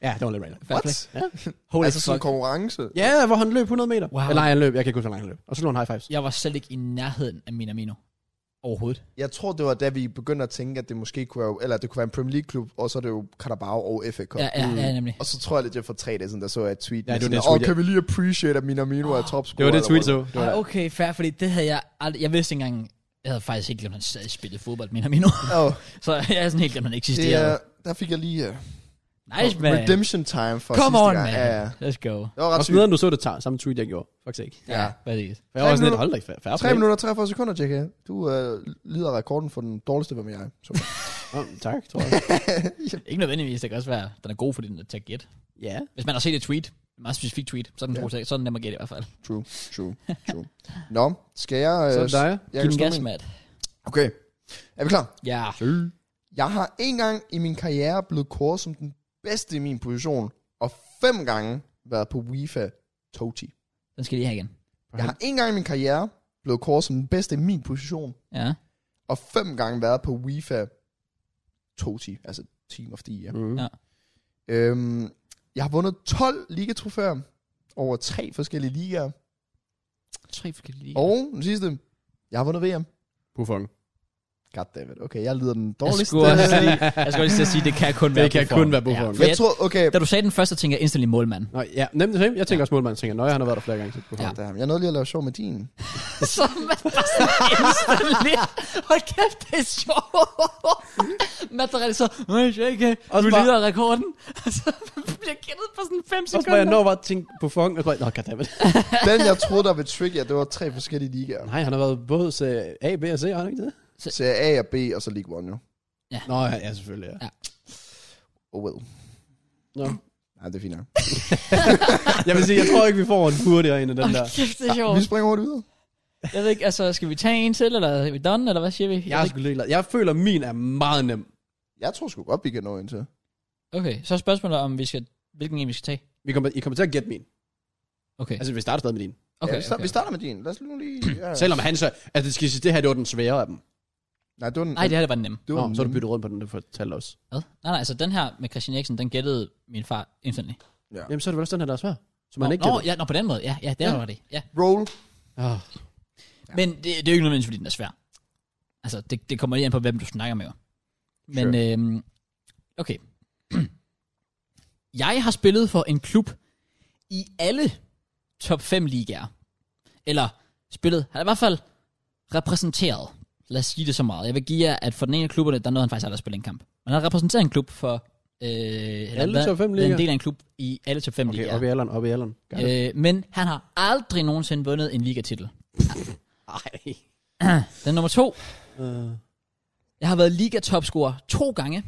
B: Ja, det var lidt random.
A: Fair play.
C: What?
A: Holy
C: altså sådan en
A: fuck.
C: konkurrence.
B: Ja, hvor han løb 100 meter.
A: Wow.
B: Eller nej, han løb. Jeg kan ikke huske, hvor langt han løb. Og så slog han high fives.
A: Jeg var slet ikke i nærheden af min Amino. Overhovedet.
C: Jeg tror, det var da vi begyndte at tænke, at det måske kunne være, eller det kunne være en Premier League-klub, og så er det jo Carabao og FA Cup. Mm.
A: Ja, ja, ja, nemlig.
C: Og så tror jeg lidt, jeg for tre dage siden, der så jeg et tweet.
B: Ja,
C: med
B: det
C: sådan,
B: var det tweet,
C: Åh, kan vi lige appreciate, at Minamino er topscorer? eller whatever."
B: Det var
A: Ej, Ah, okay, fair, fordi det havde jeg aldrig... Jeg vidste ikke engang... Jeg havde faktisk ikke glemt, at han stadig spillede fodbold, min Amino.
C: Åh,
A: Så jeg havde sådan helt glemt, at han
C: det
A: eksisterede.
C: er, der fik jeg lige uh,
A: nice, man.
C: redemption time for
A: Come
C: sidste
A: on,
C: gang.
A: man.
C: Ja, ja.
A: Let's go.
C: Det var ret
B: Og
C: sygt.
B: snederen, du så det tager, samme tweet, jeg gjorde. Faktisk ikke.
A: Ja, præcis.
B: For jeg var
C: Tre
B: også lidt,
C: minutter.
B: hold da ikke færre.
C: 3 minutter og 43 sekunder, JK. Du uh, lider rekorden for den dårligste, hvad med jeg. Så.
B: Oh, tak, tror jeg.
A: Ikke nødvendigvis, det kan også være, at den er god, fordi den er til at gætte.
B: ja.
A: Hvis man har set et tweet, en meget specifik tweet, så er den,
C: Ja.
A: yeah. så er den nem at gætte i hvert fald.
C: True, true, true. Nå, skal jeg... Uh,
B: Så er det dig.
A: Giv
C: Jeg kan
A: den
C: stå
A: gas,
C: med en.
A: Matt.
C: Okay, er vi klar?
A: Ja.
C: Jeg har en gang i min karriere blevet kåret som den bedste i min position, og fem gange været på UEFA Toti.
A: Den skal jeg lige have igen.
C: Jeg har en gang i min karriere blevet kåret som den bedste i min position,
A: Ja.
C: og fem gange været på UEFA Toti, altså Team of the Year.
B: Mm.
A: Ja.
C: Øhm, jeg har vundet 12 ligatrofæer over tre forskellige ligaer.
A: Tre forskellige ligaer.
C: Og den sidste, jeg har vundet VM.
B: Buffon.
C: Goddammit, okay, jeg lider den
A: Jeg
C: dårligste.
A: skulle, også lige, jeg skulle også lige til at sige, det kan kun være
B: Det kan
A: Buffon.
B: kun være Buffon.
A: for
C: Jeg tror, okay,
A: Da du sagde den første, tænkte jeg instantly målmand.
B: Nå, ja, nemt det same. Jeg tænker også målmanden tænker, nøj, han har været der flere gange. Så Buffon.
A: Ja.
B: Ja.
C: Damn, jeg nåede lige at lave sjov med din.
A: så man bare sådan instantly. Hold kæft, det er sjovt. Matt er rigtig så, "Nå, Jake,
B: Også
A: du
B: bare-
A: lider af rekorden. Og så bliver kendt på sådan 5
B: Og så var jeg
A: sekunder.
B: når bare at tænke Buffon, og så var jeg, nå, goddammit.
C: Den, jeg troede, der ville trigge jer, det var tre forskellige ligaer.
B: Nej, han har været både serie A, B og C, har han ikke det?
C: Serie A og B, og så League One jo.
B: Nå, ja, ja selvfølgelig, ja.
C: Oh well.
B: Nå.
C: Nej, det er fint nok.
B: Jeg vil sige, jeg tror ikke, vi får en hurtigere en af den der.
A: Hold kæft, det er
C: Ah, Vi
A: sjovt.
C: springer hurtigt videre.
A: Jeg ved ikke, altså, skal vi tage en til, eller er vi done, eller hvad siger vi?
B: Jeg, er sgu lidt glad. jeg føler, min er meget nem.
C: Jeg tror sgu godt, vi kan nå ind til.
A: Okay, så er spørgsmålet om, vi skal, hvilken en vi skal tage.
B: Vi kommer, I kommer til at gætte min.
A: Okay,
B: Altså, vi starter stadig med din.
A: okay,
C: ja, vi, starter,
A: okay.
C: vi starter med din. Lad os nu lige... Ja.
B: Selvom han så... Altså, det skal sige, det her, det var den svære af dem.
C: Nej, det var den...
A: Nej, det her det var den nemme.
C: det
B: Nå,
C: var
B: så har du byttet rundt på den, du fortalte os.
A: Hvad? Nej, nej, altså den her med Christian Eriksen, den gættede min far instantly.
B: Jamen, så er det vel også den her, der er svær. Som
A: Nå,
B: han ikke
A: nå,
B: gætter.
A: ja, nå, på den måde. Ja, ja, det
B: Ja.
A: ja. var det. Ja.
C: Roll.
B: Ah,
A: Men det, det er jo ikke nødvendigvis, fordi den er svær. Altså, det, det kommer lige an på, hvem du snakker med. jo. Men, sure. øhm, okay. Jeg har spillet for en klub i alle top 5 ligaer. Eller spillet, han er i hvert fald repræsenteret. Lad os sige det så meget. Jeg vil give jer, at for den ene af klubberne, der nåede han faktisk aldrig at spille en kamp. Men han har repræsenteret en klub for... Øh, eller
B: Alle
A: været-
B: top fem
A: været
B: ligaer?
A: en del af en klub i alle top 5
B: okay,
A: ligaer.
B: op i alderen, op i alderen. Got it.
A: Øh, men han har aldrig nogensinde vundet en ligatitel.
B: Ej.
A: Den nummer to.
B: Øh,
A: Jeg har været ligatopscorer to gange.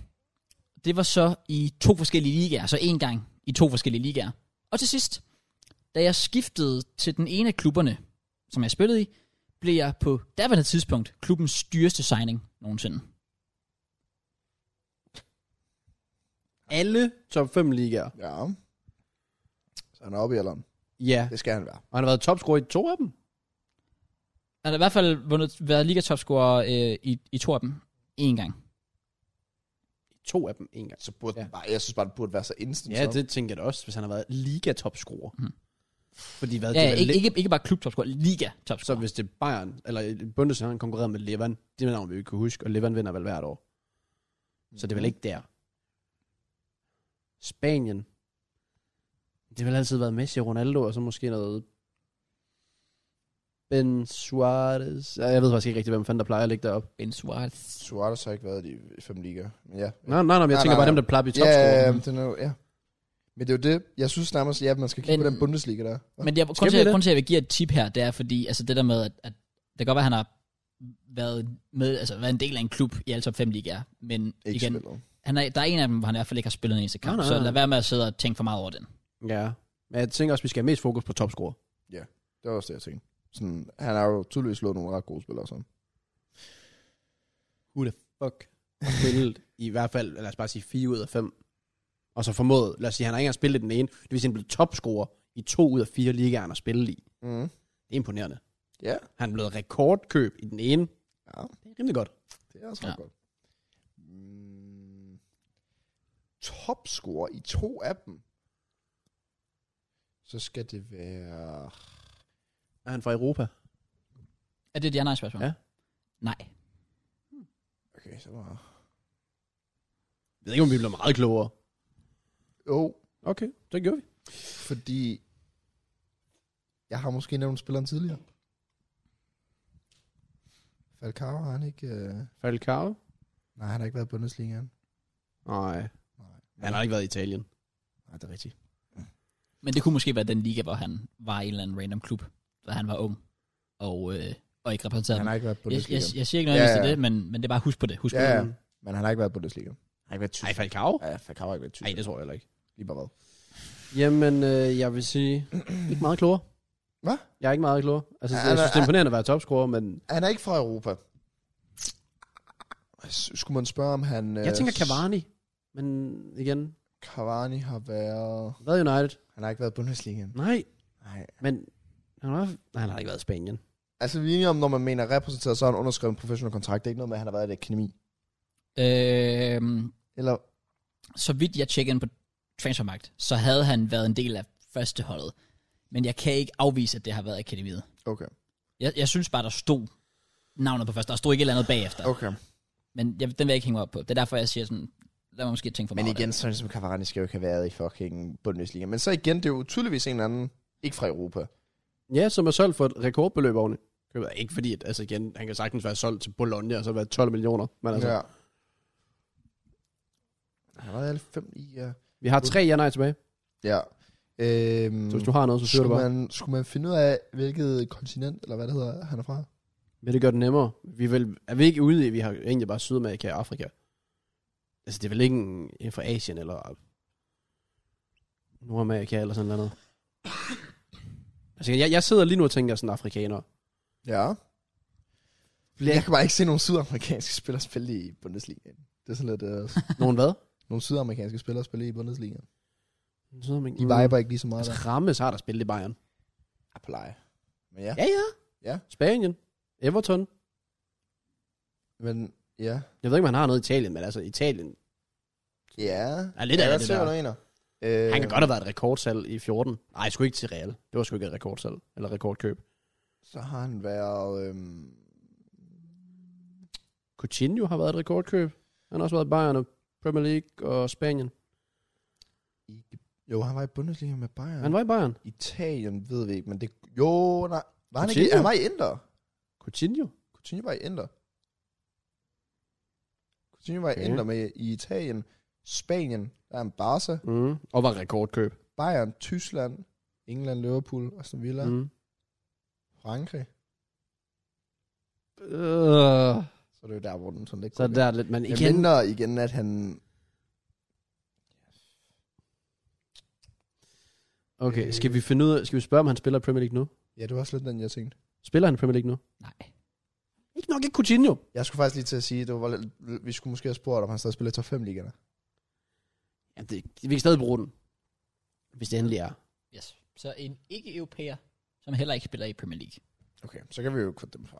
A: Det var så i to forskellige ligaer, så en gang i to forskellige ligaer. Og til sidst, da jeg skiftede til den ene af klubberne, som jeg spillede i, blev jeg på daværende tidspunkt klubbens dyreste signing nogensinde.
B: alle top 5 ligaer.
C: Ja. Så han er oppe i alderen.
B: Ja.
C: Det skal han være.
B: Og han har været topscorer i to af dem.
A: Han har i hvert fald vundet, været ligatopscorer øh, i, i to af dem. En gang.
B: To af dem en gang.
C: Så burde
B: Ja.
C: ja. bare, jeg synes bare, det burde være så instant.
B: Ja,
C: så.
B: det tænker jeg da også, hvis han har været ligatopscorer.
A: Mhm.
B: Mm. Fordi hvad,
A: Ja,
B: det
A: ja
B: var
A: ikke,
B: Le-
A: ikke, ikke bare klubtopscorer,
B: Så
A: ligatopscorer.
B: hvis det er Bayern, eller Bundesliga, han konkurrerer med Levan, det er navn, vi ikke kunne huske, og Levan vinder vel hvert år. Så det er vel ikke der. Spanien. Det har vel altid været Messi og Ronaldo, og så måske noget... Ben Suarez. Ja, Jeg ved faktisk ikke rigtig, hvem fanden der plejer at ligge deroppe.
A: Ben Suarez.
C: Suarez har ikke været i de fem ligaer. Men ja.
B: Nej, nej, nej, men
C: Nej,
B: jeg tænker
C: nej,
B: bare dem,
C: nej.
B: der plejer at blive
C: Ja, ja,
B: topscorer.
C: ja, den er jo, ja. Men det er jo det, jeg synes nærmest, ja, man skal kigge
A: Men-
C: på den Bundesliga der.
A: Men jeg, grund,
B: vi
A: til, at-
B: det?
A: grund til, at jeg vil give et tip her, det er fordi, altså det der med, at, at det kan godt være, at han har været, med, altså, været en del af en klub i alle top 5 ligaer, men
C: Ikke
A: igen,
C: spillet.
A: han er, der er en af dem, hvor han i hvert fald ikke har spillet en eneste kamp,
B: Nej, nej,
A: så
B: nej.
A: lad være med at sidde og tænke for meget over den.
B: Ja. Men jeg tænker også, at vi skal have mest fokus på topscorer.
C: Det var også det, jeg tænkte. Sådan, han har jo tydeligvis slået nogle ret gode spillere sådan.
B: Who the fuck spillet i hvert fald, lad os bare sige, 4 ud af 5. Og så formået, lad os sige, han har ikke engang spillet i den ene. Det vil sige, han blev topscorer i to ud af fire ligaer, han har spillet i.
C: Mm.
B: Det er imponerende.
C: Ja.
B: Han er blevet rekordkøb i den ene.
C: Ja,
B: Det er rimelig godt.
C: det er også
A: Ja.
C: ja. godt. Mm. Topscorer i to af dem. Så skal det være...
B: Er han fra Europa?
A: Er det et ja spørgsmål?
B: Ja.
A: Nej.
C: Okay, så var...
B: Jeg ved ikke, om vi bliver meget klogere.
C: Jo,
B: Okay, det gjorde vi.
C: fordi... Jeg har måske nævnt spilleren tidligere. Falcao har han ikke... Øh...
B: Falcao?
C: Nej, han har ikke været i Bundesligaen.
B: Nej. Han har ikke været i Italien.
C: Nej, det er rigtigt.
A: Men det kunne måske være den liga, hvor han var i en eller anden random klub, da han var ung, og, øh, og ikke repræsenteret.
C: Han har ikke været i
A: dem. jeg, jeg,
C: Bundesligaen.
A: jeg, siger ikke noget ja,
C: Ja,
A: til
C: ja.
A: det, men, men det er bare husk på det. Husk
C: Ja,
A: på
C: ja.
A: det.
C: Men han har ikke været i Bundesligaen. Han har ikke været i
B: Nej,
C: Tyskland.
B: Falcao?
C: Ja, Falcao har ikke været i
B: Nej,
C: Tyskland.
B: det tror jeg heller ikke.
C: Lige bare hvad?
B: Jamen, øh, jeg vil sige, ikke meget klogere.
C: Hvad?
B: Jeg er ikke meget klogere. Altså,
C: Ja,
B: jeg synes,
C: der-
B: det er imponerende at være topscorer, men
C: Han er ikke fra Europa. S- Skulle man spørge, om han...
B: jeg
C: øh,
B: tænker
C: s-
B: Cavani. Men igen,
C: Cavani har været...
B: hvad er United?
C: Han har ikke været i Bundesligaen.
B: Nej,
C: Nej.
B: men han har, nej, han har ikke været i Spanien.
C: Altså, vi er enige om, når man mener repræsenteret, så har han underskrevet en professionel kontrakt. Det er ikke noget med, at han har været i et akademi.
A: Øh,
C: Eller...
A: så vidt jeg tjekkede ind på transfermagt, så havde han været en del af førsteholdet. Men jeg kan ikke afvise, at det har været akademiet.
C: Okay.
A: Jeg, jeg synes bare, der stod navnet på første. Der stod ikke et eller andet bagefter. Okay.
C: Okay.
A: Men jeg, den vil jeg ikke hænge mig op på. Det er derfor, jeg siger sådan, lad mig måske tænke for
D: Men
A: meget.
D: igen,
A: så...
D: sådan som Cavani skal jo ikke have været i fucking Bundesliga.
C: Men så igen, det er jo tydeligvis en eller anden, ikke fra Europa.
B: Ja, som er solgt for et rekordbeløb oveni. Købet er Ikke fordi, at, altså igen, han kan sagtens være solgt til Bologna, og så være 12 millioner. Men altså, ja.
C: Ja. Han var 5 i, ja.
B: vi har tre ja-nej tilbage.
C: Ja. Øhm,
B: Så hvis du har noget, så siger du
C: skulle,
B: bare.
C: man, skulle man finde ud af, hvilket kontinent, eller hvad det hedder, han er fra?
B: Vil det gøre det nemmere? Vi er, vel, er vi ikke ude i, at vi har egentlig bare Sydamerika og Afrika? Altså, det er vel ikke en, en fra Asien eller Nordamerika eller sådan noget. Altså, jeg, jeg sidder lige nu og tænker sådan afrikanere.
C: Ja. Jeg kan bare ikke se nogen sydamerikanske spillere spille i Bundesliga. Det er sådan lidt... Øh,
B: Nogen hvad?
C: nogle sydamerikanske spillere spille i Bundesliga.
B: Sydamerika.
C: De viber ikke lige så meget
B: Altså,
C: der.
B: Rammes har der spillet i Bayern.
D: på leje. Men ja.
B: Ja, ja.
C: Ja.
B: Spanien. Everton.
C: Men ja.
B: Jeg ved ikke, om han har noget i Italien, men altså Italien.
C: Ja.
B: Ja, lidt af
C: jeg
B: det
C: se,
B: der.
C: hvad du mener. Øh,
B: Han kan godt have været et rekordsalg i 14. Nej, sgu ikke til Real. Det var sgu ikke et rekordsalg. Eller rekordkøb.
C: Så har han været... Øh,
B: Coutinho har været et rekordkøb. Han har også været i Bayern og Premier League og Spanien.
C: i, jo, han var i Bundesliga med Bayern.
B: Han var i Bayern.
C: Italien ved vi ikke, men det... Jo, nej. Var han, ikke,
B: Coutinho?
C: han var i Inter.
B: Coutinho?
C: Coutinho var i Inter. Coutinho var okay.
B: Okay.
C: i Inter med i Italien, Spanien, der er en Barca,
B: Mm. Og var rekordkøb.
C: Bayern, Tyskland, England, Liverpool, Aston Villa, mm.
B: Mm.
C: Frankrig.
B: Øh,
C: Så det er jo der, hvor den sådan lidt
B: så der er lidt, men
C: Jeg
B: igen,
C: minder igen, at han...
B: okay, skal vi finde ud af, skal vi spørge, om han spiller i Premier League nu?
C: Ja, det var også lidt den, jeg tænkte.
B: Spiller han i Premier League nu?
A: Nej.
B: Ikke nok ikke Coutinho.
C: Jeg skulle faktisk lige til at sige, det var, lidt- vi skulle måske have spurgt, om han stadig spiller i top 5 ligaerne.
B: Ja, det, vi kan stadig bruge den. Hvis det endelig er.
A: Yes. Så en ikke-europæer, som heller ikke spiller i Premier League.
C: Okay, så kan vi jo kunne dem fra.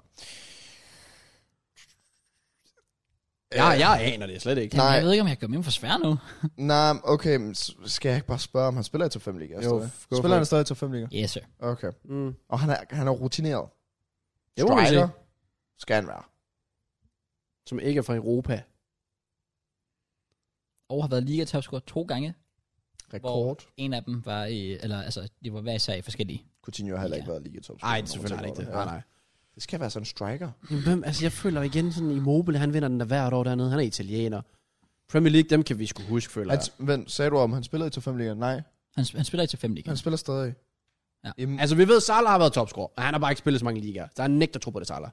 C: Øh,
B: Ja, jeg aner det slet ikke.
A: Nej.
C: Nej.
A: Jeg ved ikke, om jeg kan komme hjem for svær nu.
C: Nej, okay, men s- skal jeg ikke bare spørge, om han spiller i top 5 ligaer?
B: Jo,
C: stadig?
B: f- gå for
C: spiller han
B: det.
C: stadig i top 5 ligaer?
A: Yes, sir.
C: Okay.
B: Mm.
C: Og han er, han er rutineret.
B: Det må vi se.
C: skal han være.
B: Som ikke er fra Europa.
A: Og har været liga-topscorer to gange.
C: Rekord. Hvor?
A: En af dem var i, eller altså, de var hver især i forskellige.
C: Coutinho har heller ikke
A: Ja.
C: været ligetop.
B: Nej, selvfølgelig er det ikke det. Nej, nej.
C: Det skal være sådan en striker.
B: Jamen, hvem, altså, jeg føler igen sådan, Immobile, han vinder den der hvert år dernede. Han er italiener. Premier League, dem kan vi sgu huske, føler
C: Han,
B: jeg.
C: vent, sagde du om, han spillede i top 5 ligaer? Nej,
A: Han, han spiller i til fem liga.
C: han spiller stadig.
A: Ja.
C: Im-
B: Altså, vi ved, Salah har været topscorer, og han har bare ikke spillet så mange ligaer. Så han nægter at tro på det, Salah.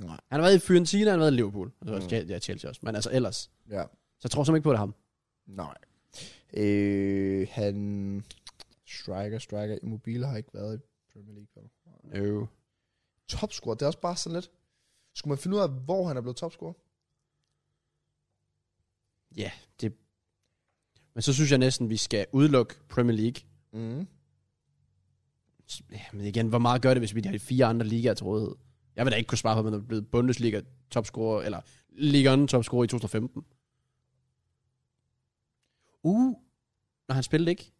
C: Nej.
B: Han har været i Fiorentina, han har været i Liverpool.
C: Mm.
B: Altså, mm. ja, Chelsea også. Men altså, ellers.
C: ja.
B: Så jeg tror simpelthen ikke på, det er ham.
C: Nej. Øh, han... Striker, striker. Immobile har ikke været i Premier League. vel?
B: Øh.
C: Topscorer, det er også bare sådan lidt... Skulle man finde ud af, hvor han er blevet topscorer?
B: Men så synes jeg næsten, vi skal udelukke Premier League.
C: Mm.
B: S- ja, Men igen, hvor meget gør det, hvis vi har fire andre ligaer til rådighed? Jeg vil da ikke kunne svare på, om han er blevet Bundesliga topscorer, eller Liga 1 topscorer i 2015. Uh, når han spillede ikke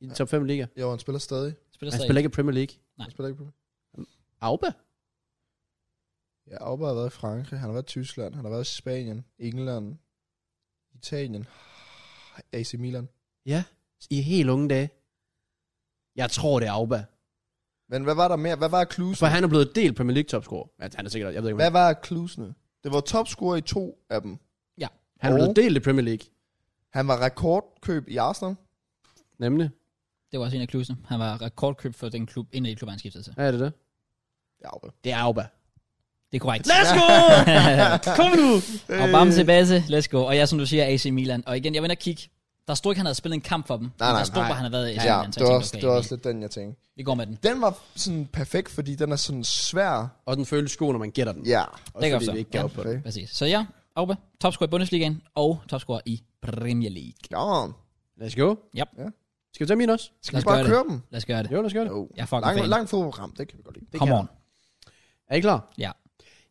B: i den top 5 liga.
C: Jo, han spiller stadig.
A: Spiller
B: Han
A: stadig.
B: spiller ikke i Premier League.
C: Han spiller ikke på
B: Auba?
C: Ja, Auba har været i Frankrig, han har været i Tyskland, han har været i Spanien, England, Italien, AC Milan.
B: Ja, i helt unge dage. Jeg tror, det er Auba.
C: Men hvad var der mere? Hvad var
B: For
C: clusene?
B: han er blevet delt Premier League topscorer. Ja, han er sikkert, jeg ved ikke,
C: Hvad
B: om
C: var clusene? Det var topscorer i to af dem.
B: han er blevet delt i Premier League.
C: Han var rekordkøb i Arsenal.
B: Nemlig.
A: Det var også en af klubbene. Han var rekordkøb for den klub, en af de klubber, han skiftede til.
B: Ja, er det det?
C: Ja, Auba.
B: Det er Auba.
A: Det er korrekt.
B: Let's go! Kom nu!
A: og Bam tilbage til, let's go. Og jeg, som du siger, AC Milan. Og igen, jeg vil kigge. Der stod ikke, han havde spillet en kamp for dem. men
C: nej,
A: der stod
C: nej.
A: bare, han havde været i AC
C: Ja,
A: Milan. så
C: det
A: jeg
C: var,
A: tænkte,
C: også, det var også lidt den, jeg tænkte.
A: Vi går med den.
C: Den var sådan perfekt, fordi den er sådan svær.
B: Og den føles god, når man gætter den.
C: Ja.
B: Også
A: Det gør
B: fordi
A: så.
B: vi ikke gav
A: Ja.
B: op på det.
C: Okay.
A: Præcis. Så ja, Auba, topscorer i Bundesligaen og topscorer i Premier League.
C: Ja,
B: Let's go.
A: Yep.
C: Ja.
B: Skal vi tage min også?
C: skal
A: Lad os
C: vi
A: gøre
C: bare
A: det.
C: køre dem?
A: Lad os gøre det.
B: Jo, lad os gøre det.
C: Jo.
A: Jeg er fucking
C: Lang,
A: fan.
C: lang fodboldprogram, det kan vi godt lide.
A: Come
B: kan
A: on.
B: Er I klar?
A: Ja.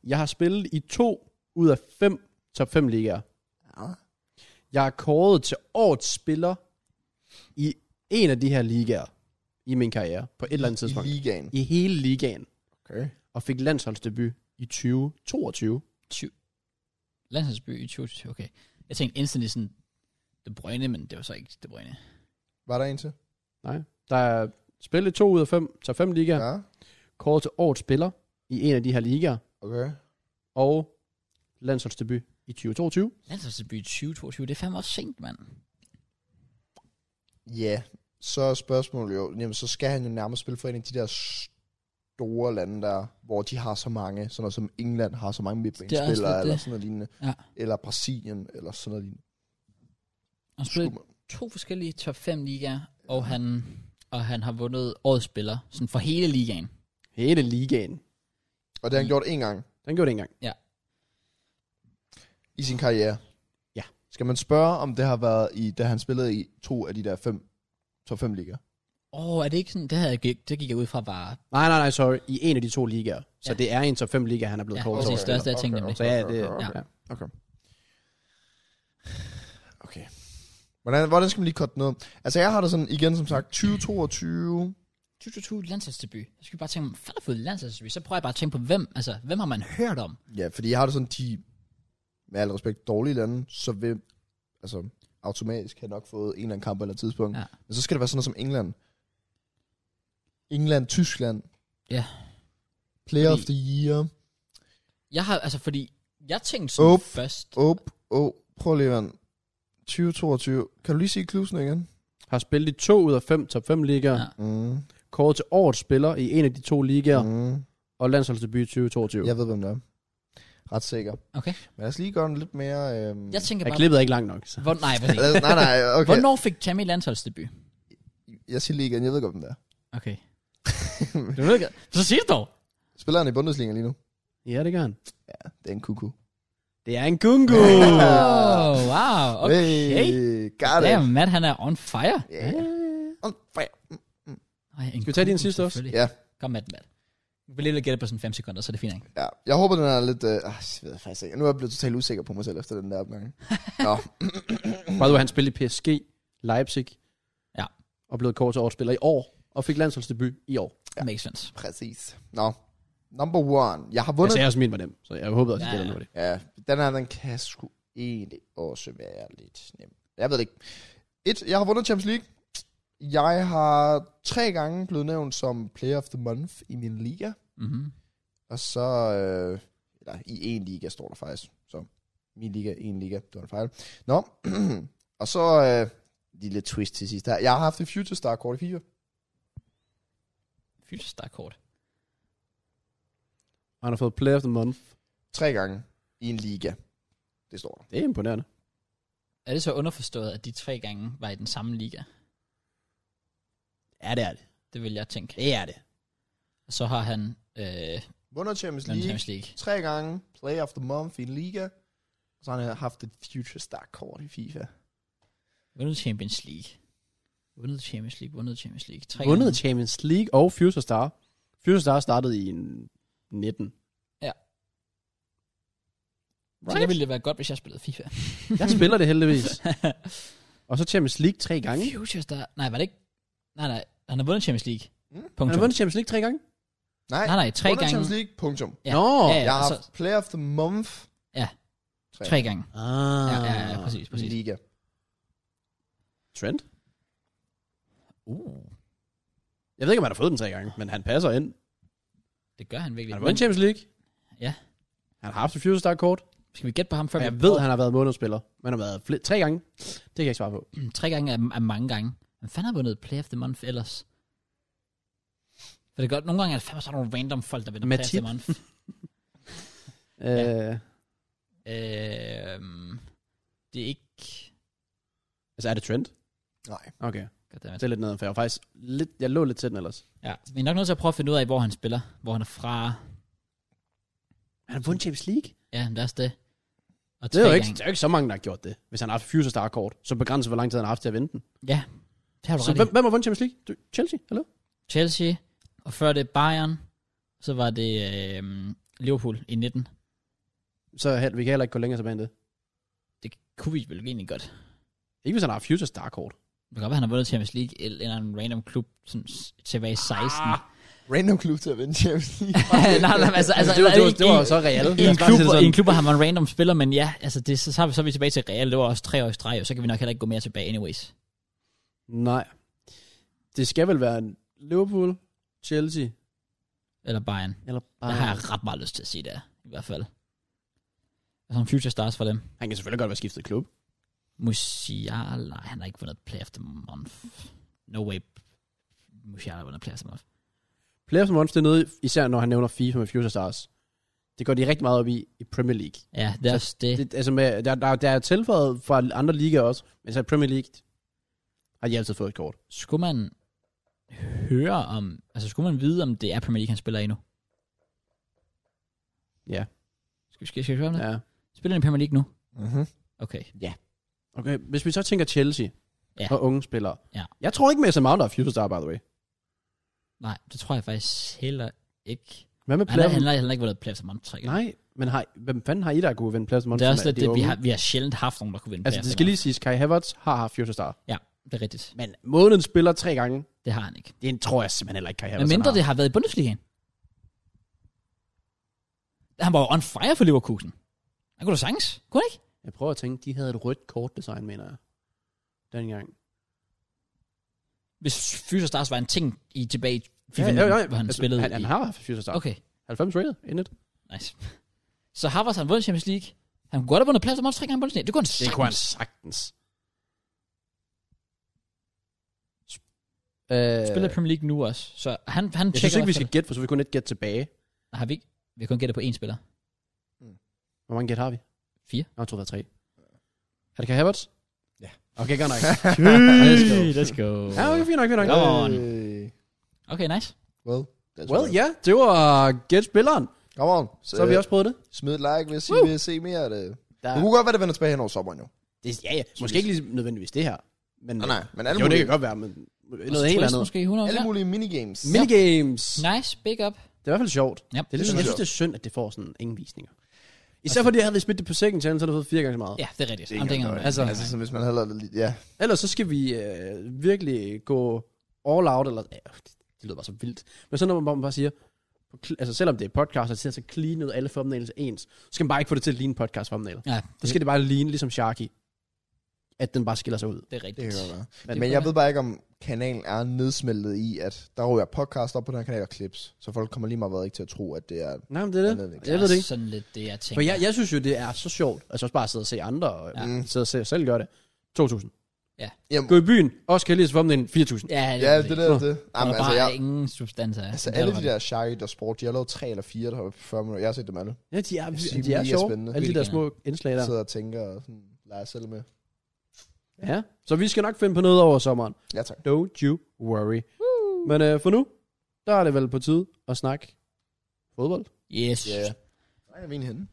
B: Jeg har spillet i to ud af fem top 5 ligaer.
C: Ja.
B: Jeg er kåret til årets spiller i en af de her ligaer i min karriere på et eller andet tidspunkt.
C: I ligaen.
B: I hele ligaen.
C: Okay.
B: Og fik landsholdsdebut i 2022.
A: Landsholdsby i 2020, okay. Jeg tænkte instantly sådan, De Bruyne, men det var så ikke De Bruyne.
C: Var der en til?
B: Der er spillet to ud af fem, så fem ligaer. Ja. Kåret til årets spiller i en af de her ligaer.
C: Okay.
B: Og landsholdsdebut i 2022.
A: Landsholdsby i 2022, det er fandme også sent, mand.
C: Ja, så er spørgsmålet jo, jamen, så skal han jo nærmest spille for en af de der store lande der, hvor de har så mange, sådan noget som England har så mange
A: lidt
C: midtbanespillere,
A: det.
C: eller sådan noget lignende.
A: Ja.
C: Eller Brasilien, eller sådan noget lignende.
A: Han
C: Skulle
A: spillede
C: man-
A: to forskellige top 5 ligaer, og han, og han har vundet årets spiller, sådan for hele ligaen.
B: Hele ligaen.
C: Og
A: Mm.
C: det har han gjort én gang
B: Den gjorde det engang.
C: i sin karriere.
B: Ja.
C: Skal man spørge, om det har været i, da han spillede i to af de der fem, top 5 ligaer?
A: Åh, oh, er det ikke sådan, det, havde jeg, gik- det gik jeg ud fra bare,
B: Nej, nej, nej, sorry. I en af de to ligaer. Så
A: Ja.
B: ja. det er en top fem liga, han er blevet
A: Ja,
B: ja, kåret
A: præcis.
B: til.
A: det største, jeg tænkte nemlig.
B: Så ja, det,
C: okay.
B: ja.
C: Okay. Hvordan, hvordan skal man lige korte den ned? Altså, jeg har det sådan, igen som sagt, 2022.
A: 2022 landsholdsdebut. Så skal vi bare tænke, om fanden har fået landsholdsdebut? Så prøver jeg bare at tænke på, hvem, altså, hvem har man hørt om?
C: Ja, fordi jeg har det sådan, de, med al respekt, dårlige lande, så vil, altså, automatisk have nok fået en eller anden kamp eller et tidspunkt.
A: Ja.
C: Ja. Men så skal det være sådan noget som England. England, Tyskland.
A: Ja.
C: Player
A: Fordi-
C: of the year.
A: Jeg har, altså fordi, jeg tænkte sådan
C: Op.
A: først,
C: Op, oh, prøv lige, mand. 2022. Kan du lige sige klusen igen?
B: Har spillet i to ud af fem top 5 ligaer.
A: Ja.
B: Ja.
C: Mm.
B: Kåret til årets spiller i en af de to ligaer. Mm.
C: Mm.
B: Og landsholdsdebut i 2022. Ja.
C: Jeg ved, hvem det er. Ret sikker.
A: Okay.
C: Men lad os lige gøre den lidt mere... Øhm...
A: jeg tænker
B: Er
A: bare,
B: klippet er ikke langt nok. Så.
A: hvor, nej, præcis.
C: Lad os- nej, nej, okay.
A: Hvornår fik Tammy landsholdsdebut?
C: Jeg siger lige igen, jeg ved godt, hvem det er.
A: Okay. du ved ikke, så sig det dog.
C: Spiller han i Bundesliga lige nu?
B: Ja, det gør han.
C: Ja, det er en kuku.
B: Det er en gungu!
A: Oh, wow, okay.
C: Hey, got it.
A: Damn, Matt, han er on fire.
C: Yeah. On fire.
A: Ej, en
B: Skal vi tage din
A: kugle,
B: sidste også?
A: selvfølgelig.
C: Ja,
A: Kom, Matt, Matt. Du vil lige gætte på sådan 5 sekunder, så er det fint, ikke?
C: ja. Jeg håber, den er lidt... Øh, ah, jeg ved jeg faktisk ikke. Nu er jeg blevet totalt usikker på mig selv efter den der opgang. Nå,
B: By the way, han spillede i PSG, Leipzig.
A: Ja.
B: Og blev kåret til årets spiller i år. Og fik landsholdsdebut i år.
A: Ja. Makes sense.
C: præcis. Nå, number one. Jeg har
B: Altså, Jeg
C: vundet...
B: sagde også, min var dem. Så jeg håbede også,
A: Ja,
B: at det
A: ja.
B: var det.
C: Ja, den her, den kan sgu egentlig også være lidt nem. Jeg ved det ikke. Et, jeg har vundet Champions League. Jeg har tre gange blevet nævnt som Player of the Month i min liga.
A: Mm-hmm.
C: Og så, øh, eller i en liga står der faktisk, så min liga, en liga, det var en fejl. Nå, og så, øh, lille twist til sidst her. Jeg har haft et Future Star kort i FIFA.
A: Fysisk kort.
B: Og han har fået Player of the Month.
C: Tre gange i en liga. Det står der.
B: Det er imponerende.
A: Er det så underforstået, at de tre gange var i den samme liga?
B: Ja, det er det.
A: Det vil jeg tænke.
B: Det er det.
A: Og så har han øh,
C: Vunder Champions
A: League.
C: League.
A: Champions League.
C: Tre gange Player of the Month i en liga. Og så har han haft et Future Star kort i FIFA.
A: Vundet Champions League. Vundet Champions League, vundet Champions League. Tre
B: Vundet
A: gange.
B: Champions League og Future Star. Future Star startede i en 19.
A: Så det ville det være godt, hvis jeg spillede FIFA.
B: Jeg spiller det heldigvis. Og så Champions League tre gange.
A: Futures, der... Nej, var det ikke... Nej, nej. Han har vundet Champions League.
C: Mm.
A: Punktum.
B: Han har vundet Champions League tre gange?
C: Nej,
A: Nej, nej, tre
C: Vunder
A: gange.
C: Champions League, punktum.
A: Ja.
B: Nå!
A: Ja, ja,
C: Jeg har
A: så,
C: haft Player of the Month.
A: Ja.
C: Tre,
A: tre gange.
B: Ah.
A: Ja, ja, ja, præcis,
C: i en
A: præcis.
C: liga.
B: Trent?
A: Uh,
B: Jeg ved ikke, om han har fået den tre gange, men han passer ind.
A: det gør han virkelig.
B: Han har vundet Champions League.
A: Ja.
B: Han har haft et Future Star kort.
A: Skal vi gætte på ham, før
B: Og jeg
A: vi...
B: ved, han har været månedsspiller. Men han har været flere, tre gange. Det kan jeg ikke svare på.
A: Mm, Tre gange er, er mange gange. Men fanden har vundet Play of the Month ellers? For det er godt, nogle gange er der fandme sådan nogle random folk, der vinder Play of the
B: Matip.
A: Month.
B: Øh,
A: øhm, det er ikke...
B: altså, er det Trent?
C: Nej.
B: Okay.
A: Goddammit.
B: Det er lidt noget, for jeg var faktisk lidt, jeg lå lidt til den ellers.
A: Ja, vi er nok nødt til at prøve at finde ud af, hvor han spiller. Hvor han er fra.
B: Han har vundet Champions League?
A: Ja, men det er også det. Og
B: Det er, jo
A: tre
B: ikke,
A: gange.
B: det er jo ikke så mange, der har gjort det. Hvis han har haft et Future Star kort, så begrænser hvor lang tid han har haft til at vente den.
A: Ja, det har du
B: Så
A: ret i.
B: hvem, hvem har vundet Champions League? Du, Chelsea, eller?
A: Chelsea, og før det Bayern, så var det øh, Liverpool i 19.
B: Så he- vi kan heller ikke gå længere tilbage end det.
A: Det kunne vi vel egentlig godt.
B: Ikke hvis han har Future Star-kort.
A: Det kan godt være, han har vundet Champions League eller eller en random klub sådan, s- tilbage i 16. Ah,
D: Random klub til at vinde Champions League.
A: nej, nej, altså, altså,
B: det, var, det, var,
A: i-
B: det var
A: i-
B: jo så reelt.
A: I en, klub, hvor- i en klub hvor har man random spiller, men ja, altså det, så, så, er vi, så er vi tilbage til Real. Det var også tre år i streg, og så kan vi nok heller ikke gå mere tilbage anyways.
B: Nej. Det skal vel være en Liverpool, Chelsea Ah,
A: Eller Bayern.
B: eller
A: Der har jeg Ah. ret meget lyst til at sige det, i hvert fald. Altså en future stars for dem.
B: Han kan selvfølgelig godt være skiftet klub.
A: Musiala, nej, han har ikke vundet play of the month. No way. Musiala har vundet play of the month.
B: Player som Monster nede, især når han nævner FIFA med Future Stars. Det går de rigtig meget op i i Premier League.
A: Ja, det er også det.
B: Det, altså med, der, der, der er tilføjet fra andre ligaer også, men så i Premier League har de altid fået et kort.
A: Skulle man høre om, altså skulle man vide, om det er Premier League, han spiller i nu?
B: Ja.
A: Skal vi, skal, skal vi høre om det? Ja.
B: Ja.
A: Spiller han i Premier League nu?
D: Mhm.
A: Okay.
B: Okay, hvis vi så tænker Chelsea
A: Ja.
B: ja. og unge spillere.
A: Ja.
B: Jeg tror ikke, Mason Mount er Future Star, by the way.
A: Nej, det tror jeg faktisk heller ikke.
B: Hvad med
A: Han har,
B: Player?
A: han, har, han har ikke været plads month tre gange.
B: Nej, men har, hvem fanden har I, der kunne vinde Player
A: Det
B: som
A: er
B: Monster
A: også
B: med
A: lidt
B: de
A: det, vi
B: unge?
A: har, vi har sjældent haft nogen, der kunne vinde
B: Altså,
A: Player
B: det
A: of
B: skal
A: the
B: lige siges, Kai Havertz har haft Future Star.
A: Month. Ja, det er rigtigt.
B: Men måneden spiller tre gange.
A: Det har han ikke.
B: Det tror jeg simpelthen heller ikke, Kai
A: Men
B: Havertz
A: mindre
B: altså, han
A: det har været i Bundesligaen. Han var jo on fire for Leverkusen. Han kunne da sagtens. Kunne han ikke?
B: har. Jeg prøver at tænke, de havde et rødt kortdesign, mener jeg. Dengang.
A: Hvis Future Stars var en ting i tilbage i FIFA, ja, hvor han
B: altså,
A: spillede
B: Han, han
A: i.
B: har haft Future Star.
A: Okay,
B: 90 rated, inden det.
A: nice. Så Havertz har vundet Champions League. Han kunne godt have vundet plads om også tre gange i Bundesliga. Det kunne han sagtens.
B: sagtens. Øh,
A: Spiller i Premier League nu også. Så han, han
B: jeg synes ikke, vi skal gætte, for så vil vi kun et gæt tilbage.
A: Har vi ikke? Vi kan kun gætte på én spiller.
B: Hvor mange gæt har vi?
A: Fire.
B: Nå, jeg tror, der er tre. Er det Kai Havertz?
D: Ja.
B: Okay, godt nok.
A: Let's go. Let's go.
B: ja, okay, fint nok, fint nok.
A: Come on.
C: Øh,
A: Okay, nice.
C: Well, that's
B: Well, ja, yeah, det var øh, gæt spilleren.
C: Come on. Øh,
B: Så har vi også prøvet det. Uh.
C: Smid et like, hvis I
B: Woo.
C: vil se mere af det.
B: Der,
C: Det kunne godt være, det vender tilbage hen over sommeren jo.
B: det, ja, ja. Måske ikke lige nødvendigvis det her. Men,
C: Nej, nej. Men alle,
B: jo, det
C: mulige,
B: kan godt være, men noget
A: Også
B: helt
A: twist
B: andet.
A: Måske 100
C: alle
A: ja.
C: mulige minigames.
B: Minigames.
A: Nice, big up.
B: Det er i hvert fald sjovt.
A: Ja.
B: Det er
C: Det
B: lidt,
C: synes
B: jeg
C: jeg
B: synes, det er synd, at det får sådan ingen visninger. Altså- Især fordi, havde vi smidt det på second channel, så havde det fået fire gange så meget.
A: Ja, det er rigtigt.
D: Det er ikke
A: Jamen, det er
D: engang
A: ikke
B: Altså,
A: altså,
C: Altså, så hvis man heller... Ja.
B: Ellers så skal vi øh, virkelig gå all out, eller ja, det det lyder bare så vildt. Men sådan når man bare- bare siger, på cl- altså selvom det er podcast, og det ser så clean ud, alle thumbnails er ens, så skal man bare ikke få det til at ligne podcast thumbnail.
A: ja,
B: Så skal det bare ligne ligesom Sharky, at den bare skiller sig ud.
A: det er
C: Det
A: rigtigt.
C: kan godt være.
B: Men,
C: Men jeg ved bare ikke, om kanalen er nedsmeltet i, at der ryger podcast op på den her kanal og clips. Så folk kommer lige meget hvad ikke til at tro, at det er...
B: nej, men det er
C: Jeg ved det
B: det.
C: ikke.
B: Jeg ved det
A: er
B: ikke.
A: sådan lidt det, jeg tænker.
B: For jeg, jeg synes jo, det er så sjovt, altså også bare at sidde og se andre, og
A: Ja.
B: ja. sidde og se, selv gøre det. 2.000.
C: Mm. Jamen,
B: Gå i byen, også kan jeg lige så få den 4.000.
A: ja, det,
C: ja, det der er det.
A: Der
C: Jamen,
A: er
C: altså,
A: bare
C: jeg,
A: ingen substans af.
C: altså
A: Det er
C: alle
A: der
C: de der Shaggy og Sport, de har lavet tre eller fire, der har været på 40 minutter. Jeg har set dem alle.
B: Ja, de er,
C: synes,
B: de er
C: mega
B: sjove.
C: spændende.
B: Alle de der små indslag
C: Jeg
B: der.
C: sidder og tænker og sådan, leger selv med.
B: Ja, så vi skal nok finde på noget over sommeren.
C: Ja, tak.
B: Don't you worry. Men øh, for nu, der er det vel på tide at snakke fodbold.
A: Yes.
C: Ja. Yeah. Nej, jeg er min henne.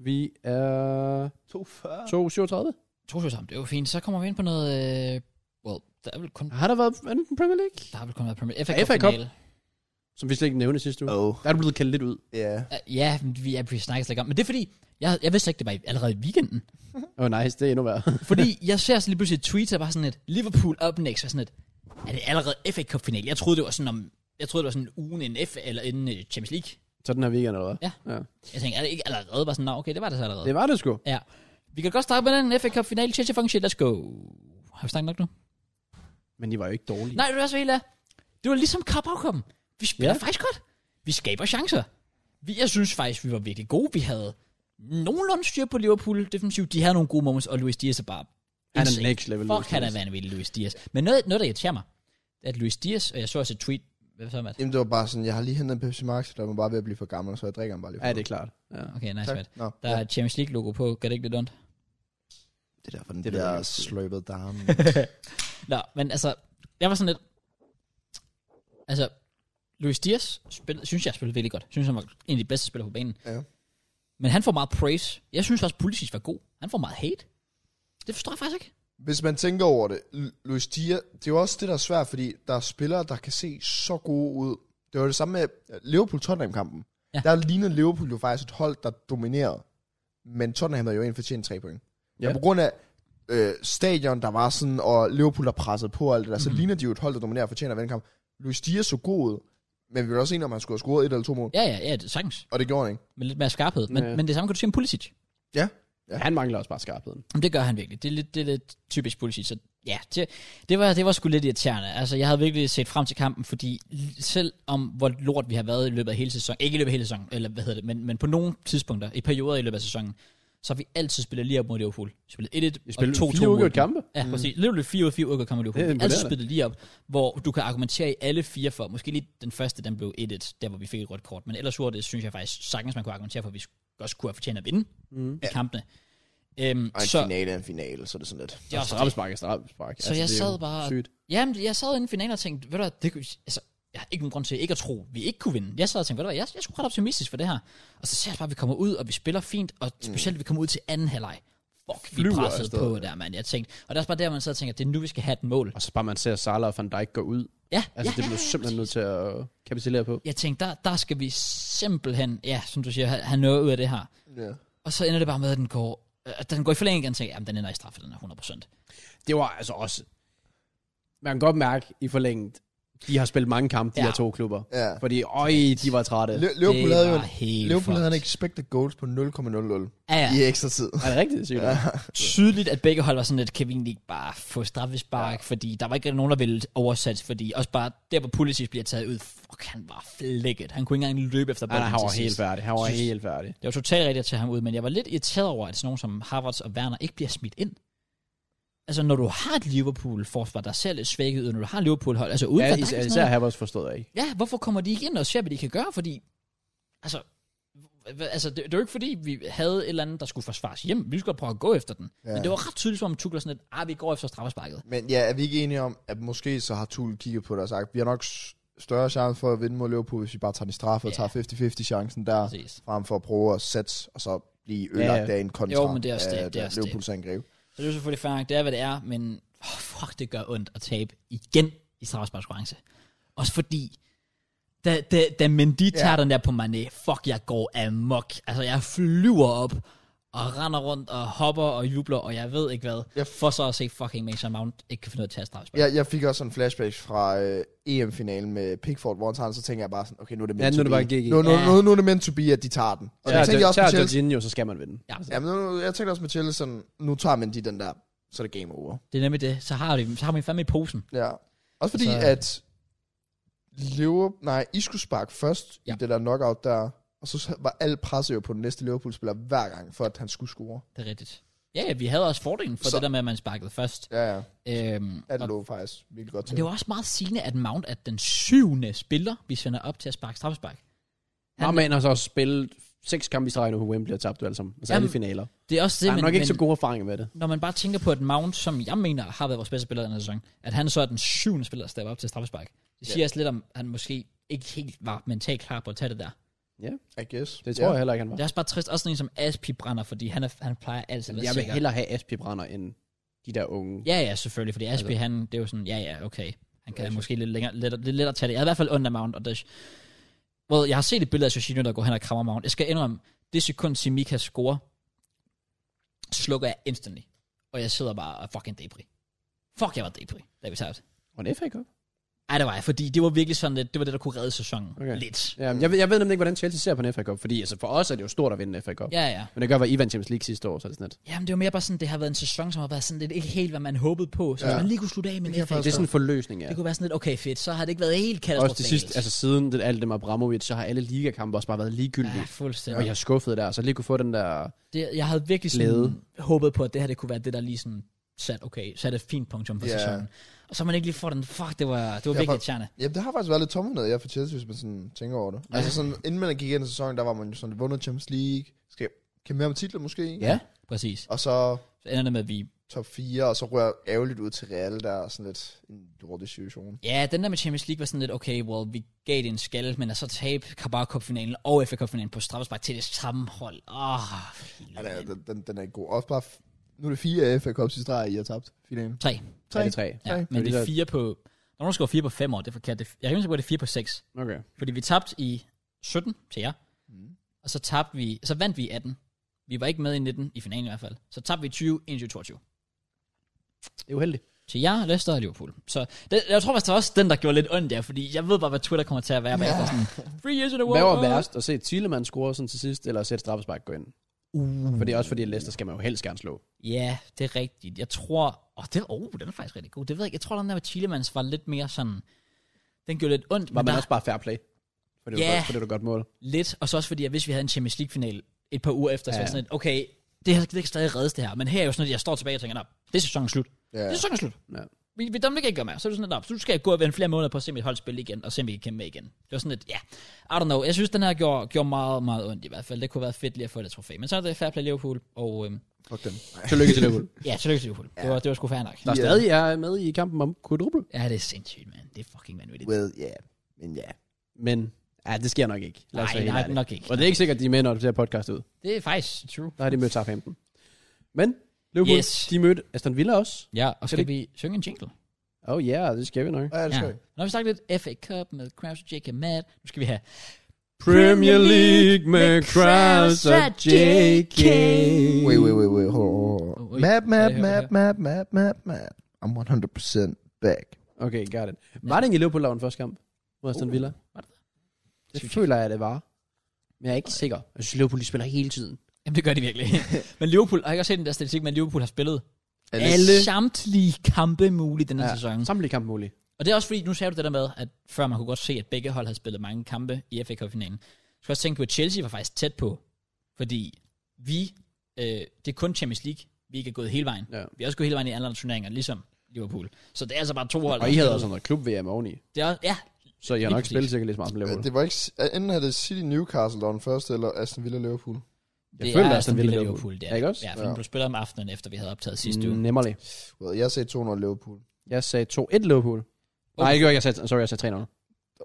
B: Vi er
C: 240.
B: 2.37.
A: To shows sammen, det er jo fint. Så kommer vi ind på noget... Øh, well, der er vel kun...
B: Har der været anden Premier League?
A: Der har vel kun været Premier FA
B: FA
A: Cup.
B: Cup.
A: finale.
B: Som vi slet ikke nævnte sidste uge.
C: Øh.
B: Oh.
D: Oh.
B: Der er det blevet kaldt lidt ud.
C: Ja.
A: Ja, Øh, Ja, men vi er vi snakker slet ikke om. Men det er fordi, jeg, jeg vidste ikke, det var i, allerede i weekenden.
B: Åh oh, nice, det er endnu værre.
A: Fordi jeg ser sådan lige pludselig et tweet, der var sådan et Liverpool up next. Og sådan et, er det allerede FA Cup finale? Jeg troede, det var sådan om... Jeg troede, det var sådan ugen inden, F, eller inden øh, Champions League.
B: så den her weekend, eller hvad?
A: Ja. Jeg tænkte, er det ikke allerede? Bare sådan, nå, okay, det var det så allerede.
B: Det var det sgu.
A: Ja. Vi kan godt starte med den FA Cup finale. Chelsea fucking shit, let's go. Har vi snakket nok nu?
B: Men de var jo ikke dårlige.
A: Nej, det var så helt af. Det var ligesom Carabao Cup. Vi spiller
B: Ja.
A: ja. faktisk godt. Vi skaber chancer. Vi, jeg synes faktisk, vi var virkelig gode. Vi havde nogenlunde styr på Liverpool defensivt. De havde nogle gode moments, og Luis Diaz er bare...
B: Han er
A: insane.
B: next level.
A: Fuck, han er
B: Luis Diaz.
A: vanvittig, Luis Diaz. Men noget, noget der irriterer mig, det er, at Luis Diaz, og jeg så også et tweet, hvad så, Matt?
C: Jamen, det var bare sådan, jeg har lige hentet en Pepsi Max, der var bare ved at blive for gammel, så jeg drikker den bare lige.
B: Ja, det er klart. Ja.
A: Okay, nice,
C: tak.
A: Matt.
C: Nå,
A: Der er et Champions League-logo på, gør det ikke lidt ondt?
D: Det er derfor, den det
C: det
D: bliver
C: ved jeg ikke.
D: sløbet down.
A: Nå, men altså, jeg var sådan lidt... Altså, Luis Diaz spillede, synes jeg spillede virkelig godt. Synes han var en af de bedste spillere på banen.
C: Ja.
A: Men han får meget praise. Jeg synes også, Pulisic var god. Han får meget hate. Det forstår jeg faktisk ikke.
C: Hvis man tænker over det, Lu- Luis Diaz, det er jo også det, der er svært, fordi der er spillere, der kan se så gode ud. Det var det samme med øh, Liverpool-Tottenham-kampen.
A: Ja.
C: Ja. Der lignede Liverpool jo faktisk et hold, der dominerede. Men Tottenham havde jo egentlig fortjent tre point.
B: Ja.
C: Ja. Men på grund af øh, stadion, der var sådan, og Liverpool der presset på og alt det der, mm. så
A: Mhm.
C: ligner de jo et hold, der dominerer og fortjener at vinde kamp. Luis Diaz så god ud, men vi var også enige om, at han skulle have scoret et eller to mål. Ja.
A: Ja, ja, ja, det er sagtens.
C: Og det gjorde han ikke.
A: Med lidt mere skarphed. Men,
B: Ja.
A: men det samme kan du sige om Pulisic.
B: Ja. Han mangler også bare skarpheden.
A: Jamen, det gør han virkelig. Det er lidt, det er lidt typisk politi, så ja, det, det, var, det var sgu lidt irriterende. Altså, jeg havde virkelig set frem til kampen, fordi l- selv om hvor lort vi har været i løbet af hele sæsonen, ikke i løbet af hele sæsonen, eller hvad hedder det, men, men på nogle tidspunkter, i perioder i løbet af sæsonen, så har vi altid spillet lige op mod Liverpool. Spillet 1-1
B: Vi
A: og 2-2
B: spillede fire
A: mod
B: uger
A: dem.
B: kampe. Mm.
A: Ja, præcis. Liverpool 4 ud af 4 uger kommer Liverpool.
B: Det er
A: Det er altid
B: imponerende.
A: spillet lige op, hvor du kan argumentere i alle fire for. Måske lige den første, den blev 1-1, der hvor vi fik et rødt kort. Men ellers var det, synes jeg faktisk sagtens, man kunne argumentere for, at vi også kunne have fortjent at vinde
B: Mm.
A: i kampene. Øhm,
D: Og en
A: så,
D: finale er en finale, så er det sådan lidt.
A: det er også det.
B: Altså, Straffespark er straffespark.
A: Så jeg
B: Altså, det er
A: sad
B: jo
A: bare-
B: Sygt.
A: Jamen, jeg sad inden finalen og tænkte, ved du hvad, det kunne, altså, jeg har ikke nogen grund til ikke at tro, vi ikke kunne vinde. Jeg sad og tænkte, ved du hvad, jeg, jeg er sgu ret optimistisk for det her. Og så ser jeg bare, at vi kommer ud, og vi spiller fint, og specielt, mm. vi kommer ud til anden halvleg. Fuck, vi
B: Flyver
A: pressede
B: afsted.
A: på der, mand. Jeg tænkte, og det er også bare der, man sidder og tænker, det er nu, vi skal have et mål.
B: Og så bare man ser Salah og Van Dijk gå ud.
A: Ja,
B: Altså,
A: ja,
B: det
A: ja,
B: blev
A: ja,
B: simpelthen nødt til at kapitulere på.
A: Jeg tænkte, der, der skal vi simpelthen, ja, som du siger, have, have noget ud af det her.
C: Ja.
A: Og så ender det bare med, at den går, at den går i forlængelse, og tænker, jamen, den ender i straffe, den er 100%.
B: Det var altså også... Man kan godt mærke i forlænget, de har spillet mange kampe, de
A: Ja.
B: her to klubber.
C: ja.
B: Fordi, øj, de var trætte.
C: Le- Liverpool
A: det
C: havde jo
A: var
C: en,
A: helt
C: Liverpool havde en
A: fucked.
C: expected goals på 0,00
A: Ja, ja.
C: i ekstra tid.
B: Er det rigtigt, sygt? Ja.
A: tydeligt, at begge hold var sådan lidt, kan vi egentlig ikke bare få straffespark, ja. fordi der var ikke rigtig nogen, der ville oversætte, fordi også bare der, hvor Pulisic bliver taget ud, fuck, han var flækket. Han kunne ikke engang løbe efter
B: Nej,
A: bolden
B: nej, han var
A: til
B: helt
A: sidst.
B: færdig. Han var
A: Synes-
B: helt færdig.
A: Det var totalt rigtigt at tage ham ud, men jeg var lidt irriteret over, at sådan nogen som Harvards og Werner ikke bliver smidt ind. Altså, når du har et Liverpool-forsvar, der ser lidt svækket ud, når du har Liverpool-hold, altså uden
B: Ja,
A: for
B: især,
A: dig,
B: især Havers forstod jeg ikke.
A: Ja, hvorfor kommer de ikke ind og ser, hvad de kan gøre? Fordi, altså, hva- altså det, det var jo ikke fordi, vi havde et eller andet, der skulle forsvares hjem. Vi skulle godt prøve at gå efter den. Ja.
C: Ja.
A: Men det var ret tydeligt, som om Tuchel var sådan lidt, ah, vi går efter straffesparket.
C: Men ja, er vi ikke enige om, at måske så har Tuchel kigget på det og sagt, vi har nok s- større chance for at vinde mod Liverpool, hvis vi bare tager den i straffe og
A: Ja.
C: tager 50-50 chancen der,
A: Præcis.
C: frem for at prøve at sætte og så blive
B: Ja,
C: ødelagt
B: ja.
C: af en kontra
A: Jo, men det er også det,
C: af
A: det er også det.
C: Liverpools angreb.
A: Så det er jo selvfølgelig fair, nok, det er, hvad det er, men oh, fuck, det gør ondt at tabe igen i straffesparkskonkurrence. Også fordi, da, da, da Mendy tager den der på Mané, fuck, jeg går amok. Altså, jeg flyver op og render rundt og hopper og jubler, og jeg ved ikke hvad.
C: Ja.
A: Jeg for så at se fucking Mason Mount ikke kan finde ud af at tage et straffespark.
C: Jeg, jeg fik også en flashback fra øh, EM-finalen med Pickford, hvor han tager den, så tænker jeg bare sådan, okay, nu er det meant
B: Ja, nu er
C: to
B: det
C: be.
B: bare GG.
C: Nu, nu,
A: Ja.
C: nu, nu er det meant to be, at de tager den. Og ja,
B: Ja,
C: det, tænkte jeg også med
B: tager
C: Chelsea.
B: Jorginho, så skal man vinde.
A: Ja.
C: Ja, men nu, jeg tænkte også med Chelsea sådan, nu tager man de den der, så er det game over.
A: Det er nemlig det. Så har, de, så har man fandme i posen.
C: Ja. Også fordi,
A: Så-
C: så... at Lever, nej, I skulle sparke først ja.
A: Ja.
C: i det der knockout der, og så var alt presset jo på den næste Liverpool-spiller hver gang, for at han skulle score.
A: Det er rigtigt. Ja, ja, vi havde også fordelen for så.
C: Så-
A: det der med, at man sparkede først.
C: Ja, ja.
A: Øhm,
C: Ja, det
A: og,
C: lå faktisk virkelig godt
A: men
C: til.
A: det var også meget sigende, at Mount er den syvende spiller, vi sender op til at sparke straffespark.
B: Nå, men har så også spillet seks kampe i streg nu på Wembley og tabt du alle sammen. Altså alle
A: Jamen,
B: finaler.
A: Det er også
B: Der
A: det,
B: er
A: men,
B: nok ikke
A: men
B: så gode erfaringer med det.
A: når man bare tænker på, at Mount, som jeg mener har været vores bedste spiller i den her sæson, at han så er den syvende spiller, der stepper op til straffespark. Det siger
C: Ja.
A: også lidt om, at han måske ikke helt var mentalt klar på at tage det der.
C: I guess.
B: Det tror
C: ja.
B: jeg heller ikke, han var.
A: Det er også bare trist, også sådan en som Aspi brænder, fordi han, er, han plejer altid at
B: Jamen,
A: være
B: jeg vil
A: sikker.
B: hellere have Aspi Brander end de der unge.
A: Ja, ja, selvfølgelig, fordi Aspi, han, det er jo sådan, ja, ja, okay. Han kan måske lidt længere, lidt, lidt lettere tage det. Jeg er i hvert fald under Mount, og det, well, jeg har set et billede af Jorginho, der går hen og krammer Mount. Jeg skal indrømme, det sekund, Simika scorer, slukker jeg instantly. Og jeg sidder bare og fucking debris. Fuck, jeg var debris, da vi tabte.
B: Og en FA Cup.
A: Ej, det var jeg, fordi det var virkelig sådan lidt, det var det, der kunne redde sæsonen okay.
B: Okay.
A: lidt.
B: Ja, jeg, ved, jeg ved nemlig ikke, hvordan Chelsea ser på en FA Cup, fordi altså, for os er det jo stort at vinde en FA Cup.
A: Ja, ja.
B: Men det gør, hvad I vandt Champions League sidste år, så er det sådan lidt.
A: Jamen, det var mere bare sådan, det har været en sæson, som har været sådan lidt ikke helt, hvad man håbede på. Så ja.
C: Ja.
A: man lige kunne slutte af med
C: Det kan
A: en
C: jeg
A: FA.
C: faktisk
B: Det er sådan en forløsning, ja.
A: Det kunne være sådan lidt, okay, fedt, så har det ikke været helt
B: Også
A: katastrofalt.
B: til sidst, altså siden det, alt det med Abramovic, så har alle ligakampe også bare været
A: ja,
B: ligegyldige. Ja.
A: fuldstændig.
B: Og jeg er skuffet der, så lige kunne få den der...
A: det, jeg havde virkelig sådan
B: Glæde.
A: håbet på, at det her det kunne være det, der lige sådan sat, okay, sat et fint punktum for
C: Ja.
A: yeah. sæsonen. Og så man ikke lige får den, fuck, det var, det var
C: Jeg
A: virkelig
C: var-
A: irriterende.
C: Jamen, det har faktisk været lidt tomhundet, jeg for Chelsea, hvis man sådan tænker over det. Ja. Altså sådan, inden man gik ind i sæsonen, der var man jo sådan, vundet Champions League, skal kan mere om titler måske,
B: Ja.
A: Præcis.
C: og så
A: Så ender det med, at vi...
C: top 4, og så rører jeg ærgerligt ud til Real, der er sådan lidt en dårlig situation.
A: Ja, den der med Champions League var sådan lidt, okay, well, vi gav det en skal, men at så tabe Carabao Cup-finalen og FA Cup-finalen på straffespark til det samme hold. Åh,
C: Ja, den, er- den, den er god. Også bare, f- nu er det fire FA Cups i streg, I har tabt finalen.
A: tre.
B: Tre. Ja, det er tre.
A: Ja,
C: Tre.
A: men
B: Fordi
A: det er
B: der-
A: fire på... Når nogen skriver fire på fem år, det er forkert. Det, er- jeg er rimelig sikker på, at det er fire på seks.
B: Okay.
A: Fordi vi tabte i 17 til jer,
C: Mm.
A: og så tabte vi... Så vandt vi i 18. Vi var ikke med i 19, i finalen i hvert fald. Så tabte vi 20, 21, 22.
B: Det er uheldigt.
A: Til jer, Leicester og Liverpool. Så det, jeg tror faktisk det var også den, der gjorde lidt ondt der, fordi jeg ved bare, hvad Twitter kommer til at være bagefter. Sådan, Three years in a row.
B: Hvad var værst at se Thielemann score sådan til sidst, eller at se et straffespark gå ind? Uh. For det er også fordi, at Leicester skal man jo helst gerne slå.
A: Ja, det er rigtigt. Jeg tror... Åh, oh, det, oh, den er faktisk rigtig god. Det ved jeg ikke. Jeg tror, den der med Chilemans var lidt mere sådan... Den gjorde lidt ondt,
B: Var
A: men
B: man
A: der,
B: også bare fair play? For det var
A: Ja.
B: godt, for det var godt mål.
A: lidt. Og så også fordi, at hvis vi havde en Champions League-final et par uger efter, ja. så var
B: Ja.
A: det sådan lidt, okay, det, her, det kan stadig reddes det her. Men her er jo sådan, at jeg står tilbage og tænker, nej, det er sæsonen slut.
C: Ja.
A: Det er sæsonen slut.
B: Ja.
A: Vi, vi dem, kan ikke gøre mere. Så er det sådan lidt, "Nå, så skal jeg gå og vende flere måneder på at se mit hold spille igen, og se, om vi kan kæmpe med igen. Det var sådan lidt, ja, yeah. I don't know. Jeg synes, den her gjorde, gjorde meget, meget ondt i hvert fald. Det kunne have været fedt lige at få det trofæ. Men så er det fair play Liverpool, og øhm,
C: Fuck dem.
B: Tillykke til Liverpool.
A: ja, tillykke til Liverpool. Det var, det var sgu fair nok.
B: Der
D: Ja.
B: stadig er med i kampen om quadruple.
A: Ja, det er sindssygt, man. Det er fucking vanvittigt.
D: Well, yeah. Men ja.
B: Men ja, det sker nok ikke. Lad os
A: Nej,
B: være helt
A: nej,
B: ærlige.
A: nok ikke.
B: Og det er ikke sikkert, de er med, når det ser podcast ud.
A: Det er faktisk true.
B: Der har de mødt Southampton. Men Liverpool,
A: Yes.
B: de mødte Aston Villa også.
A: Ja, og
B: det-
A: skal vi synge en jingle?
B: Oh yeah, det skal vi nok.
C: Ja, det skal
A: Ja.
C: vi.
A: Nu har vi snakket lidt FA Cup med Kraus og Jake Matt. Nu skal vi have...
B: Premier League med Kraus og JK.
C: Wait, wait, wait, wait. Hold on, hold
A: Oh,
C: on.
A: wait.
C: Map,
A: Ja,
C: map,
A: det hører
C: map,
A: jeg.
C: map, map, map, map. I'm 100% back.
B: Okay, got it. Var det ikke i Liverpool, der var den første kamp mod Aston
A: Uh,
B: Villa?
A: var det
B: det?
A: Synes jeg.
B: føler jeg, det var. Men jeg er ikke sikker. Jeg synes, Liverpool de spiller hele tiden.
A: Jamen, det gør de virkelig. men Liverpool, og jeg har ikke set den der statistik, men Liverpool har spillet alle,
B: Alle.
A: samtlige kampe muligt den her ja. sæson.
B: Samtlige kamp muligt.
A: Og det er også fordi, nu sagde du det der med, at før man kunne godt se, at begge hold havde spillet mange kampe i FA Cup-finalen. Jeg skal også tænke på, at Chelsea var faktisk tæt på, fordi vi, øh, det er kun Champions League, vi ikke er gået hele vejen.
B: Ja.
A: Vi er også gået hele vejen i alle andre turneringer, ligesom Liverpool. Så det er altså bare to hold. der
B: Og
A: har
B: I havde
A: spillet.
B: også noget klub-VM oveni.
A: Det er, ja,
B: Så I har
A: Lige
B: nok
A: præcis.
B: spillet sikkert lige så meget som Liverpool.
C: Det var ikke... Enten havde det City Newcastle, der var den første, eller Aston Villa Liverpool.
B: Jeg følte, at Aston
A: Aston
B: Villa
A: Villa
B: Liverpool.
A: Liverpool, det
B: Ja, Mm.
A: er
B: ikke
A: det.
B: også?
A: Ja, for
C: Ja.
A: den blev spillet om aftenen, efter vi havde optaget sidste uge.
B: Nemmerlig.
C: Well, Jeg sagde 200 Liverpool.
B: Jeg sagde 2-1 Liverpool. Nej, det gjorde jeg ikke. Jeg sagde, sorry, jeg sagde 3-0.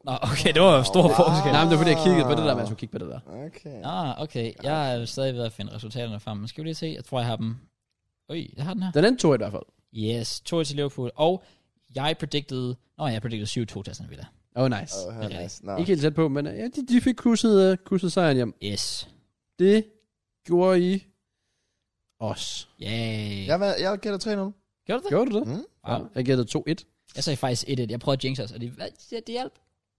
A: Nå, okay, det var jo stor
C: Wow.
A: forskel.
B: Nej, men det var fordi, jeg kiggede på det der, men jeg skulle kigge på det der.
C: Okay.
A: Ah, okay. Jeg er stadig ved at finde resultaterne frem. Men skal vi lige se? Jeg tror, jeg har dem. Øj, jeg har den her.
B: Den anden 2-1 i hvert fald.
A: Yes, 2 til Liverpool. Og jeg predicted... Nå, jeg predicted 7-2 til Aston Villa.
B: Oh, nice.
C: Oh, her,
A: Okay.
C: nice. Nå.
B: Ikke helt tæt på, men ja, de, de fik kusset, uh, kusset sejren hjem.
A: Yes.
B: Det gjorde I også.
A: Yay.
C: Jeg, var- jeg gætter 3-0.
A: Gjorde du det?
B: Gjorde du det?
C: Mm.
B: Ja,
A: Wow.
B: jeg gættede 2-1.
A: Jeg sagde faktisk 1-1. Jeg prøvede at jinx os, og de, hvad, det, det hjalp.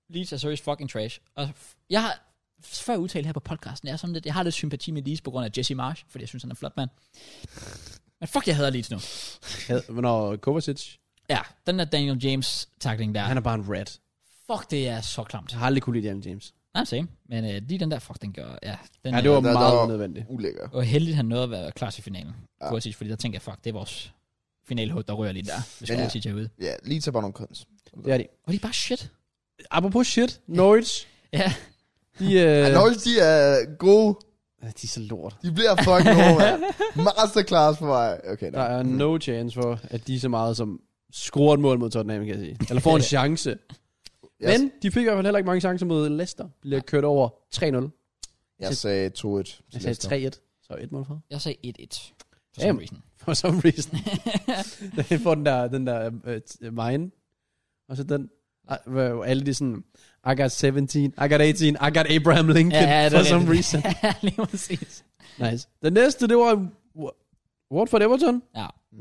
A: Leeds er seriøst fucking trash. Og f- jeg har før udtalt her på podcasten, jeg, er sådan lidt, jeg har lidt sympati med Leeds på grund af Jesse Marsh, fordi jeg synes, han er en flot mand. Men fuck, jeg hader Leeds nu.
B: Had- Når Kovacic,
A: Ja, den der Daniel James takling der.
B: han er bare en rat.
A: Fuck, det er så klamt.
B: Jeg har aldrig kunne lide Daniel James.
A: Nej, same. Men øh, lige den der, fuck, den gør, ja. Den,
B: Ja, det var
C: der- der
B: meget
C: var-
B: unødvendigt.
C: Ulækker.
A: Og heldigt, han nåede at være klar til finalen. Ja.
C: Ja.
A: Kursic, fordi der tænker jeg, fuck, det er vores finalehug, der rører lige der, hvis
C: Men
A: ja.
C: ja.
A: Kursic er ude.
C: Ja, lige til bare nogle kunst.
B: Det er det.
A: Og det er bare shit.
B: Apropos shit, Norwich,
A: Ja.
B: de,
C: Øh.
B: øh,
C: Norwich, de er gode.
B: de er så lort.
C: De bliver fucking gode, mand. Masterclass på vej. Okay,
B: Der
C: nej.
B: er no chance for, at de er så meget som scorer et mål mod Tottenham, kan jeg sige. Eller får en chance.
C: Jeg,
B: Men de fik i hvert fald heller ikke mange chancer mod Leicester. Bliver kørt over 3-0.
C: jeg sagde 2-1. til
B: Jeg sagde
C: Leicester.
B: 3-1. Så et mål fra.
A: Jeg sagde 1-1. For some
B: Jamen.
A: reason.
B: For some reason. den får den der, den der øh, t- øh, mine. Og så den, ah, hvor alle de sådan, I got 17, I got 18, I got Abraham Lincoln,
A: Ja, ja,
B: ja,
A: det
B: for
A: er
B: some
A: rigtigt.
B: reason.
A: Ja, lige præcis.
B: nice. Den næste, det var Wa- Watford Everton,
A: Ja.
B: 0-0.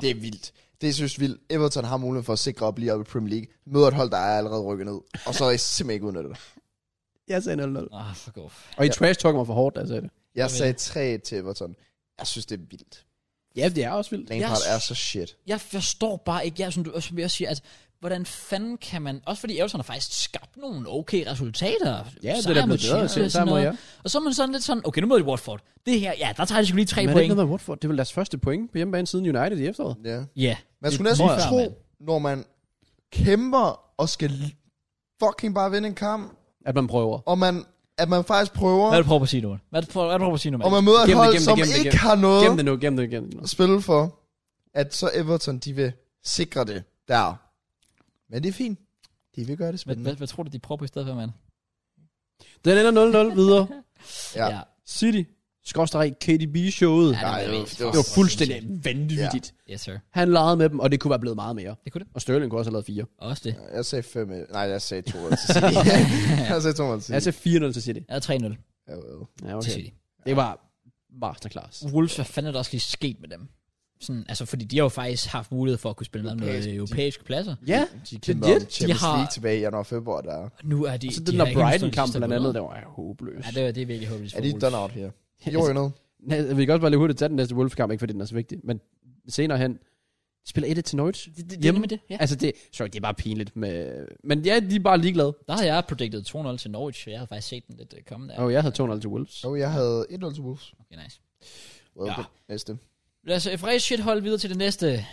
C: Det er vildt. Det er synes vildt. Everton har mulighed for at sikre op lige op i Premier League. Møder et hold, der er allerede rykket ned. Og så er I simpelthen ikke udnyttet. det.
B: Jeg sagde 0-0.
A: Åh, oh, fuck off.
B: Og I trash talker mig for hårdt, da jeg sagde det.
C: Jeg
A: Okay.
C: sagde 3 til Everton. Jeg synes, det er vildt.
B: Ja, det er også vildt.
C: Lampard er så shit.
A: Jeg forstår bare ikke, jeg, som du også, som jeg også siger, at hvordan fanden kan man, også fordi Everton har faktisk skabt nogle okay resultater.
B: Ja, det er
A: Sejr
B: da
A: mod
B: blevet bedre
A: Chelsea og
B: til
A: sådan
B: sammen med
A: noget.
B: jer.
A: Og så er man sådan lidt sådan, okay, nu møder de Watford. Det her, ja, der tager de sgu lige tre
B: Men er det ikke
A: point.
B: noget med Watford? Det er vel deres første point på hjemmebane siden United i efteråret.
C: Ja.
A: Ja.
C: Man
A: Det
C: skulle næsten
A: tror jeg,
C: tro,
A: mand.
C: når man kæmper og skal l- fucking bare vinde en kamp,
B: At man prøver.
C: og man, at man faktisk
A: Hvad
C: prøver,
A: er det, du prøver på at sige nu? Hvad er det, du prøver hvad er det, du prøver på at sige nu,
C: og
A: mand?
C: man møder et
B: Gem det,
C: hold,
B: gem det,
C: som
B: gem det,
C: ikke
B: gem det.
C: har noget
B: Gem det nu, gem det igen.
C: at spille for, at så Everton, de vil sikre det der. Men det er fint. De vil gøre det
A: Hvad, hvad,
C: spændende.
A: hvad tror du, de prøver på i stedet for, mand?
B: Den ender 0-0 videre.
C: Ja.
B: City, skråstreg KDB-showet.
A: Ja,
C: Nej, det var-
B: Det var fuldstændig vanvittigt. Ja.
A: Yes, sir.
B: Han legede med dem, og det kunne være blevet meget mere.
A: Det kunne det.
B: Og Sterling kunne også have lavet fire.
A: Også det.
C: Jeg sagde 5 Nej, jeg sagde 2 til City. jeg sagde 2 til
B: Altså
C: City.
B: 4-0 til City.
A: Jeg havde 3-0
C: Ja, well.
B: Ja,
A: okay. til
B: okay.
A: City.
B: Det var masterclass.
A: Wolves, hvad fanden er der også lige sket med dem? Sådan, altså, fordi de har jo faktisk haft mulighed for at kunne spille med om noget
C: Europæisk- de-
A: europæiske pladser.
B: Ja,
C: De kæmper om
B: legit.
C: Champions
A: har-
C: League tilbage i januar og februar, der er.
A: Og nu er de...
B: Så
A: de
B: den
A: har
B: der
A: ikke engang
B: Brighton-kamp
A: stået i
B: blandt
A: sidste runde.
B: andet, der var jeg håbløs.
A: Ja, det, er, det er virkelig håbløst
C: Er
A: for
C: de
A: Wolves.
C: done out her? Jo,
B: Altså,
C: jo, noget.
B: Nej, Jeg vil godt bare lige hurtigt tage den næste Wolves-kamp, ikke fordi den er så vigtig, men senere hen, de spiller 1-1 til Norwich.
A: Det, det, det er
B: Hjemme.
A: med det, ja.
B: Altså det, sorry, det er bare pinligt med, men ja, de er bare ligeglade.
A: Der har jeg predicted 2-0 til Norwich, så jeg havde faktisk set den lidt øh, komme der.
B: Og jeg havde 2-0 til Wolves.
C: Jo, jeg havde 1-0 til Wolves.
A: Okay, nice.
C: Welcome.
A: Ja.
C: Ja. Næste.
A: Lad os øh, FRA shit holde videre til det næste.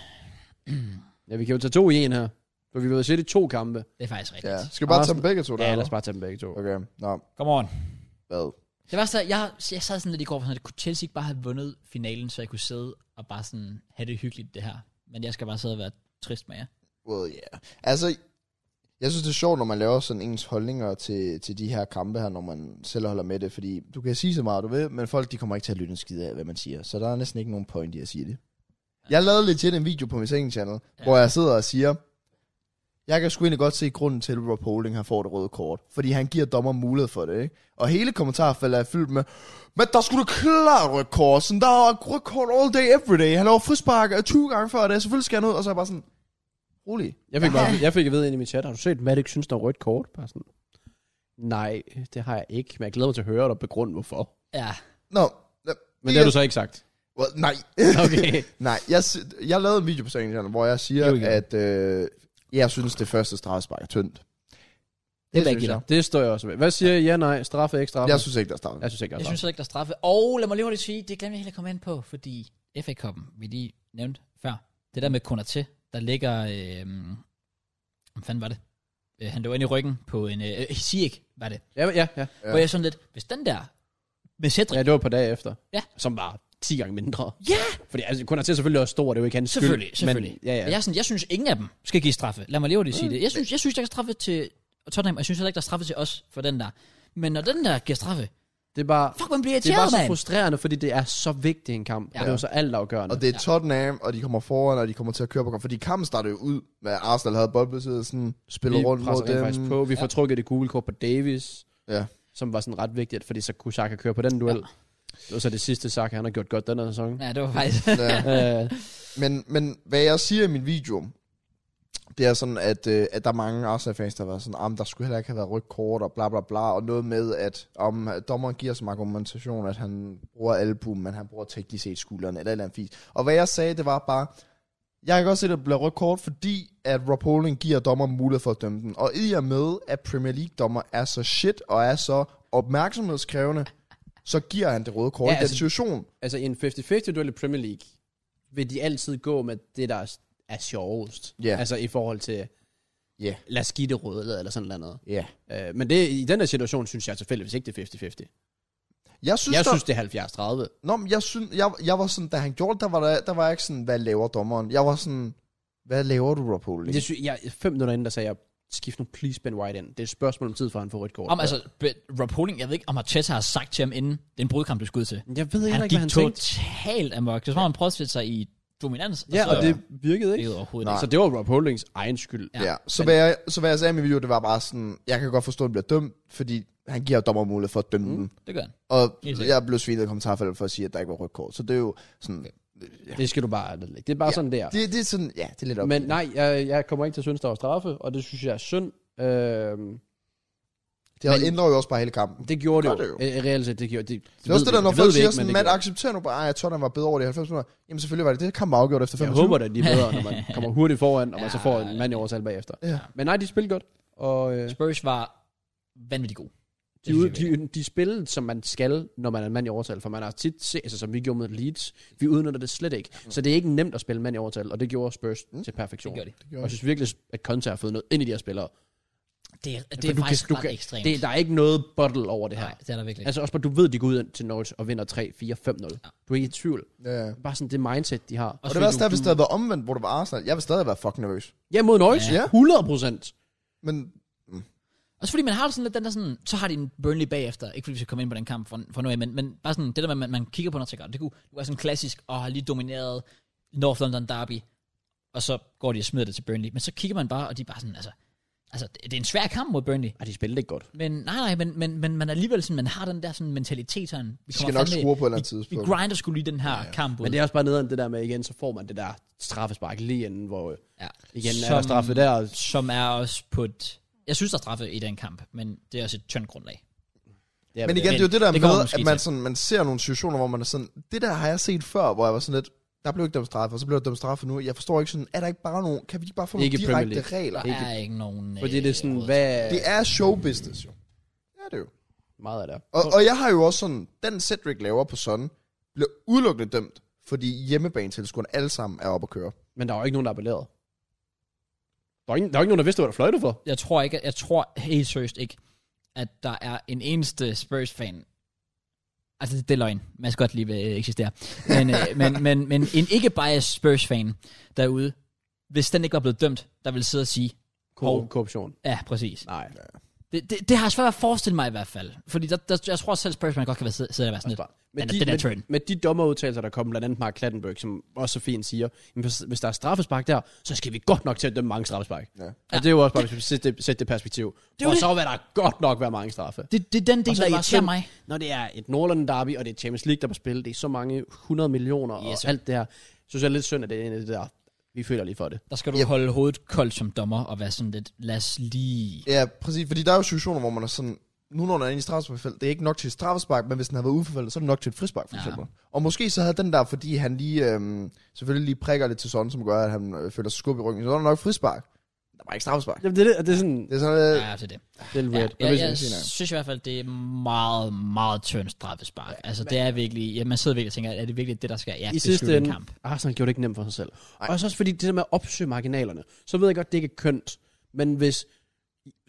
B: Ja, vi kan jo tage to i en her, for vi vil se det i to kampe.
A: Det er faktisk rigtigt.
C: Ja. Skal vi bare tage
B: Arsenal-
C: dem begge to der?
B: Ja, lad os
C: eller?
B: bare tage dem begge to.
C: Okay, nå,
A: Come on.
C: hvad?
A: Det var så, jeg, jeg sad sådan lidt i går, for sådan, at kunne Chelsea ikke bare have vundet finalen, så jeg kunne sidde og bare sådan have det hyggeligt, det her. Men jeg skal bare sidde og være trist med jer.
C: Well, yeah. Altså, jeg synes, det er sjovt, når man laver sådan ens holdninger til, til de her kampe her, når man selv holder med det, fordi du kan sige så meget, du vil, men folk de kommer ikke til at lytte en skid af, hvad man siger, så der er næsten ikke nogen point i at sige det. Jeg lavede legit en video på min second channel, ja. hvor jeg sidder og siger, jeg kan sgu egentlig godt se grunden til, at Rob Holding han får det røde kort, fordi han giver dommer mulighed for det, ikke? Og hele kommentarfeltet er fyldt med, men der skulle da klart rødt kort, sådan der er rødt kort all day, every day, han laver frispark øh, 20 gange før det, selvfølgelig skal han ud, og så er jeg bare sådan, rolig.
B: Jeg fik, bare, jeg fik at vide ind i min chat, har du set, Matt ikke synes, der er rødt kort? Bare sådan, nej, det har jeg ikke, men jeg glæder mig til at høre dig begrunde, hvorfor.
A: Ja.
C: Nå, øh,
B: Men det har du så ikke sagt.
C: Well, nej.
B: Okay.
C: nej, jeg, sy- jeg lavede en video på Sankt hvor jeg siger,
B: Jo, igen.
C: at øh, jeg synes, det første straffespark er tyndt. Det,
A: jeg
C: synes
A: give
C: jeg.
B: det står jeg også ved. Hvad siger I? ja, nej, straffe, ikke straffe?
C: Jeg synes ikke, der er straffe.
B: jeg synes ikke, der er
A: Jeg
B: straffe.
A: synes heller ikke, der er straffe. Og lad mig lige hurtigt sige, det glemte jeg helt at komme ind på, fordi FA-koppen, vi lige nævnte før, det der med Konaté, der ligger, øh, hvad fanden var det? Øh, han lå ind i ryggen på en, øh, øh, Sieg var det.
B: Ja, ja, ja.
A: Ja. Hvor jeg sådan lidt, hvis den der, med Cedric,
B: Ja, det var på dag efter.
A: Ja.
B: Som var 10 gange mindre.
A: Ja!
B: Fordi altså, kun til selvfølgelig også stor, det er jo ikke hans skyld.
A: Selvfølgelig, selvfølgelig.
B: Men, ja, ja. Mm.
A: Ja. Jeg, er sådan, jeg synes, ingen af dem skal give straffe. Lad mig lige hurtigt sige det. Jeg synes, jeg synes, der er straffe til Tottenham, og jeg synes heller ikke, der er straffe til os for den der. Men når den der giver straffe,
B: Det er bare,
A: fuck, man bliver
B: det er bare
A: irriteret,
B: så
A: mand.
B: frustrerende, fordi det er så vigtig en kamp. Ja. Og det er jo så altafgørende.
C: Og det er Tottenham, og de kommer foran, og de kommer til at køre på kampen. Fordi kampen startede jo ud med, at Arsenal havde boldbesiddelsen, spillet rundt
B: vi
C: mod
B: presser rent faktisk
C: dem.
B: på. Vi får trukket det gule kort på Davis,
C: Ja.
B: som var sådan ret vigtigt, fordi så kunne Saka køre på den duel. Ja. Det var så det sidste Saka, han har gjort godt den her sæson.
A: Ja, det var faktisk...
C: ja.
B: Ja. Øh,
C: Men, men hvad jeg siger i min video, det er sådan, at, øh, at der er mange Arsenal-fans, der har været sådan, ah, men der skulle heller ikke have været rødt kort og bla bla bla, og noget med, at om at dommeren giver som argumentation, at han bruger album, men han bruger teknisk set skulderen, eller et eller andet fint. Og hvad jeg sagde, det var bare, jeg kan godt se, at det bliver rødt kort, fordi at Rob Holding giver dommer mulighed for at dømme den. Og i og med, at Premier League-dommer er så shit og er så opmærksomhedskrævende, så giver han det røde kort
B: Ja,
C: ja, i den
B: altså-
C: situation.
B: altså i en 50-50 duel i Premier League, vil de altid gå med det, der er, er sjovest.
C: Ja.
B: Altså i forhold til,
C: Ja.
B: lad os give det røde, eller sådan noget.
C: Ja.
B: Øh, men det, i den her situation, synes jeg tilfældigvis ikke, det er 50-50.
C: Jeg synes,
B: Jeg
C: der-
B: synes, det er 70-30.
C: Nå, men jeg, synes, jeg, jeg var sådan, da han gjorde det, der var, der, der var jeg ikke sådan, hvad laver dommeren? Jeg var sådan, hvad laver du, Rob Holding?
B: Det synes jeg, fem minutter inden, der sagde jeg, skift nu please Ben White ind. Det er et spørgsmål om tid, for han får rødt kort.
A: Om, altså, be- Rob Holding, jeg ved ikke, om Arteta har sagt til ham inden, det er en brudkamp, du skal ud til.
B: jeg ved ikke,
A: Han
B: hvad
A: gik
B: han tænkte.
A: totalt amok. Det var, han prøvede at sætte sig i dominans.
B: Ja,
A: så-
B: og det virkede
A: Det
B: ikke.
A: er overhovedet
C: Nej.
A: ikke.
B: Så det var Rob Holdings egen skyld.
A: Ja.
C: ja. ja. Så, hvad jeg, så hvad jeg sagde i min video, det var bare sådan, jeg kan godt forstå, at han bliver dømt, fordi han giver dommer mulighed for at dømme mm. den.
A: Det gør han.
C: Og
A: Helt sikkert.
C: jeg blev svinet i kommentarfeltet for at sige, at der ikke var rødt kort. Så det er jo sådan, ja.
B: Det skal du bare lægge. Det er bare ja. sådan der.
C: det, det er sådan, ja, det er lidt op.
B: Men nej, jeg, jeg kommer ikke til at synes, der var straffe, og det synes jeg er synd. Øhm,
C: det men,
B: men-
C: ændrer jo også bare hele kampen.
B: det gjorde det
C: Gør
B: jo.
C: det
B: Øh, Reelt set, det gjorde det.
C: Det er også
B: ved
C: det, der,
B: vi-
C: når
B: ved
C: folk
B: vi
C: siger
B: ikke, men
C: sådan,
B: det
C: Matt,
B: gjorde
C: accepterer nu bare, at Tottenham var bedre over de 90 minutter. Jamen selvfølgelig var det det. Kampen var afgjort efter
B: det. jeg
C: 25
B: håber da, de er bedre, når man kommer hurtigt foran, og man så får en mand i overtal bagefter.
C: Ja.
B: Men nej, de spillede godt, og øh,
A: Spurs var vanvittigt god.
B: de, ud, de, de spillede, som man skal, når man er en mand i overtal, for man har tit set, altså, som vi gjorde med Leeds, vi udnytter det slet ikke.
C: Mm.
B: Så det er ikke nemt at spille mand i overtal, og det gjorde Spurs mm. til perfektion.
A: Det gjorde de.
B: Og jeg synes virkelig, at Conte har fået noget ind i de her spillere.
A: Det er, det
B: For
A: er
B: du
A: faktisk
B: kan, du
A: ret
B: kan,
A: ekstremt.
B: Det, der er ikke noget bottle over det her.
A: Nej, det er der virkelig ikke.
B: Altså også bare, du ved, de går ud ind til Norwich og vinder 3, 4, 5, 0.
A: Ja.
B: Du er ikke i tvivl.
C: Ja. ja.
B: Det er Bare sådan det mindset, de har.
C: Og
A: Også
C: det
A: fordi
C: værste er,
A: du-
C: hvis det havde været omvendt, hvor det var Arsenal. Jeg ville stadig være fucking nervøs.
B: Ja, mod Norwich.
C: Ja.
B: Ja. 100 procent.
C: Men
A: Også fordi man har sådan lidt den der sådan, så har de en Burnley bagefter, ikke fordi vi skal komme ind på den kamp for, for nu af, men, men bare sådan det der med, at man, man kigger på noget og tænker, det kunne det være sådan klassisk, og har lige domineret North London Derby, og så går de og smider det til Burnley, men så kigger man bare, og de er bare sådan, altså, Altså, det, det er en svær kamp mod Burnley.
B: Ej, de spillede ikke godt.
A: Men nej, nej, men, men, men man er alligevel sådan, man har den der sådan mentalitet, sådan, vi
C: De skal nok
A: fandme-
C: score på et eller andet
A: vi
C: tidspunkt.
A: grinder skulle lige den her ja, ja. kamp ud.
B: Men det er også bare nederen det der med, igen, så får man det der straffespark lige inden, hvor øh,
A: ja.
B: igen Som... er
A: Som-
B: der straffet der. og-
A: Som er også på et... Jeg synes, der er straffe i den kamp, men det er også et tyndt grundlag.
B: Ja,
C: Men igen, det er jo
A: men
C: det der
A: det kommer
C: med,
A: måske
C: at man,
A: til.
C: sådan, man ser nogle situationer, hvor man er sådan, det der har jeg set før, hvor jeg var sådan lidt, der blev ikke dømt straffe, og så blev der dømt straffe nu. Jeg forstår ikke sådan, er der ikke bare nogen, kan vi ikke bare få nogle
B: Ikke i Premier
C: direkte regler?
A: Der
B: Ikke-
A: ikke, er ikke nogen... øh,
B: Fordi det er sådan,
A: råd.
B: hvad
C: Det er show business jo. Ja, det er jo.
B: meget er der?
C: Og, og jeg har jo også sådan, den Cedric laver på sådan, bliver udelukkende dømt, fordi hjemmebanetilskuerne alle sammen er oppe at køre.
B: Men der var ikke nogen, der appellerede. Der var ingen, der var ikke nogen, der vidste, hvad der fløjtede for.
A: Jeg tror ikke, jeg tror helt seriøst ikke, at der er en eneste Spurs-fan, altså det er løgn, man skal godt lige øh, eksistere, men, øh, men, men, men en ikke-biased Spurs-fan derude, hvis den ikke var blevet dømt, der ville sidde og sige,
B: Kor-
A: Hov.
B: korruption.
A: ja, præcis.
B: Nej. Ja.
A: Det, det, det har jeg svært ved at forestille mig i hvert fald, fordi der, der, jeg tror selv Spurs-fan godt kan være, sidde, sidde og være sådan lidt,
B: Med
A: Den er-
B: de,
A: den er
B: med,
A: turn.
B: med de dommerudtalelser, der kom blandt andet Mark Klattenberg, som også så fint siger, "Jamen, hvis, hvis der er straffespark der, så skal vi godt nok til at dømme mange straffespark.
C: Ja.
B: Og det er jo også bare, hvis vi sætter det, sætter det perspektiv.
A: er
B: Det
A: jo
B: og
A: det.
B: så vil der godt nok være mange straffe.
A: det, det er den
B: Og
A: del,
B: så
A: der
B: er det bare
A: irriterer
B: synd,
A: mig.
B: Når det er et Nordland derby, og det er Champions League, der er på spil, det er så mange 100 millioner yes.
A: Yes.
B: og alt det her. Så synes jeg er lidt synd, at det er en af det der, vi føler lige for det.
A: Der skal du holde hovedet koldt som dommer og være sådan lidt, lad os lige...
C: Ja, præcis, fordi der er jo situationer, hvor man er sådan, nu når den er inde i straffesparkfeltet, det er ikke nok til et straffespark, men hvis den har været uforfældet, så er det nok til et frispark, for
A: Ja.
C: eksempel. Og måske så havde den der, fordi han lige, øhm, selvfølgelig lige prikker lidt til sådan, som gør, at han øh, føler sig skub i ryggen, så er det nok frispark. Der var ikke straffespark.
B: Jamen, det er, det, det er sådan,
C: Det er sådan, øh,
A: Ja, til det.
B: det er lidt
A: Ja,
B: weird.
A: ja,
B: Men
A: jeg
B: hvis-
A: synes i hvert fald, det er meget, meget tynd straffespark. Altså, det er virkelig... Ja, man sidder virkelig og tænker, er det virkelig det, der skal? Ja,
B: I
A: det
B: sidste
A: sidste
B: ende, Ah,
A: kamp.
B: Arsenal gjorde det ikke nemt for sig selv. Ej. Og så også fordi det der med at opsøge marginalerne, så ved jeg godt, det ikke er kønt. Men hvis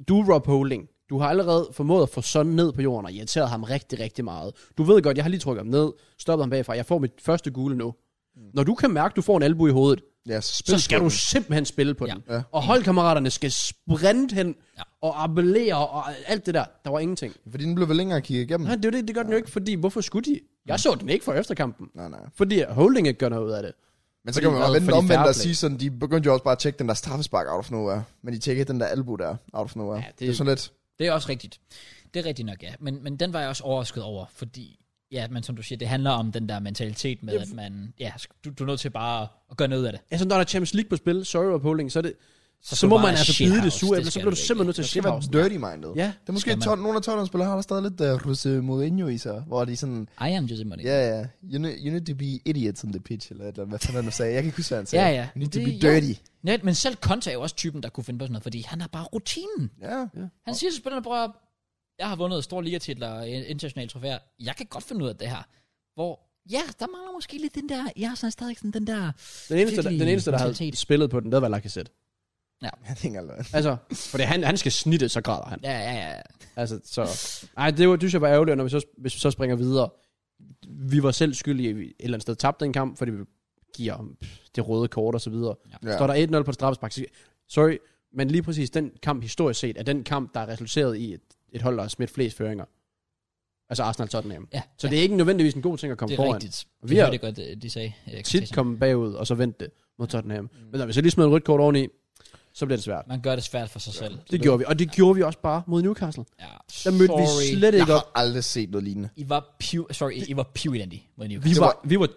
B: du, Rob Holding, du har allerede formået at få sådan ned på jorden og irriteret ham rigtig, rigtig meget. Du ved godt, jeg har lige trykket ham ned, stoppet ham bagfra, jeg får mit første gule nu. Mm. Når du kan mærke, at du får en albu i hovedet,
C: ja, så, spil
B: så skal
C: på
B: du
C: den.
B: simpelthen spille på
A: Ja.
B: ja. den. Ja. Og holdkammeraterne skal sprinte hen
A: Ja.
B: ja. og appellere og alt det der. Der var ingenting.
C: Fordi den blev vel længere kigget igennem.
B: Nej, det, er jo det, det gør den jo ikke, fordi hvorfor skulle de? Jeg så den ikke for efterkampen.
C: Nej, nej.
B: Fordi Holding ikke gør noget ud af det.
C: Men så
B: Fordi
C: kan man jo
B: hvad?
C: vente
B: Fordi
C: omvendt
B: fair
C: og
B: play.
C: sige sådan, de begyndte jo også bare at tjekke den der straffespark out of nowhere. Men de tjekkede den der albu der out of nowhere. Ja,
B: Ja,
C: det,
B: det-
C: det er sådan lidt,
A: Det er også rigtigt. Det er rigtigt nok, ja. Men, men den var jeg også overrasket over, fordi... Ja, men som du siger, det handler om den der mentalitet med, at man... Ja, sk- du, du er nødt til bare at gøre noget ud af det.
B: Altså, når der er Champions League på spil, sorry Rob Holding, så, er det, så,
A: skal
B: så
A: du
B: må
A: bare
B: man altså
A: shithouse,
B: bide det
A: det
B: sure efter, så
A: skal
B: bliver
A: du
B: du simpelthen nødt til
C: det
B: at
C: skal være
B: shithouse.
C: dirty-minded.
B: Ja,
C: Det er måske
A: skal man.
C: Tot, nogle af Tottenham-spillere har der stadig lidt uh, Jose Mourinho i sig, hvor de sådan,
A: I am Jose Mourinho.
C: ja, ja, you need, you need to be idiots on the pitch, eller, et eller andet. hvad fanden han sagde. Jeg kan ikke huske, hvad han sagde.
A: Ja, ja.
C: You need to
A: Det-
C: be
A: jo.
C: dirty.
A: Ja. Men selv Conte er jo også typen, der kunne finde på sådan noget, fordi han har bare rutinen.
C: Ja.
A: Han siger til spillerne, prøv at høre, jeg har vundet store ligatitler og internationale trofæer. Jeg kan godt finde ud af det her. Hvor, ja, der mangler måske lidt den der, jeg har sådan stadig sådan den der...
B: Den eneste, der, den eneste, der havde
A: Mentalitet.
B: spillet på den, det var Lacazette.
C: Jeg tænker allerede.
B: Altså, for det, han, han skal snitte, så græder han.
A: Ja, ja, ja.
B: Altså, så... Ej, det var, synes jeg var ærgerligt, og når vi så, hvis vi så springer videre. Vi var selv skyldige, at vi et eller andet sted tabte den kamp, fordi vi giver ham, pff, det røde kort og så videre.
C: Ja.
B: Ja. Står der 1-0 på et straffespark, så- sorry, men lige præcis den kamp historisk set, er den kamp, der er resulteret i et, et hold, der har smidt flest føringer. Altså Arsenal Tottenham.
A: ja
B: Så
A: ja,
B: det er ikke nødvendigvis en god ting at komme
A: det er
B: foran.
A: rigtigt.
B: Vi
A: Vi har
B: har
A: det godt, øh, de sagde. øh,
B: Tit
A: kommentatoren.
B: komme bagud, og så vente det mod Tottenham. Men når vi så lige smed et rødt kort oveni, så bliver det svært.
A: Man gør det svært for sig selv.
B: Det gjorde vi, og det gjorde vi også bare mod Newcastle.
A: Ja.
B: Der mødte vi
A: Sorry.
B: slet
C: Jeg
B: ikke
C: har
B: op.
C: aldrig set noget lignende.
A: I var piv... Sorry, I var piv mod
B: Vi
A: Newcastle.
C: Det
B: var,
C: var-
B: vi var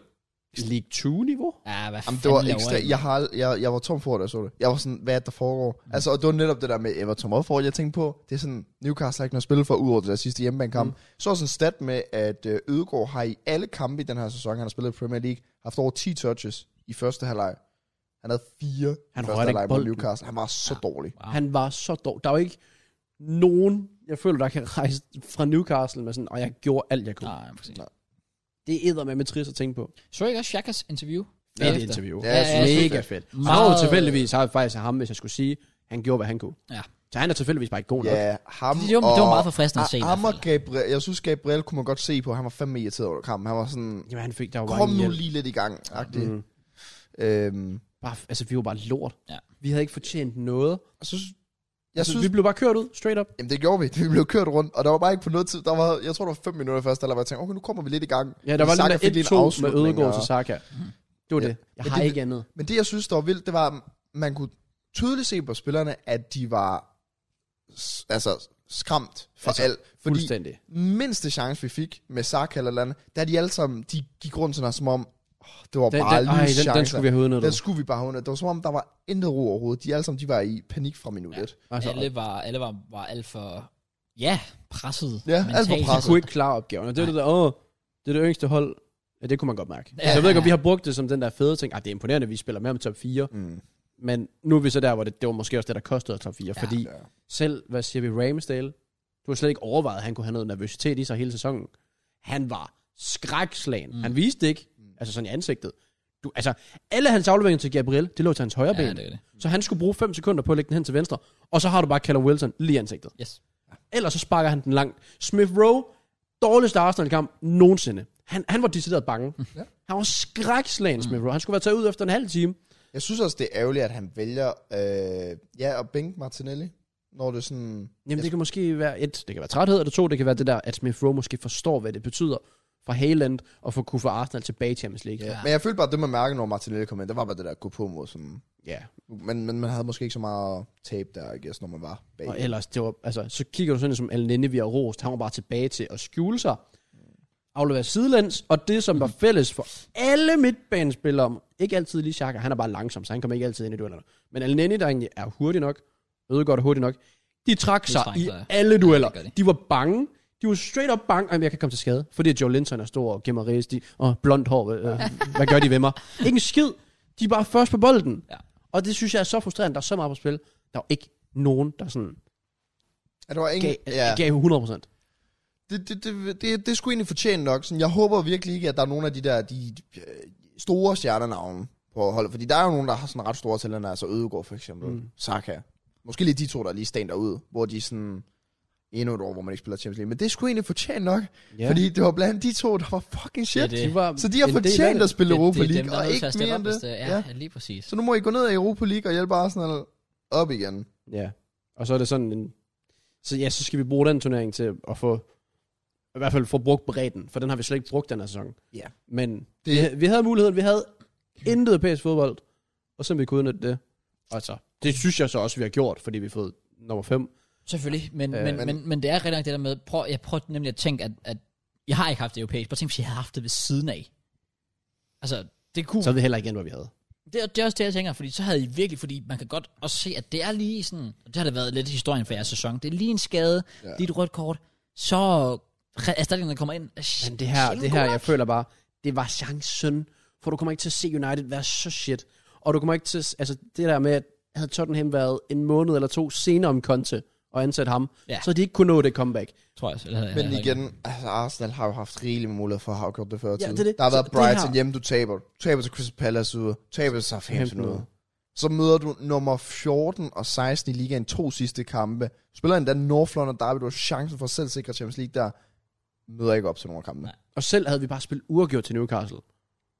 B: League 2-niveau.
A: Ja, hvad
C: Jamen,
A: fanden
C: det var
A: laver
C: ekstra.
A: I?
C: Jeg, har, ald- jeg, jeg var tom for det, jeg så det. Jeg var sådan, hvad er det, der foregår? Mm. Altså, og det var netop det der med Everton Watford, jeg tænkte på. Det er sådan, Newcastle har ikke noget at spille for, udover det der sidste hjemmebanekamp. Mm. Så er sådan en stat med, at øh, Ødegaard har i alle kampe i den her sæson, han har spillet i Premier League, haft over 10 touches i første halvleg. Han havde fire
B: Han
C: i
B: rørte
C: første
B: ikke
C: halvleg mod
B: bolden.
C: Newcastle. Han var så ja. dårlig.
A: Wow.
B: Han var så dårlig. Der var ikke nogen, jeg føler, der kan rejse fra Newcastle med sådan, og jeg gjorde alt, jeg kunne.
A: Nej, præcis.
B: Det æder med med trist at tænke på.
A: Så ikke også Shakas interview?
B: Fedt
A: Bagefter?
B: interview.
C: Ja, jeg synes, det er
B: mega
C: fedt.
B: fedt.
A: Meget-
B: Meget... Arnold tilfældigvis har jeg faktisk ham, hvis jeg skulle sige, han gjorde, hvad han kunne.
A: Ja.
B: Så han er tilfældigvis bare ikke god nok.
C: Ja, ham
A: Det var- det var
C: og-
A: meget forfriskende at se i
C: Ah,
A: hvert
C: Ham og
A: fald.
C: Gabriel, jeg synes Gabriel kunne man godt se på, han var fandme irriteret over kampen. Han var sådan,
B: Jamen, han fik der jo
C: kom
B: mange
C: nu
B: hjælp.
C: lige lidt i gang, agtig. Mm.
B: Mm.
C: Øhm,
B: Bare, altså, vi var bare lort.
A: Ja.
B: Vi havde ikke fortjent noget.
C: jeg synes, jeg
B: Jeg synes,
C: synes
B: Altså, vi blev bare kørt ud, straight up.
C: Jamen det gjorde vi. Vi blev kørt rundt, og der var bare ikke på noget tid. Der var, jeg tror, der var fem minutter først, eller jeg tænkte, okay, nu kommer vi lidt i gang.
B: Ja, der var
C: Saka fik
B: lige
C: lige
B: der
C: en
B: 1-2 med
C: afslutning,
B: Ødegaard
C: og-
B: til Saka. Det var
C: Ja.
B: det. Jeg
C: Men
B: har
C: det-
B: ikke andet.
C: Men det, jeg synes, der var vildt, det var, man kunne tydeligt se på spillerne, at de var s- altså, skræmt for altså,
B: Altså,
C: alt. Fordi
B: Fuldstændig.
C: mindste chance, vi fik med Saka eller andet, der er de alle sammen, de gik rundt sådan her, som om, oh, det var
B: Den,
C: bare
B: den, ej, den, den
C: livschancer.
B: skulle vi have
C: Den
B: udnyttet.
C: skulle vi bare have under. Det var som om, der var intet ro overhovedet. De alle sammen, de var i panik fra minut 1. Ja.
B: Altså,
A: alle var, alle var, var alt for, ja, presset.
C: Ja, alt for
A: mentalt.
B: de
C: presset.
B: kunne ikke klare opgaven. Og det er det der, åh, det er det yngste hold. Ja, det kunne man godt mærke.
A: Ja.
B: Ja, jeg ved ikke, om vi har brugt det som den der fede ting. Ej, det er imponerende, at vi spiller med om top 4.
D: Mm.
B: Men nu er vi så der, hvor det, det var måske også det, der kostede os top 4.
A: Ja.
B: Ja, fordi ja. selv, hvad siger vi, Ramsdale, du har slet ikke overvejet, at han kunne have noget nervøsitet i sig hele sæsonen. Han var skrækslagen.
A: Mm.
B: Mm. Han viste det ikke, altså sådan i ansigtet. Du, altså, alle hans afleveringer til Gabriel, det lå til hans højre ben.
A: Ja, det er det.
B: Så han skulle bruge 5 sekunder på at lægge den hen til venstre. Og så har du bare Callum Wilson lige i ansigtet.
A: Yes.
B: Ellers så sparker han den langt. Smith Rowe, dårligste Arsenal-kamp nogensinde. Han, han var decideret bange.
C: Ja.
B: Han var skrækslagen,
A: Mm.
B: Smith Rowe. Han skulle være taget ud efter en halv time.
C: Jeg synes også, det er ærgerligt, at han vælger øh, ja, at bænke Martinelli, når det er sådan...
B: Jamen det kan måske være et, det kan være træthed, og det to, det kan være det der, at Smith Rowe måske forstår, hvad det betyder for Haaland, og for at kunne få Arsenal tilbage i Champions League.
C: Ja. Men jeg følte bare, at det man mærke, når Martinelli kom ind, det var bare det der at gå på mod sådan...
B: ja.
C: Men, men man havde måske ikke så meget tape der, I guess, når man var bag.
B: Og ellers, det var, altså, så kigger du sådan, en som Al Nini, vi har rost, han var bare tilbage til at skjule sig, aflevere sidelæns, og det, som var fælles for alle midtbanespillere, om- ikke altid lige Xhaka, han er bare langsom, så han kommer ikke altid ind i duellerne. Men Al Nini, der egentlig er hurtig nok, Ødegaard er hurtig nok, de trak sig
A: trænger
B: i
A: sig.
B: alle dueller.
A: det gør de.
B: De var bange. De var straight up bange, at jeg kan komme til skade. Fordi Joe Linton er stor og gemmer res, de, og blond hår, øh, hvad gør de ved mig? Ikke en skid. De er bare først på bolden.
A: Ja.
B: Og det synes jeg er så frustrerende. Der er så meget på spil. Der er jo ikke nogen, der sådan
C: Ja, der var ingen...
B: gav,
C: ja.
B: ja. gav 100%.
C: det, det, det, det, det skulle egentlig fortjene nok. Sådan, jeg håber virkelig ikke, at der er nogle af de der de, øh, store stjernenavne på holdet. Fordi der er jo nogen, der har sådan ret store talenter. Altså Ødegaard for eksempel. Mm.
B: Mm.
C: Saka. Måske lige de to, der er lige stand derud. Hvor de sådan endnu et år, hvor man ikke spiller Champions League. Men det skulle egentlig fortjene nok. Yeah. Fordi det var blandt de to, der var fucking shit.
A: Det er
C: Det
A: det.
B: de var
C: Så de har
B: en del af
C: fortjent at
B: det.
C: spille Europa
A: det, det er
C: League,
A: dem, der er nødt
C: og
A: til
C: ikke
A: at stille
C: mere
A: op,
C: end
A: hvis
C: det.
A: det. Ja,
C: Ja.
A: ja, lige præcis.
C: Så nu må I gå ned ad Europa League og hjælpe Arsenal op igen.
B: Ja. Og så er det sådan en... Så ja, så skal vi bruge den turnering til at få... I hvert fald få brugt bredden, for den har vi slet ikke brugt den her sæson.
C: Ja.
B: Men
C: Det-
B: det... vi, vi havde muligheden, vi havde intet pæs fodbold, og så vi kunne udnytte det. Og så, det synes jeg så også, vi har gjort, fordi vi har fået nummer 5.
A: Selvfølgelig, men,
B: Øh,
A: øh, men,
C: men-
A: men, men, det er rigtig nok det der med, prøv, jeg prøver nemlig at tænke, at, at jeg har ikke haft det europæisk, bare tænk, hvis jeg havde haft det ved siden af. Altså, det kunne,
B: Så er vi heller ikke igen, hvor vi havde.
A: det, er- det er også det, jeg tænker, fordi så havde I virkelig, fordi man kan godt også se, at det er lige sådan, og det har det været lidt historien for jeres sæson, det er lige en skade,
C: Ja.
A: ja. lige et rødt kort, så re- erstatningerne kommer ind. er
B: Men det her,
A: sjældent
B: det her
A: gode
B: jeg
A: nok.
B: føler bare, det var chancen, for du kommer ikke til at se United være så shit. Og du kommer ikke til, at- altså det der med, at havde Tottenham været en måned eller to senere om Conte, og ansat ham,
A: Ja.
B: ja. så havde de ikke kunne nå det comeback.
A: Tror jeg, også, eller,
C: Men
A: eller-
C: igen, altså Arsenal har jo haft rigelig med mulighed for at have gjort det før ja,
B: det er det.
C: Der har
B: Så
C: været
B: det
C: Brighton
B: her-
C: hjemme, du taber. Du taber til Crystal Palace ude. Du Taber til Southampton
B: Southampton
C: ude. Så møder du nummer 14 og 16 i ligaen to sidste kampe. Du Spiller endda North London Derby. Du har chancen for at selv sikre Champions League der. Møder ikke op til nogle af kampene.
A: Nej.
B: Og selv havde vi bare spillet uafgjort til Newcastle.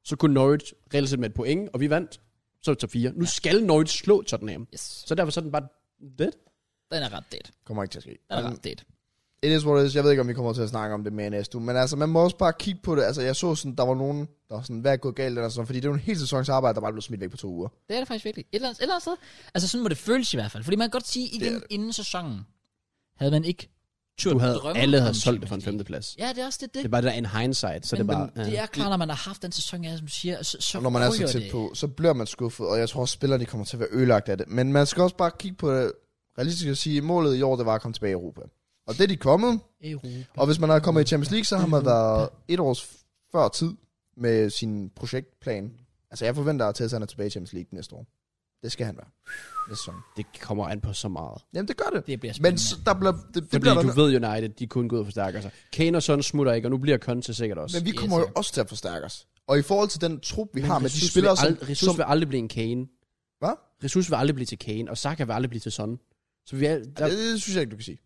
B: Så kunne Norwich reelt set med et point, og vi vandt. Så er det top 4. Nu skal Norwich slå Tottenham.
A: Yes,
B: Så derfor så er den bare dead.
A: den er ret date.
C: Kommer ikke til at ske.
A: Den er
C: Men
A: ret date.
C: It is what it is. Jeg ved ikke, om vi kommer til at snakke om det mere i næste uge. Men altså, man må også bare kigge på det. Altså, jeg så sådan, der var nogen, der var sådan, hvad er gået galt? Eller sådan, fordi det er jo en hel sæsons arbejde, der bare blev smidt væk på to uger.
A: Det er det faktisk virkelig. Et eller andet, et eller andet sted. Altså sådan må det føles i hvert fald. Fordi man kan godt sige,
C: Det
A: igen
C: er
A: det inden sæsonen, havde man ikke turde
B: Du havde,
A: drømme
B: alle havde
A: om
B: solgt det for en
A: Champions League.
B: femteplads.
A: Ja, det er også det. det.
B: Det er bare det der en hindsight, så
A: men,
B: det er bare...
A: men, det er klart, når man har haft den sæson, jeg som siger, så, så
C: Og når man er
A: ryger
C: så tæt
A: det.
C: på, så bliver man skuffet, og jeg tror også, spillerne kommer til at være ødelagt af det. Men man skal også bare kigge på det realistisk og sige, målet i år, det var at komme tilbage i Europa. Og det er de kommet,
A: Europa.
C: og hvis man har kommet i Champions League, så har man været et års f- før tid med sin projektplan. Altså jeg forventer, at Tessa er tilbage i Champions League næste år. Det skal han være. Næste sæson.
B: Det kommer an på så meget.
C: Jamen det gør det.
A: Det bliver
C: Men
A: spændende.
C: så, der bliver, det, det
B: Fordi
C: bliver der
B: du ved United, de kunne gå ud og forstærke sig. altså. Kane og Son smutter ikke, og nu bliver Conte sikkert også.
C: Men vi
A: Ja,
C: kommer jo
A: tak.
C: også til at forstærke os. Og i forhold til den trup, vi har med de
B: Jesus
C: spillere,
B: vil
C: som,
B: ald- Jesus
C: som,
B: vil aldrig blive en Kane.
C: Hvad?
B: Jesus vil aldrig blive til Kane, og Saka vil aldrig blive til Son. Så vi er... Der,
C: det, det synes jeg ikke, du kan sige.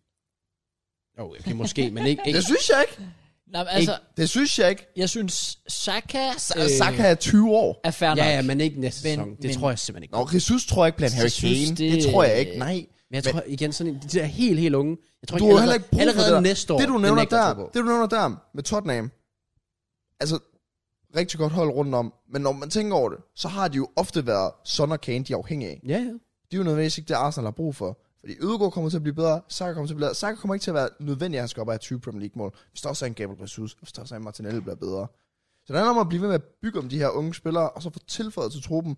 B: jo, okay, måske, men ikke... ikke
C: Det synes jeg ikke.
A: Nå, men altså,
C: Det synes jeg ikke.
A: jeg synes, Saka, øh,
C: Øh. Saka er 20 år.
A: er fair nok.
B: ja, ja, men ikke næste
A: Men-
B: sæson. Det
A: men-
B: tror jeg simpelthen ikke.
C: Nå, Jesus tror jeg ikke blandt Harry
A: Jesus,
C: Kane. Det...
A: det-
C: det tror jeg ikke, nej.
B: Men jeg
C: men-
B: tror igen, sådan en, de der helt, helt unge... Jeg tror
C: Du
B: ikke,
C: har jo
B: allerede-
C: heller ikke brug for
B: allerede
C: det der.
B: næste år,
C: det du nævner
B: nægter jeg
C: der,
B: at tro på.
C: det du nævner der med Tottenham, altså rigtig godt hold rundt om, men når man tænker over det, så har de jo ofte været Son og Kane, de er afhængige af.
B: Ja, ja.
C: De er jo nødvendigvis ikke det, Arsenal har brug for. Fordi Ødegaard kommer til at blive bedre, Saka kommer til at blive bedre. Saka kommer ikke til at være nødvendig, at han skal op og have 20 Premier League-mål. Hvis der også er en Gabriel Jesus, hvis der også er en Martinelli, der bliver bedre. Så det handler om at blive ved med at bygge om de her unge spillere, og så få tilføjet til truppen.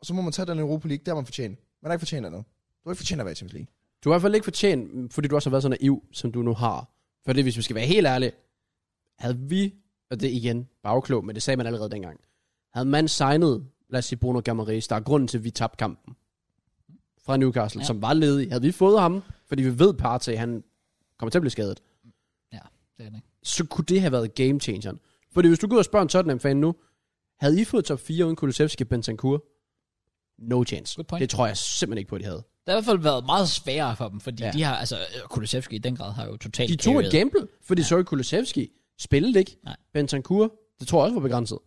C: Og så må man tage den Europa League, der har man fortjent. Man har ikke fortjent andet. Du har ikke fortjent at være i Champions League.
B: Du har i hvert fald ikke fortjent, mm, fordi du også har været så naiv, som du nu har. For det, hvis vi skal være helt ærlige, havde vi, og det er igen bagklog, men det sagde man allerede dengang, havde man signet, lad os sige Bruno Gammaris, der er grunden til, at vi tabte kampen fra Newcastle,
A: Ja.
B: ja. som var ledig. Havde vi fået ham, fordi vi ved Partey, han kommer til at blive skadet,
A: Det er det ikke.
B: så kunne det have været game changeren. Fordi hvis du går ud og spørger en Tottenham-fan nu, havde I fået top 4 uden Kulusevski og Bentancur? No chance.
A: Good point.
B: Det tror jeg simpelthen ikke på, de havde.
A: Det har i hvert fald været meget sværere for dem, fordi ja.
B: Ja.
A: de har, altså, øh, Kulusevski i den grad har jo totalt
B: De tog et
A: carried.
B: gamble, fordi ja. Sorry Kulusevski spillede ikke.
A: Nej.
B: Bentancur, det tror jeg også var begrænset.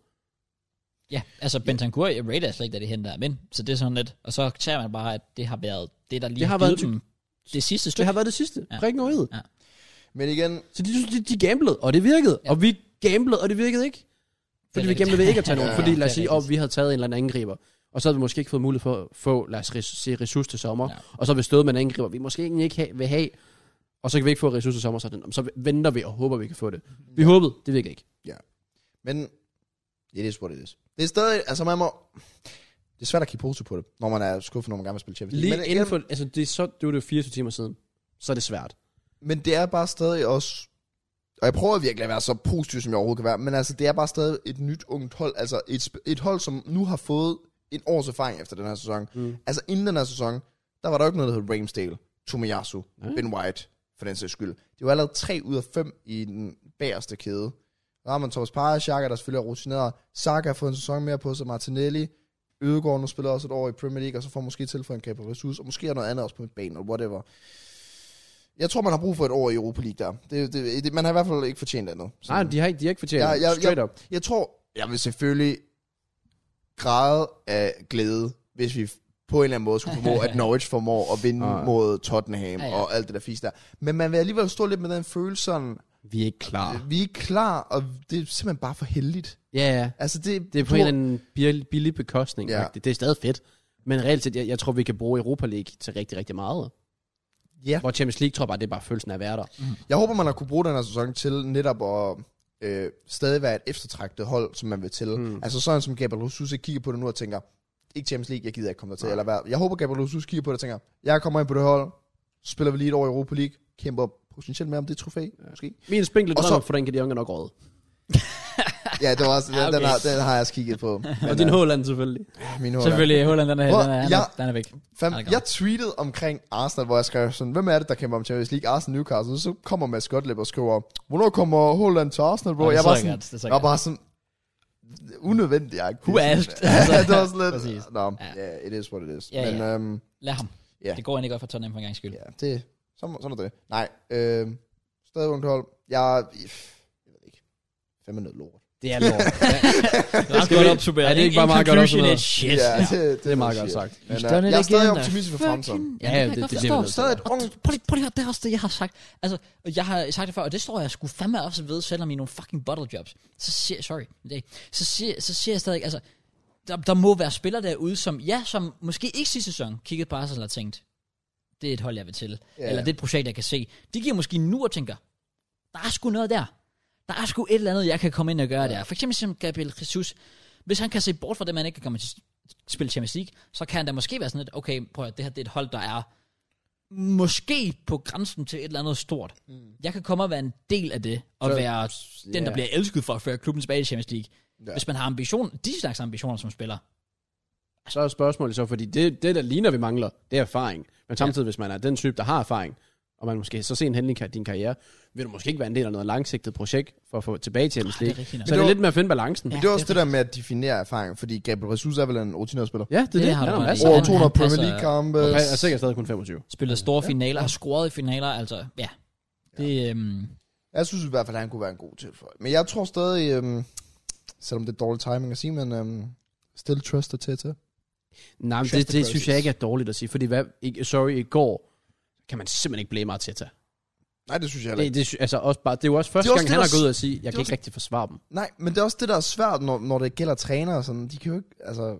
A: Ja, altså Bentancur jeg rater slet ikke, da det henter ham ind. Så det er sådan lidt, og så tager man bare, at det har været det, der lige
B: Det
A: har
B: har
A: givet
B: været
A: dem det sidste
B: Det
A: stykke.
B: har været det sidste.
A: Ja.
B: Ja. Prikken over
A: Ja.
B: ja.
C: Men igen,
B: Så de, de, de gamblede, og det virkede.
A: Ja.
B: Ja. Og vi gamblede, og det virkede ikke. Fordi vi
A: rigtigt.
B: gamblede ved ikke at tage nogen.
A: Ja,
B: fordi
A: det
B: lad
A: er
B: os sige,
A: rigtigt.
B: om vi havde taget en eller anden angriber, og så havde vi måske ikke fået mulighed for at få, lad os res- sige, ressource til sommer.
A: Ja.
B: Ja. Og så har vi stået med en angriber, vi måske egentlig ikke ha- vil have. Og så kan vi ikke få ressource til sommer, så, er det, "Nå, men så venter vi og håber, vi kan få det. Vi håbede, det virkede ikke.
C: Men it is what it is. Det er stadig, altså man må... Det er svært at kigge positivt på det, når man er skuffet, når man gerne vil spille Champions League.
B: Lige
C: Men,
B: inden for, altså det er så, det var det jo 24 timer siden, så er det svært.
C: men det er bare stadig også... Og jeg prøver virkelig at være så positiv, som jeg overhovedet kan være, men altså, det er bare stadig et nyt ungt hold. Altså, et, sp- et hold, som nu har fået en års erfaring efter den her sæson. Mm. Altså, inden den her sæson, der var der jo ikke noget, der hed Ramsdale, Tomiyasu, mm. Ben White, for den sags skyld. Det var allerede tre ud af fem i den bagerste kæde. Der har man Thomas Parra, Xhaka, der selvfølgelig er rutineret. Saka har fået en sæson mere på sig, Martinelli. Ødegaard nu spiller også et år i Premier League, og så får måske tilføjet en Gabriel Jesus, og måske er noget andet også på midtbanen, og whatever. Jeg tror, man har brug for et år i Europa League der. Det, det, det, man har i hvert fald ikke fortjent andet. Så-
B: Nej, de har ikke, de har ikke fortjent
C: Ja,
B: det.
C: ja,
B: Straight
C: ja.
B: up.
C: jeg tror, jeg vil selvfølgelig græde af glæde, hvis vi på en eller anden måde skulle formå, at Norwich formår at vinde
B: Ah.
C: mod Tottenham
A: Ja,
C: ja,
A: ja.
C: ja. og alt det der fisk der. Men man vil alligevel stå lidt med den følelse sådan,
B: Vi er ikke klar.
C: vi er ikke klar, og det er simpelthen bare for heldigt.
B: Ja, ja.
C: Altså det,
B: Det er på
C: du-
B: en eller anden bil- billig bekostning.
C: Ja.
B: Ja. Det er stadig fedt. Men reelt set, jeg, jeg tror, vi kan bruge Europa League til rigtig, rigtig meget.
C: Ja.
B: Hvor Champions League, tror jeg bare, det er bare følelsen af at være der.
C: Jeg håber, man har kunne bruge den her sæson til netop at øh, stadig være et eftertragtet hold, som man vil til.
A: Hmm.
C: Mm. Altså sådan som Gabriel Jesus ikke kigger på det nu og tænker, ikke Champions League, jeg gider ikke komme der til. Eller hvad. Jeg håber, Gabriel Jesus kigger på det og tænker, jeg kommer ind på det hold, spiller vi lige et år i Europa League, kæmper potentielt med om det trofæ, ja. måske.
B: Min spinkle
C: Og så-
B: drøm, for den kan de unge nok råde.
C: Ja, det var også, den,
A: Ja,
C: okay.
A: okay.
C: den, har, den har jeg også kigget på. Men,
B: Og din
C: øh,
B: Håland selvfølgelig.
C: min hoved er-
A: Selvfølgelig, Holland, den er,
C: Hvor-
A: den er,
C: jeg-
A: den er, den er væk.
C: Fam,
A: Ja, det gør
C: jeg tweetede omkring Arsenal, hvor jeg skrev sådan, hvem er det, der kæmper om Champions League? Arsenal Newcastle. Så kommer Mads Gottlieb og skriver, hvornår kommer Holland til Arsenal, bro?
A: Nå, det
C: jeg
A: så
C: var
A: jeg
C: sådan,
A: godt, det så jeg
C: jeg var
A: godt.
C: bare sådan, unødvendigt.
A: Who asked?
C: det var sådan
A: Præcis.
C: lidt, nå,
A: Ja.
C: yeah, it is what it is.
A: Ja,
C: Men
A: ja.
C: Øhm,
A: Lad ham.
C: Ja.
A: Det går egentlig godt for Tottenham for en gang skyld.
C: ja, det, sådan, sådan er det. Nej, øhm, stadig ungt hold. Jeg, pff, jeg ved ikke, fandme noget lort.
B: Det er lort.
A: Det er
B: Skal
A: godt
B: vi-
A: opsummeret.
B: er det ikke bare meget godt
A: opsummeret?
B: opsummeret?
A: Shit.
C: ja,
A: Ja.
C: det, det,
B: det er meget
C: noget
B: godt
C: shit.
B: sagt.
C: Men,
A: You've
C: øh,
A: done it
C: jeg er stadig
A: again, uh,
C: optimistisk for fremtiden. Altså,
A: Ja,
B: Ja,
A: det,
B: ja,
A: kan jeg
B: det-
A: godt
B: det
A: forstå.
B: bliver vi nødt til.
C: Stadig et ungt
A: Prøv lige, prøv lige at høre, det er også det, jeg har sagt. Altså, og jeg har sagt det før, og det står jeg sgu fandme også ved, selvom I er nogle fucking bottle jobs. Så siger, sorry, det er ikke. så siger, så siger jeg stadig, altså, der, der må være spillere derude, som, ja, som måske ikke sidste sæson kiggede på Arsenal og tænkte, det er et hold, jeg vil til.
C: Ja.
A: Eller det er et projekt, jeg kan se. De giver måske nu og tænker, der er sgu noget der. Der er sgu et eller andet, jeg kan komme ind og gøre ja. der. For eksempel som Gabriel Jesus. Hvis han kan se bort fra det, man ikke kan komme til at spille Champions League, så kan der måske være sådan lidt, okay, prøv at høre, det her det er et hold, der er måske på grænsen til et eller andet stort. Mm. Jeg kan komme og være en del af det, og så,
B: Så-
A: være den, der
B: ja.
A: bliver elsket for at føre klubben tilbage i Champions League. Ja.
C: Ja.
A: Hvis man har ambition, de slags ambitioner som spiller.
B: Så er spørgsmålet så, fordi det, det der ligner, vi mangler, det er erfaring. Men samtidig, hvis man er den type, der har erfaring, og man måske så sent hen i kar- din karriere, vil du måske ikke være en del af noget langsigtet projekt for at få tilbage til Champions
A: det er
B: League.
A: rigtigt nok.
B: så det er lidt med at finde balancen.
A: Ja.
B: Ja,
C: Det er også det der med at definere erfaring, fordi Gabriel Jesus er vel en rutineret spiller.
B: det er det.
A: Det
B: det.
A: har
B: Han
A: du
B: har
A: ret i.
B: masser.
A: Og
B: af-
C: Over
A: han-
C: 200
A: han passer-
C: Premier League-kampe.
B: Og er sikkert stadig kun 25.
A: Spillet store finaler, har scoret i finaler, altså, ja. Det, øhm,
C: Jeg synes i hvert fald, at han kunne være en god tilføj. Men jeg tror stadig, øhm, selvom det er dårlig timing at sige, men øhm, still trust til til.
B: Nej, men
C: Trust
B: det,
C: the
B: det synes
C: process.
B: jeg ikke er dårligt at sige, fordi hvad, i, sorry, i går kan man simpelthen ikke blame Arteta.
C: Nej, det synes jeg heller ikke.
B: Det, det, sy- altså også bare, det er jo også første
C: Det er også
B: gang,
C: det,
B: han har
C: der
B: gået
C: s-
B: ud og sige, jeg kan ikke
C: også-
B: rigtig forsvare dem.
C: Nej, men det er også det, der er svært, når, når det gælder trænere. og Sådan. De kan jo ikke, altså...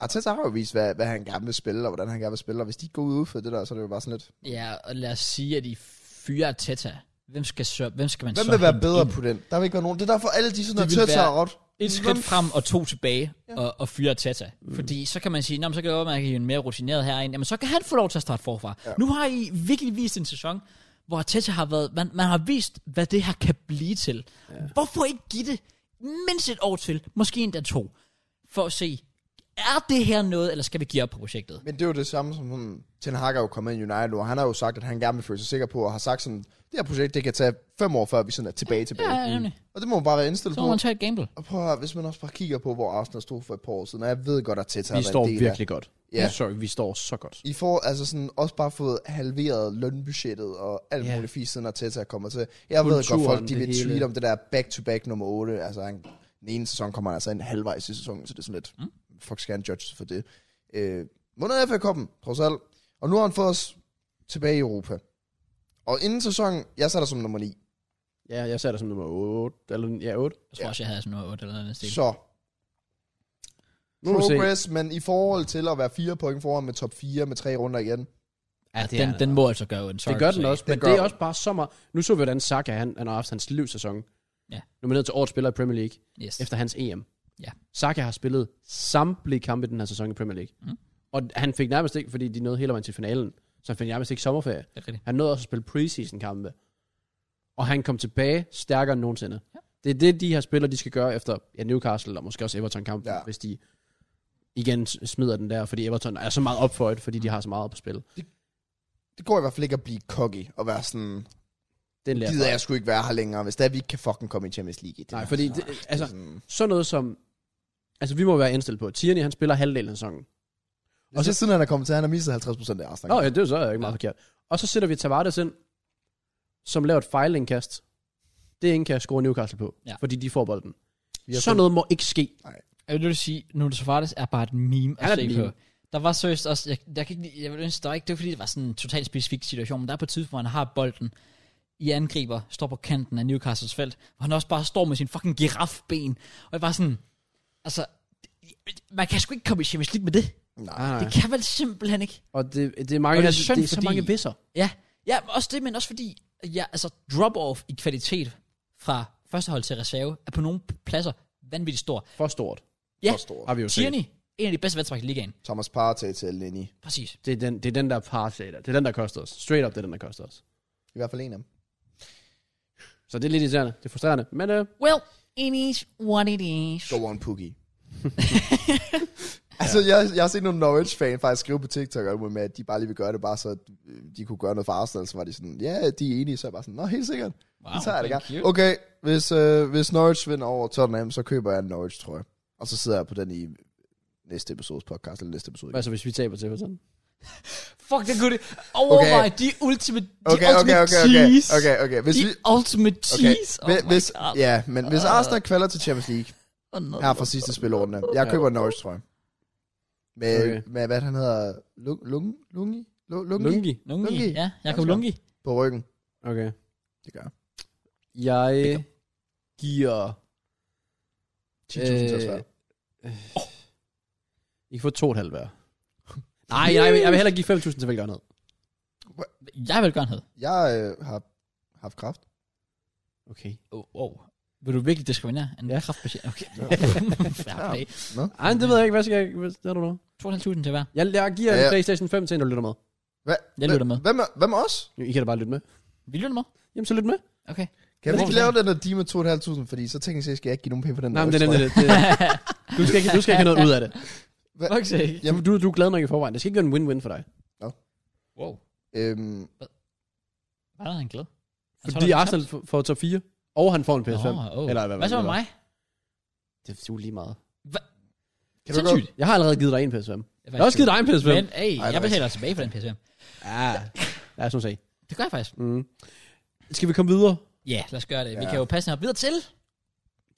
C: Arteta har jo vist, hvad, hvad han gerne vil spille, og hvordan han gerne vil spille, og hvis de ikke går ud for det der, så er det jo bare sådan lidt...
A: Ja, og lad os sige, at de fyrer Arteta. Hvem skal, så, hvem skal man
C: Hvem
A: så
C: vil være
A: hente
C: bedre
A: ind?
C: på den? Der vil ikke være nogen. Det er derfor alle de sådan,
A: Det vil
C: at Tøts
A: være-
C: har rådt.
A: Et skridt frem og to tilbage og, og fyre Tata. Mm. Fordi så kan man sige, "Nå, men så kan det være, at man kan hive en mere rutineret herind. Jamen så kan han få lov til at starte forfra. Ja. Nu har I virkelig vist en sæson, hvor Tata har været, man, man har vist, hvad det her kan blive til. Ja. Hvorfor ikke give det mindst et år til, måske endda to, for at se, er det her noget, eller skal vi give op på projektet?
C: Men det er jo det samme som sådan, Ten Hag er jo kommet ind i United nu, og han har jo sagt, at han gerne vil føle sig sikker på, og har sagt sådan, det her projekt, det kan tage fem år, før vi sådan er tilbage tilbage.
A: Ja, ja, nemlig.
C: Og det må man bare være indstillet
A: Så må
C: på.
A: man tage et gamble.
C: Og prøv at høre, hvis man også bare kigger på, hvor Arsenal stod for et par år siden, og jeg ved godt, at Teta
B: Vi står virkelig godt.
C: Ja.
B: Sorry, vi står så godt.
C: I får altså sådan også bare fået halveret lønbudgettet og alt
B: Ja.
C: yeah. muligt fisk, siden Arteta kommer til. Jeg ved godt,
B: Kulturen,
C: folk de
B: det
C: vil
B: hele.
C: tweet om det der back-to-back nummer 8. Altså han, den ene sæson kommer han altså en halvvejs i sæsonen, så det er sådan lidt, mm. fuck skal han judge for det. Øh, måneden FA Cup'en, trods alt. Og nu har han fået os tilbage i Europa. Og inden sæsonen, jeg satte dig som nummer 9.
B: Ja, jeg ser dig som nummer 8. Eller, ja, 8.
A: Jeg tror
C: Ja.
A: også, jeg havde sådan noget 8 eller noget. i den stil.
C: Så.
B: Nu må vi se.
C: Progress, men i forhold til at være fire point foran med top 4 med tre runder igen.
A: Ja,
B: det er
A: den,
B: det.
A: den må altså gøre ondt. Sorry
B: Det gør
A: to
B: den
A: say.
B: også, men
C: gør
B: det, er
C: den.
B: også bare så meget. Nu så vi, hvordan Saka, han, han har haft hans livssæson.
A: Ja.
B: Nomineret til årets spiller i Premier League,
A: Yes.
B: efter hans EM.
A: Ja.
B: Saka har spillet samtlige kampe i den her sæson i Premier League.
A: Mm.
B: Og han fik nærmest ikke, fordi de nåede hele vejen til finalen, så han fik nærmest ikke sommerferie.
A: Det er rigtigt.
B: Han nåede også at spille preseason kampe. Og han kom tilbage stærkere end nogensinde. Ja. Det er det, de her spillere, de skal gøre efter ja, Newcastle og måske også Everton-kampen,
C: Ja.
B: ja. hvis de igen s- smider den der, fordi Everton er så meget op for det, fordi de har så meget på spil.
C: Det går i hvert fald ikke at blive cocky og være sådan,
B: Den lærer
C: gider jeg sgu ikke være her længere, hvis det er, vi ikke kan fucking komme i Champions League. i Det
B: Nej,
C: her. Mm.
B: fordi det, altså,
C: sådan,
B: sådan noget som... Altså, vi må være indstillet på. Tierney, han spiller halvdelen af sæsonen.
C: og så siden han er kommet til, han har mistet 50% af Arsenal.
B: Nå ja, det er jo så øh, ikke meget forkert. Og så sætter vi Tavares ind, som laver et fejlindkast. Det indkast scorer Newcastle på,
A: Ja.
B: ja. fordi de får bolden.
C: Vi har
B: Sådan noget må ikke ske.
A: Jeg vil sige, Nuno Suarez er bare et meme
B: Han
A: at se
B: er et
A: meme.
B: meme.
A: på. Der var seriøst også, jeg, jeg kan ikke, lide- jeg vil ønske, der var ikke, det var fordi, det var sådan en totalt specifik situation, men der er på et tidspunkt, hvor han har bolden i angriber, står på kanten af Newcastles felt, hvor han også bare står med sin fucking girafben, og jeg var sådan, altså, man kan sgu ikke komme i Champions League med det.
B: Nej,
A: Det kan vel simpelthen ikke.
B: Og det, det er mange,
A: Og det er
B: det, det,
A: synd,
B: det er så
A: fordi-
B: mange visser.
A: Ja, ja også det, men også fordi, ja, altså drop-off i kvalitet fra førstehold til reserve, er på nogle pladser vanvittigt stor.
B: For stort,
A: Ja,
C: For stor.
B: har vi jo set.
A: Tierney, en af de bedste venstreback i ligaen.
C: Thomas Partey til Lenny.
A: Præcis.
B: Det er, den, det er den, der parser Det er den, der koster os. Straight up, det er den, der koster os.
C: I hvert fald en af dem.
B: Så det er lidt irriterende. Det er frustrerende. Men øh,
A: Well, it is what it is.
C: Go on, Pookie. altså, jeg, jeg har set nogle Norwich-fan faktisk skrive på TikTok, og med, at de bare lige vil gøre det, bare så at øh, de kunne gøre noget for Arsenal. Så var de sådan, ja, yeah, de er enige. Så er jeg bare sådan, nå, helt sikkert.
A: Wow,
C: Wow, så er det
A: thank
C: gerne.
A: you.
C: Okay, hvis, øh, hvis Norwich vinder over Tottenham, så køber jeg en Norwich, tror jeg. Og så sidder jeg på den i næste episodes podcast, eller næste episode.
B: altså, hvis vi taber til Everton.
A: Fuck, det kunne det. Overvej, de ultimate, de
C: Okay, okay,
A: ultimate
C: okay, okay,
A: cheese.
C: okay, okay. Hvis
A: De
C: vi,
A: ultimate
C: okay.
A: cheese.
C: Hvis,
A: oh my
C: hvis,
A: God. Øh.
C: ja, men hvis Arsenal kvaler til Champions League,
A: Åh, no.
C: her fra sidste spilordene, jeg køber en Norwich, tror jeg. Med, okay.
B: Okay.
C: med hvad han hedder, Lung, Lung, Lungi? Lu- Lungi? Lungi?
B: Lungi.
A: Lungi.
C: Lungi.
A: Ja, Jakob
C: Dansker.
A: Lungi.
C: På ryggen.
B: Okay.
C: Det gør jeg.
B: Jeg giver...
C: 10.000 til at svare.
B: I kan få to og et halvt hver. Nej, jeg vil, jeg vil heller give 5.000 til velgørenhed.
A: Jeg vil gerne hedde.
C: Jeg øh, har haft kraft.
B: Okay.
A: Oh, oh. Vil du virkelig diskriminere en ja.
B: Ja.
A: kraftpatient? Okay. Fair
C: Ja.
A: play.
B: Ej, men det ved jeg ikke. Hvad skal jeg... Hvad er du nu?
A: 2.500 til hver.
B: Jeg, jeg giver
C: Ja, ja.
B: ja, ja. PlayStation 5 til en, der lytter med.
C: Hva?
A: Jeg lytter med.
C: Hvem er, hvem er os?
B: Jo, I kan da bare lytte med.
A: Vi lytter med.
B: Jamen, så lyt med.
A: Okay.
C: Kan vi
A: Hvorfor
C: ikke lave den der de med 2.500, fordi så teknisk set skal jeg ikke give nogen penge for den
B: Nej, men det
C: Norwich,
B: er nemlig
C: tror jeg.
B: det. det. Du skal ikke, du skal ikke have noget ud af det.
A: Fuck sake.
B: Jamen. Du, du er glad nok i forvejen. Det skal ikke være en win-win for dig.
A: Wow.
C: Øhm,
A: Hvad er han glad? Altså, Han tror,
B: Fordi
A: der er
B: Arsenal f- får top 4, og han får en
A: Nå,
B: PS5.
A: åh.
B: Eller hvad,
A: Hvad så med mig?
B: Det er jo lige meget.
C: kan du godt?
A: Sindssygt.
B: Jeg har allerede givet dig en PS5.
A: Jeg
B: Jeg har også givet dig en PS5.
A: Men, hey,
C: er
A: jeg
C: rigtigt.
A: betaler altså tilbage for den PS5.
B: Ja, lad os nu se.
A: Det gør jeg faktisk.
B: Mm. Skal vi komme videre?
A: Ja, lad os gøre det. Vi
C: Ja.
A: kan jo passe videre til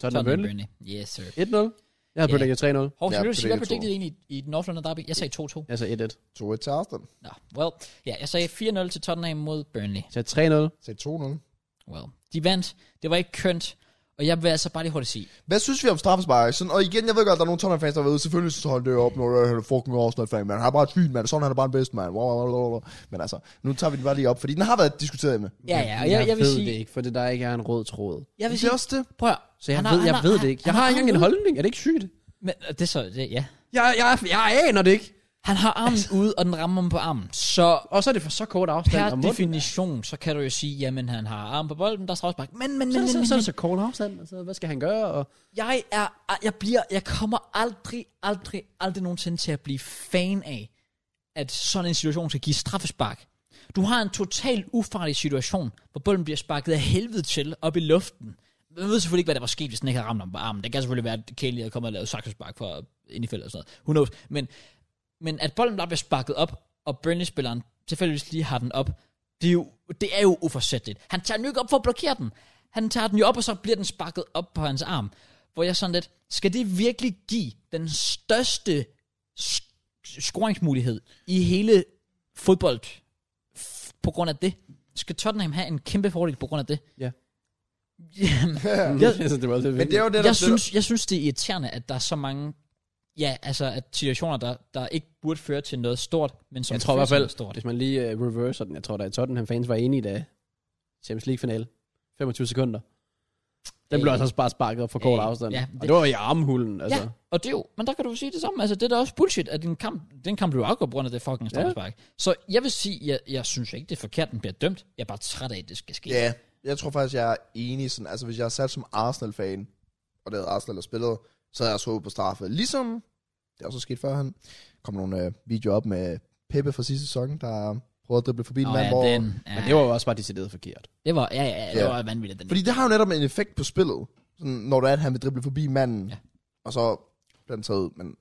B: Tottenham Burnley.
A: Burnley. Yes, sir.
B: 1-0. Jeg har
A: Ja.
B: Burnley yeah. 3-0.
A: Hov,
C: Ja,
A: ja, vil du sige, hvad
C: predicted
A: predicted egentlig i den North London derby? Jeg sagde 2-2.
B: Jeg sagde 1-1.
C: To et til Arsenal.
A: Nå, well, ja, jeg sagde 4-0 til Tottenham mod Burnley.
B: Jeg sagde 3-0.
C: Sæt 2-0.
A: Well, de vandt. Det var ikke kønt. Og jeg vil altså bare lige hurtigt sige,
C: Hvad synes vi om straffespark? Sådan, og igen, jeg ved godt, at der er nogle Tottenham fans, der har været ude. Selvfølgelig så holder det op, når han er fucking Arsenal fan. Man har bare et syn, man. Sådan han er bare en bedst, man. Wow, wow, wow, wow. Men altså, nu tager vi den bare lige op, fordi den har været et diskuteret med.
A: ja, ja, og jeg, jeg vil
B: ved
A: sige,
B: det ikke, for det der ikke er en rød tråd.
A: jeg vil sige,
C: også det.
A: prøv at høre,
B: Så jeg,
A: han har-
B: ved, jeg
A: han har-
B: ved det ikke. Jeg
A: han
B: har
A: har
B: ikke engang en holdning. Er det ikke sygt?
A: men øh, det er så, det, ja.
B: Jeg, jeg, jeg aner det ikke.
A: Han har armen
C: Altså.
A: ude, og den rammer ham på armen. Så
B: Og så er det for så kort afstand.
A: per
B: og munden-
A: definition, så kan du jo sige, jamen han har armen på bolden, der er straffespark. Men, men, men,
B: så,
A: men,
B: er det- så,
A: men,
B: så er det så kort afstand. Altså, hvad skal han gøre? Og,
A: Jeg er, ah, jeg bliver, jeg kommer aldrig, aldrig, aldrig nogensinde til at blive fan af, at sådan en situation skal give straffespark. Du har en totalt ufarlig situation, hvor bolden bliver sparket af helvede til op i luften. Man ved selvfølgelig ikke, hvad der var sket, hvis den ikke havde ramt ham på armen. Det kan selvfølgelig være, at Kelly havde kommet og lavet saksespark for ind i feltet og sådan noget. Who knows. Men, men at bolden bare bliver sparket op, og Burnley-spilleren tilfældigvis lige har den op, det er jo, det er jo uforsætteligt. Han tager den jo ikke op for at blokere den. Han tager den jo op, og så bliver den sparket op på hans arm. Hvor jeg sådan lidt, skal det virkelig give den største sk- scoringsmulighed i hele fodbold f- på grund af det? Skal Tottenham have en kæmpe fordel på grund af det?
B: Ja.
A: Jamen,
B: jeg, altså, det var lidt
C: Men det er jo det, der...
A: jeg, synes, jeg synes, det er irriterende, at der er så mange ja, altså, at situationer, der, der ikke burde føre til noget stort, men som
B: jeg tror
A: fører
B: i hvert
A: til noget
B: fald,
A: stort.
B: hvis man lige uh, reverser den, jeg tror da, at Tottenham fans var enige i da Champions League finale. 25 sekunder. Den blev
A: Øh.
B: altså også bare sparket op for kort
A: Øh,
B: afstand.
A: ja,
B: det... Og
A: det-
B: det var i armhulen, altså.
A: Ja, og det er jo, men der kan du jo sige det samme. Altså, det er da også bullshit, at den kamp, den kamp blev afgået på grund af det fucking straffespark. Så jeg vil sige, jeg, jeg synes ikke, det er forkert, den bliver dømt. Jeg er bare træt af, at det skal ske.
C: Ja, jeg tror faktisk, jeg er enig. Sådan, altså, hvis jeg er sat som Arsenal-fan, og det havde Arsenal, der spillede, så havde jeg så på straffe. Ligesom, det er også sket før, han kom nogle øh, videoer op med Peppe fra sidste sæson, der prøvede at drible forbi en
A: Nå,
C: mand,
A: ja,
C: hvor...
A: den, ja,
B: Men det var jo også bare decideret forkert.
A: det var, ja, ja, det
C: Ja.
A: var vanvittigt. Den
C: Fordi det har jo netop en effekt på spillet, sådan, når det er, at han vil drible forbi manden,
A: Ja.
C: ja. og så bliver den taget ud, men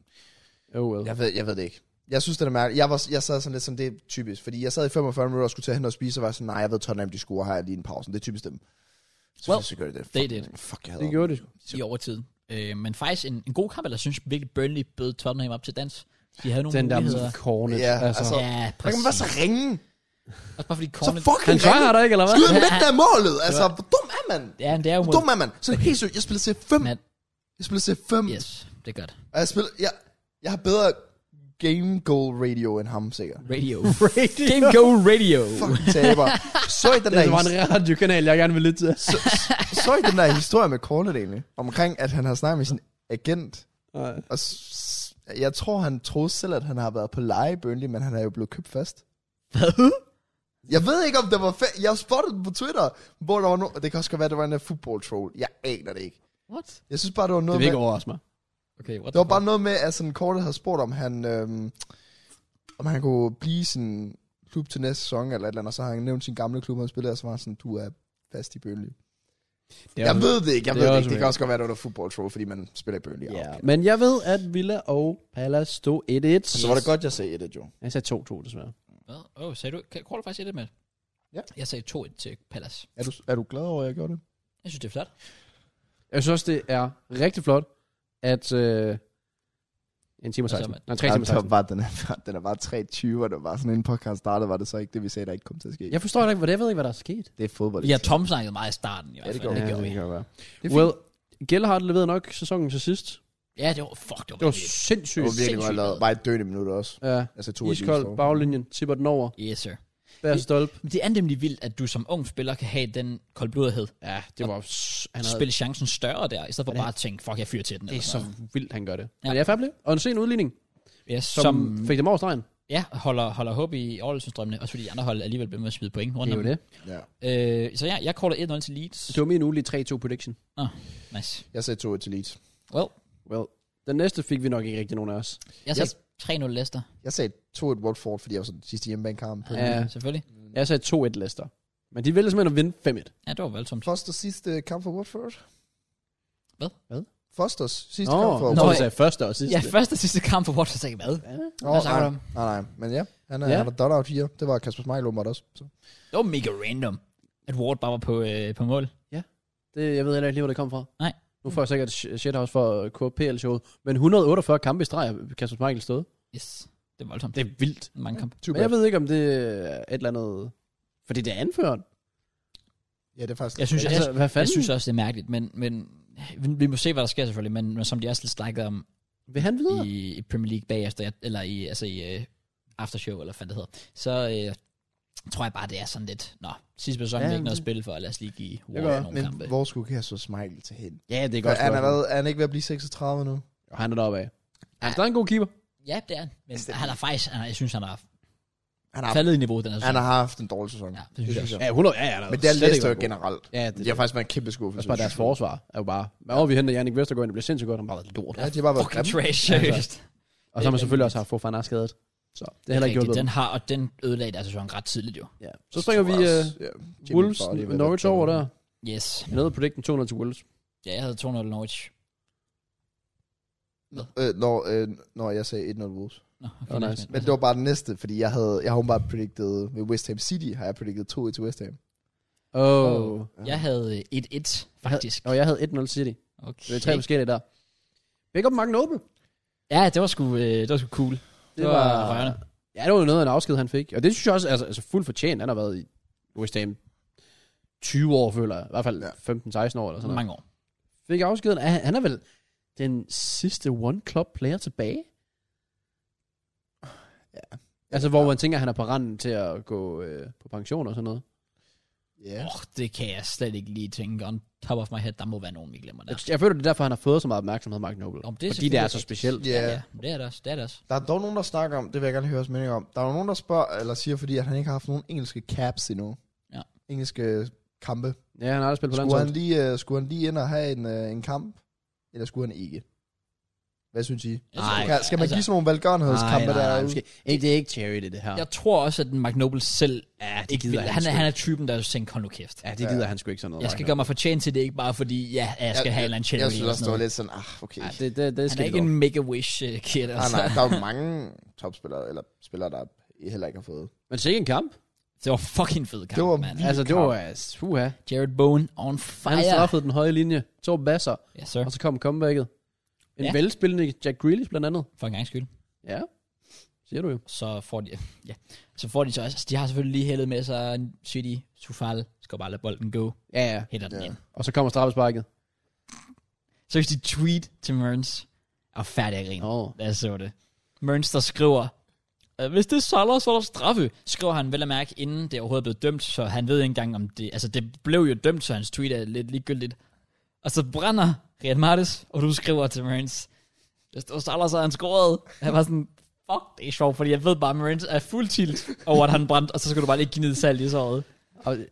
B: Oh well.
C: jeg ved, jeg ved det ikke. Jeg synes, det er mærkeligt. Jeg, var, jeg sad sådan lidt sådan, det er typisk, fordi jeg sad i 45 minutter og skulle til at hente og spise, og var sådan, nej, jeg ved Tottenham, de scorer her lige en pause. Det er typisk dem. Så,
A: Well,
C: well, så gør de det. Fuck,
A: they did.
C: Fuck, jeg
B: Det
C: hader
B: gjorde det sgu.
A: i overtiden. Øh, men faktisk en, en god kamp, eller synes virkelig Burnley bød Tottenham op til dans. De havde nogle
B: Den der
A: muligheder.
B: cornet.
C: Ja,
B: altså.
C: altså.
A: Ja,
C: Der kan
A: præcis.
C: man bare så ringe.
A: Også bare fordi
C: Så
A: cornet...
C: fucking
B: Han trykker
C: ringe.
B: dig ikke, eller hvad?
C: Skyder midt af målet. Altså, hvor dum er man?
A: Ja, det er jo
C: Hvor
A: mod...
C: dum er man? Så det er helt seriøst. Jeg spiller C5.
A: Men,
C: Jeg spiller C5.
A: yes, det er godt.
C: Og jeg, spiller, jeg, jeg har bedre game goal radio end ham, sikkert.
A: Radio.
B: Radio.
A: Game Go Radio.
C: Fuck, taber. Så i den der
B: Det var en radiokanal, jeg gerne vil lytte til.
C: så, så I den der historie med Cornet egentlig, omkring at han har snakket med sin agent,
B: Nej.
C: og s- jeg tror, han troede selv, at han har været på leje i Burnley, men han er jo blevet købt fast.
A: Hvad?
C: Jeg ved ikke, om det var fa- Jeg spottede den på Twitter, hvor der var no- Det kan også godt være, at det var en der football troll. Jeg aner det ikke.
A: What?
C: Jeg synes bare, det var
B: Det
C: noget
B: vil
C: med...
B: ikke overraske mig.
A: Okay, what
C: Det var
A: the
C: bare noget med, at sådan Cornet havde spurgt, om han, øhm, om han kunne blive sin klub til næste sæson, eller et eller andet, og så har han nævnt sin gamle klub, han spillede, og så var han sådan, du er fast i Burnley.
B: Det er
C: Jeg
B: også-
C: ved det ikke, jeg
B: det
C: ved
B: er
C: det
B: også
C: ikke. Det kan
B: mega.
C: også godt være, at det var football troll, fordi man spiller i Burnley.
B: Ja, men jeg ved, at Villa og Palace stod 1-1.
C: Altså,
D: Så var det godt, jeg sagde det, jo.
B: Jeg sagde 2-2, desværre.
A: Hvad? Åh, oh, sagde du... Kan du faktisk et det med?
C: Ja.
A: Jeg sagde 2-1 til Palace.
C: Er du, er du glad over, at jeg gjorde det?
A: Jeg synes, det er flot.
B: Jeg synes også, det er rigtig flot, at... Øh, en time og
A: Altså,
B: 16.
A: man-
B: Nej, tre timer og 16.
C: var, den, er, den er bare 23, og det var sådan, inden podcast startede, var det så ikke det, vi sagde, der ikke kom til at ske.
B: Jeg forstår ikke, hvor det jeg ved ikke, hvad der er sket.
C: Det er fodbold.
A: Vi har Tom snakket meget i starten i hvert fald.
C: det gjorde vi.
A: gjorde
B: kan godt være.
C: Det
B: Well, Gellhardt leverede nok sæsonen til sidst.
A: Ja, det var... Fuck, det var,
B: Det var
A: vildt.
B: sindssygt.
C: det var virkelig
A: sindssygt
C: godt lavet.
A: meget.
C: Bare et døende minut også.
B: Ja,
C: Altså to
B: iskold, baglinjen, tipper den over.
A: Yes, sir.
B: Bærer stolpe.
A: Men det er nemlig vildt, at du som ung spiller kan have den koldblodighed.
B: Ja, det var... Han
A: Han
B: havde,
A: spille chancen større der, i stedet for
B: Men
A: bare at tænke, fuck, jeg fyrer til den.
B: det er
A: eller
B: så
A: sådan
B: vildt, han gør det.
A: altså. Ja.
B: Ja. Men jeg er færdig. Og en sen udligning,
A: noget. ja,
B: som,
A: som,
B: som fik dem over stregen.
A: ja, holder, holder håb i overlevelsesdrømmene, også fordi de andre hold alligevel bliver med at smide point rundt
B: Det er
A: om.
B: jo det.
C: Ja.
A: Øh, så ja, jeg caller 1-0 til Leeds.
B: Det var min ugelige 3-2 prediction.
A: Nice.
C: Jeg sagde to til Leeds.
A: Well,
B: Well, den næste fik vi nok ikke rigtig nogen af os.
A: jeg sagde 3-0 Leicester.
C: Jeg sagde to et Watford, fordi jeg var sådan sidste hjemmebanekamp.
A: Ja,
B: Ja.
A: selvfølgelig.
B: Jeg sagde 2-1 Leicester. Men de ville simpelthen at vinde 5-1.
A: Ja, det var voldsomt.
C: Fosters sidste kamp for Watford.
A: Hvad?
B: Hvad?
C: Fosters sidste
B: Nå,
C: kamp for
B: jeg
A: Nå,
B: tror,
C: Watford.
B: du sagde første og sidste.
A: Ja, første og sidste kamp for Watford, så ikke hvad?
C: Nå,
A: Hvad snakker du
C: nej,
A: om?
C: nej, nej, men ja. Han er,
B: Ja.
C: ja. han er dot-out 4. Det var Kasper Smeichel åbenbart også. Så.
A: Det var mega random, at Ward bare var på, øh, på mål.
B: Det, jeg ved heller ikke lige, hvor det kom fra.
A: Nej.
B: Nu får jeg sikkert sh- shithouse for øh, KPL-showet. Men 148 kampe i streg, har Kasper Michael stod.
A: Yes, det er voldsomt.
B: Det er vildt.
A: Mange kamp.
C: Too
B: Men
C: bad.
B: jeg ved ikke, om det er et eller andet... Fordi det er anført.
C: Ja, det er faktisk...
A: Jeg synes, jeg,
B: Altså,
A: altså,
B: hvad
A: jeg, jeg
B: fanden?
A: synes også, det er mærkeligt, men, men vi- vi må se, hvad der sker selvfølgelig, men, men som de også lidt snakkede om
B: Vil han videre?
A: i, i Premier League bagefter, jeg- eller i, altså i uh, aftershow, eller hvad det hedder, så øh, tror jeg bare, det er sådan lidt, nå, sidste sæson ja,
C: Ja,
A: er ikke noget at
C: men-
A: spille for, lad os lige give
C: Det
A: Ward
C: gør,
A: nogle
C: men
A: kampe.
C: hvor skulle Kasper Smeichel til hen?
B: Ja, det er
C: Er, er, han
B: spørgsmål.
C: allerede- er han ikke ved at blive 36 nu?
B: Og han er deroppe af. Han er
A: Ja.
B: stadig en god keeper.
A: Ja, det er han, men
C: Altså,
A: han er faktisk, han er, jeg synes, han har
C: Han har,
A: faldet i niveau den her
C: han
A: sæson.
C: har haft en dårlig sæson.
A: Ja, det synes jeg også.
B: Ja, 100, ja, ja,
C: Men det er
B: slet ikke
C: Leicester jo
B: været god.
C: generelt.
B: Ja,
C: Det
B: det
C: har faktisk været en kæmpe
B: er
C: skuffelse.
B: også bare deres forsvar er jo bare... Men over vi henter Jannik Vestergaard, ind, det bliver sindssygt godt, han bare været lort.
C: Ja, de har bare været
A: Fucking
C: grimme.
A: trash, seriøst.
B: Og så har man selvfølgelig også haft få Fana skadet. Så det er heller ikke gjort
A: Rigtigt,
B: noget.
A: den har, og den ødelagde deres sæson ret tidligt jo.
B: Ja. Så springer vi uh,
C: Ja, Jimmy
B: Wolves
C: Vardy ved at
B: Norwich
C: være
B: over der.
C: dårlig.
A: Yes.
B: Jeg nåede predicten 200 til Wolves.
A: Ja, jeg havde 2-0 Norwich.
C: Øh, når, øh, når jeg sagde 1-0 Wolves.
A: Nå, okay,
B: Åh, nice.
A: nice.
C: Men det var bare den næste, fordi jeg havde, jeg havde bare predicted med West Ham City, har jeg predicted 2-1 til West Ham.
B: Åh.
A: Åh. Jeg havde øh, 1-1, faktisk.
B: Og jeg havde 1-0 City.
A: Okay.
B: Det er tre forskellige der. Pick up Mark Noble.
A: Ja, det var sgu, øh, det var sgu cool. Det,
B: Det
A: var,
B: var,
A: rørende.
B: ja, det var jo noget af en afsked, han fik. Og det synes jeg også, altså, altså fuldt fortjent. Han har været i West Ham 20 år, føler jeg. I hvert fald
C: Ja.
B: 15-16 år eller sådan noget.
A: Mange år.
B: fik afskeden. Er, han er vel den sidste One Club player tilbage?
C: Ja.
B: Altså, hvor man tænker, at han er på randen til at gå øh, på pension og sådan noget.
C: Ja.
A: Åh, det kan jeg slet ikke lige tænke. On top of my head, der må være nogen, vi glemmer der.
B: Jeg, jeg føler, det er derfor, han har fået så meget opmærksomhed, Mark Noble.
A: Om det er
B: fordi det er
A: selvfølgelig
B: så
A: rigtigt.
B: specielt.
C: Ja.
A: ja, det er det også. Det er det også.
C: Der er dog nogen, der snakker om, det vil jeg gerne høre os mening om. Der er jo nogen, der spørger, eller siger, fordi at han ikke har haft nogen engelske caps endnu.
A: Ja.
C: Engelske kampe.
B: Ja, han har aldrig spillet på
C: Skulle han,
B: landsholdet.
C: lige, øh, skulle han lige ind og have en, øh, en kamp? Eller skulle han ikke? Hvad synes I?
A: Jeg tror-
C: Skal, kan, skal man
A: altså,
C: give sådan nogle velgørenhedskampe
B: nej, nej,
C: der?
B: måske. Ikke, det er ikke charity, det her.
A: Jeg tror også, at Mark Noble selv
B: Ja, det
A: ikke
B: gider
A: vil.
B: han
A: Han, er,
B: sgu
A: han er typen, der tænker, hold nu kæft.
B: Ja, det gider han sgu ikke sådan noget.
A: Jeg
B: Mark
A: skal
B: Noble.
A: gøre mig fortjent til det, ikke bare fordi, ja, jeg skal have en eller anden charity
C: Jeg synes
A: eller sådan
C: også, det var
A: noget.
C: lidt sådan, ah, okay.
B: Ja, det, det, det
A: Han
B: skal
A: er ikke
B: det dog.
A: en make-a-wish-kid,
C: Ah,
A: altså.
C: nej, der er jo mange topspillere, eller spillere, der heller ikke har fået.
B: Men sikke en kamp.
A: Det var fucking fed kamp,
C: Det var
A: mand.
C: vildt.
B: Altså, det var... Uh, uha.
A: Jared Bowen on
B: Han
A: fire.
B: straffede den høje linje. To basser.
A: Ja, sir.
B: Og så kom comebacket. En
A: Ja.
B: velspillende Jack Grealish blandt andet.
A: For en gang skyld.
B: Ja. Siger du jo.
A: så får de, ja, så får de så også, de har selvfølgelig lige hældet med sig en City, Sufal, skal bare lade bolden gå,
B: Ja, ja.
A: hælder den
C: Ja.
A: ind.
B: Og så kommer straffesparket.
A: Så hvis de tweet til Mørns, og færdig at grine,
B: Oh.
A: da jeg så det. Mørns, der skriver, "Øh, hvis det er Salah, så er der straffe, skriver han vel at mærke, inden det overhovedet blev dømt, så han ved ikke engang om det, altså det blev jo dømt, så hans tweet er lidt ligegyldigt. Og så brænder Riyad Martes, og du skriver til Mørns, hvis det var Salah, så er han scoret. Han var sådan, fuck, det er sjovt, fordi jeg ved bare, at Mørns er fuld tilt over, at han brændte, og så skal du bare lige give ned salt i såret.
B: Og, I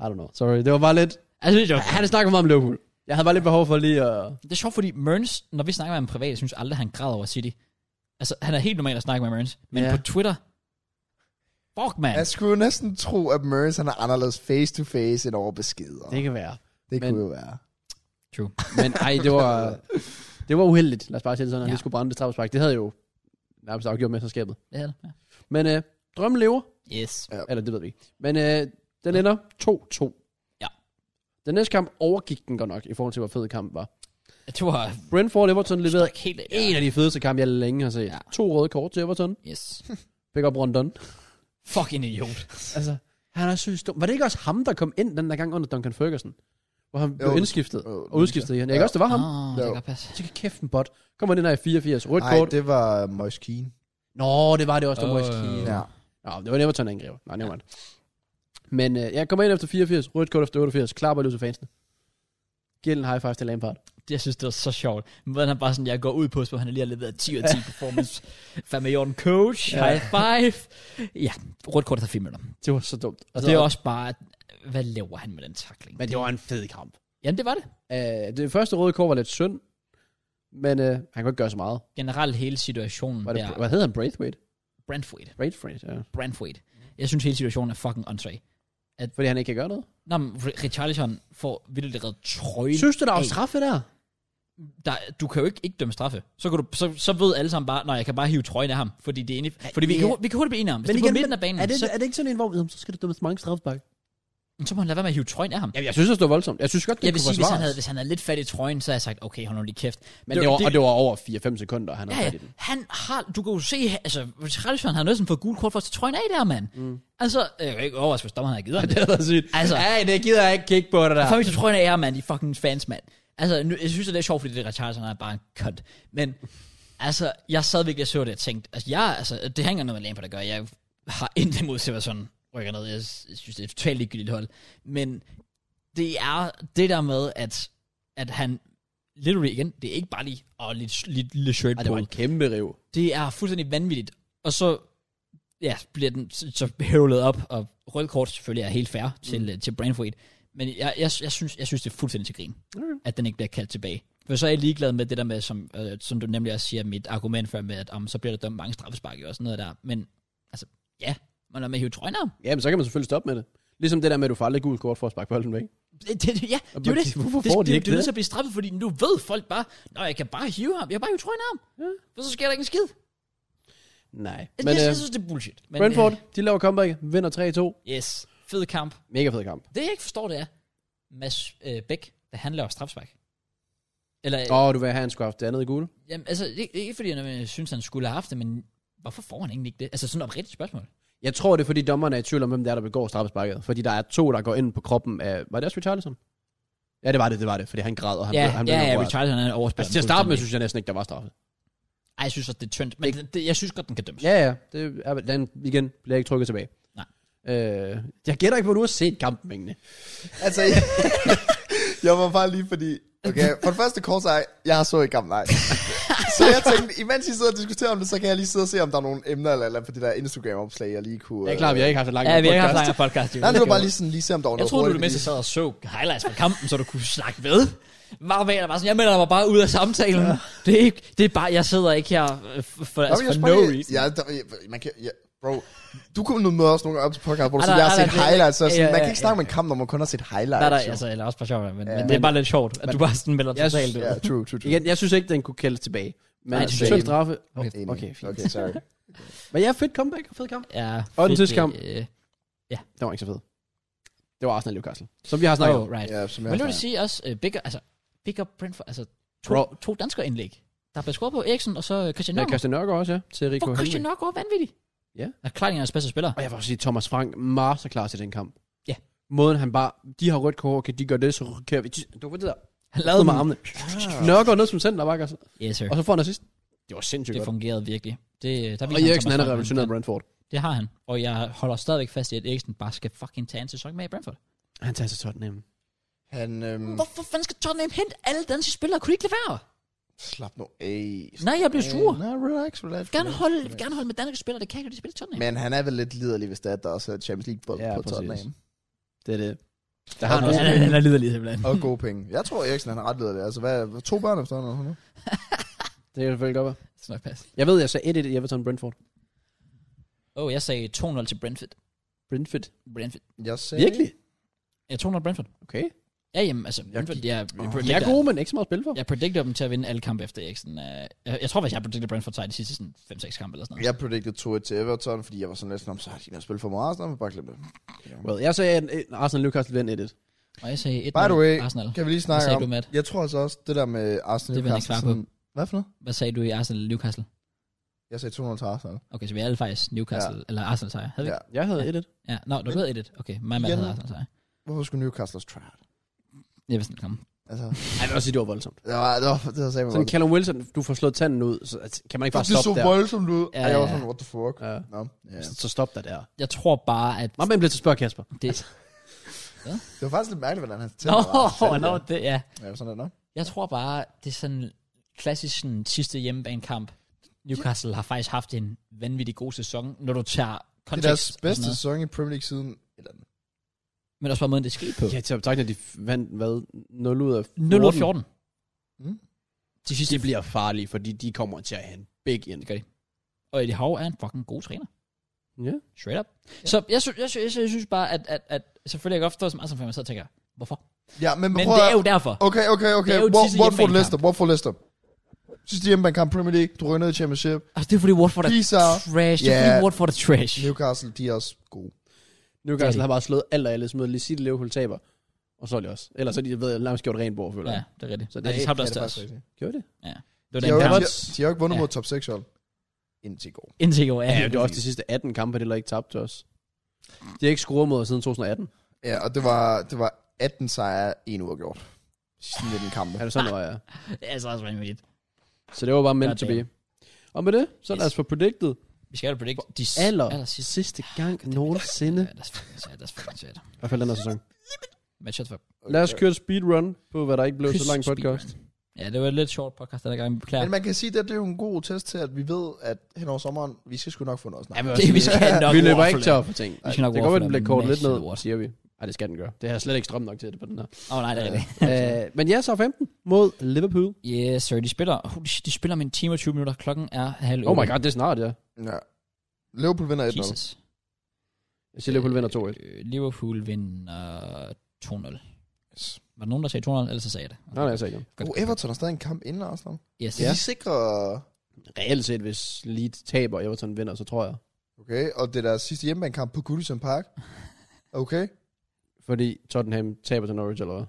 B: don't know. Sorry, det var bare lidt...
A: Altså, det er, sjovt.
B: Han snakker meget om Liverpool. Jeg havde bare lidt behov for lige at...
A: det er sjovt, fordi Mørns, når vi snakker med ham privat, jeg synes aldrig, han græder over City. Altså, han er helt normal at snakke med Mørns, men
B: Ja. Altså-
A: på Twitter, fuck, man.
C: Jeg skulle jo næsten tro, at Murray han er anderledes face-to-face end over beskeder.
B: Det
C: Det,
B: kan være.
C: det
B: men-
C: kunne jo være.
A: True.
B: Men ej, det var... Det var uheldigt, lad os bare sige det sådan, at han
A: Ja.
B: lige skulle brænde det straffespark. Det havde jo nærmest afgjort mesterskabet.
A: Det er det. Ja.
B: Men øh, drømmen lever.
A: Yes.
B: Eller det ved vi ikke. Men øh, den ender 2-2.
A: Ja.
B: Den næste kamp overgik den godt nok, i forhold til, hvor fed kamp var.
A: Det var
B: Brentford Everton leverede
A: stak helt af.
B: en af de fedeste kampe, jeg længe har set.
A: Ja.
B: To røde kort til Everton.
A: Yes.
B: Pick up Rondon.
A: Fucking idiot.
B: Altså, han er sygt dum. Var det ikke også ham, der kom ind den der gang under Duncan Ferguson? Hvor han blev
C: Jo,
B: indskiftet
C: jo, det
B: og
C: synes
B: udskiftet igen. Jeg ikke
C: Ja. Ah.
B: også, det var ham.
A: Åh, Ah, det
C: Jo.
A: kan godt passe.
B: Så kan kæft en bot. Kommer den her i 84. Rødt
C: Nej,
B: kort. Det...
C: det var øh, Moise Keane.
B: Nå, det var det også, der
A: Åh.
B: var oh.
C: Ja.
B: Nå, det var en Everton-angriber. Nej, det var Men øh, jeg kommer ind efter 84. Rødt kort efter 88. Klar bare løs af fansene. Giv en high five til Lampard.
A: Det, jeg synes, det var så sjovt. Men hvordan han bare sådan, jeg går ud på, at han lige har leveret 10 og 10 performance. Fandme Jordan Coach,
B: Ja.
A: high five. Ja, rødt kort efter 5 minutter.
B: Det var så dumt.
A: Og det er også bare, hvad laver han med den takling?
B: Altså- Men det var en fed kamp.
A: Jamen, det var det.
B: Øh, det første røde kort var lidt synd. Men øh, han kunne ikke gøre så meget.
A: Generelt hele situationen
B: Var det,
A: der.
B: Hvad hedder han? Braithwaite?
A: Brentford.
B: Braithwaite, ja.
A: Brentford. Jeg synes, hele situationen er fucking åndssvag.
B: Fordi han ikke kan gøre noget.
A: Nå, men Richarlison får vildt reddet trøjen.
B: Synes du, der var
A: af.
B: straffe der?
A: der, du kan jo ikke, ikke dømme straffe. Så, kan du, så, så ved alle sammen bare, nej, jeg kan bare hive trøjen af ham. Fordi, det er inde, fordi vi,
B: ja.
A: kan, hu- vi kan hurtigt blive enige om, hvis men det er på midten af banen,
B: er det,
A: så,
B: er det ikke sådan en, hvor jamen, så skal det dømmes mange straffespark?
A: Men så må han lade være med at hive trøjen af ham.
B: Jamen, jeg synes, det var voldsomt. Jeg synes godt, det
A: Jeg vil
B: kunne
A: sige, hvis
B: forsvares.
A: han, havde, hvis han havde lidt fat i trøjen, så havde jeg sagt, okay, hold nu lige kæft.
B: Men det var, og det var over 4-5 sekunder, han havde
A: Ja,
B: fat
A: ja.
B: i den.
A: Han har, du kan jo se, altså, Radisson har næsten fået gul kort for at tage trøjen af der, mand. Mm. Altså, jeg kan ikke overraske, hvis dommeren havde givet ham det.
B: Det havde sygt.
A: Altså.
B: Ej, det gider jeg ikke kigge på det der.
A: Fuck, hvis du tror, han er mand, de fucking fans, mand. Altså, nu, jeg synes, at det er sjovt, fordi det er Richardson, han er bare en kønt. Men, altså, jeg sad virkelig og så det, og tænkte, altså, jeg, altså, det hænger noget med Lampard, der gør. Jeg har intet imod Seversson rykker ned. Jeg, s- jeg synes, det er et totalt ligegyldigt hold. Men det er det der med, at, at han literally igen, det er ikke bare lige, og lidt, lidt, lidt shirt på.
B: Ej, det var en kæmpe rev.
A: Det er fuldstændig vanvittigt. Og så ja, bliver den så så høvlet op, og rødt kort selvfølgelig er helt fair til, mm. til Brandford. Men jeg, jeg, jeg, synes, jeg synes, det er fuldstændig til grin,
B: Okay.
A: at den ikke bliver kaldt tilbage. For så er jeg ligeglad med det der med, som, øh, som du nemlig også siger, mit argument før med, at om, så bliver der dømt mange straffespark og sådan noget der. Men altså, ja, man er med at hive trøjen om.
B: Jamen, så kan man selvfølgelig stoppe med det. Ligesom det der med, at du får aldrig gult kort for at sparke bolden væk.
A: Det, det, ja, det er jo
B: men
A: det.
B: hvorfor
A: det,
B: får de
A: det,
B: ikke
A: det? er nødt
B: det?
A: til at blive straffet, fordi nu ved folk bare, Nå, jeg kan bare hive ham, jeg kan bare hive trøjen om. Ja. For så sker der ikke en skid.
B: Nej.
A: Men,
B: Men
A: jeg,
B: øh,
A: jeg, synes, det er bullshit. Men,
B: Brentford, de laver comeback, vinder 3-2.
A: Øh, yes, fed kamp.
B: Mega fed kamp.
A: Det jeg ikke forstår, det er, Mads øh, Bæk, da han laver strafspark. Eller,
B: Åh,
A: oh.
B: oh, du vil have, at han skulle have haft det andet gule.
A: jamen, altså, ikke, ikke fordi jeg øh, synes, han skulle have haft det, men hvorfor får han egentlig ikke det? Altså, sådan et oprigtigt spørgsmål.
B: Jeg tror, det er, fordi dommerne er i tvivl om, hvem det er, der begår straffesparket. Fordi der er to, der går ind på kroppen af... Var det også Richarlison? Ja, det var det, det var det. Fordi han græd, og han
A: ja,
B: blev, han
A: ja,
B: blev
A: ja,
B: berørt.
A: Richarlison er overspillet.
B: Altså, til at starte med, synes jeg næsten ikke, der var straffet.
A: Ej, jeg synes også, det er tyndt, men det, det, jeg synes godt, den kan dømmes.
B: Ja, ja. Det er, den igen bliver ikke trykket tilbage.
A: Nej.
B: Øh, jeg gætter ikke på, at du har set kampen, Inge.
D: Altså, jeg,
C: Jeg var bare lige fordi... Okay, for det første kort sej, jeg har så ikke gammel nej. så jeg tænkte, imens I sidder og diskuterer om det, så kan jeg lige sidde og se, om der er nogle emner eller eller på det der Instagram-opslag, jeg lige kunne...
B: Jeg er klar, at vi har ikke haft så langt
A: Ja, vi har ikke haft
B: podcast.
A: lang podcast. jo.
C: Nej, det var bare lige sådan, lige se om der var
A: Jeg
C: noget
A: troede, du det
C: hurtigt,
A: mindste
C: fordi-
A: sad og så highlights fra kampen, så du kunne snakke ved. Var med, eller bare sådan, jeg melder mig bare ud af samtalen. Ja. Det, er ikke, det er bare, jeg sidder ikke her øh, for, for,
C: Nå,
A: altså,
C: men
A: for
C: jeg
A: no
C: spørger lige-
A: reason.
C: Ja, der, ja, man kan... Ja, bro, du kunne nu møde os nogle gange op til podcast, hvor du
A: Ej,
C: sådan,
A: Ah, nej,
C: jeg har
A: nej,
C: set
A: det er-
C: highlights, og
A: ja,
C: sådan,
A: ja,
C: man kan ikke
A: ja,
C: snakke om en kamp, når man kun har set highlights.
A: Nej, nej,
C: jo.
A: altså, eller også bare sjovt, men, men, det er bare lidt sjovt, at du bare sådan melder
B: Jeg
A: totalt ud.
C: Ja, true, true, true.
B: Igen, jeg synes ikke, den kunne kældes tilbage. Men
A: Nej,
B: Nej,
A: det
B: det
A: synes jeg ikke.
B: straffe.
C: Enig.
B: Okay, okay, fint.
C: Okay, sorry.
B: Men ja, fedt comeback. Fed kamp.
A: Ja,
B: Og den
A: fedt,
B: sidste kamp.
A: Øh,
B: Det var ikke så fedt. Det var Arsenal Newcastle. Som vi har snakket
A: oh,
B: om.
A: right. Yeah,
C: Ja, som jeg
A: Men nu vil
C: har
A: jeg sige også, uh, big, altså, big up Brentford, altså to,
B: Bro.
A: to danskere indlæg. Der blev scoret på Eriksen, og så øh, Christian
B: Ja,
A: Nørgaard.
B: Christian Nørgaard også, ja. Til Rico
A: For Christian
B: Henry.
A: Nørgaard er vanvittig.
B: Ja.
A: Og Klein er hans bedste spiller.
B: Og jeg vil også sige, Thomas Frank masterclass til den kamp.
A: Ja.
B: Måden han bare, de har rødt kort, kan de gøre det, så kan vi... Du var det der.
A: Han
B: Lad med
A: den.
B: armene.
A: Ah.
B: Nørgaard ned som centerbakker,
A: Yes, sir.
B: og så får han assist. Det var sindssygt
A: Det
B: godt.
A: fungerede virkelig. Det, øh, der
B: Og
A: viser
B: Eriksen,
A: Thomas
B: han er
A: Frank,
B: revolutioneret
A: han-
B: Brentford.
A: Det har han. Og jeg holder stadigvæk fast i, at Eriksen bare skal fucking tage en sæson med i Brentford.
B: Han tager sig Tottenham.
C: Han,
B: Mm.
C: øhm,
A: Hvorfor fanden skal Tottenham hente alle danske spillere? Kunne de ikke lade være?
C: slap nu af.
A: Nej, jeg bliver sur.
B: Mm.
C: Nej, relax, relax.
A: Gerne
C: relax,
A: holde,
C: relax.
A: gerne holde med danske spillere, det kan ikke, når de spiller i Tottenham.
C: Men han er vel lidt liderlig, hvis det er, at der også er Champions League-bold
B: Ja,
C: ja, på
B: præcis.
C: Tottenham.
B: Det er det. Der
A: Ja,
B: har han også.
A: han, han er liderlig simpelthen.
C: Og gode penge. Jeg tror, Eriksen han er ret liderlig. Altså, hvad, to børn efterhånden? eller sådan noget?
B: Det kan selvfølgelig godt være.
A: Det skal nok passe.
B: Jeg ved, jeg sagde 1-1 i Everton Brentford.
A: Åh, oh, jeg sagde 2-0 til Brentford.
B: Brentford.
A: Brentford.
C: Jeg sagde...
B: Virkelig?
A: Ja, 2-0 Brentford.
B: Okay.
A: Ja, jamen, altså, Brentford, jeg, jeg,
B: Jeg
A: predicter-
B: er gode, men ikke så meget spil for.
A: jeg predicter dem til at vinde alle kampe efter Eriksen. Øh, Jeg, jeg tror faktisk, jeg predicted Brentford sejr de sidste sådan 5-6 kampe eller sådan noget.
C: Jeg predicted 2-1 til Everton, fordi jeg var sådan lidt sådan, "Nå, så har de været spillet for meget, Arsenal, men bare glem det.
B: Well, jeg sagde, at øh, Arsenal Newcastle vandt 1-1.
A: Og jeg sagde 1-0
C: By the way,
A: Arsenal.
C: Kan vi lige
A: Hvad
C: snakke
A: sagde
C: om...
A: du, Matt?
C: Jeg tror altså også, det der med Arsenal...
A: Det vil jeg ikke
C: Newcastle,
A: svare på.
C: sådan- Hvad for noget?
A: Hvad sagde du i Arsenal eller Newcastle?
C: Jeg sagde 2-0 til Arsenal.
A: Okay, så vi er alle faktisk Newcastle, ja. eller Arsenal sejr. Havde vi?
C: Ja.
A: Ja.
B: Jeg havde
A: Ja.
B: 1-1.
A: ja. Nå, du
C: Men-
A: ved 1-1. Okay, mig med
C: Igen.
A: havde Arsenal sejr.
C: Hvorfor skulle Newcastle også try out?
A: Jeg vidste, den kom.
C: Altså,
B: Jeg vil også sige, det var voldsomt.
C: det var, det var, det var sagde mig
B: Sådan Callum Wilson, du får slået tanden ud, så at- kan man ikke
C: Det
B: bare
C: blev så
B: stoppe der?
C: voldsomt ud.
A: Ja,
C: Ja, jeg var
A: ja.
C: sådan, what the fuck?
B: Ja.
C: Nå, ja.
B: Så- Så stop der der.
A: Jeg tror bare, at
B: Meget man bliver til at spørge Kasper.
A: det...
C: Det var faktisk lidt mærkeligt, hvordan han
A: Nå,
C: tænder
A: no, no, det, ja.
C: Ja, sådan der, nå.
A: Jeg tror bare, det er sådan klassisk sådan, sidste hjemmebanekamp. Newcastle har faktisk haft en vanvittig god sæson, når du tager
C: Det er
A: kontekst.
C: deres
A: og sådan
C: bedste
A: noget.
C: sæson i Premier League siden... Eller,
A: Men også bare måden, det er sket på.
B: Ja, til at betragte, at de vandt, hvad, 0 ud af
A: 0 ud 14.
C: Mm.
A: Til sidst,
B: De bliver farlige, fordi de kommer til at have en big end.
A: Det gør de. Og Eddie Howe er en fucking god træner.
B: Ja.
A: Straight up. Ja. Så jeg, sy- jeg, sy- jeg, sy- jeg, synes bare, at, at, at selvfølgelig er jeg godt forstå, som Arsenal fan, man sidder og tænker, hvorfor?
C: ja, men,
A: Men
C: prøv
A: det
C: at-
A: er jo derfor.
C: Okay, okay, okay.
A: Det er jo
C: Wa-
A: sidste
C: Watford
A: hjemmebanekamp.
C: Leicester, Watford Leicester. Sidste hjemmebanekamp Premier League, du ryger ned i Championship.
A: Altså, det er fordi Watford er
C: Peace out.
A: trash. Det er
C: Ja.
A: fordi Watford er trash.
C: Newcastle, de er også gode.
B: Newcastle
A: de.
B: har bare slået alt og alle, smidt lige sit Liverpool taber. Og så er det også. Ellers har de ved, nærmest gjort rent bord, føler
A: Ja,
B: jeg.
A: det er rigtigt.
B: Så
A: Så
B: det
A: det, ja, de
B: er-
A: tabte
C: Ja,
A: også til
C: det er
A: os.
C: faktisk rigtigt.
B: Gjorde det?
A: Det var
C: De
A: den
C: har, jo, de,
A: kamp.
C: har, de har jo ikke vundet
A: Ja.
C: mod top 6 hold. Indtil i går.
A: Indtil i går.
B: Ja, det var også de sidste 18 kampe, de heller ikke tabt til os. De har ikke scoret mod os siden 2018.
C: Ja, og det var, det var 18 sejre, en uge gjort. Sidste 19 kampe.
B: Er det sådan, det var, ja.
A: Det er altså også vanvittigt.
B: Så det var bare meant to be.
A: Goddamn.
B: Og med det, så er det
A: Yes.
B: altså for predicted.
A: Vi skal jo predict de s-
B: Aller,
A: allersidste-
B: sidste gang nogensinde.
A: Ja, that's fucking sad. That's fucking sad.
B: I hvert fald den her sæson.
A: Match up for
B: Lad os køre et speedrun på, hvad der ikke blev så lang
A: Speedrun.
B: podcast.
A: Ja, det var et lidt short podcast den her gang. Vi beklager.
C: Men man kan sige, at det er jo en god test til, at vi ved, at hen over sommeren, vi skal sgu nok få noget
A: Ja,
C: snart.
A: men vi skal nok
B: vi løber ikke
A: waffle.
B: tør for ting.
A: Vi skal nok
B: det går, at
A: waffle
B: den bliver
A: en
B: kort lidt
A: masse
B: ned,
A: lort.
B: siger vi. Nej, det skal den gøre. Det har jeg slet ikke strøm nok til det på den her.
A: Åh, oh, nej, det er rigtigt.
B: øh, men ja, så 15 mod Liverpool.
A: Yes, sir. De spiller, holy shit, de spiller med en time og 20 minutter. Klokken er halv
B: Oh my god, det er snart, ja.
C: Ja. Liverpool vinder 1-0.
A: Jesus.
B: Jeg siger, Liverpool vinder 2-1.
A: Øh, Liverpool vinder 2-0.
C: Yes.
A: Var der nogen, der sagde 2-0, ellers så sagde jeg det.
B: Nej, nej, jeg sagde ikke.
A: Godt.
C: Uh, Everton har stadig en kamp inden Arsenal.
A: Yes.
C: Så ja. de sikrer...
B: Reelt set, hvis Leeds taber, og Everton vinder, så tror jeg.
C: Okay, og det er deres sidste hjemmebanekamp på Goodison Park. Okay.
B: Fordi Tottenham taber til Norwich, eller hvad?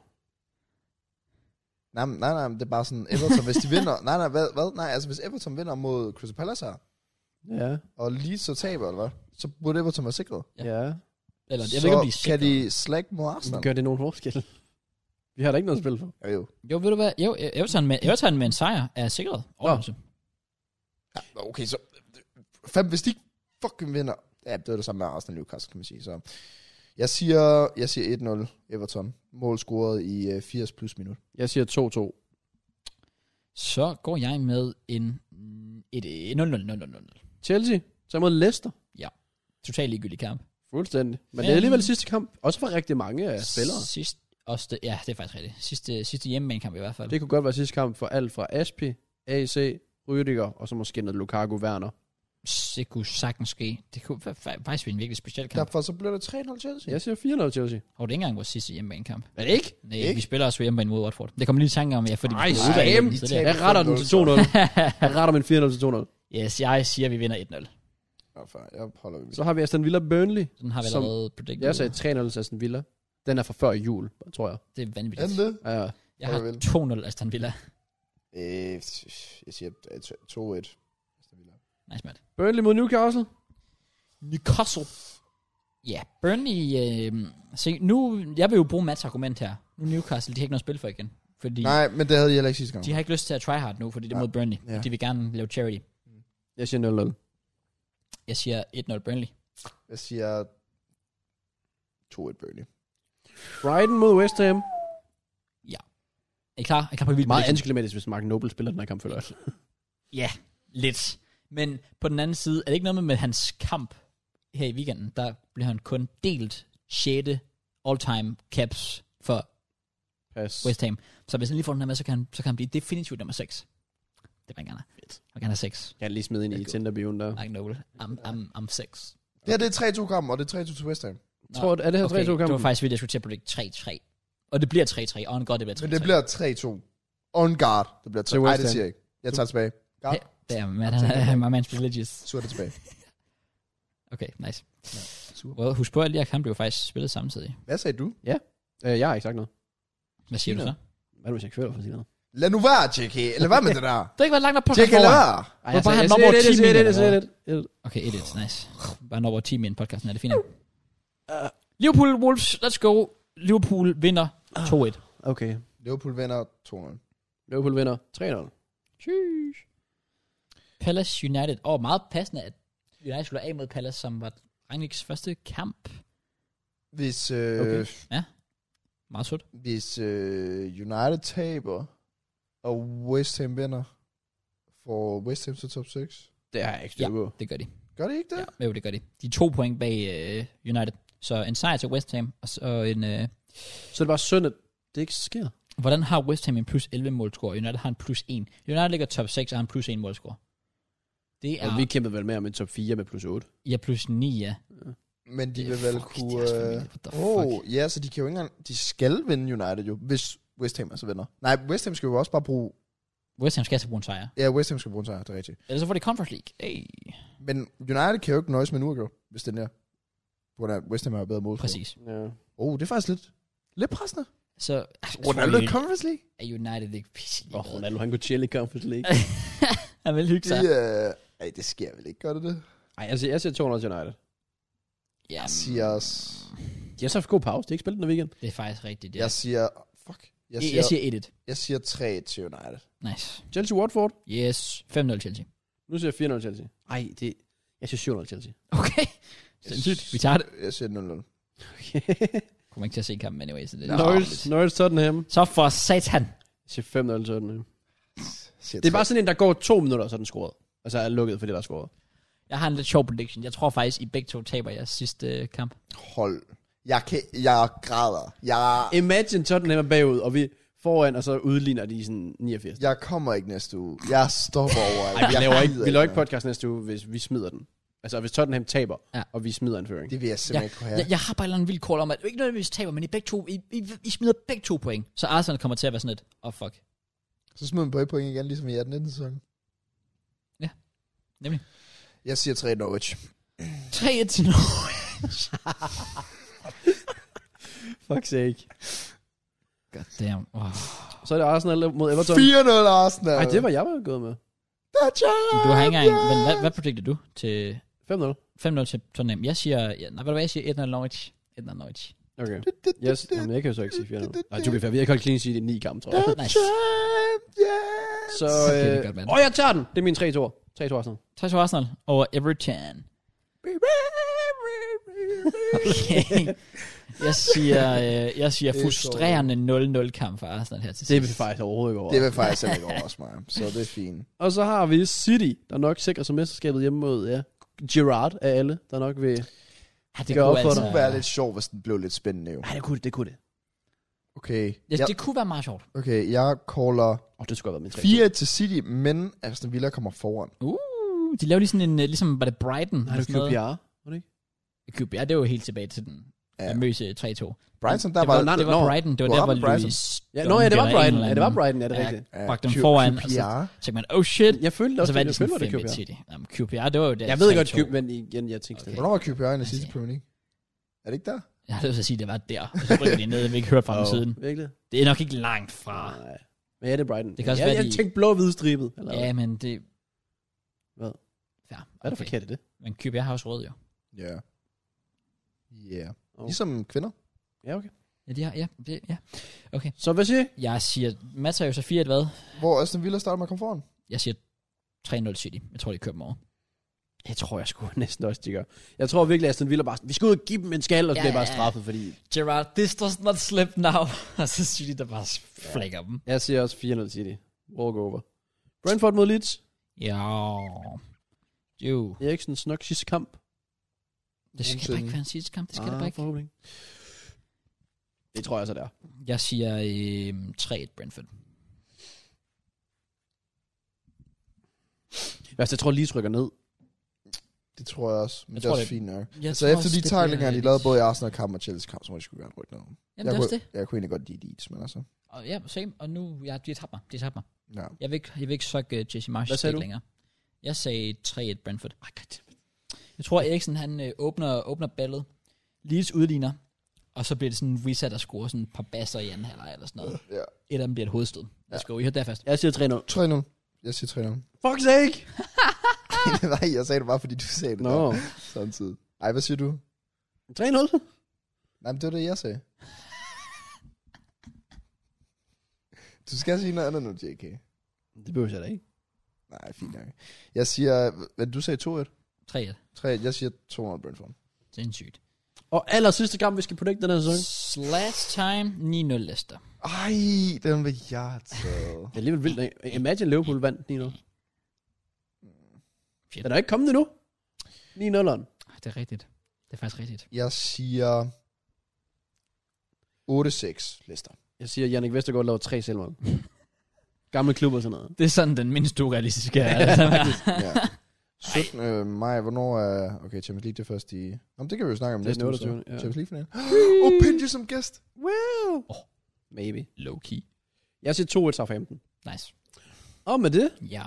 C: Nej, men- nej, nej, men det er bare sådan, Everton, hvis de vinder... Nej, nej, hvad, hvad? Nej, altså hvis Everton vinder mod Crystal Palace her,
B: Ja.
C: og lige så taber, eller hvad? Så burde Everton være sikret.
A: Ja.
B: Ja.
A: Eller, jeg
C: så
A: ved ikke, om de er
C: kan
A: sikre.
C: de slække mod Arsenal.
B: Gør det nogen forskel? Vi har da ikke noget at spille for.
C: Jo, jo.
A: Jo, ved du hvad? Jo, Everton med, Everton med en sejr er sikret. Overraskelse.
C: Ja, okay, så... Fem, hvis de ikke fucking vinder... Ja, det er det samme med Arsenal og Newcastle, kan man sige. Så jeg siger, jeg siger 1-0 Everton. Mål scoret i øh, 80 plus minut.
B: Jeg siger 2-2.
A: Så går jeg med en et, et 0-0-0-0-0.
B: Chelsea, så mod Leicester.
A: Totalt ligegyldig kamp.
B: Fuldstændig. Men
A: Men-
B: det er alligevel sidste kamp. Også for rigtig mange af spillere.
A: Sidst, også det, ja, det er faktisk rigtigt. Sidste, sidste hjemmebanekamp i hvert fald.
B: Det kunne godt være sidste kamp for alt fra Aspi, AC, Rydiger, og så måske noget Lukaku Werner.
A: det kunne sagtens ske. Det kunne fa- fa- faktisk blive en virkelig speciel kamp.
C: Derfor så bliver det 3-0 Chelsea.
B: Jeg siger 4-0 Chelsea.
A: Og det ikke engang vores sidste hjemmebanekamp.
B: Er det ikke?
A: Nej,
C: Ikke?
A: vi spiller også på hjemmebane mod Watford. Det kommer lige i tanke om, ja, fordi
B: Ej,
A: vi blev
B: same.
A: udvalgt lidt
C: I
A: tidligere.
C: taber.
B: Jeg retter den til 2-0. Jeg retter min 4-0 til 2-0.
A: Yes, jeg siger, vi vinder 1-0.
C: Ja, fair. Jeg holder ved mit.
B: Så har vi Aston Villa Burnley.
A: Den har vi
B: Som-
A: allerede predicted.
B: Jeg sagde 3-0 til Aston Villa. Den er fra før jul, tror jeg.
A: Det er vanvittigt.
C: Endte.
B: Ja,
A: Jeg har
C: Hvad vil?
A: 2-0 Aston Villa.
C: Øh, jeg siger øh, 2-1.
A: Nice, Matt.
B: Burnley mod Newcastle.
A: Newcastle. Ja, Burnley... Øh, se, nu... Jeg vil jo bruge Mats argument her. Nu Newcastle, de har ikke noget spil for igen. Fordi
C: Nej, men det havde jeg heller ikke sidste gang.
A: de har ikke lyst til at try hard nu, fordi det er
C: Nej.
A: mod Burnley.
C: Ja.
A: De vil gerne lave charity.
B: Jeg siger 0-0.
A: Jeg siger 1-0 Burnley.
C: Jeg siger 2-1 Burnley.
B: Brighton mod West Ham.
A: Er I klar? Er I klar på vildt?
B: Meget antiklimatisk, hvis Mark Noble spiller den her kamp, føler jeg.
A: Ja, lidt. Men på den anden side, er det ikke noget med, med hans kamp her i weekenden, der bliver han kun delt 6. all-time caps for
B: Pas.
A: West Ham. Så hvis han lige får den her med, så kan han, så kan han blive definitivt nummer 6. Det vil han gerne have. Han vil gerne have 6.
B: Kan jeg lige smide ind i
A: Let's go.
B: Tinder-bioen der.
A: Mark Noble. I'm, I'm, I'm 6.
C: Det her det er 3-2 kampen, og det er 3-2 til West Ham.
A: Nå,
B: Tror du, er det her 3-2
A: okay, Det var
B: kampen?
A: faktisk vildt, jeg skulle til at predict 3-3. Og det bliver 3-3. Og han godt, det bliver 3-3.
C: Men det bliver 3-2. On guard. Det bliver 3
B: Til
C: Nej,
B: West
C: det
B: Ham.
C: siger jeg ikke. Jeg tager det tilbage. Guard.
A: Ja, det er, man, han er my man's religious.
C: Så er det tilbage.
A: Okay, nice.
C: Super.
A: Well, husk på, at alle de her kampe blev faktisk spillet samtidig.
C: Hvad sagde du?
B: Øh, jeg har ikke sagt noget.
A: Hvad siger du så?
B: Hvad er det, hvis jeg ikke føler for at sige noget?
C: Lad nu være, JK. Lad være med det der.
A: Det har ikke været langt nok på
C: JK, lad være.
B: Ej,
A: Hvor
B: altså,
A: bare
B: jeg
A: han
B: siger
A: var over
B: et, jeg
A: 10
B: siger et,
A: minutter,
B: jeg siger
A: eller
B: et, et, et.
A: Okay, et et, nice. Bare når over 10 med en podcasten, er det fint. Uh, Liverpool Wolves, let's go. Liverpool vinder 2-1.
B: Okay.
C: Liverpool vinder 2-0.
B: Liverpool vinder 3-0.
A: Sheesh. Palace United. Og oh, meget passende, at United skulle af mod Palace, som var Rangnicks første kamp.
C: Hvis, øh,
B: Okay.
C: okay.
A: Meget sødt.
C: hvis øh, United taber, og West Ham vinder, får West Ham så top 6.
B: Det har jeg ikke styr
A: Ja.
B: på.
A: Det gør de.
C: Gør det ikke det?
A: Ja, jo, det gør de. De er to point bag uh, United. Så en sejr til West Ham, og, så- og en... Uh,
B: Så det var synd, at det ikke sker.
A: hvordan har West Ham en plus 11 målscore? United har en plus 1. United ligger top 6 og har en plus 1 målscore. Det
B: Og
A: er...
B: Altså, vi kæmpede vel med om en top 4 med plus 8.
A: Ja, plus 9, ja.
C: Men de
A: Det-
C: vil vel
A: fuck,
C: kunne...
A: det er også vanvittigt.
C: øh,
A: What the
C: Åh,
A: fuck?
C: ja, så de kan jo ikke engang... De skal vinde United jo, hvis West Ham altså vinder. Nej, West Ham skal jo også bare bruge...
A: West Ham skal altså bruge en sejr.
C: Ja, West Ham skal bruge en sejr, det er rigtigt.
A: Ellers så får de Conference League. Hey.
C: Men United kan jo ikke nøjes med en uafgjort, hvis den er. Ronald West Ham er jo bedre mål.
A: Præcis.
B: Ja.
C: Oh, det er faktisk lidt, lidt pressende.
A: Så altså,
D: Ronaldo
A: tror
D: Conference League?
A: I, at United ikke pisse
B: Åh, oh, Ronaldo, han kunne chill i Conference League.
A: Han vil hygge
C: De,
A: sig.
C: øh, ej, det sker vel ikke, gør det det?
B: Ej, altså, jeg siger 200 til United.
A: Ja,
C: Jeg siger også...
B: De har så haft god pause. De har ikke spillet den weekend.
A: det er faktisk rigtigt. Ja.
C: Jeg siger... Fuck. Jeg
A: Jeg,
C: siger,
A: jeg siger 1-1.
C: jeg siger 3 til United.
A: Nice.
B: Chelsea Watford.
A: Yes. 5-0 Chelsea.
B: Nu siger jeg 4-0 Chelsea. Ej, det... Jeg siger 700 Chelsea.
A: Okay. Sindssygt. Vi tager det.
C: Jeg siger 0
A: Kommer ikke til at se kampen anyway, så det er
B: Norris,
A: lidt-
B: Norris Tottenham.
A: Så for satan.
B: Jeg siger 5-0 Tottenham.
C: Siger
B: Det er bare sådan en, der går to minutter, så er den scoret. Og så er lukket, fordi der er scoret.
A: Jeg har en lidt sjov prediction. Jeg tror faktisk, I begge to taber jeres sidste øh, kamp.
C: Hold. Jeg, kan, jeg græder. Jeg,
B: Imagine Tottenham er bagud, og vi foran, og så udligner de i sådan 89.
C: jeg kommer ikke næste uge. Jeg stopper over.
B: Ej, vi
C: Jeg
B: laver ikke,
C: gider
B: vi laver ikke
C: mere.
B: podcast næste uge, hvis vi smider den. Altså, hvis Tottenham taber,
A: Ja.
B: ja. og vi smider en føring.
C: Det vil jeg
A: Ja,
C: simpelthen ikke kunne
A: ja.
C: have.
A: jeg, jeg har bare et eller andet vildt call om, at ikke nødvendigvis taber, men I, begge to, I, I, I smider begge to point. Så Arsenal kommer til at være sådan et, oh fuck.
C: Så smider man på point igen, ligesom i 18. sæson.
A: Ja. Nemlig.
C: Jeg siger 3 Norwich.
A: 3-1 til Norge.
B: Fuck sake.
A: God damn. Wow.
B: Så er det Arsenal mod Everton.
C: 4-0 Arsenal.
B: Nej, det var jeg var gået med.
A: Du har ikke engang, men hvad, hvad predicted du til
B: 5-0.
A: 5-0 til Tottenham? Jeg siger, ja, nej, ved du hvad, jeg siger 1-0 Norwich. 1-0 Norwich.
B: Okay. Yes, jamen, jeg kan jo så ikke sige 4-0. Nej, du kan fair. Vi har ikke holdt clean sheet i 9 kampe, tror jeg.
A: Nice.
C: Champions.
B: Så,
A: Det kan
B: øh,
A: vi godt være.
B: åh, jeg tager den! Det er mine 3 2 3 2 Arsenal.
A: 3 til Arsenal over Everton. Okay. Jeg siger, øh, jeg siger
C: Det er
A: frustrerende 0-0 kamp for Arsenal her til
B: Det vil
A: sidst.
B: faktisk overhovedet ikke
C: Det
B: over.
C: vil faktisk heller ikke overraske mig. Så det er fint.
B: Og så har vi City, der nok sikrer sig mesterskabet hjemme mod, ja, Gerard af alle, der nok vil...
A: Ja, det,
B: Gør
A: kunne
B: op for
C: Det
A: altså,
C: kunne være lidt sjovt, hvis den blev lidt spændende jo.
B: Ej, det kunne det, det kunne det.
C: Okay,
A: Ja,
C: jeg,
A: det kunne være meget sjovt.
C: okay, jeg caller
B: Åh, oh, det skulle have været min 3
C: 4 til City, men Aston Villa kommer foran.
A: Uh, de lavede lige sådan en, øh, ligesom var det Brighton?
B: Nej,
A: eller
B: det
A: sådan
B: var
A: noget?
B: QPR. Var det ikke?
A: QPR, det var jo helt tilbage til den
C: Ja.
A: ja. famøse 3-2.
C: Brighton, der
A: det
C: var...
A: var,
B: nej,
A: det var
B: nå,
A: Brighton, det var
C: hvor
A: der,
C: var
A: hvor
C: det Brighton?
A: Louis...
B: Ja, nå, ja, det var
A: Duncan
B: Brighton.
A: eller
B: Ja, det var
A: en-
B: Brighton, ja, det er
A: Ja.
B: rigtigt.
C: øh,
A: Fuck dem
C: Q-
A: foran, og så,
C: QPR.
A: så tænkte man, oh shit.
B: Jeg følte
A: Og
B: også,
A: så vandt de
B: jeg følte,
A: sådan
B: det var
A: 5
B: QPR.
A: City. Jamen, QPR, det var jo der
B: Jeg ved godt,
A: 3-2.
B: Cube, men igen, jeg tænkte okay.
C: Hvornår var QPR i den sidste Premier League? Er det ikke der?
A: Jeg har lyst til at sige, det var der. Altså. Og så rykker de ned, og vi ikke hørt fra dem siden.
B: Virkelig?
A: Det er nok ikke langt fra.
B: Nej. Men ja, det er Brighton.
A: Det kan også
B: jeg,
A: være,
B: jeg
A: de-
B: tænkte blå-hvid stribet. Eller
A: Ja,
B: hvad?
A: men det... Ja,
B: Hvad?
A: okay.
B: Hvad er der forkert i det?
A: Men QPR har også råd, jo.
C: Ja. Ja.
B: Oh.
C: Ligesom kvinder.
B: Ja, okay.
A: Ja, de har, ja, det, ja.
B: Så hvad siger I?
A: Jeg siger, Mads er jo så 4-1 hvad?
C: Hvor Aston Villa starter med at komme foran.
A: Jeg siger 3-0 City. Jeg tror, de kører dem over.
B: Det tror jeg sgu næsten også, de gør. Jeg tror virkelig, at Aston Villa bare... Vi skal ud og give dem en skal, og så
A: Ja,
B: bliver
A: ja,
B: bare
A: ja.
B: straffet, fordi...
A: Gerard, this does not slip now. og så City, der bare flækker dem.
B: Jeg siger også 4-0 City. Walk over. Brentford mod Leeds.
A: Ja. Jo.
B: Eriksen nok sidste kamp.
A: Det skal bare
C: Nogensinde.
A: ikke være en sidste kamp. Det skal ah, det bare ikke.
B: Forhåbentlig. Det tror jeg så, det er.
A: Jeg siger øh, 3-1 Brentford.
B: Altså, jeg tror, Leeds rykker ned.
C: Det tror jeg også. Men
A: Jeg
C: det er
A: tror,
C: også
A: det-
C: fint nok.
A: Jeg
C: Så Altså, efter de taklinger, de lavede både i Arsenal-kamp og Chelsea-kamp, så må de skulle gerne rykke noget.
A: Jamen,
C: jeg,
A: det er også
C: kunne,
A: det.
C: jeg kunne egentlig godt lide Leeds, men altså...
A: Og, ja, same. Og nu, ja, de har tabt mig. De har tabt mig.
C: Ja.
A: Jeg vil ikke, jeg vil ikke sukke øh, Jesse Marsh
B: Hvad sagde
A: stik
B: du?
A: længere. Jeg sagde 3-1 Brentford. Jeg tror, Eriksen han øh, åbner, åbner ballet. Leeds udligner. Og så bliver det sådan en reset, der scorer sådan et par basser i anden halvleg eller sådan noget.
C: ja.
A: Et af dem bliver et hovedstød. Let's go. I hørte der fast.
B: Jeg siger 3-0.
C: 3-0. Jeg siger 3-0.
B: Fuck sake!
A: Ah!
C: Nej, jeg sagde det bare, fordi du sagde det
B: Nå.
C: der, samtidig. Ej, hvad siger du?
B: 3-0.
C: Nej, men det var det, jeg sagde. du skal sige noget andet nu, JK.
B: Det behøver jeg da ikke.
C: Nej, fint nok. Jeg siger... Hvad, du sagde 2-1?
A: 3-1.
C: 3 Jeg siger 200 Brentford.
A: Sindssygt.
B: Og aller sidste kamp, vi skal predict den her sæson.
A: Last time 9-0 Leicester.
C: Ej, den vil jeg have taget.
B: Det er alligevel vildt. ikke? Imagine Liverpool vandt 9-0.
A: Shit.
B: Den er ikke kommet endnu. 9-0'eren.
A: Ah, Det er rigtigt. Det er faktisk rigtigt.
C: Jeg siger... 8-6, Leicester.
B: Jeg siger, at Jannik Vestergaard laver tre selvmål. Gamle klub og sådan noget.
A: Det er sådan den mindst urealistiske. altså.
C: Ja. 17. øh, maj, hvornår er... Okay, Champions League det er først i... Jamen, det kan vi jo snakke om
B: Det er
C: næste
B: den
C: uge, så.
B: 28., ja.
C: Champions League-finale. Og Pinju som gæst.
B: Well.
A: Åh.
B: Maybe.
A: Low key.
B: Jeg siger 2-1 Southampton.
A: Nice.
B: Og med det
A: Ja.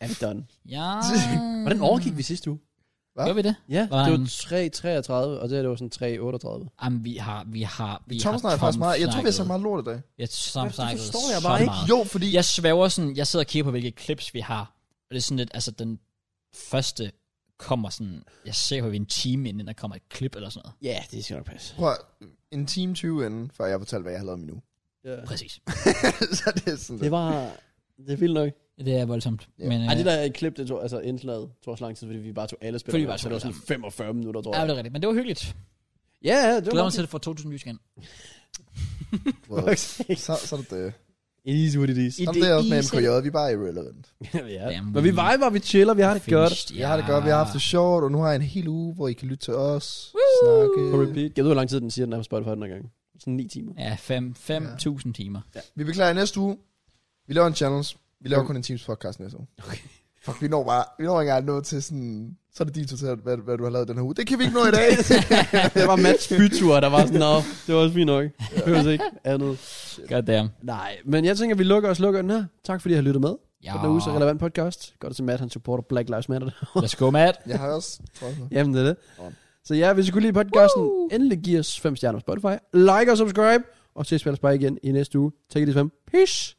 B: er vi done.
A: Ja.
B: Hvordan overgik vi sidste uge?
C: Ja.
A: Gør vi det?
B: Ja,
A: Var
B: det
A: han-
B: var 3,33, og det her, det var sådan 3,38.
A: Jamen, vi har, vi har, vi
C: Tom
A: har
C: snakker faktisk meget. Jeg tror, vi har
A: snakket.
C: sagt meget lort i dag.
A: Jeg
B: Hvad- det
A: samsnakket
B: forstår
A: så
B: jeg bare ikke.
A: meget.
C: Jo, fordi...
A: Jeg svæver sådan, jeg sidder og kigger på, hvilke clips vi har. Og det er sådan lidt, altså den første kommer sådan, jeg ser på, vi er en time inden der kommer et klip eller sådan noget.
B: Ja, det skal nok passe.
C: Prøv at, en time 20 inden, før jeg fortalte, hvad jeg har lavet min uge.
B: Ja.
A: Præcis.
C: så det er sådan
B: Det
C: lidt.
B: var... Det er vildt nok.
A: Det er voldsomt.
C: Ja.
A: Men,
B: Ej,
A: øh,
B: det der klip, det tog, altså indslaget, tog også lang tid, fordi vi bare tog alle spillere.
A: Fordi vi bare
B: så
A: tog
B: det var sådan 45 minutter, tror
A: Ja,
B: jeg.
A: det er rigtigt. Men det var hyggeligt.
B: Ja, ja, det var
A: Glæder mig
B: meget
A: til, at få 2.000 views igen.
C: Wow.
B: fint.
C: Så, så er det det.
B: It is what it is.
C: Jamen, det er også med MKJ, vi er bare irrelevant.
B: ja.
A: Damn.
B: Men vi viber, vi chiller, vi har det godt.
A: Finished,
C: Jeg har det godt, vi har haft det sjovt, og nu har jeg en hel uge, hvor I kan lytte til os.
A: Woo!
C: Snakke.
B: På repeat. Jeg ved, hvor lang tid den siger, den er på Spotify den her gang. Sådan 9 timer.
A: Ja, fem- 5.000 timer.
C: Vi beklager i næste uge. Vi laver en challenge. Vi laver kun en Teams podcast næste uge. Okay. Fuck, vi når bare, vi når ikke engang noget til sådan, så er det din tur til, hvad, hvad du har lavet den her uge. Det kan vi ikke nå i dag.
B: det var Mats bytur, der var sådan, nå, det var også fint nok. Det var ikke andet.
A: God damn.
B: Nej, men jeg tænker, vi lukker os lukker den her. Tak fordi I har lyttet med.
A: Ja.
B: Ja. Den uge så relevant podcast. Godt til Matt, han supporter Black Lives Matter.
A: Let's go, Matt.
C: jeg har også trøjler.
B: Jamen, det er det. Så ja, hvis I kunne lide podcasten, Woo! endelig giv os 5 stjerner på Spotify. Like og subscribe. Og så ses vi ellers bare igen i næste uge. Tak i det Peace.